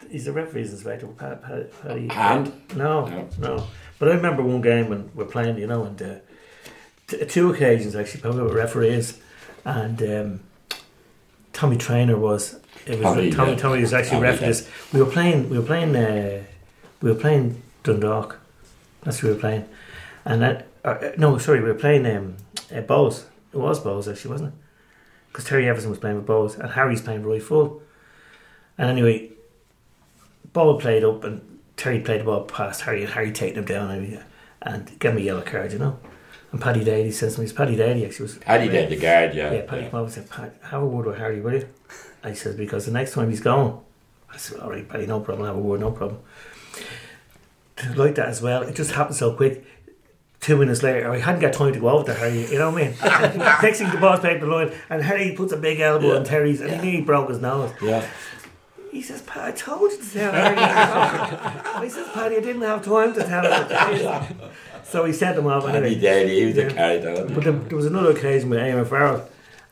Speaker 4: he's the referee's inspector. Paddy, Paddy, Paddy
Speaker 3: Hand.
Speaker 4: No,
Speaker 3: No.
Speaker 4: no, But I remember one game when we're playing, you know, and uh, t- two occasions actually, probably with referees, and um, Tommy Trainer was. It was
Speaker 3: Tommy,
Speaker 4: Tommy. Tommy,
Speaker 3: yeah.
Speaker 4: was actually
Speaker 3: Tommy,
Speaker 4: refereeing this. We were playing. We were playing. Uh, we were playing Dundalk. That's who we were playing, and that. Uh, uh, no, sorry, we were playing um, uh, Bowes. It was Bowes actually, wasn't it? Because Terry Everson was playing with Bowes, and Harry's playing Roy Full. And anyway, ball played up, and Terry played the ball past Harry, and Harry taking him down and, and gave him a yellow card, you know. And Paddy Daly says to me, it's Paddy Daly actually was.
Speaker 3: Paddy did the guard.
Speaker 4: Yeah,
Speaker 3: Yeah.
Speaker 4: Paddy came over and said, Pat, have a word with Harry, will you? I says, because the next time he's gone. I said, all right, Paddy, no problem, have a word, no problem. Like that as well, it just happened so quick. Two minutes later, I hadn't got time to go over to Harry, you know what I mean? Next thing the ball's played the line, and Harry puts a big elbow on Terry's, and he nearly broke his nose.
Speaker 3: Yeah.
Speaker 4: He says, Pat, I told you to tell her. he says, Paddy, I didn't have time to tell her. so he sent him off
Speaker 3: Paddy
Speaker 4: anyway.
Speaker 3: Daly, he was the
Speaker 4: Yeah.
Speaker 3: guard. though.
Speaker 4: But there, there was another occasion with Aaron Farrell,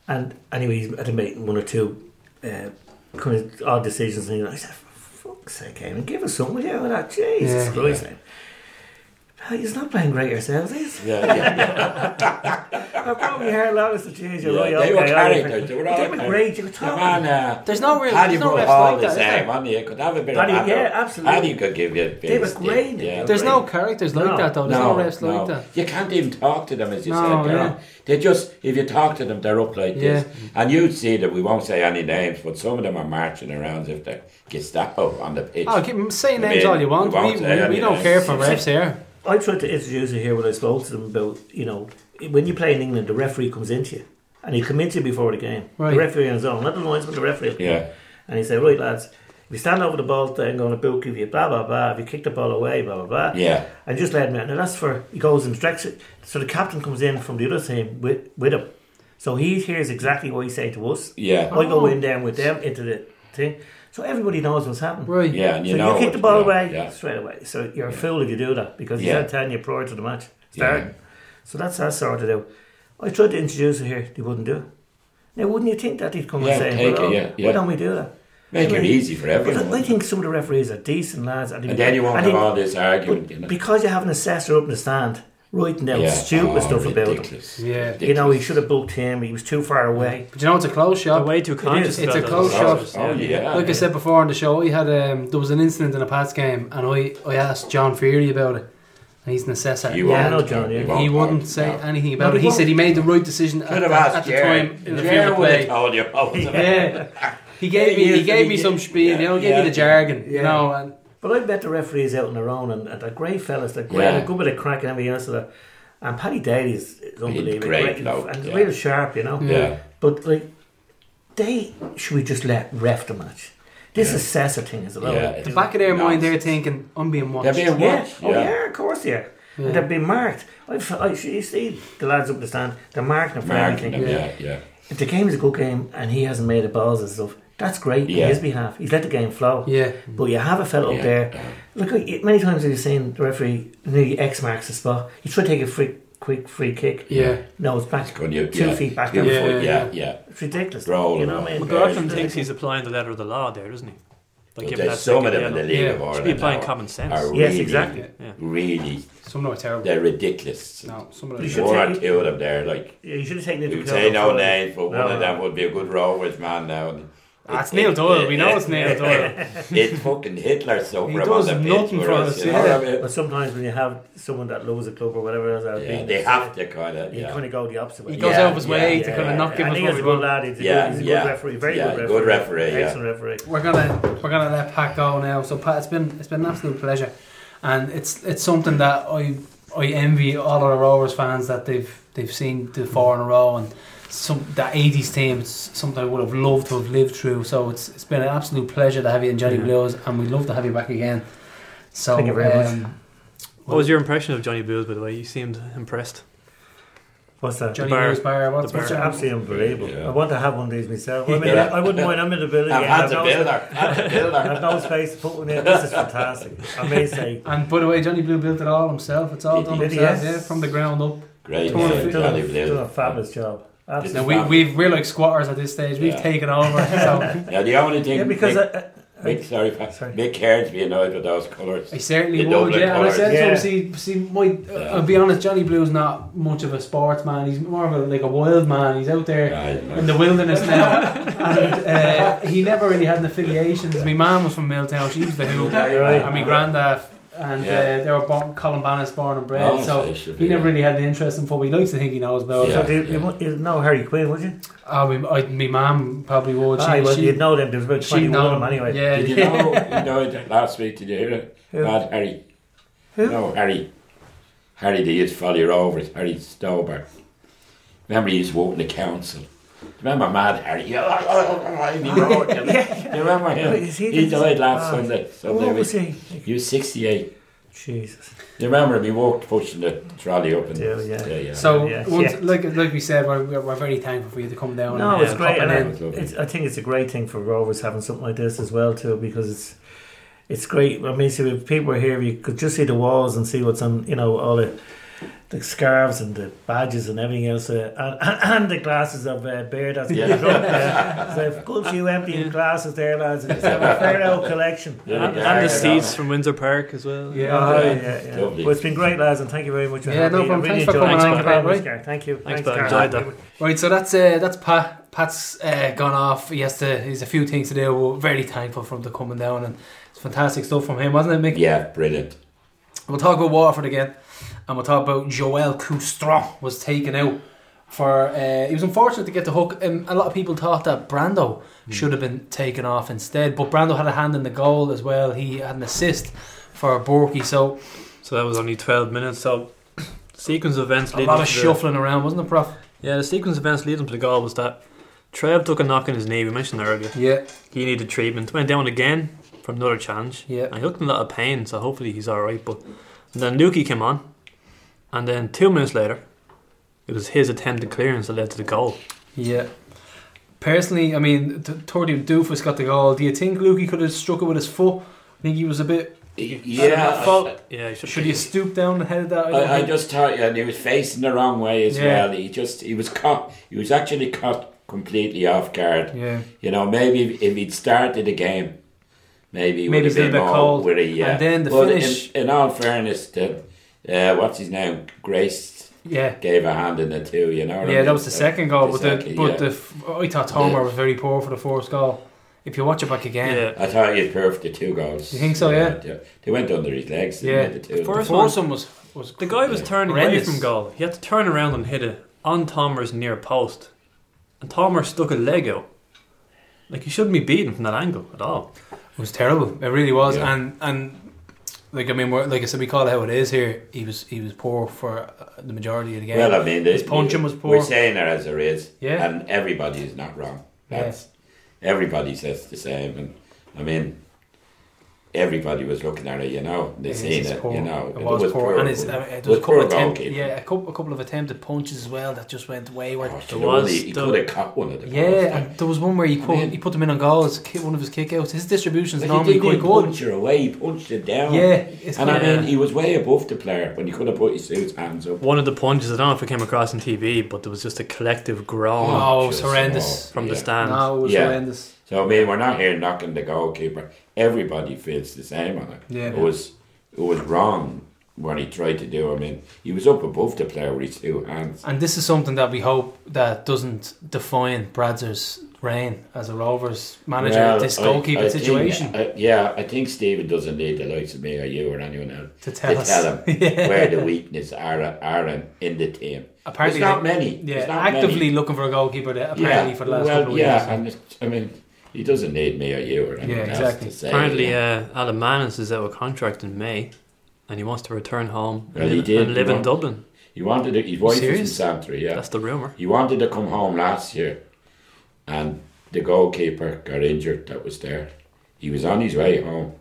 Speaker 4: and anyway, he's at a meeting, one or two uh, kind of odd decisions, and I said, for fuck's sake, Aaron, give us some, will you? And I, Jesus
Speaker 1: Yeah.
Speaker 4: Christ, man. Pat, He's not playing great yourselves, is he?
Speaker 3: Yeah, yeah.
Speaker 4: I probably heard a lot of change.
Speaker 3: Yeah, they were characters. They were all
Speaker 4: They were great. You were
Speaker 3: The
Speaker 4: talking.
Speaker 3: man, uh,
Speaker 1: There's no real,
Speaker 3: Paddy
Speaker 1: there's no refs
Speaker 3: Mulhall,
Speaker 1: like
Speaker 3: the
Speaker 1: that. is
Speaker 3: same.
Speaker 1: there?
Speaker 3: wasn't he? Could have a bit
Speaker 4: Paddy,
Speaker 3: of banter.
Speaker 4: yeah, absolutely.
Speaker 3: Paddy could give you a bit.
Speaker 4: They were
Speaker 3: of stick,
Speaker 4: great.
Speaker 3: Yeah.
Speaker 1: There's no characters like
Speaker 4: No.
Speaker 1: that though. There's no, refs like that.
Speaker 3: You can't even talk to them, as you
Speaker 1: No,
Speaker 3: said. They're
Speaker 1: yeah.
Speaker 3: on- They just, if you talk to them, they're up like this. And you'd see that we won't say any names, but some of them are marching around as if they're Gestapo on the pitch.
Speaker 1: Oh, keep saying
Speaker 3: I
Speaker 1: names
Speaker 3: mean,
Speaker 1: all you want.
Speaker 3: we won't
Speaker 1: We,
Speaker 3: say
Speaker 1: we, we
Speaker 3: any
Speaker 1: don't
Speaker 3: names.
Speaker 1: care for refs here.
Speaker 4: I tried to introduce it here when I spoke to them about, you know, when you play in England, the referee comes into you. And he'll come into you before the game.
Speaker 1: Right.
Speaker 4: The referee on his own, not the linesman, the referee.
Speaker 3: yeah.
Speaker 4: And he said, right, lads, if you stand over the ball today, I'm going to book you, blah, blah, blah. If you kick the ball away, blah, blah, blah.
Speaker 3: Yeah.
Speaker 4: And just let him out. Now, that's for, he goes and directs it. So the captain comes in from the other team with, with him. So he hears exactly what he say to us.
Speaker 3: Yeah.
Speaker 4: I go in there with them into the thing. So everybody knows what's happening.
Speaker 1: Right.
Speaker 3: Yeah, and you
Speaker 4: so
Speaker 3: know.
Speaker 4: you kick
Speaker 3: it,
Speaker 4: the ball
Speaker 3: yeah,
Speaker 4: away
Speaker 3: Yeah.
Speaker 4: straight away. So you're a fool if you do that because
Speaker 3: Yeah.
Speaker 4: he's not telling you prior to the match
Speaker 3: Yeah.
Speaker 4: starting. So that's that sorted out. I tried to introduce it here, they wouldn't do it. Now, wouldn't you think that they'd come
Speaker 3: Yeah,
Speaker 4: and say,
Speaker 3: take
Speaker 4: well,
Speaker 3: it, yeah, yeah.
Speaker 4: why don't we do that?
Speaker 3: Make it
Speaker 4: Right.
Speaker 3: easy for
Speaker 4: Because I
Speaker 3: everyone.
Speaker 4: think some of the referees are decent lads. And, they-
Speaker 3: And then you won't
Speaker 4: and
Speaker 3: have
Speaker 4: they-
Speaker 3: all this argument.
Speaker 4: but
Speaker 3: you know.
Speaker 4: because you have an assessor up in the stand writing down stupid
Speaker 3: oh,
Speaker 4: stuff about them.
Speaker 3: ridiculous.
Speaker 1: Yeah.
Speaker 4: You know, he should have booked him. He was too far away.
Speaker 1: But you know, it's a close
Speaker 2: They're
Speaker 1: shop.
Speaker 2: way too conscious.
Speaker 1: It's
Speaker 2: about
Speaker 1: a
Speaker 2: that.
Speaker 1: close
Speaker 3: Oh,
Speaker 1: shot.
Speaker 3: oh, yeah.
Speaker 1: Like I said before on the show, I had um, there was an incident in a Pats game, and I, I asked John Fury about it, and he's an assessor.
Speaker 3: You
Speaker 4: Yeah, I
Speaker 3: won't.
Speaker 4: know, John, yeah.
Speaker 3: You
Speaker 1: he
Speaker 3: won't.
Speaker 1: wouldn't say
Speaker 3: No.
Speaker 1: anything about
Speaker 4: No,
Speaker 1: it.
Speaker 4: he
Speaker 1: He said he made the right decision at,
Speaker 3: Could have
Speaker 1: at
Speaker 3: aast
Speaker 1: the
Speaker 3: Jerry.
Speaker 1: time in the
Speaker 3: Jerry
Speaker 1: field of
Speaker 3: would have
Speaker 1: play.
Speaker 3: told you all the time.
Speaker 1: Yeah, he gave me he gave me some spiel. you know, he gave me the jargon. You
Speaker 4: Yeah.
Speaker 1: know, and
Speaker 4: But I bet the referees out on their own, and, and they're great fellas. They're great.
Speaker 3: Yeah.
Speaker 4: A good bit of crack and everything else. of that. And Paddy Daly's is unbelievable.
Speaker 3: great
Speaker 4: Great,
Speaker 3: bloke,
Speaker 4: and
Speaker 3: yeah.
Speaker 4: real sharp, you know.
Speaker 3: Yeah.
Speaker 4: But like, they should we just let ref the match? This assessor thing is a lot.
Speaker 3: Yeah.
Speaker 1: the back of their mind, they're
Speaker 3: Nonsense.
Speaker 1: thinking, "I'm being watched."
Speaker 3: They're being
Speaker 4: Yeah.
Speaker 3: watched.
Speaker 4: Oh
Speaker 3: Yeah.
Speaker 4: yeah, of course yeah. And they've been marked. I've, I you see the lads up the stand. They're marking them for
Speaker 3: Marking
Speaker 4: everything.
Speaker 3: them. Yeah. Yeah.
Speaker 4: If the game is a good game and he hasn't made the balls and stuff, that's great
Speaker 3: Yeah.
Speaker 4: on his behalf. He's let the game flow.
Speaker 1: Yeah,
Speaker 4: But you have a fella
Speaker 3: Yeah.
Speaker 4: up there. Look, I- many times you've seen the referee nearly X marks the spot. You try to take a free, quick free kick.
Speaker 1: yeah.
Speaker 4: No, it's back.
Speaker 3: Good, you-
Speaker 4: two
Speaker 3: yeah.
Speaker 4: feet back.
Speaker 3: Two
Speaker 4: down.
Speaker 1: Yeah.
Speaker 3: foot, Yeah. Yeah.
Speaker 4: It's ridiculous.
Speaker 3: Roll
Speaker 4: you know
Speaker 3: it
Speaker 4: what I
Speaker 3: up.
Speaker 4: mean?
Speaker 2: McLaughlin thinks he's applying the letter of the law there, doesn't he? By
Speaker 3: But
Speaker 2: giving that
Speaker 3: There's some of
Speaker 2: second
Speaker 3: them in the
Speaker 2: yellow.
Speaker 3: league
Speaker 1: Yeah.
Speaker 3: of
Speaker 1: Should
Speaker 3: Ireland.
Speaker 2: Should be applying
Speaker 3: now
Speaker 2: common sense.
Speaker 3: Are
Speaker 4: Yes,
Speaker 3: really,
Speaker 4: exactly.
Speaker 2: Yeah.
Speaker 3: Really,
Speaker 1: Some are terrible.
Speaker 3: they're ridiculous.
Speaker 1: no, some
Speaker 4: But
Speaker 1: are.
Speaker 4: you should
Speaker 3: One or
Speaker 4: take-
Speaker 3: two of them there, like
Speaker 4: Yeah, you should have taken it.
Speaker 3: we
Speaker 4: to
Speaker 3: would
Speaker 4: the
Speaker 3: say
Speaker 4: club.
Speaker 3: no names, but
Speaker 4: No,
Speaker 3: one of
Speaker 4: no.
Speaker 3: them would be a good Rovers man now. and
Speaker 1: Ah, it's
Speaker 3: it-
Speaker 1: Neil
Speaker 3: it-
Speaker 1: Doyle. We
Speaker 3: it-
Speaker 1: know it's Neil Doyle.
Speaker 3: It's fucking Hitler
Speaker 1: He
Speaker 3: suffering
Speaker 1: does
Speaker 3: on the pitch
Speaker 1: nothing
Speaker 3: for
Speaker 1: for
Speaker 3: us.
Speaker 1: us,
Speaker 3: you know
Speaker 1: yeah.
Speaker 3: what I mean?
Speaker 4: But sometimes when you have someone that loves a club or whatever else, that'll
Speaker 3: Yeah,
Speaker 4: be-
Speaker 3: they have to kind of.
Speaker 4: You
Speaker 3: Yeah.
Speaker 4: kind of go the opposite way.
Speaker 1: He goes
Speaker 3: Yeah,
Speaker 1: out of his way
Speaker 3: yeah,
Speaker 1: to kind
Speaker 3: yeah,
Speaker 1: of not give
Speaker 4: I
Speaker 1: us
Speaker 4: think
Speaker 1: what
Speaker 4: he's
Speaker 1: we
Speaker 4: a good
Speaker 1: want.
Speaker 4: lad. He's a,
Speaker 3: Yeah,
Speaker 4: good, he's a
Speaker 3: yeah.
Speaker 4: good referee. Very
Speaker 3: Yeah,
Speaker 4: good referee.
Speaker 3: good referee, yeah.
Speaker 4: Excellent referee.
Speaker 1: We're gonna we're gonna let Pat go now. So Pat, it's been it's been an absolute pleasure, and it's it's something that I I envy all of the Rovers fans that they've they've seen the four in a row and some that eighties team. It's something I would have loved to have lived through. So it's it's been an absolute pleasure to have you in Johnny
Speaker 2: Yeah.
Speaker 1: Blues, and we'd love to have you back again. So
Speaker 4: Thank you very much.
Speaker 1: um,
Speaker 2: What was your impression of Johnny Blues, by the way? You seemed impressed.
Speaker 4: What's that?
Speaker 1: Johnny
Speaker 2: The bar-
Speaker 1: Blues bar? What's,
Speaker 2: the
Speaker 1: what's
Speaker 4: It's
Speaker 1: your
Speaker 4: absolutely unbelievable.
Speaker 3: Yeah.
Speaker 4: I want to have one of these myself. I mean,
Speaker 3: Yeah.
Speaker 4: I, I wouldn't mind. I'm in the building.
Speaker 3: I've
Speaker 4: yeah,
Speaker 3: had to
Speaker 4: no-
Speaker 3: build her. Had to build
Speaker 4: I
Speaker 3: her.
Speaker 4: have no space to put one in. This is fantastic. I may say,
Speaker 1: And by the way, Johnny Blue built it all himself. It's all
Speaker 3: He
Speaker 1: done
Speaker 4: did,
Speaker 1: himself,
Speaker 4: yes.
Speaker 1: yeah, from the ground up.
Speaker 3: Great,
Speaker 1: Torn
Speaker 3: yeah,
Speaker 1: fit.
Speaker 4: done
Speaker 3: Johnny
Speaker 4: a,
Speaker 3: Blue.
Speaker 4: done a fabulous job. Absolutely.
Speaker 1: Now we we've, we're like squatters at this stage. We've
Speaker 3: Yeah.
Speaker 1: taken over. So
Speaker 3: Now the only thing,
Speaker 4: Yeah, because uh,
Speaker 3: Mick,
Speaker 4: I, I,
Speaker 3: Mick, sorry, Pat,
Speaker 4: Sorry.
Speaker 3: Mick Cairns be annoyed with those colours.
Speaker 1: I certainly
Speaker 3: The
Speaker 1: would.
Speaker 3: Dublin
Speaker 1: Yeah, and I
Speaker 3: colours.
Speaker 1: said
Speaker 4: Yeah.
Speaker 1: to him, see, see, my, uh, I'll be honest. Johnny Blue's not much of a sportsman. He's more of a, like a wild man. He's out there. in the wilderness now. and uh, he never really had an affiliation. My mum was from Milltown, she was the Who,
Speaker 4: Yeah, you're right.
Speaker 1: and my granddad. And uh,
Speaker 3: Yeah.
Speaker 1: they were born, Colin Bannis born and bred,
Speaker 3: Oh,
Speaker 1: so
Speaker 3: so it should
Speaker 1: he
Speaker 3: be,
Speaker 1: never
Speaker 3: yeah.
Speaker 1: really had an interest in football. He likes to think he knows about
Speaker 3: Yeah.
Speaker 4: so do you, you, won't- you'd know Harry Quinn, would you?
Speaker 1: it. Oh, my, I, my mum probably would. She,
Speaker 4: Ah, well,
Speaker 1: she,
Speaker 4: you'd know them. There was about
Speaker 1: she'd
Speaker 4: 21
Speaker 1: know
Speaker 4: of them anyway.
Speaker 1: Yeah,
Speaker 3: Did you
Speaker 1: yeah.
Speaker 3: know? You know it last week. Did you hear it?
Speaker 4: Who?
Speaker 3: Mad Harry.
Speaker 4: Who?
Speaker 3: No, Harry. Harry, they used to follow you over. It's Harry Stober. Remember, he used to walk in the council. Remember Mad Harry? He wrote it. You remember
Speaker 4: But
Speaker 3: him?
Speaker 4: is he
Speaker 3: He
Speaker 4: the-
Speaker 3: died last
Speaker 4: Ah.
Speaker 3: Sunday.
Speaker 4: Oh,
Speaker 3: Sunday
Speaker 4: what
Speaker 3: week.
Speaker 4: was he?
Speaker 3: He was 68.
Speaker 4: Jesus.
Speaker 3: You remember him? He walked pushing the trolley up. And,
Speaker 4: Yeah, yeah.
Speaker 3: yeah.
Speaker 1: So
Speaker 4: Yeah.
Speaker 1: once,
Speaker 4: Yeah.
Speaker 1: like like we said, we're, we're, we're very thankful for you to come down.
Speaker 4: No,
Speaker 1: and,
Speaker 4: it's
Speaker 1: uh,
Speaker 4: great,
Speaker 1: pop in
Speaker 4: and I,
Speaker 3: That was lovely.
Speaker 4: it's, I think it's a great thing for Rovers having something like this as well too, because it's it's great. I mean, see, if people were here, you could just see the walls and see what's on, you know, all the the scarves and the badges and everything else, uh, and, and the glasses of uh, beer that's been
Speaker 3: Yeah.
Speaker 4: drunk. Uh, there's a good few empty glasses there, lads. It's a fair old collection.
Speaker 3: Yeah,
Speaker 2: and,
Speaker 3: they
Speaker 2: and
Speaker 3: are,
Speaker 2: the
Speaker 3: you know.
Speaker 2: seats from Windsor Park as well.
Speaker 1: Yeah.
Speaker 4: Oh, yeah, yeah,
Speaker 3: Lovely.
Speaker 4: Well, it's been great, lads, and thank you very much. for
Speaker 1: Yeah,
Speaker 4: having
Speaker 1: no
Speaker 4: me. I
Speaker 1: problem.
Speaker 4: really
Speaker 1: Thanks for
Speaker 4: enjoyed it.
Speaker 2: coming
Speaker 1: on,
Speaker 4: Thank you very
Speaker 1: Pat,
Speaker 4: much, Gar. Thank you.
Speaker 2: Thanks, Pat.
Speaker 4: Gar.
Speaker 2: Enjoyed that.
Speaker 1: Right, so that's uh, that's Pat. Pat's uh, gone off. He has to. He's a few things to do. We're very thankful for him to coming down, and it's fantastic stuff from him, wasn't it, Mick?
Speaker 3: Yeah, brilliant.
Speaker 1: We'll talk about Waterford again, and we'll talk about Joel Coustron was taken out for. Uh, he was unfortunate to get the hook. Um, a lot of people thought that Brando should have been taken off instead, but Brando had a hand in the goal as well. He had an assist for Borky, so
Speaker 2: So that was only 12 minutes. So, sequence of events
Speaker 1: a
Speaker 2: leading
Speaker 1: lot
Speaker 2: to
Speaker 1: of
Speaker 2: the-
Speaker 1: shuffling around, wasn't it, Prof?
Speaker 2: Yeah, the sequence of events leading to the goal was that Trev took a knock in his knee. We mentioned earlier.
Speaker 1: Yeah,
Speaker 2: He needed treatment. Went down again from another challenge.
Speaker 1: Yeah.
Speaker 2: And he looked in a lot of pain, so hopefully he's alright. But and then Lukey came on. And then two minutes later, it was his attempted clearance that led to the goal.
Speaker 1: yeah. Personally, I mean, Tordy Doofus got the goal. Do you think Lukey could have struck it with his foot? I think he was a bit
Speaker 3: Yeah,
Speaker 2: Fault-
Speaker 3: I-
Speaker 2: yeah. You should,
Speaker 1: Should you stoop down and head that?
Speaker 3: I, I just thought, and he was facing the wrong way as
Speaker 1: Yeah.
Speaker 3: well. He just, he was caught. He was actually caught completely off guard.
Speaker 1: yeah.
Speaker 3: You know, maybe if, if he'd started the game, maybe he
Speaker 1: Maybe
Speaker 3: would
Speaker 1: it's a
Speaker 3: have been
Speaker 1: little bit
Speaker 3: more
Speaker 1: cold.
Speaker 3: with a yeah.
Speaker 1: And then the
Speaker 3: But
Speaker 1: finish-
Speaker 3: In, in all fairness, the, uh, what's his name, Grace
Speaker 1: Yeah.
Speaker 3: gave a hand in the two. You know. what I
Speaker 1: Yeah, that
Speaker 3: mean?
Speaker 1: was the
Speaker 3: So-
Speaker 1: second goal, but the
Speaker 3: Exactly,
Speaker 1: but
Speaker 3: yeah.
Speaker 1: the f- I thought Homer
Speaker 3: Yeah.
Speaker 1: was very poor for the fourth goal. If you watch it back again,
Speaker 2: Yeah.
Speaker 3: I thought he'd perfect the two goals.
Speaker 1: You think so, yeah?
Speaker 3: yeah. They went under his legs. didn't
Speaker 1: Yeah.
Speaker 3: they, the two.
Speaker 2: Of
Speaker 1: the
Speaker 2: course. First
Speaker 1: fourth one was was
Speaker 2: The guy was turning
Speaker 1: Horrendous.
Speaker 2: away from goal. He had to turn around and hit it on Tomer's near post. And Tomer stuck a leg out. Like, you shouldn't be beaten from that angle at all.
Speaker 1: It was terrible. It really was.
Speaker 3: Yeah.
Speaker 1: And and like I mean, we're, like I said, we call it how it is here. He was he was poor for uh, the majority of the game.
Speaker 3: Well, I mean,
Speaker 1: his
Speaker 3: the-
Speaker 1: punching was poor.
Speaker 3: We're saying it as it is,
Speaker 1: Yeah.
Speaker 3: and everybody is not wrong. That's everybody says the same, and I mean, everybody was looking at it, you know, they
Speaker 1: It is,
Speaker 3: seen
Speaker 1: it's
Speaker 3: it,
Speaker 1: poor.
Speaker 3: you know,
Speaker 1: it, was, poor, and it's,
Speaker 3: but
Speaker 1: I mean, it
Speaker 3: it
Speaker 1: was a couple
Speaker 3: poor
Speaker 1: of attempt,
Speaker 3: goalkeeping.
Speaker 1: yeah, a couple, a couple of attempted punches as well that just went wayward.
Speaker 3: Oh,
Speaker 2: There
Speaker 3: you know,
Speaker 2: was
Speaker 3: he, he
Speaker 2: the-
Speaker 3: could have caught one of the
Speaker 1: yeah,
Speaker 3: goals, eh?
Speaker 1: and there was one where he put
Speaker 3: mean-
Speaker 1: he put them in on goal. It's a kick- one of his kickouts. His distribution's
Speaker 3: But
Speaker 1: is
Speaker 3: he
Speaker 1: normally
Speaker 3: didn't
Speaker 1: quite
Speaker 3: even
Speaker 1: good.
Speaker 3: punch her away, he punched it down.
Speaker 1: Yeah, it's uh,
Speaker 3: and I
Speaker 1: quite-
Speaker 3: mean, he was way above the player when he could have put his suit's hands up.
Speaker 2: One of the punches, I don't know if it came across on TV, but there was just a collective groan
Speaker 1: Oh, it was
Speaker 3: Just,
Speaker 1: horrendous.
Speaker 2: from the
Speaker 3: yeah.
Speaker 2: stand.
Speaker 1: No, it was
Speaker 3: Yeah.
Speaker 1: horrendous.
Speaker 3: So I mean, we're not here knocking the goalkeeper. Everybody feels the same on it.
Speaker 1: Yeah.
Speaker 3: It was it was wrong what he tried to do. I mean, he was up above the player with his two hands.
Speaker 1: And this is something that we hope that doesn't define Bradzer's reign as a Rovers manager.
Speaker 3: Well,
Speaker 1: this
Speaker 3: I-
Speaker 1: goalkeeper
Speaker 3: I think-
Speaker 1: situation
Speaker 3: I- yeah, I think Stephen doesn't need the likes of me or you or anyone else
Speaker 1: to tell
Speaker 3: to
Speaker 1: us.
Speaker 3: tell him
Speaker 1: yeah.
Speaker 3: where the weakness are, are in, in the team.
Speaker 1: apparently,
Speaker 3: There's not
Speaker 1: they-
Speaker 3: many.
Speaker 1: yeah,
Speaker 3: There's not
Speaker 1: actively
Speaker 3: many.
Speaker 1: looking for a goalkeeper. That, apparently, for the last
Speaker 3: well,
Speaker 1: couple of
Speaker 3: yeah,
Speaker 1: years.
Speaker 3: and it's- I mean, he doesn't need me or you or anyone
Speaker 1: Yeah,
Speaker 3: else
Speaker 1: exactly.
Speaker 3: to say.
Speaker 2: Apparently,
Speaker 3: yeah.
Speaker 2: uh, Alamanis is out of contract in May and he wants to return home
Speaker 3: Well,
Speaker 2: and,
Speaker 3: he
Speaker 2: live-
Speaker 3: did,
Speaker 2: and live
Speaker 3: he
Speaker 2: in
Speaker 3: won't.
Speaker 2: Dublin.
Speaker 3: he wanted to, his wife was from
Speaker 1: Serious?
Speaker 3: Santry. Yeah,
Speaker 2: uh, That's the rumour.
Speaker 3: He wanted to come home last year, and the goalkeeper got injured. That was there. He was on his way home,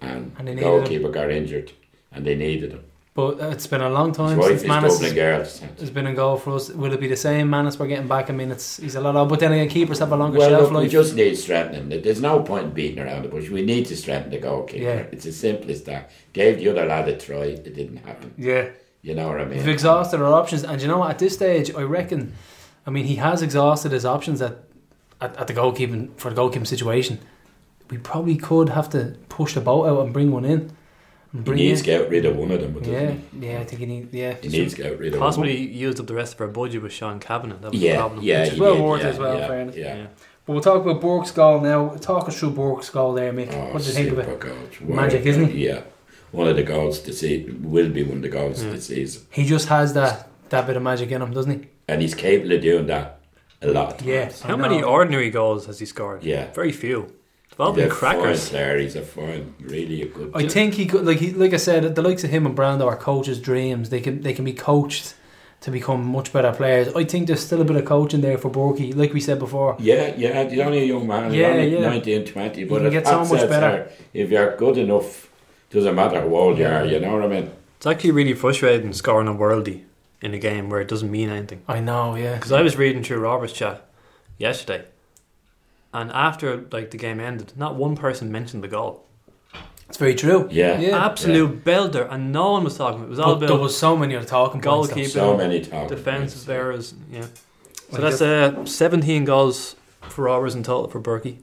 Speaker 3: and,
Speaker 1: And they
Speaker 3: the
Speaker 1: needed him.
Speaker 3: goalkeeper got injured, and they needed him.
Speaker 1: But it's been a long
Speaker 3: His
Speaker 1: time
Speaker 3: wife is
Speaker 1: since Manus
Speaker 3: Dublin
Speaker 1: has,
Speaker 3: girls.
Speaker 1: has been in goal for us. Will it be the same Manus we're getting back? I mean, it's he's a lot of. But then again, keepers have a longer
Speaker 3: Well,
Speaker 1: shelf
Speaker 3: look, we
Speaker 1: life.
Speaker 3: just need strengthening. There's no point in beating around the bush. We need to strengthen the goalkeeper.
Speaker 1: Yeah.
Speaker 3: It's as simple as that. Gave the other lad a try. It didn't happen.
Speaker 1: yeah,
Speaker 3: You know what I mean?
Speaker 1: we've exhausted our options, and you know what? At this stage, I reckon. I mean, he has exhausted his options at at, at the goalkeeping for the goalkeeping situation. We probably could have to push the boat out and bring one in. And
Speaker 3: He
Speaker 1: bring
Speaker 3: needs
Speaker 1: in.
Speaker 3: to get rid of one of them. doesn't
Speaker 1: yeah, yeah. I think he needs. Yeah,
Speaker 3: He, he needs to get rid of
Speaker 2: Possibly
Speaker 3: One.
Speaker 2: used up the rest of our budget with Sean Cabinet. That was the
Speaker 3: Yeah,
Speaker 2: problem.
Speaker 3: yeah.
Speaker 1: Which is
Speaker 3: he
Speaker 1: well
Speaker 3: did,
Speaker 1: worth
Speaker 3: yeah,
Speaker 1: as well,
Speaker 3: Yeah,
Speaker 1: fairness.
Speaker 3: yeah.
Speaker 1: But we'll talk about Bork's goal now. Talk us through Bork's goal there, Mick.
Speaker 3: Oh,
Speaker 1: what do you think of it?
Speaker 3: super goals.
Speaker 1: Magic, isn't it?
Speaker 3: Yeah. One of the goals to see will be one of the goals this season.
Speaker 1: He just has that that bit of magic in him, doesn't he?
Speaker 3: And he's capable of doing that a lot.
Speaker 1: Yeah. I
Speaker 2: How many
Speaker 1: know.
Speaker 2: ordinary goals has he scored?
Speaker 3: Yeah.
Speaker 2: Very few. They've all
Speaker 3: He's a
Speaker 2: been
Speaker 3: fine
Speaker 2: crackers.
Speaker 3: player, he's a fine, really a good
Speaker 1: I think he could like he like I said, the likes of him and Brando are coaches' dreams. They can they can be coached to become much better players. I think there's still a bit of coaching there for Borky, like we said before.
Speaker 3: Yeah, yeah, he's only a young man, he's
Speaker 1: Yeah,
Speaker 3: only
Speaker 1: yeah.
Speaker 3: 19, 20, but
Speaker 1: can
Speaker 3: as
Speaker 1: get so
Speaker 3: Pat
Speaker 1: much
Speaker 3: says
Speaker 1: better.
Speaker 3: there, if you're good enough, doesn't matter how old you are, you know what I mean?
Speaker 2: It's actually really frustrating scoring a worldie in a game where it doesn't mean anything.
Speaker 1: I know, yeah.
Speaker 2: Because I was reading through Robert's chat yesterday, and after like the game ended, not one person mentioned the goal.
Speaker 1: It's very true.
Speaker 3: Yeah.
Speaker 1: Yeah.
Speaker 2: Absolute belter, and no one was talking. It was all
Speaker 1: But there
Speaker 2: about
Speaker 1: was so many other talking points. though.
Speaker 2: Goalkeeper.
Speaker 3: So many
Speaker 1: Oh,
Speaker 3: times.
Speaker 2: defensive errors. Yeah. So
Speaker 1: Well,
Speaker 2: that's uh, 17 goals for Roberts in total for Berkey.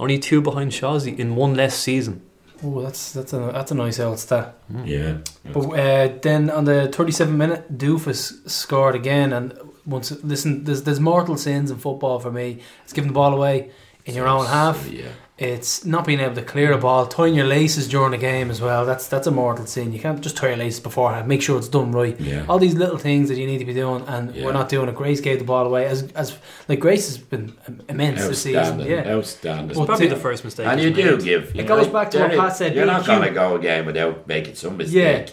Speaker 2: Only two behind Shawsey in one less season.
Speaker 1: Oh, that's that's a that's a nice old stat.
Speaker 3: Yeah.
Speaker 1: But uh, then on the 37 minute, Doofus scored again. And once, listen, there's, there's mortal sins in football for me. It's giving the ball away in your own half.
Speaker 3: Yeah.
Speaker 1: It's not being able to clear a ball, tying your laces during the game as well. That's that's a mortal sin. You can't just tie your laces beforehand. Make sure it's done right.
Speaker 3: Yeah.
Speaker 1: All these little things that you need to be doing, and
Speaker 3: Yeah.
Speaker 1: we're not doing it. Grace gave the ball away as as like Grace has been immense this season.
Speaker 3: Outstanding.
Speaker 1: Yeah,
Speaker 3: Outstanding.
Speaker 1: Well,
Speaker 2: Probably
Speaker 1: to-
Speaker 2: the first mistake.
Speaker 3: And
Speaker 2: he's
Speaker 3: you do
Speaker 2: made.
Speaker 3: give. you
Speaker 1: It goes
Speaker 3: know,
Speaker 1: back to what
Speaker 3: there-
Speaker 1: Pat said,
Speaker 3: You're
Speaker 1: be
Speaker 3: not going to
Speaker 1: cute.
Speaker 3: go again without making some mistake.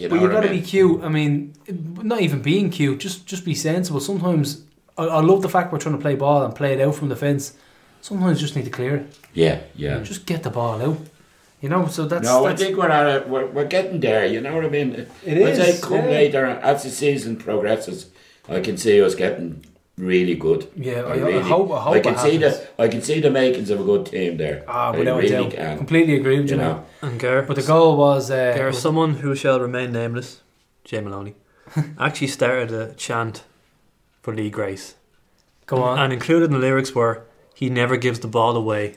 Speaker 1: yeah.
Speaker 3: you know
Speaker 1: but you
Speaker 3: got to
Speaker 1: be cute. I mean, not even being cute, just just be sensible. Sometimes I, I love the fact we're trying to play ball and play it out from the fence. Sometimes you just need to clear it.
Speaker 3: Yeah, yeah.
Speaker 1: Just get the ball out. You know, so Mm. that's,
Speaker 3: No, I
Speaker 1: that's
Speaker 3: think we're at a, we're, we're getting there. You know what I mean?
Speaker 1: It
Speaker 3: As I
Speaker 1: is,
Speaker 3: come
Speaker 1: yeah.
Speaker 3: later, as the season progresses, I can see us getting really good.
Speaker 1: Yeah, I,
Speaker 3: I really-
Speaker 1: I hope. I hope.
Speaker 3: I can
Speaker 1: it
Speaker 3: see
Speaker 1: happens.
Speaker 3: the I can see the makings of a good team there.
Speaker 1: Ah,
Speaker 3: I
Speaker 1: without
Speaker 3: really
Speaker 1: a doubt,
Speaker 3: can.
Speaker 1: completely agree with you.
Speaker 3: You
Speaker 1: now.
Speaker 3: know,
Speaker 2: And Gar,
Speaker 1: But the goal was. Uh,
Speaker 2: Gar,
Speaker 1: was-
Speaker 2: someone who shall remain nameless, Jay Maloney, actually started a chant for Lee Grace.
Speaker 1: go on.
Speaker 2: And included in the lyrics were, he never gives the ball away.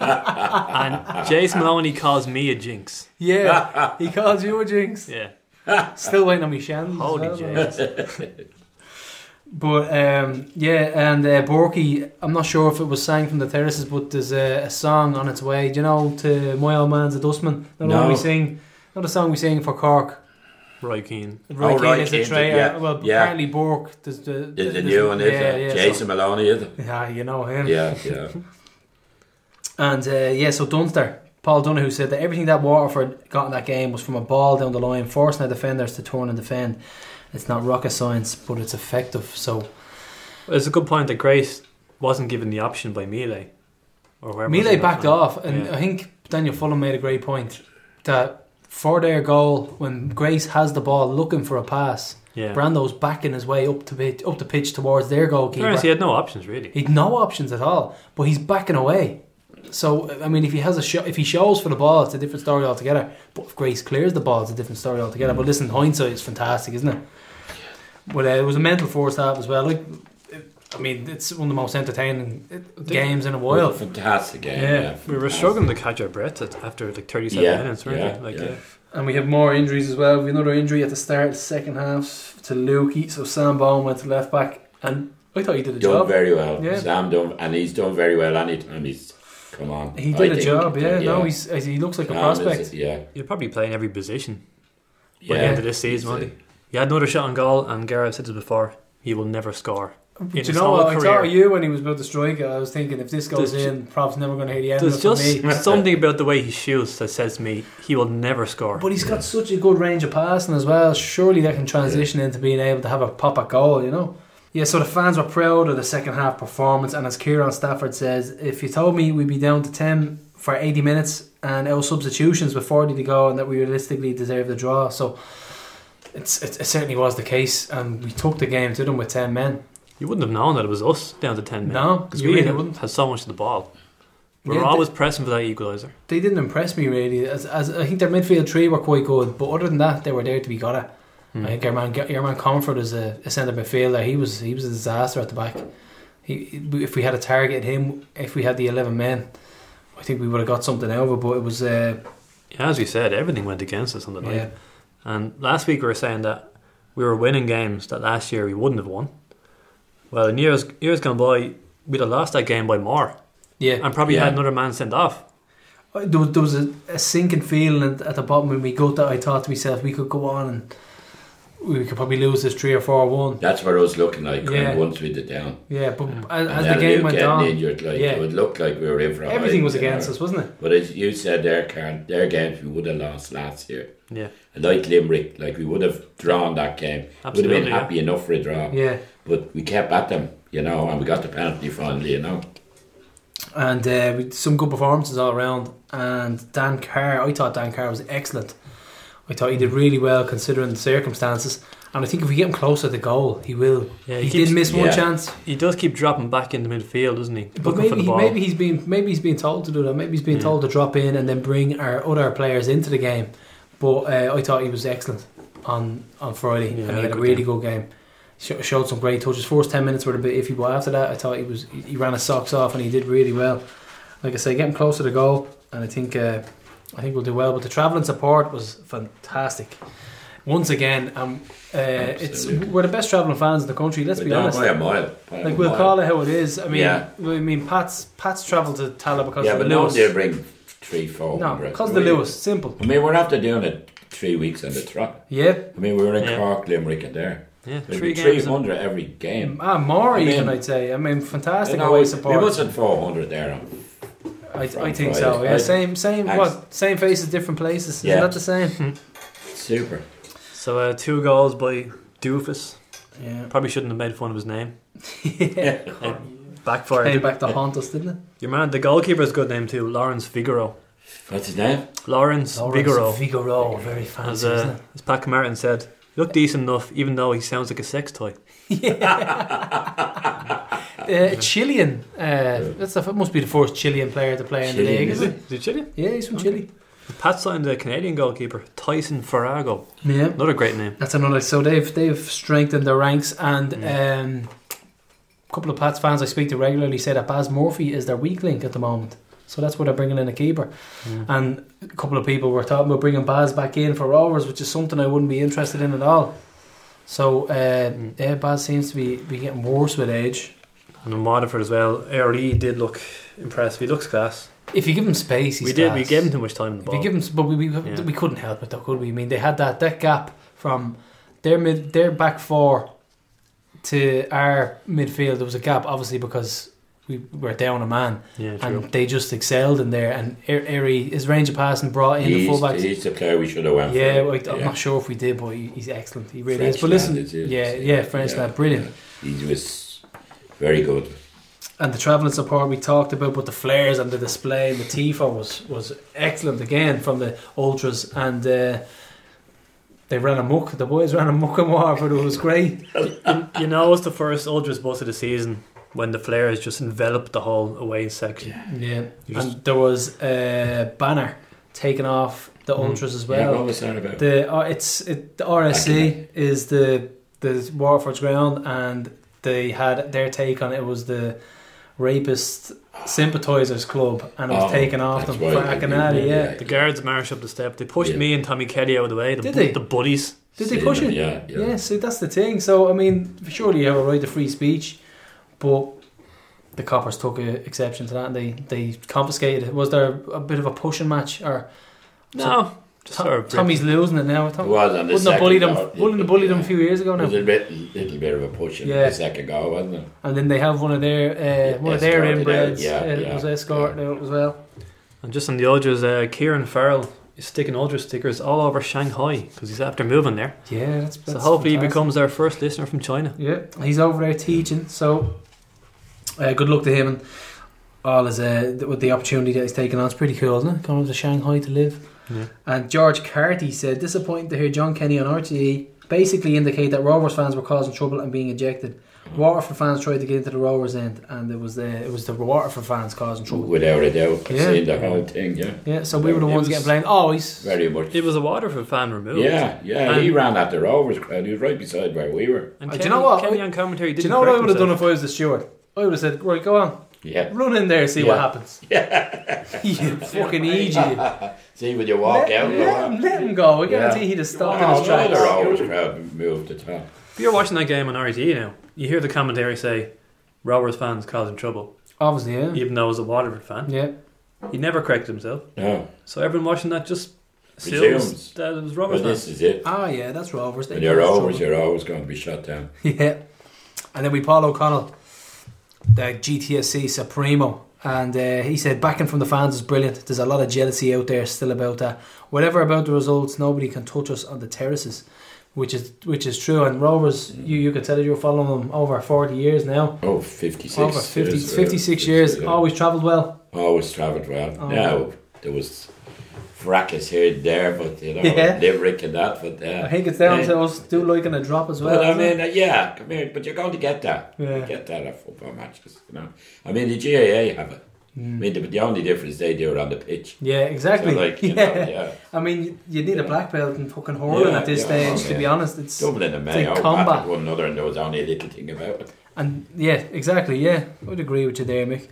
Speaker 2: and Jace Maloney calls me a jinx.
Speaker 1: Yeah, he calls you a jinx.
Speaker 2: Yeah.
Speaker 1: Still waiting on me shandy.
Speaker 2: Holy Jace.
Speaker 1: But um, yeah, and uh, Borky, I'm not sure if it was sang from the terraces, but there's a, a song on its way. Do you know to my old man's a dustman? Not the one
Speaker 3: No.
Speaker 1: we sing. Not a song we sing for Cork.
Speaker 2: Roy Keane.
Speaker 1: Roy
Speaker 3: Oh,
Speaker 1: Keane
Speaker 3: Roy
Speaker 1: is a
Speaker 3: Keane's a-
Speaker 1: traitor.
Speaker 3: yeah,
Speaker 1: Well,
Speaker 3: yeah.
Speaker 1: apparently Bork. There's the,
Speaker 3: there's a
Speaker 1: there's-
Speaker 3: new one, is
Speaker 1: yeah,
Speaker 3: there?
Speaker 1: yeah,
Speaker 3: Jason Maloney, is it?
Speaker 1: So, yeah, you know him.
Speaker 3: Yeah, yeah.
Speaker 1: And uh, yeah, so Dunster, Paul Donahue said that everything that Waterford got in that game was from a ball down the line, forcing our defenders to turn and defend. It's not rocket science, but it's effective. So
Speaker 2: Well, It's a good point that Grace wasn't given the option by Melee. Or whoever was in
Speaker 1: Melee
Speaker 2: that
Speaker 1: backed
Speaker 2: front.
Speaker 1: off, and uh,
Speaker 2: Yeah.
Speaker 1: I think Daniel Fulham made a great point that for their goal, when Grace has the ball looking for a pass,
Speaker 2: Yeah.
Speaker 1: Brando's backing his way up to pitch, up the pitch towards their
Speaker 2: To be
Speaker 1: goalkeeper.
Speaker 2: honest, he had no options really.
Speaker 1: He'd no options at all, but he's backing away. So I mean, if he has a shot, if he shows for the ball, it's a different story altogether. But if Grace clears the ball, it's a different story altogether. But listen, hindsight is fantastic, isn't it? But uh, it was a mental force half as well. Like, it, I mean, it's one of the most entertaining uh, games in a
Speaker 3: Well,
Speaker 1: while.
Speaker 3: fantastic game.
Speaker 1: Yeah,
Speaker 3: Yeah,
Speaker 2: We were
Speaker 3: fantastic.
Speaker 2: struggling to catch our breath at- after like 37
Speaker 3: Yeah,
Speaker 2: minutes, weren't
Speaker 3: yeah,
Speaker 2: we? Like,
Speaker 3: yeah.
Speaker 2: yeah.
Speaker 1: And we have more injuries as well. We have another injury at the start of the second half to Lukey. So Sam Bowen went to left back, and I thought he did a
Speaker 3: Done
Speaker 1: job.
Speaker 3: very well.
Speaker 1: Yeah.
Speaker 3: Sam done, and he's done very well. Anytime he's come on,
Speaker 1: He
Speaker 3: I
Speaker 1: did a
Speaker 3: think,
Speaker 1: job, yeah.
Speaker 3: yeah.
Speaker 1: No, he's he looks like a
Speaker 3: Sam is-
Speaker 1: prospect.
Speaker 3: Yeah,
Speaker 2: You'd probably play in every position by the
Speaker 3: yeah.
Speaker 2: end of this season,
Speaker 3: He's a-
Speaker 2: wouldn't you? You had another shot on goal, and Gareth said this before he will never score.
Speaker 1: Do
Speaker 2: in
Speaker 1: you
Speaker 2: his
Speaker 1: know
Speaker 2: whole
Speaker 1: what? I
Speaker 2: career.
Speaker 1: thought of you when he was about to strike it. I was thinking if this goes
Speaker 2: There's ju-
Speaker 1: in, Prof's never going to hear the end of
Speaker 2: There's
Speaker 1: it for me.
Speaker 2: just something about the way he shoots that says to me he will never score.
Speaker 1: But he's got such a good range of passing as well. Surely that can transition into being able to have a pop at goal, you know? Yeah, so the fans were proud of the second half performance. And as Kieran Stafford says, if you told me we'd be down to 10 for 80 minutes and our substitutions were 40 to go and that we realistically deserved the draw. So it's, it, it certainly was the case. And we took the game to them with 10 men.
Speaker 2: you wouldn't have known that it was us down to 10 men.
Speaker 1: No,
Speaker 2: because
Speaker 1: you
Speaker 2: we
Speaker 1: really
Speaker 2: had-
Speaker 1: wouldn't.
Speaker 2: had so much of the ball. We
Speaker 1: Yeah,
Speaker 2: were
Speaker 1: they-
Speaker 2: always pressing for that equaliser.
Speaker 1: they didn't impress me really. As, as I think their midfield three were quite good, but other than that, they were there to be got at.
Speaker 2: Hmm.
Speaker 1: I think our man, your man Comfort is a, a centre midfielder. He was he was a disaster at the back. He, if we had a target him, if we had the eleven men, I think we would have got something over. But it was uh,
Speaker 2: Yeah, as we said, everything went against us on the night.
Speaker 1: yeah,
Speaker 2: And last week we were saying that we were winning games that last year we wouldn't have won. Well, in years years gone by, we'd have lost that game by more,
Speaker 1: yeah.
Speaker 2: and probably had
Speaker 3: Yeah.
Speaker 2: another man sent off.
Speaker 1: There was, there was a, a sinking feeling at, at the bottom when we got that. I thought to myself, we could go on and we could probably lose this three or four one.
Speaker 3: That's what I was looking like when-
Speaker 1: Yeah.
Speaker 3: once we did down.
Speaker 1: Yeah, but as,
Speaker 3: Hmm. And
Speaker 1: as
Speaker 3: then
Speaker 1: the game
Speaker 3: Luke
Speaker 1: went
Speaker 3: getting
Speaker 1: on,
Speaker 3: injured, like
Speaker 1: Yeah.
Speaker 3: it would look like we were in for a
Speaker 1: everything
Speaker 3: hide,
Speaker 1: was
Speaker 3: you know.
Speaker 1: against us, wasn't it?
Speaker 3: But as you said, their can their games we would have lost last year.
Speaker 2: Yeah,
Speaker 3: And like Limerick, like we would have drawn that game. Would have
Speaker 2: Absolutely,
Speaker 3: been
Speaker 2: yeah.
Speaker 3: happy enough for a draw.
Speaker 1: Yeah.
Speaker 3: But we kept at them, you know, and we got the penalty finally, you know.
Speaker 1: and uh, we- some good performances all around. And Dan Carr, I thought Dan Carr was excellent. I thought he did really well considering the circumstances. And I think if we get him closer to the goal, he will.
Speaker 2: Yeah,
Speaker 1: he
Speaker 2: he keeps-
Speaker 1: did miss one
Speaker 3: yeah.
Speaker 1: chance,
Speaker 2: he does keep dropping back into midfield, doesn't he?
Speaker 1: but
Speaker 2: Looking
Speaker 1: maybe
Speaker 2: for the
Speaker 1: he,
Speaker 2: ball.
Speaker 1: maybe he's been maybe he's been told to do that. Maybe he's been
Speaker 2: Yeah.
Speaker 1: told to drop in and then bring our other players into the game. But uh, I thought he was excellent on on Friday,
Speaker 2: Yeah,
Speaker 1: and
Speaker 2: had
Speaker 1: he
Speaker 2: a
Speaker 1: had a
Speaker 2: good
Speaker 1: really
Speaker 2: game.
Speaker 1: good game. Sh- showed some great touches. First ten minutes were a bit iffy, but after that, I thought he was he he ran his socks off and he did really well. Like I say, getting close to the goal, and I think uh, I think we'll do well. But the travelling support was fantastic. Once again, um, uh, it's
Speaker 3: Absolutely.
Speaker 1: we're the best travelling fans in the country. Let's
Speaker 3: But
Speaker 1: be
Speaker 3: down
Speaker 1: honest.
Speaker 3: by a mile. by a
Speaker 1: Like we'll
Speaker 3: mile.
Speaker 1: call it how it is. I mean,
Speaker 3: Yeah.
Speaker 1: I mean, Pat's Pat's travelled to Tala because
Speaker 3: Yeah,
Speaker 1: of the
Speaker 3: but no
Speaker 1: Lewis.
Speaker 3: one did bring three, four
Speaker 1: No,
Speaker 3: hundred.
Speaker 1: because of the
Speaker 3: We-
Speaker 1: Lewis. Simple.
Speaker 3: I mean, we're after doing it three weeks on the trot.
Speaker 1: Yeah.
Speaker 3: I mean, we were in
Speaker 2: Yeah.
Speaker 3: Cork, Limerick, and there.
Speaker 2: yeah,
Speaker 3: There'd
Speaker 2: three
Speaker 3: be three
Speaker 2: games. in-
Speaker 3: hundred every game.
Speaker 1: Ah, more
Speaker 3: I
Speaker 1: even
Speaker 3: mean-
Speaker 1: I'd say. I mean, fantastic
Speaker 3: You know,
Speaker 1: away
Speaker 3: we
Speaker 1: support.
Speaker 3: wasn't four hundred there. on-
Speaker 1: I, I
Speaker 3: from
Speaker 1: think so.
Speaker 3: Friday.
Speaker 1: Yeah,
Speaker 3: I-
Speaker 1: same same
Speaker 3: Thanks.
Speaker 1: what same faces, different places.
Speaker 3: Yeah.
Speaker 1: Isn't that the same?
Speaker 3: Super.
Speaker 2: So uh, two goals by Doofus.
Speaker 1: yeah.
Speaker 2: Probably shouldn't have made fun of his name.
Speaker 1: yeah.
Speaker 2: It backfired.
Speaker 1: Came back to haunt us, didn't it?
Speaker 2: Your man, the goalkeeper's good name too, Lawrence Figaro.
Speaker 3: What's his name?
Speaker 2: Lawrence, Vigoro.
Speaker 1: Vigoro, very fancy,
Speaker 2: As,
Speaker 1: isn't
Speaker 2: uh,
Speaker 1: it?
Speaker 2: as Pat Martin said, Looked decent enough, even though he sounds like a sex toy.
Speaker 1: Uh, Chilean. Uh, that's the, must be the first Chilean player to play in the
Speaker 3: Chilean,
Speaker 1: league,
Speaker 3: is
Speaker 1: isn't it?
Speaker 2: Is it Chile?
Speaker 1: Yeah, he's from Chile.
Speaker 2: Pat signed the Canadian goalkeeper, Tyson Farrago.
Speaker 1: Yeah.
Speaker 2: Another great name.
Speaker 1: That's another. So they've they've strengthened their ranks, and
Speaker 2: Yeah.
Speaker 1: um, a couple of Pats fans I speak to regularly say that Baz Murphy is their weak link at the moment. So that's why they're bringing in a keeper. And a couple of people were talking about bringing Baz back in for Rovers, which is something I wouldn't be interested in at all. So uh,
Speaker 2: Mm.
Speaker 1: yeah, Baz seems to be, be getting worse with age.
Speaker 2: And in Waterford as well, Erie did look impressive. He looks class.
Speaker 1: If you give him space, he's
Speaker 2: we did. We
Speaker 1: class.
Speaker 2: gave him too much time in the
Speaker 1: If you
Speaker 2: ball.
Speaker 1: give them, but we, we,
Speaker 2: Yeah.
Speaker 1: we couldn't help it though, could we? I mean, they had that that gap from their mid their back four to our midfield. There was a gap, obviously, because we were down a man,
Speaker 2: yeah, true.
Speaker 1: and they just excelled in there. And Er- Eri, his range of passing brought in the
Speaker 3: He's,
Speaker 1: fullbacks.
Speaker 3: he's the player we should have went
Speaker 1: Yeah,
Speaker 3: for.
Speaker 1: like, I'm not sure if we did, but he, he's excellent. He really
Speaker 3: French
Speaker 1: is. But listen,
Speaker 3: lad, it is.
Speaker 1: yeah, yeah, French lad, brilliant.
Speaker 3: He was very good.
Speaker 1: and the travelling support we talked about, but the flares and the display and the tifo was was excellent again from the ultras, and uh, they ran a muck. The boys ran a muck and Waterford. It was great.
Speaker 2: you know, it's the first Ultras bus of the season when the flares just enveloped the whole away section.
Speaker 1: Yeah,
Speaker 2: You just-
Speaker 1: and there was a banner taken off the
Speaker 2: Mm.
Speaker 1: ultras as
Speaker 3: yeah,
Speaker 1: well.
Speaker 3: what was that about?
Speaker 1: The uh, it's it, the RSC is the the Waterford's ground, and they had their take on it was the rapist sympathisers club, and it was
Speaker 3: Oh,
Speaker 1: taken off them.
Speaker 3: that's right, I
Speaker 1: Fucking
Speaker 3: do
Speaker 1: hell,
Speaker 3: remember
Speaker 1: yeah.
Speaker 3: that.
Speaker 2: The guards marched up the step. They pushed
Speaker 3: Yeah.
Speaker 2: me and Tommy Kelly out of the way. The,
Speaker 1: Did they?
Speaker 2: The buddies.
Speaker 1: Did they
Speaker 3: Same,
Speaker 1: push it?
Speaker 3: Yeah, yeah.
Speaker 1: Yeah. so that's the thing. So I mean, surely you have a right to free speech, but the coppers took uh, exception to that and they they confiscated it. Was there a bit of a pushing match or
Speaker 2: No, just
Speaker 1: Tom-
Speaker 2: sort of
Speaker 1: Tommy's losing it now?
Speaker 3: It
Speaker 1: Tom,
Speaker 3: was on
Speaker 1: wouldn't
Speaker 3: the
Speaker 1: have
Speaker 3: second
Speaker 1: bullied him.
Speaker 3: goal.
Speaker 1: Wouldn't have bullied him a few years ago
Speaker 3: It was
Speaker 1: now.
Speaker 3: a bit, little bit of a push in
Speaker 1: Yeah.
Speaker 3: the second goal, wasn't it?
Speaker 1: And then they have one of their uh,
Speaker 3: Yeah,
Speaker 1: one of their
Speaker 3: escorted out,
Speaker 1: inbreds.
Speaker 3: yeah,
Speaker 1: uh,
Speaker 3: yeah,
Speaker 1: was escorted out as well.
Speaker 2: And just on the Ultras, uh, Kieran Farrell is sticking Ultras stickers all over Shanghai because he's after moving there.
Speaker 1: Yeah, that's,
Speaker 2: So
Speaker 1: that's
Speaker 2: hopefully he
Speaker 1: fantastic.
Speaker 2: becomes our first listener from China.
Speaker 1: Yeah, he's over there teaching. So, uh, good luck to him and all his uh, th- with the opportunity that he's taken on. It's pretty cool, isn't it? Coming to Shanghai to live.
Speaker 2: Yeah.
Speaker 1: And George Carty said, disappointed to hear John Kenny on RTE basically indicate that Rovers fans were causing trouble and being ejected. Waterford fans tried to get into the Rovers end, and it was the it was the Waterford fans causing trouble.
Speaker 3: Without a doubt. I've
Speaker 1: Yeah.
Speaker 3: seen the whole thing, yeah.
Speaker 1: Yeah, so we were the
Speaker 2: It
Speaker 1: ones
Speaker 2: was-
Speaker 1: getting blamed. Oh, he's
Speaker 3: Very much.
Speaker 2: It was a Waterford fan removed.
Speaker 3: Yeah, yeah. he
Speaker 2: And-
Speaker 3: ran at the Rovers crowd. He was right beside where we were.
Speaker 2: And
Speaker 1: Uh, do
Speaker 2: Kenny,
Speaker 1: you know what?
Speaker 2: Kenny on commentary
Speaker 1: Do
Speaker 2: didn't
Speaker 1: you know what I
Speaker 2: correct
Speaker 1: would have done
Speaker 2: himself.
Speaker 1: if I was the steward? I would have said, right, go on,
Speaker 3: Yeah.
Speaker 1: run in there, see what
Speaker 3: Yeah.
Speaker 1: happens. you fucking idiot.
Speaker 3: See, when you walk
Speaker 1: let,
Speaker 3: out,
Speaker 1: let him, let him go. I
Speaker 3: Yeah.
Speaker 1: guarantee he'd have stopped in
Speaker 3: Oh,
Speaker 1: his
Speaker 3: no, the
Speaker 1: tracks.
Speaker 3: Rovers crowd moved the top.
Speaker 2: If you're watching that game on RTE now, you hear the commentary say, Roberts fans causing trouble,
Speaker 1: Obviously, yeah.
Speaker 2: even though I was a Waterford fan.
Speaker 1: Yeah.
Speaker 2: He never corrected himself.
Speaker 3: No,
Speaker 2: So everyone watching that just assumes
Speaker 3: Presumes.
Speaker 2: that it was
Speaker 3: but
Speaker 2: Roberts
Speaker 3: this
Speaker 2: fans.
Speaker 3: is it.
Speaker 1: Ah, yeah, that's Rovers. They
Speaker 3: When you're
Speaker 1: caused
Speaker 3: Rovers, you're always going to be shut down.
Speaker 1: trouble. Yeah. And then we Paul O'Connell, the GTSC Supremo. And uh, he said, backing from the fans is brilliant. There's a lot of jealousy out there still about that. Whatever about the results, nobody can touch us on the terraces, which is which is true. And Rovers, you, you could tell that you're following them over 40 years now.
Speaker 3: Oh, uh, 56
Speaker 1: Over 50, 56 years.
Speaker 3: Yeah.
Speaker 1: Always travelled well.
Speaker 3: Always travelled well.
Speaker 1: Oh.
Speaker 3: Now, there was fracas here and there, but, you know,
Speaker 1: Yeah.
Speaker 3: Limerick and that, but... Uh,
Speaker 1: I think it's down
Speaker 3: eh,
Speaker 1: to us do liking a drop as well.
Speaker 3: Well, I
Speaker 1: isn't it?
Speaker 3: mean, uh, yeah, I mean, but you're going to get that.
Speaker 1: Yeah.
Speaker 3: You get that at football matches, you know. I mean, the GAA have it.
Speaker 1: Mm.
Speaker 3: I mean, the, but the only difference they do it on the pitch.
Speaker 1: Yeah, exactly.
Speaker 3: So, like, you
Speaker 1: yeah.
Speaker 3: know, yeah.
Speaker 1: I mean, you- you need a black belt in fucking hurling
Speaker 3: Yeah,
Speaker 1: at this
Speaker 3: yeah,
Speaker 1: stage,
Speaker 3: oh,
Speaker 1: to be
Speaker 3: yeah.
Speaker 1: honest. It's
Speaker 3: Dublin and
Speaker 1: it's like
Speaker 3: Mayo
Speaker 1: combat.
Speaker 3: battled one another, and there was only a little thing about it.
Speaker 1: and yeah, exactly. Yeah, I would agree with you there, Mick.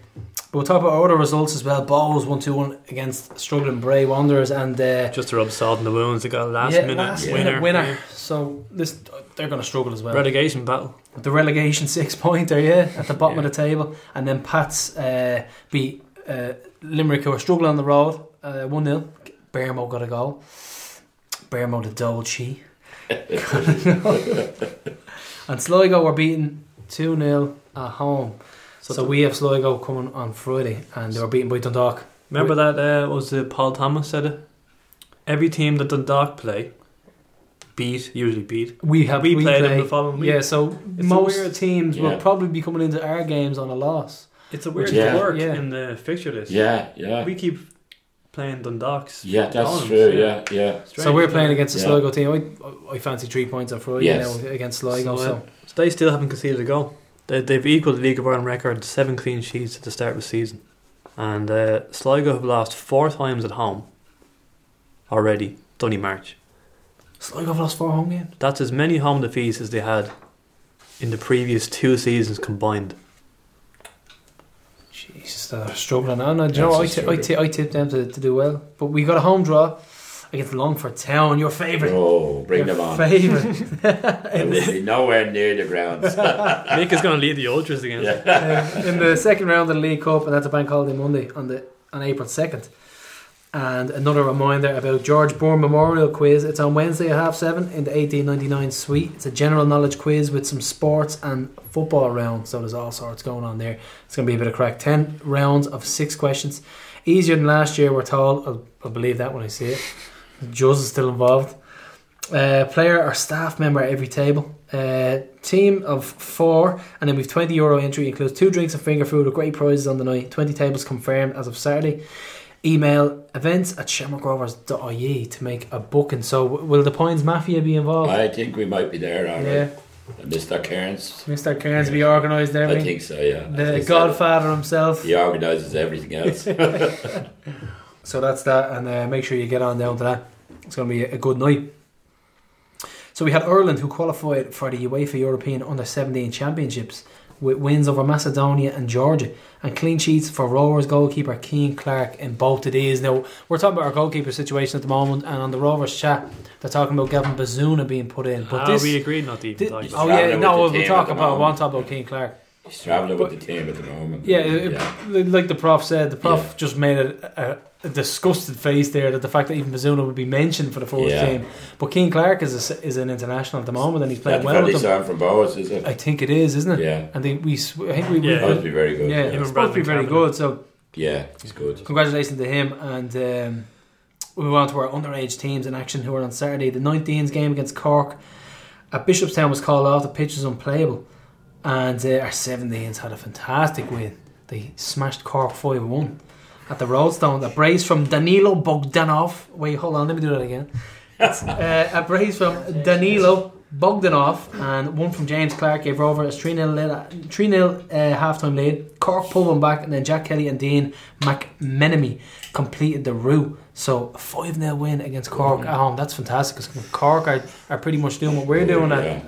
Speaker 1: But we'll talk about other results as well. Bowls one two one against struggling Bray Wanderers and uh,
Speaker 2: Just to rub salt in the wounds, they got a last
Speaker 1: yeah,
Speaker 2: minute
Speaker 1: last
Speaker 2: winner.
Speaker 1: minute winner. So this they're going to struggle as well.
Speaker 2: Relegation battle.
Speaker 1: the relegation six pointer, yeah, at the bottom of the table, and then Pats uh, beat uh, Limerick, who are struggling on the road, uh, one 0 Bermo got a goal. Bermo the Dolce. and Sligo were beaten two 0 at home. So, we have Sligo coming on Friday, and they were beaten by Dundalk.
Speaker 2: Remember that uh, what was it Paul Thomas said it? Every team that Dundalk play, beat, usually beat.
Speaker 1: We have
Speaker 2: we, play
Speaker 1: play-
Speaker 2: them the following week.
Speaker 1: Yeah, so
Speaker 2: It's a
Speaker 1: most
Speaker 2: weird-
Speaker 1: teams will
Speaker 3: Yeah.
Speaker 1: probably be coming into our games on a loss.
Speaker 2: It's a weird
Speaker 3: Yeah.
Speaker 2: work
Speaker 1: Yeah.
Speaker 2: in the fixture list.
Speaker 3: Yeah, yeah.
Speaker 2: We keep playing Dundalk's.
Speaker 3: Yeah, that's
Speaker 2: Don's,
Speaker 3: true. Yeah, yeah.
Speaker 1: So we're playing
Speaker 2: again.
Speaker 1: against the
Speaker 3: Yeah.
Speaker 1: Sligo team. I, I fancy three points on Friday
Speaker 3: Yes.
Speaker 1: now against Sligo.
Speaker 2: So, uh,
Speaker 1: So,
Speaker 2: So they still haven't conceded a goal. They, they've equalled the League of Ireland record, seven clean sheets at the start of the season. And uh, Sligo have lost four times at home already, it's only March.
Speaker 1: Sligo have lost four home games.
Speaker 2: That's as many home defeats as they had in the previous two seasons combined.
Speaker 1: Jesus, they're struggling. I know. Do you know
Speaker 3: That's
Speaker 1: what? I
Speaker 3: a
Speaker 1: ti- I ti- I tipped them to, to do well, but we got a home draw against Longford Town. Your favourite.
Speaker 3: Oh, bring
Speaker 1: Your
Speaker 3: them on.
Speaker 1: Favourite.
Speaker 3: It will be nowhere near the grounds.
Speaker 2: Nick is going to lead the Ultras again.
Speaker 3: yeah.
Speaker 1: Uh, in the second round of the League Cup, and that's a bank holiday Monday on the on April second. And another reminder about George Bourne Memorial Quiz. It's on Wednesday at half seven in the 1899 suite. It's a general knowledge quiz with some sports and football rounds. So there's all sorts going on there. It's going to be a bit of crack. Ten rounds of six questions. Easier than last year, we're told. I'll, I'll believe that when I see it. Jules is still involved. Uh, player or staff member at every table. Uh, team of four. And then we've 20 euro entry, includes two drinks and finger food with great prizes on the night. 20 tables confirmed as of Saturday. Email events at shamrockrovers.ie to make a booking. So, w- will the Pines Mafia be involved?
Speaker 3: I think we might be there, all
Speaker 1: Oh. yeah,
Speaker 3: right. Mr. Cairns.
Speaker 1: Mr. Cairns be organised and
Speaker 3: I
Speaker 1: everything.
Speaker 3: think so, yeah. I
Speaker 1: the
Speaker 3: think so.
Speaker 1: Godfather himself.
Speaker 3: He organises everything else.
Speaker 1: So that's that, and uh, make sure you get on down to that. It's going to be a a good night. So we had Ireland, who qualified for the UEFA European Under 17 Championships with wins over Macedonia and Georgia, and clean sheets for Rovers goalkeeper Keane Clark in both of these. Now, we're talking about our goalkeeper situation at the moment, and on the Rovers chat, they're talking about Gavin Bazuna being put in. But
Speaker 2: Ah,
Speaker 1: this.
Speaker 2: we agreed not to even
Speaker 1: thi-
Speaker 2: talk about
Speaker 1: oh,
Speaker 3: Traveller
Speaker 1: yeah,
Speaker 3: with
Speaker 1: no,
Speaker 3: the
Speaker 1: we'll, we'll
Speaker 3: team
Speaker 1: talk
Speaker 3: at the
Speaker 1: about,
Speaker 3: moment.
Speaker 1: one talk about Keane Clark.
Speaker 3: He's travelling with the team at the moment.
Speaker 1: Yeah, it- Like the prof said, the prof
Speaker 3: Yeah.
Speaker 1: just made a, a, a disgusted face there that the fact that even Bazuna would be mentioned for the first
Speaker 3: Yeah.
Speaker 1: team. But Keane Clark is a, is an international at the moment and he's playing
Speaker 3: That's well
Speaker 1: well with
Speaker 3: the
Speaker 1: them.
Speaker 3: sound from Boas, is it?
Speaker 1: I think it is, isn't it?
Speaker 3: yeah.
Speaker 1: And they, we, sw- I think we,
Speaker 2: Yeah.
Speaker 1: we
Speaker 3: That would be very good.
Speaker 1: yeah,
Speaker 3: Yeah,
Speaker 1: it's supposed to be very
Speaker 2: Bradley Cameron.
Speaker 1: good. So
Speaker 3: Yeah, he's good.
Speaker 1: congratulations to him and. Um, we move on to our underage teams in action who are on Saturday. The 19s game against Cork at Bishopstown was called off. The pitch was unplayable. And uh, our 17s had a fantastic win. They smashed Cork 5 1 at the Roadstone. A brace from Danilo Bogdanov. Wait, hold on, let me do that again. It's, uh, a brace from Danilo Bogdanov and one from James Clark gave Rover a 3 0 uh, half time lead. Cork pulled one back, and then Jack Kelly and Dean McMenemy completed the route. So a 5 0 win against Cork at home. That's fantastic because Cork are, are pretty much doing what we're doing at,
Speaker 3: Yeah.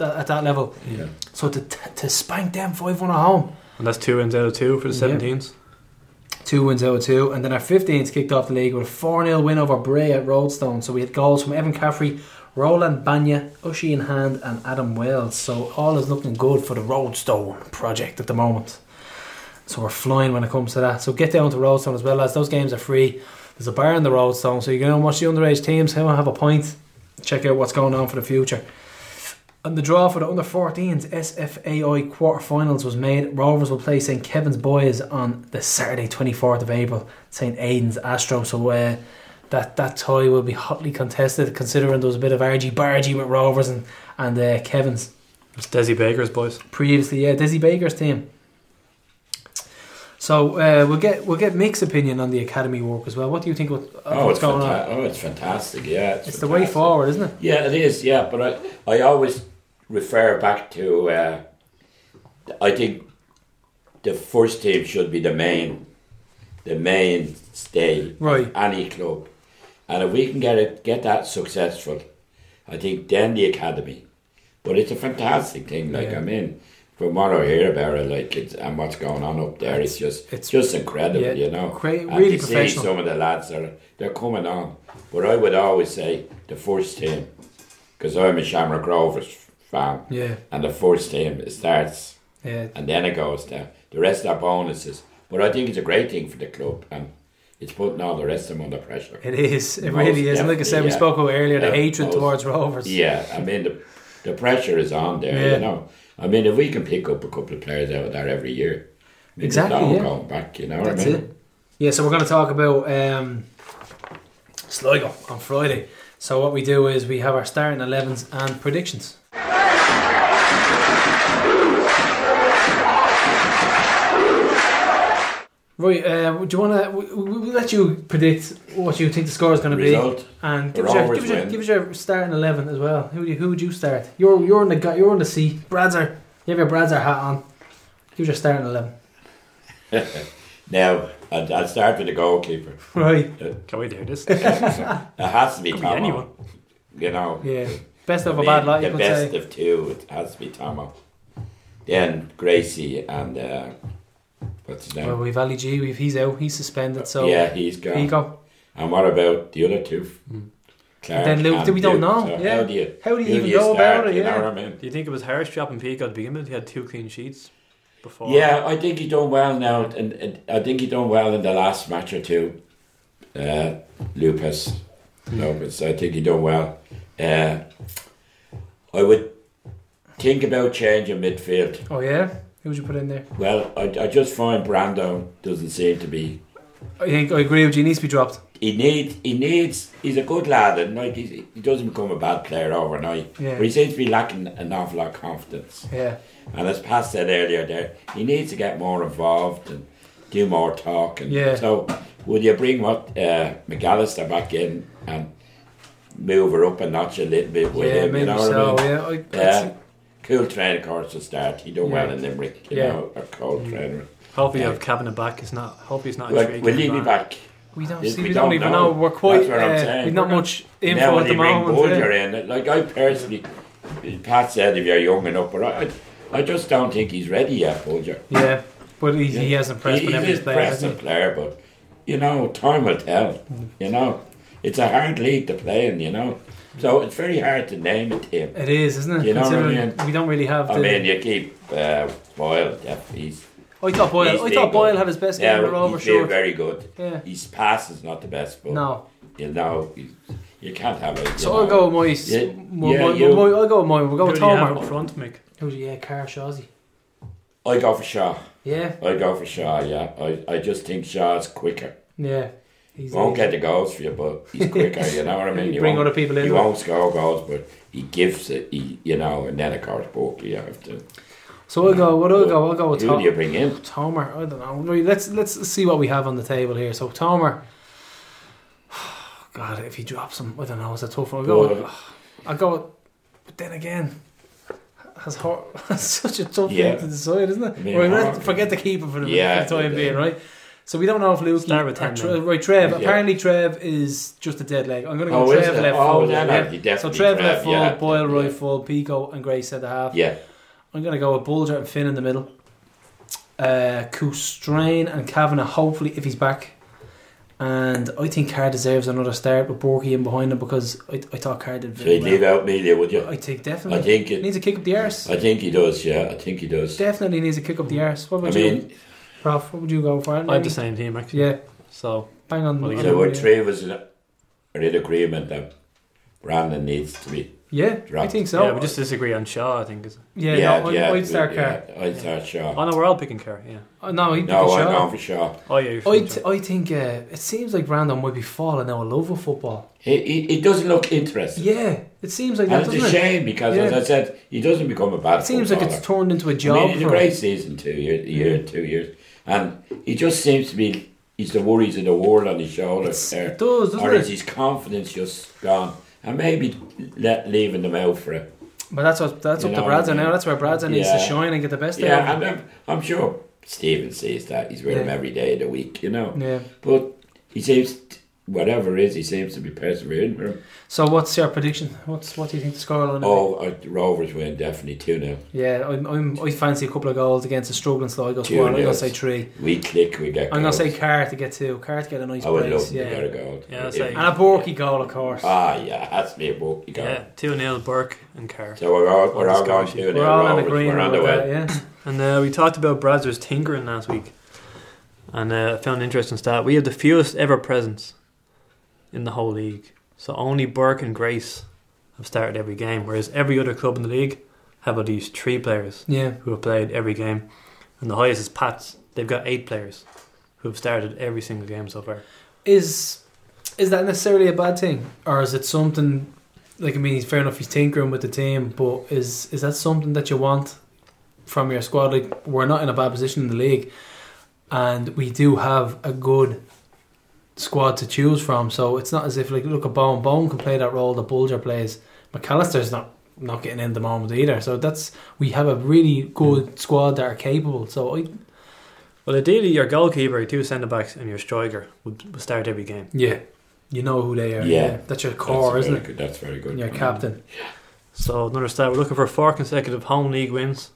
Speaker 1: at, at that level.
Speaker 3: Yeah.
Speaker 1: So to, t- to spank them 5 1 at home.
Speaker 2: And that's two wins out of two for the
Speaker 1: Yeah.
Speaker 2: 17s.
Speaker 1: Two wins out of two. And then our 15s kicked off the league with a 4 0 win over Bray at Roadstone. So we had goals from Evan Caffrey, Roland Banya, Ushi in hand, and Adam Wells. So all is looking good for the Roadstone project at the moment. So we're flying when it comes to that. So get down to Roadstone as well, as those games are free. There's a bar in the Roadstone, so you can go and watch the underage teams, how have a pint, check out what's going on for the future. And the draw for the under 14s SFAI quarterfinals was made. Rovers will play St Kevin's Boys on the Saturday 24th of April. St Aidan's Astro. So uh, that that tie will be hotly contested, considering there was a bit of argy bargy with Rovers and and uh, Kevin's
Speaker 2: It's Desi Baker's boys.
Speaker 1: previously. Yeah, Dizzy Baker's team. So uh, we'll get we'll get Mick's opinion on the academy work as well. What do you think? What, of
Speaker 3: Oh,
Speaker 1: what's
Speaker 3: it's
Speaker 1: going
Speaker 3: fanta-
Speaker 1: on?
Speaker 3: oh, it's fantastic. Yeah, it's,
Speaker 1: It's the way
Speaker 3: fantastic.
Speaker 1: forward, isn't it?
Speaker 3: Yeah, it is. Yeah, but I, I always refer back to. Uh, I think the first team should be the main, the mainstay
Speaker 1: Right.
Speaker 3: of any club, and if we can get it, get that successful, I think then the academy. But it's a fantastic thing. Like
Speaker 1: Yeah.
Speaker 3: I mean, from what I hear about it, like it's, and what's going on up there, it's just
Speaker 1: It's-
Speaker 3: it's just incredible.
Speaker 1: yeah,
Speaker 3: you know,
Speaker 1: cra-
Speaker 3: And
Speaker 1: really
Speaker 3: to see
Speaker 1: professional.
Speaker 3: some of the lads are they're coming on, but I would always say the first team because I'm a Shamrock Rovers fan,
Speaker 1: Yeah,
Speaker 3: and the first team it starts
Speaker 1: yeah.
Speaker 3: and then it goes down. The rest are bonuses, but I think it's a great thing for the club, and it's putting all the rest of them under pressure.
Speaker 1: It is. It
Speaker 3: Most
Speaker 1: really is. And like I said, we
Speaker 3: definitely, yeah.
Speaker 1: spoke about earlier the
Speaker 3: Yeah,
Speaker 1: hatred
Speaker 3: most-
Speaker 1: towards Rovers.
Speaker 3: Yeah, I mean the the pressure is on there.
Speaker 1: Yeah.
Speaker 3: You know, I mean if we can pick up a couple of players out of there every year, I mean, there's
Speaker 1: Exactly,
Speaker 3: no
Speaker 1: yeah.
Speaker 3: going back. You know,
Speaker 1: That's
Speaker 3: what I mean?
Speaker 1: it. Yeah, so we're going to talk about um, Sligo on Friday. So what we do is we have our starting 11s and predictions. Right, uh, do you want to? We, we- we'll let you predict what you think the score is going to be,
Speaker 3: Result.
Speaker 1: and give
Speaker 3: We're
Speaker 1: us, your,
Speaker 3: always
Speaker 1: give, us your,
Speaker 3: winning.
Speaker 1: give us your starting eleven as well. Who do you, who would you start? You're you're in the gu- you're in the seat. Bradzer, you have your Bradzer hat on. Give us your starting eleven.
Speaker 3: Now, I'd, I'd start with the goalkeeper.
Speaker 1: Right,
Speaker 2: Can we do this?
Speaker 3: it has to be
Speaker 2: Could be
Speaker 3: Tomo.
Speaker 2: anyone.
Speaker 3: You know,
Speaker 1: yeah, best of a bad lot, you
Speaker 3: the
Speaker 1: could
Speaker 3: best
Speaker 1: say.
Speaker 3: of two. It has to be Tomo. Then Gracie and uh, what's his name?
Speaker 1: Well, we've Ali G. We've he's out. He's suspended. So
Speaker 3: yeah, he's gone.
Speaker 1: Pico.
Speaker 3: And what about the other two? Clark
Speaker 1: And Hmm. then Luke,
Speaker 3: and
Speaker 1: we don't
Speaker 3: Luke.
Speaker 1: know,
Speaker 3: So
Speaker 1: yeah.
Speaker 3: How do you,
Speaker 1: How do
Speaker 3: who
Speaker 1: you even go
Speaker 3: start,
Speaker 1: about it?
Speaker 3: You
Speaker 1: Yeah.
Speaker 3: know what I mean?
Speaker 2: Do you think it was Harris dropping Pico at the beginning? He had two clean sheets before.
Speaker 3: Yeah, I think he done well now, and, and I think he done well in the last match or two. Uh, Lupus,
Speaker 1: Hmm.
Speaker 3: Lopez. I think he done well. Uh, I would think about changing midfield.
Speaker 1: Oh yeah, who would you put in there?
Speaker 3: Well, I, I just find Brando doesn't seem to be.
Speaker 1: I think I agree with you. He needs to be dropped.
Speaker 3: He needs. He needs. He's a good lad, and like he's, he doesn't become a bad player overnight.
Speaker 1: Yeah.
Speaker 3: But he seems to be lacking an awful lot of confidence.
Speaker 1: Yeah,
Speaker 3: And as Pat said earlier, there he needs to get more involved and do more talking.
Speaker 1: Yeah.
Speaker 3: So, would you bring what uh, McAllister back in and move her up a notch a little bit with
Speaker 1: yeah,
Speaker 3: him? You
Speaker 1: maybe
Speaker 3: know
Speaker 1: so.
Speaker 3: what I mean?
Speaker 1: Yeah, I,
Speaker 3: Yeah. Cool train, of course, to start. He done well
Speaker 1: Yeah.
Speaker 3: in Limerick, you
Speaker 1: Yeah. Mm.
Speaker 3: know, a cold trainer.
Speaker 2: Hopefully you have Cabinet back. It's not. Hopefully it's not.
Speaker 3: Well, will he be back?
Speaker 1: we don't
Speaker 3: Yes,
Speaker 1: see.
Speaker 3: we
Speaker 1: We, don't,
Speaker 3: don't
Speaker 1: even know.
Speaker 3: know.
Speaker 1: We're quite.
Speaker 3: That's what I'm
Speaker 1: Uh,
Speaker 3: saying.
Speaker 1: we've not
Speaker 3: We're not-
Speaker 1: much
Speaker 3: now
Speaker 1: info
Speaker 3: when
Speaker 1: at the
Speaker 3: you bring
Speaker 1: moment. yeah.
Speaker 3: Bulger in, like I personally, Pat said, if you're young enough, but I, I just don't think he's ready yet, Bulger.
Speaker 1: Yeah, but he, he
Speaker 3: Yeah.
Speaker 1: has Mm-hmm. impressed
Speaker 3: He-
Speaker 1: whenever
Speaker 3: he's
Speaker 1: he's playing.
Speaker 3: impressive
Speaker 1: hasn't
Speaker 3: player, but you know, time will tell. You know, it's a hard league to play in. You know, so it's very hard to name a team.
Speaker 1: he? It is, isn't it?
Speaker 3: You know what I
Speaker 1: Considering
Speaker 3: mean?
Speaker 1: we don't really have. The,
Speaker 3: I mean, you keep uh, Boyle. Yeah, he's
Speaker 1: I thought Boyle.
Speaker 3: he's
Speaker 1: I
Speaker 3: been
Speaker 1: thought Boyle
Speaker 3: good.
Speaker 1: had his best
Speaker 3: yeah,
Speaker 1: game in a row.
Speaker 3: he's been
Speaker 1: short.
Speaker 3: very good.
Speaker 1: Yeah.
Speaker 3: His pass is not the best, but
Speaker 1: No.
Speaker 3: you know, you, you can't have it.
Speaker 1: So
Speaker 3: you
Speaker 1: I'll
Speaker 3: know.
Speaker 1: go with my. s-
Speaker 3: Yeah,
Speaker 1: my,
Speaker 3: yeah,
Speaker 1: my,
Speaker 3: you-
Speaker 1: my, I'll go with mine. We'll go
Speaker 2: Who
Speaker 1: with
Speaker 2: do you have up
Speaker 1: Tomer.
Speaker 2: front, Mick?
Speaker 1: Who's yeah, Car Shawsey.
Speaker 3: I go for Shaw.
Speaker 1: Yeah,
Speaker 3: I go for Shaw. Yeah, I, I just think Shaw's quicker.
Speaker 1: yeah. He's
Speaker 3: He won't get the goals for you, but he's quicker. you know what I mean? He
Speaker 1: bring
Speaker 3: won't-
Speaker 1: other people
Speaker 3: He
Speaker 1: in.
Speaker 3: won't score goals, but he gives it. He, you know, and then of course, Borky, you have to.
Speaker 1: So I'll go. What I'll go? I'll go with
Speaker 3: Who do you
Speaker 1: Tomer.
Speaker 3: bring in?
Speaker 1: Tomer. I don't know. Right, Let's let's see what we have on the table here. So Tomer. God, if he drops him, I don't know. It's a tough one. I'll go. With,
Speaker 3: Well,
Speaker 1: I'll go. With, but then again, that's hard. That's such a tough
Speaker 3: Yeah.
Speaker 1: thing to decide, isn't it?
Speaker 3: I mean,
Speaker 1: right, let's
Speaker 3: hard.
Speaker 1: forget the keeper for the,
Speaker 3: Yeah,
Speaker 1: for the time
Speaker 3: yeah.
Speaker 1: being, right? So we don't know if Luke
Speaker 2: Start with
Speaker 1: or
Speaker 2: 10
Speaker 1: Tre-
Speaker 2: then.
Speaker 1: right Trev.
Speaker 3: Yeah.
Speaker 1: Apparently Trev is just a dead leg. I'm going to go
Speaker 3: Oh, is
Speaker 1: Trev
Speaker 3: it?
Speaker 1: left
Speaker 3: Oh,
Speaker 1: forward.
Speaker 3: yeah, no,
Speaker 1: yeah.
Speaker 3: he definitely
Speaker 1: so Trev
Speaker 3: Trev,
Speaker 1: left forward,
Speaker 3: yeah.
Speaker 1: Boyle
Speaker 3: Yeah.
Speaker 1: right forward, Pico and Grace at the half.
Speaker 3: Yeah,
Speaker 1: I'm going to go with Bulger and Finn in the middle. Uh, Kustrain and Kavanagh, hopefully, if he's back. And I think Carr deserves another start with Borky in behind him because I, I thought Carr did
Speaker 3: so you
Speaker 1: very
Speaker 3: leave
Speaker 1: well.
Speaker 3: out Melia, would you?
Speaker 1: I think
Speaker 3: I
Speaker 1: definitely.
Speaker 3: think
Speaker 1: He
Speaker 3: it.
Speaker 1: needs a kick up the arse.
Speaker 3: I think he does. Yeah, I think he does.
Speaker 1: Definitely needs a kick up the arse. What
Speaker 3: I
Speaker 1: would you,
Speaker 3: mean,
Speaker 1: Prof? What would you go for?
Speaker 2: I have the same team actually.
Speaker 1: Yeah,
Speaker 2: So
Speaker 1: bang on.
Speaker 2: Well,
Speaker 1: on
Speaker 2: you
Speaker 3: so
Speaker 1: the-
Speaker 3: we're three of us in a- are in agreement that Brandon needs to be.
Speaker 1: Yeah, I
Speaker 3: Dropped.
Speaker 1: think so.
Speaker 2: yeah, we just disagree on Shaw. I think. Is it?
Speaker 1: yeah, no, I'd, I'd start Carr.
Speaker 3: yeah, I'd start Shaw.
Speaker 2: Oh no, we're all picking Kerr. Yeah.
Speaker 1: Oh, no, he'd
Speaker 3: No,
Speaker 1: pick
Speaker 3: I'm
Speaker 1: a
Speaker 3: going
Speaker 1: shot.
Speaker 3: for Shaw.
Speaker 2: Oh yeah. You're
Speaker 1: I,
Speaker 2: picking
Speaker 1: t-
Speaker 2: Shaw.
Speaker 1: I think uh, it seems like Brandon might be falling out of love with football.
Speaker 3: He, he, he doesn't look interested.
Speaker 1: Yeah, it seems like
Speaker 3: And
Speaker 1: that,
Speaker 3: it's
Speaker 1: doesn't
Speaker 3: a
Speaker 1: it?
Speaker 3: shame because, as
Speaker 1: Yeah.
Speaker 3: I said, he doesn't become a bad
Speaker 1: It seems like
Speaker 3: footballer.
Speaker 1: it's turned into a job
Speaker 3: I mean, it's a
Speaker 1: for
Speaker 3: great
Speaker 1: him.
Speaker 3: season, two year, year, two years, and he just seems to be. He's the worries of the world on his shoulders
Speaker 1: It's-
Speaker 3: there,
Speaker 1: It does,
Speaker 3: or is
Speaker 1: doesn't it?
Speaker 3: his confidence just gone? And maybe let, leaving them out for it.
Speaker 1: But that's what that's
Speaker 3: You
Speaker 1: up to
Speaker 3: know what I
Speaker 1: Bradza
Speaker 3: mean?
Speaker 1: now. That's where Bradza needs to
Speaker 3: Yeah.
Speaker 1: shine and get the best
Speaker 3: Yeah,
Speaker 1: out
Speaker 3: and I'm, I'm sure Stephen sees that. He's with him
Speaker 1: Yeah.
Speaker 3: every day of the week, you know.
Speaker 1: of him. Yeah.
Speaker 3: But he seems, t- whatever it is, he seems to be persevering. For him.
Speaker 1: So what's your prediction? What's what do you think the score will
Speaker 3: Oh, uh, Rovers win definitely two 0
Speaker 1: be? Yeah, I'm, I'm I fancy a couple of goals against a struggling Sligo
Speaker 3: Two
Speaker 1: squad. I'm gonna
Speaker 3: nils.
Speaker 1: say three.
Speaker 3: We click, we get.
Speaker 1: I'm gonna
Speaker 3: goals.
Speaker 1: say Carr to get two. Carr to get a nice
Speaker 3: I would
Speaker 1: brace.
Speaker 3: love to
Speaker 1: Yeah.
Speaker 3: get a goal.
Speaker 2: Yeah, I'd
Speaker 3: If-
Speaker 2: say-
Speaker 1: And a Borky goal, of course.
Speaker 3: Ah, yeah, that's me, Book. You got it.
Speaker 2: Yeah. Two 0 Burke and Kerr.
Speaker 3: So we're all, we're all going
Speaker 2: Scottish.
Speaker 3: to
Speaker 1: We're all in agreement
Speaker 3: We're on the
Speaker 1: with that,
Speaker 3: way.
Speaker 1: yeah.
Speaker 2: And uh, we talked about Brazzers tinkering last week, and uh, I found an interesting stat. We have the fewest ever presents in the whole league. So only Burke and Grace have started every game, whereas every other club in the league have at least three players
Speaker 1: Yeah.
Speaker 2: who have played every game. And the highest is Pats. They've got eight players who have started every single game so far.
Speaker 1: Is is that necessarily a bad thing? Or is it something like I mean he's fair enough he's tinkering with the team, but is is that something that you want from your squad? Like we're not in a bad position in the league. and we do have a good squad to choose from. So it's not as if like look at Bone. Bone can play that role that Bulger plays. McAllister's not not getting in the moment either. So that's we have a really good
Speaker 3: Mm.
Speaker 1: squad that are capable. So I
Speaker 2: Well, ideally, your goalkeeper, your two centre backs, and your striker would would start every game.
Speaker 1: yeah, you know who they are.
Speaker 3: Yeah.
Speaker 1: that's your core,
Speaker 3: that's a
Speaker 1: isn't
Speaker 3: very
Speaker 1: it?
Speaker 3: Good, that's very good.
Speaker 1: Your
Speaker 3: point.
Speaker 1: captain.
Speaker 2: So another stat. We're looking for four consecutive home league wins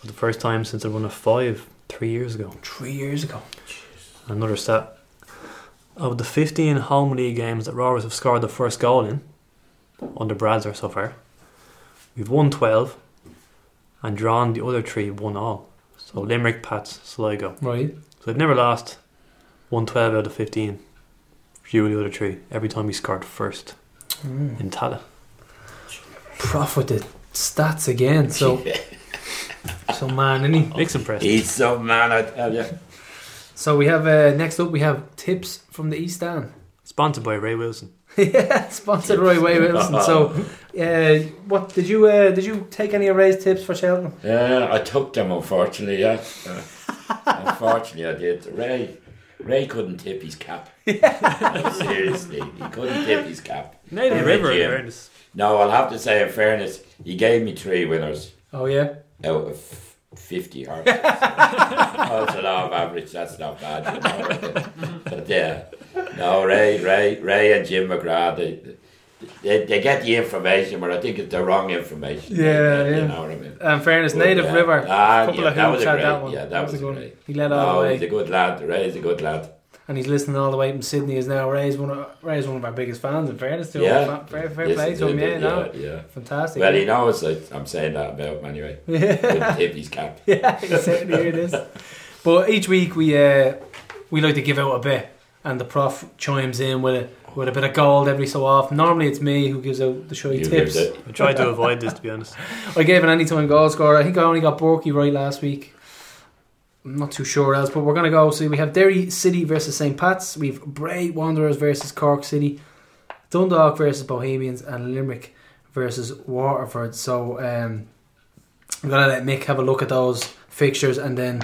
Speaker 2: for the first time since they won a five three years ago.
Speaker 1: Three years ago.
Speaker 2: Another stat. Of the 15 home league games that Rovers have scored the first goal in, under Bradzer so far, we've won 12 and drawn the other three 1 all. So Limerick, Pats, Sligo.
Speaker 1: Right.
Speaker 2: So they've never lost 112 out of 15. Few of the other three. Every time we scored first in Tala.
Speaker 1: Mm. Profited stats again. So so man, any
Speaker 2: Nick's impressed.
Speaker 3: He's so mad, uh, I tell you.
Speaker 1: so we have uh, next up we have tips from the East End.
Speaker 2: Sponsored by Ray Wilson.
Speaker 1: yeah, sponsored Roy Way Wilson. So, uh, what did you uh, did you take any of Ray's tips for Shelton?
Speaker 3: Uh, I took them, unfortunately, yeah. Uh, unfortunately, I did. Ray Ray couldn't tip his cap. No, seriously, he couldn't tip his cap.
Speaker 2: Native
Speaker 3: Yeah,
Speaker 2: River
Speaker 3: Jim.
Speaker 2: in fairness.
Speaker 3: No, I'll have to say, in fairness, he gave me three winners
Speaker 1: Oh yeah,
Speaker 3: out of 50 horses. That's a lot of average, that's not bad. You know? but yeah, no, Ray, Ray, Ray and Jim McGrath, they, they, they get the information, but I think it's the wrong information.
Speaker 1: Yeah,
Speaker 3: You
Speaker 1: yeah.
Speaker 3: know what I mean?
Speaker 1: um, fairness,
Speaker 3: Well,
Speaker 1: Native
Speaker 3: Oh, yeah.
Speaker 1: River.
Speaker 3: Ah,
Speaker 1: couple
Speaker 3: yeah,
Speaker 1: of
Speaker 3: that was
Speaker 1: hoops
Speaker 3: a
Speaker 1: had
Speaker 3: great-
Speaker 1: that one.
Speaker 3: yeah, that was
Speaker 1: a good
Speaker 3: great.
Speaker 1: one. He led all
Speaker 3: No,
Speaker 1: the
Speaker 3: he's a
Speaker 1: way,
Speaker 3: good lad. Ray's a good lad.
Speaker 1: and he's listening all the way from Sydney. Is now Ray's one of Ray's one of our biggest fans. In fairness to
Speaker 3: Yeah.
Speaker 1: him, Fa- fair, fair
Speaker 3: Yes,
Speaker 1: play
Speaker 3: he
Speaker 1: to him.
Speaker 3: did,
Speaker 1: Yeah, no,
Speaker 3: yeah.
Speaker 1: fantastic.
Speaker 3: Well, he knows. Like, I'm saying that about him anyway. Couldn't tip his cap.
Speaker 1: yeah, he certainly it is. But each week we uh, we like to give out a bit, and the prof chimes in with a with a bit of gold every so often. Normally it's me who gives out the showy
Speaker 3: You
Speaker 1: tips.
Speaker 3: heard it.
Speaker 2: I tried to avoid this, to be honest.
Speaker 1: I gave an anytime goal scorer. I think I only got Borky right last week. I'm not too sure else, but we're going to go. So we have Derry City versus St. Pat's. We've Bray Wanderers versus Cork City. Dundalk versus Bohemians. And Limerick versus Waterford. So um, I'm going to let Mick have a look at those fixtures and then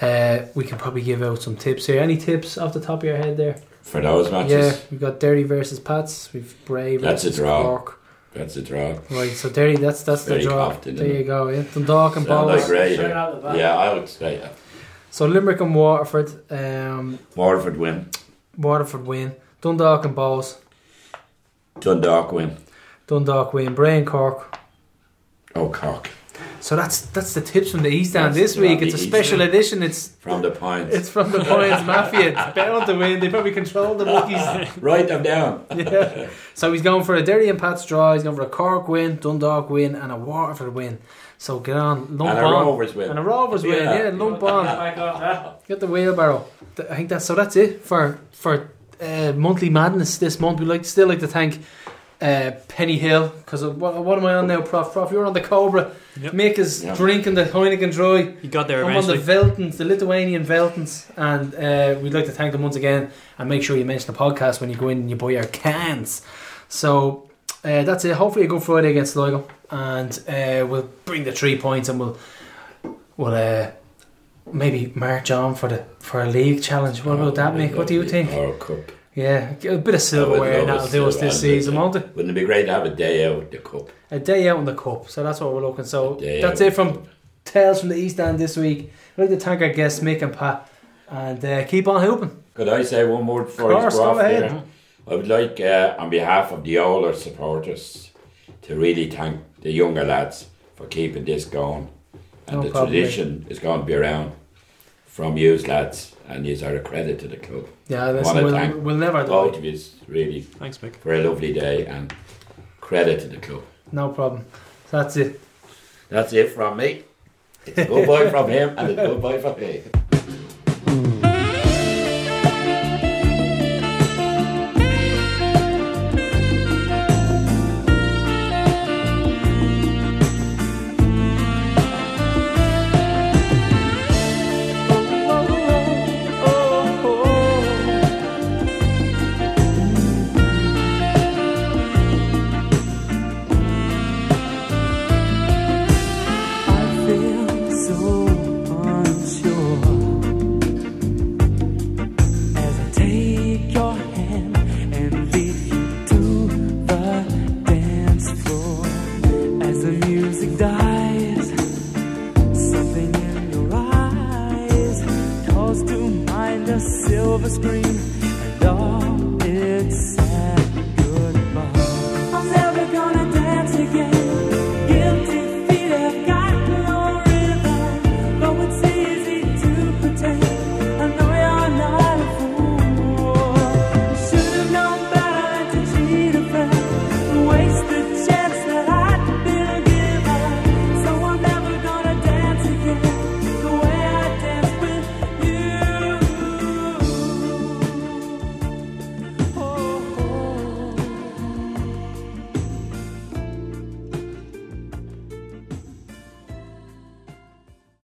Speaker 1: uh, we can probably give out some tips here. Any tips off the top of your head there?
Speaker 3: For those
Speaker 1: yeah,
Speaker 3: matches,
Speaker 1: we've got Derry versus Pats. We've Bray
Speaker 3: That's a
Speaker 1: versus
Speaker 3: draw.
Speaker 1: Cork.
Speaker 3: that's a draw.
Speaker 1: Right, so Derry, that's that's the
Speaker 3: Very
Speaker 1: draw.
Speaker 3: confident,
Speaker 1: there
Speaker 3: isn't
Speaker 1: you go. Yeah, Dundalk and
Speaker 3: Sound
Speaker 1: Balls.
Speaker 3: like Ray.
Speaker 4: Straight
Speaker 3: Yeah.
Speaker 4: out the bat.
Speaker 3: Yeah, I would say yeah.
Speaker 1: so Limerick and Waterford, um,
Speaker 3: Waterford win,
Speaker 1: Waterford win. Dundalk and Balls,
Speaker 3: Dundalk win.
Speaker 1: Dundalk win. Bray and Cork.
Speaker 3: Oh, Cork
Speaker 1: So that's that's the tips from the East End
Speaker 3: That's
Speaker 1: this
Speaker 3: the draw,
Speaker 1: week.
Speaker 3: the
Speaker 1: It's a
Speaker 3: East
Speaker 1: special
Speaker 3: End.
Speaker 1: edition. It's
Speaker 3: from the points.
Speaker 1: it's from the Points Mafia. It's bet on the win. They probably control the bookies.
Speaker 3: Write them down.
Speaker 1: yeah. So he's going for a Derry and Pats draw. He's going for a Cork win, Dundalk win, and a Waterford win. So get on, lump
Speaker 3: and a
Speaker 1: on.
Speaker 3: Rovers win.
Speaker 1: And a Rovers win,
Speaker 3: Yeah.
Speaker 1: yeah, lump on. Get the wheelbarrow. Th- I think that's so. That's it for for uh, monthly madness this month. We like still like to thank uh, Penny Hill because what, what am I on now, Prof? Prof, you're on the Cobra.
Speaker 2: Yep.
Speaker 1: Mick is
Speaker 3: Yeah.
Speaker 1: drinking the Heineken Dry.
Speaker 2: You got there
Speaker 1: I'm on the
Speaker 2: eventually.
Speaker 1: Veltins, the Lithuanian Veltins, and uh, we'd like to thank them once again. And make sure you mention the podcast when you go in and you buy your cans. So uh, that's it. Hopefully, a good Friday against Sligo, and uh, we'll bring the three points, and we'll we'll uh, maybe march on for the for a league challenge. What about that, Mick? What do you think?
Speaker 3: Or a cup.
Speaker 1: Yeah, a bit of
Speaker 3: I
Speaker 1: silverware,
Speaker 3: would
Speaker 1: and
Speaker 3: love
Speaker 1: that'll
Speaker 3: a
Speaker 1: do us
Speaker 3: silver
Speaker 1: this
Speaker 3: and a-
Speaker 1: season, won't it?
Speaker 3: Wouldn't it be great to have a day out with the cup?
Speaker 1: A day out in the cup. So that's what we're looking. So
Speaker 3: Day
Speaker 1: that's
Speaker 3: out.
Speaker 1: it from Tales from the East End this week. I'd like to thank our guests Mick and Pat, and uh, keep on hooping.
Speaker 3: Could I say one word before
Speaker 1: course,
Speaker 3: you go
Speaker 1: go
Speaker 3: off
Speaker 1: ahead.
Speaker 3: there? I would like, uh, on behalf of the older supporters, to really thank the younger lads for keeping this going. And
Speaker 1: No
Speaker 3: the
Speaker 1: problem, mate.
Speaker 3: tradition is going to be around from you lads, and you are a credit to the club.
Speaker 1: Yeah,
Speaker 3: Wanna
Speaker 1: listen, we'll,
Speaker 3: thank
Speaker 1: we'll never
Speaker 3: Both
Speaker 1: die.
Speaker 3: of you, really,
Speaker 2: Thanks, Mick.
Speaker 3: for a lovely day, and credit to the club.
Speaker 1: No problem. So that's it.
Speaker 3: That's it from me. It's goodbye from him, and it's goodbye from me.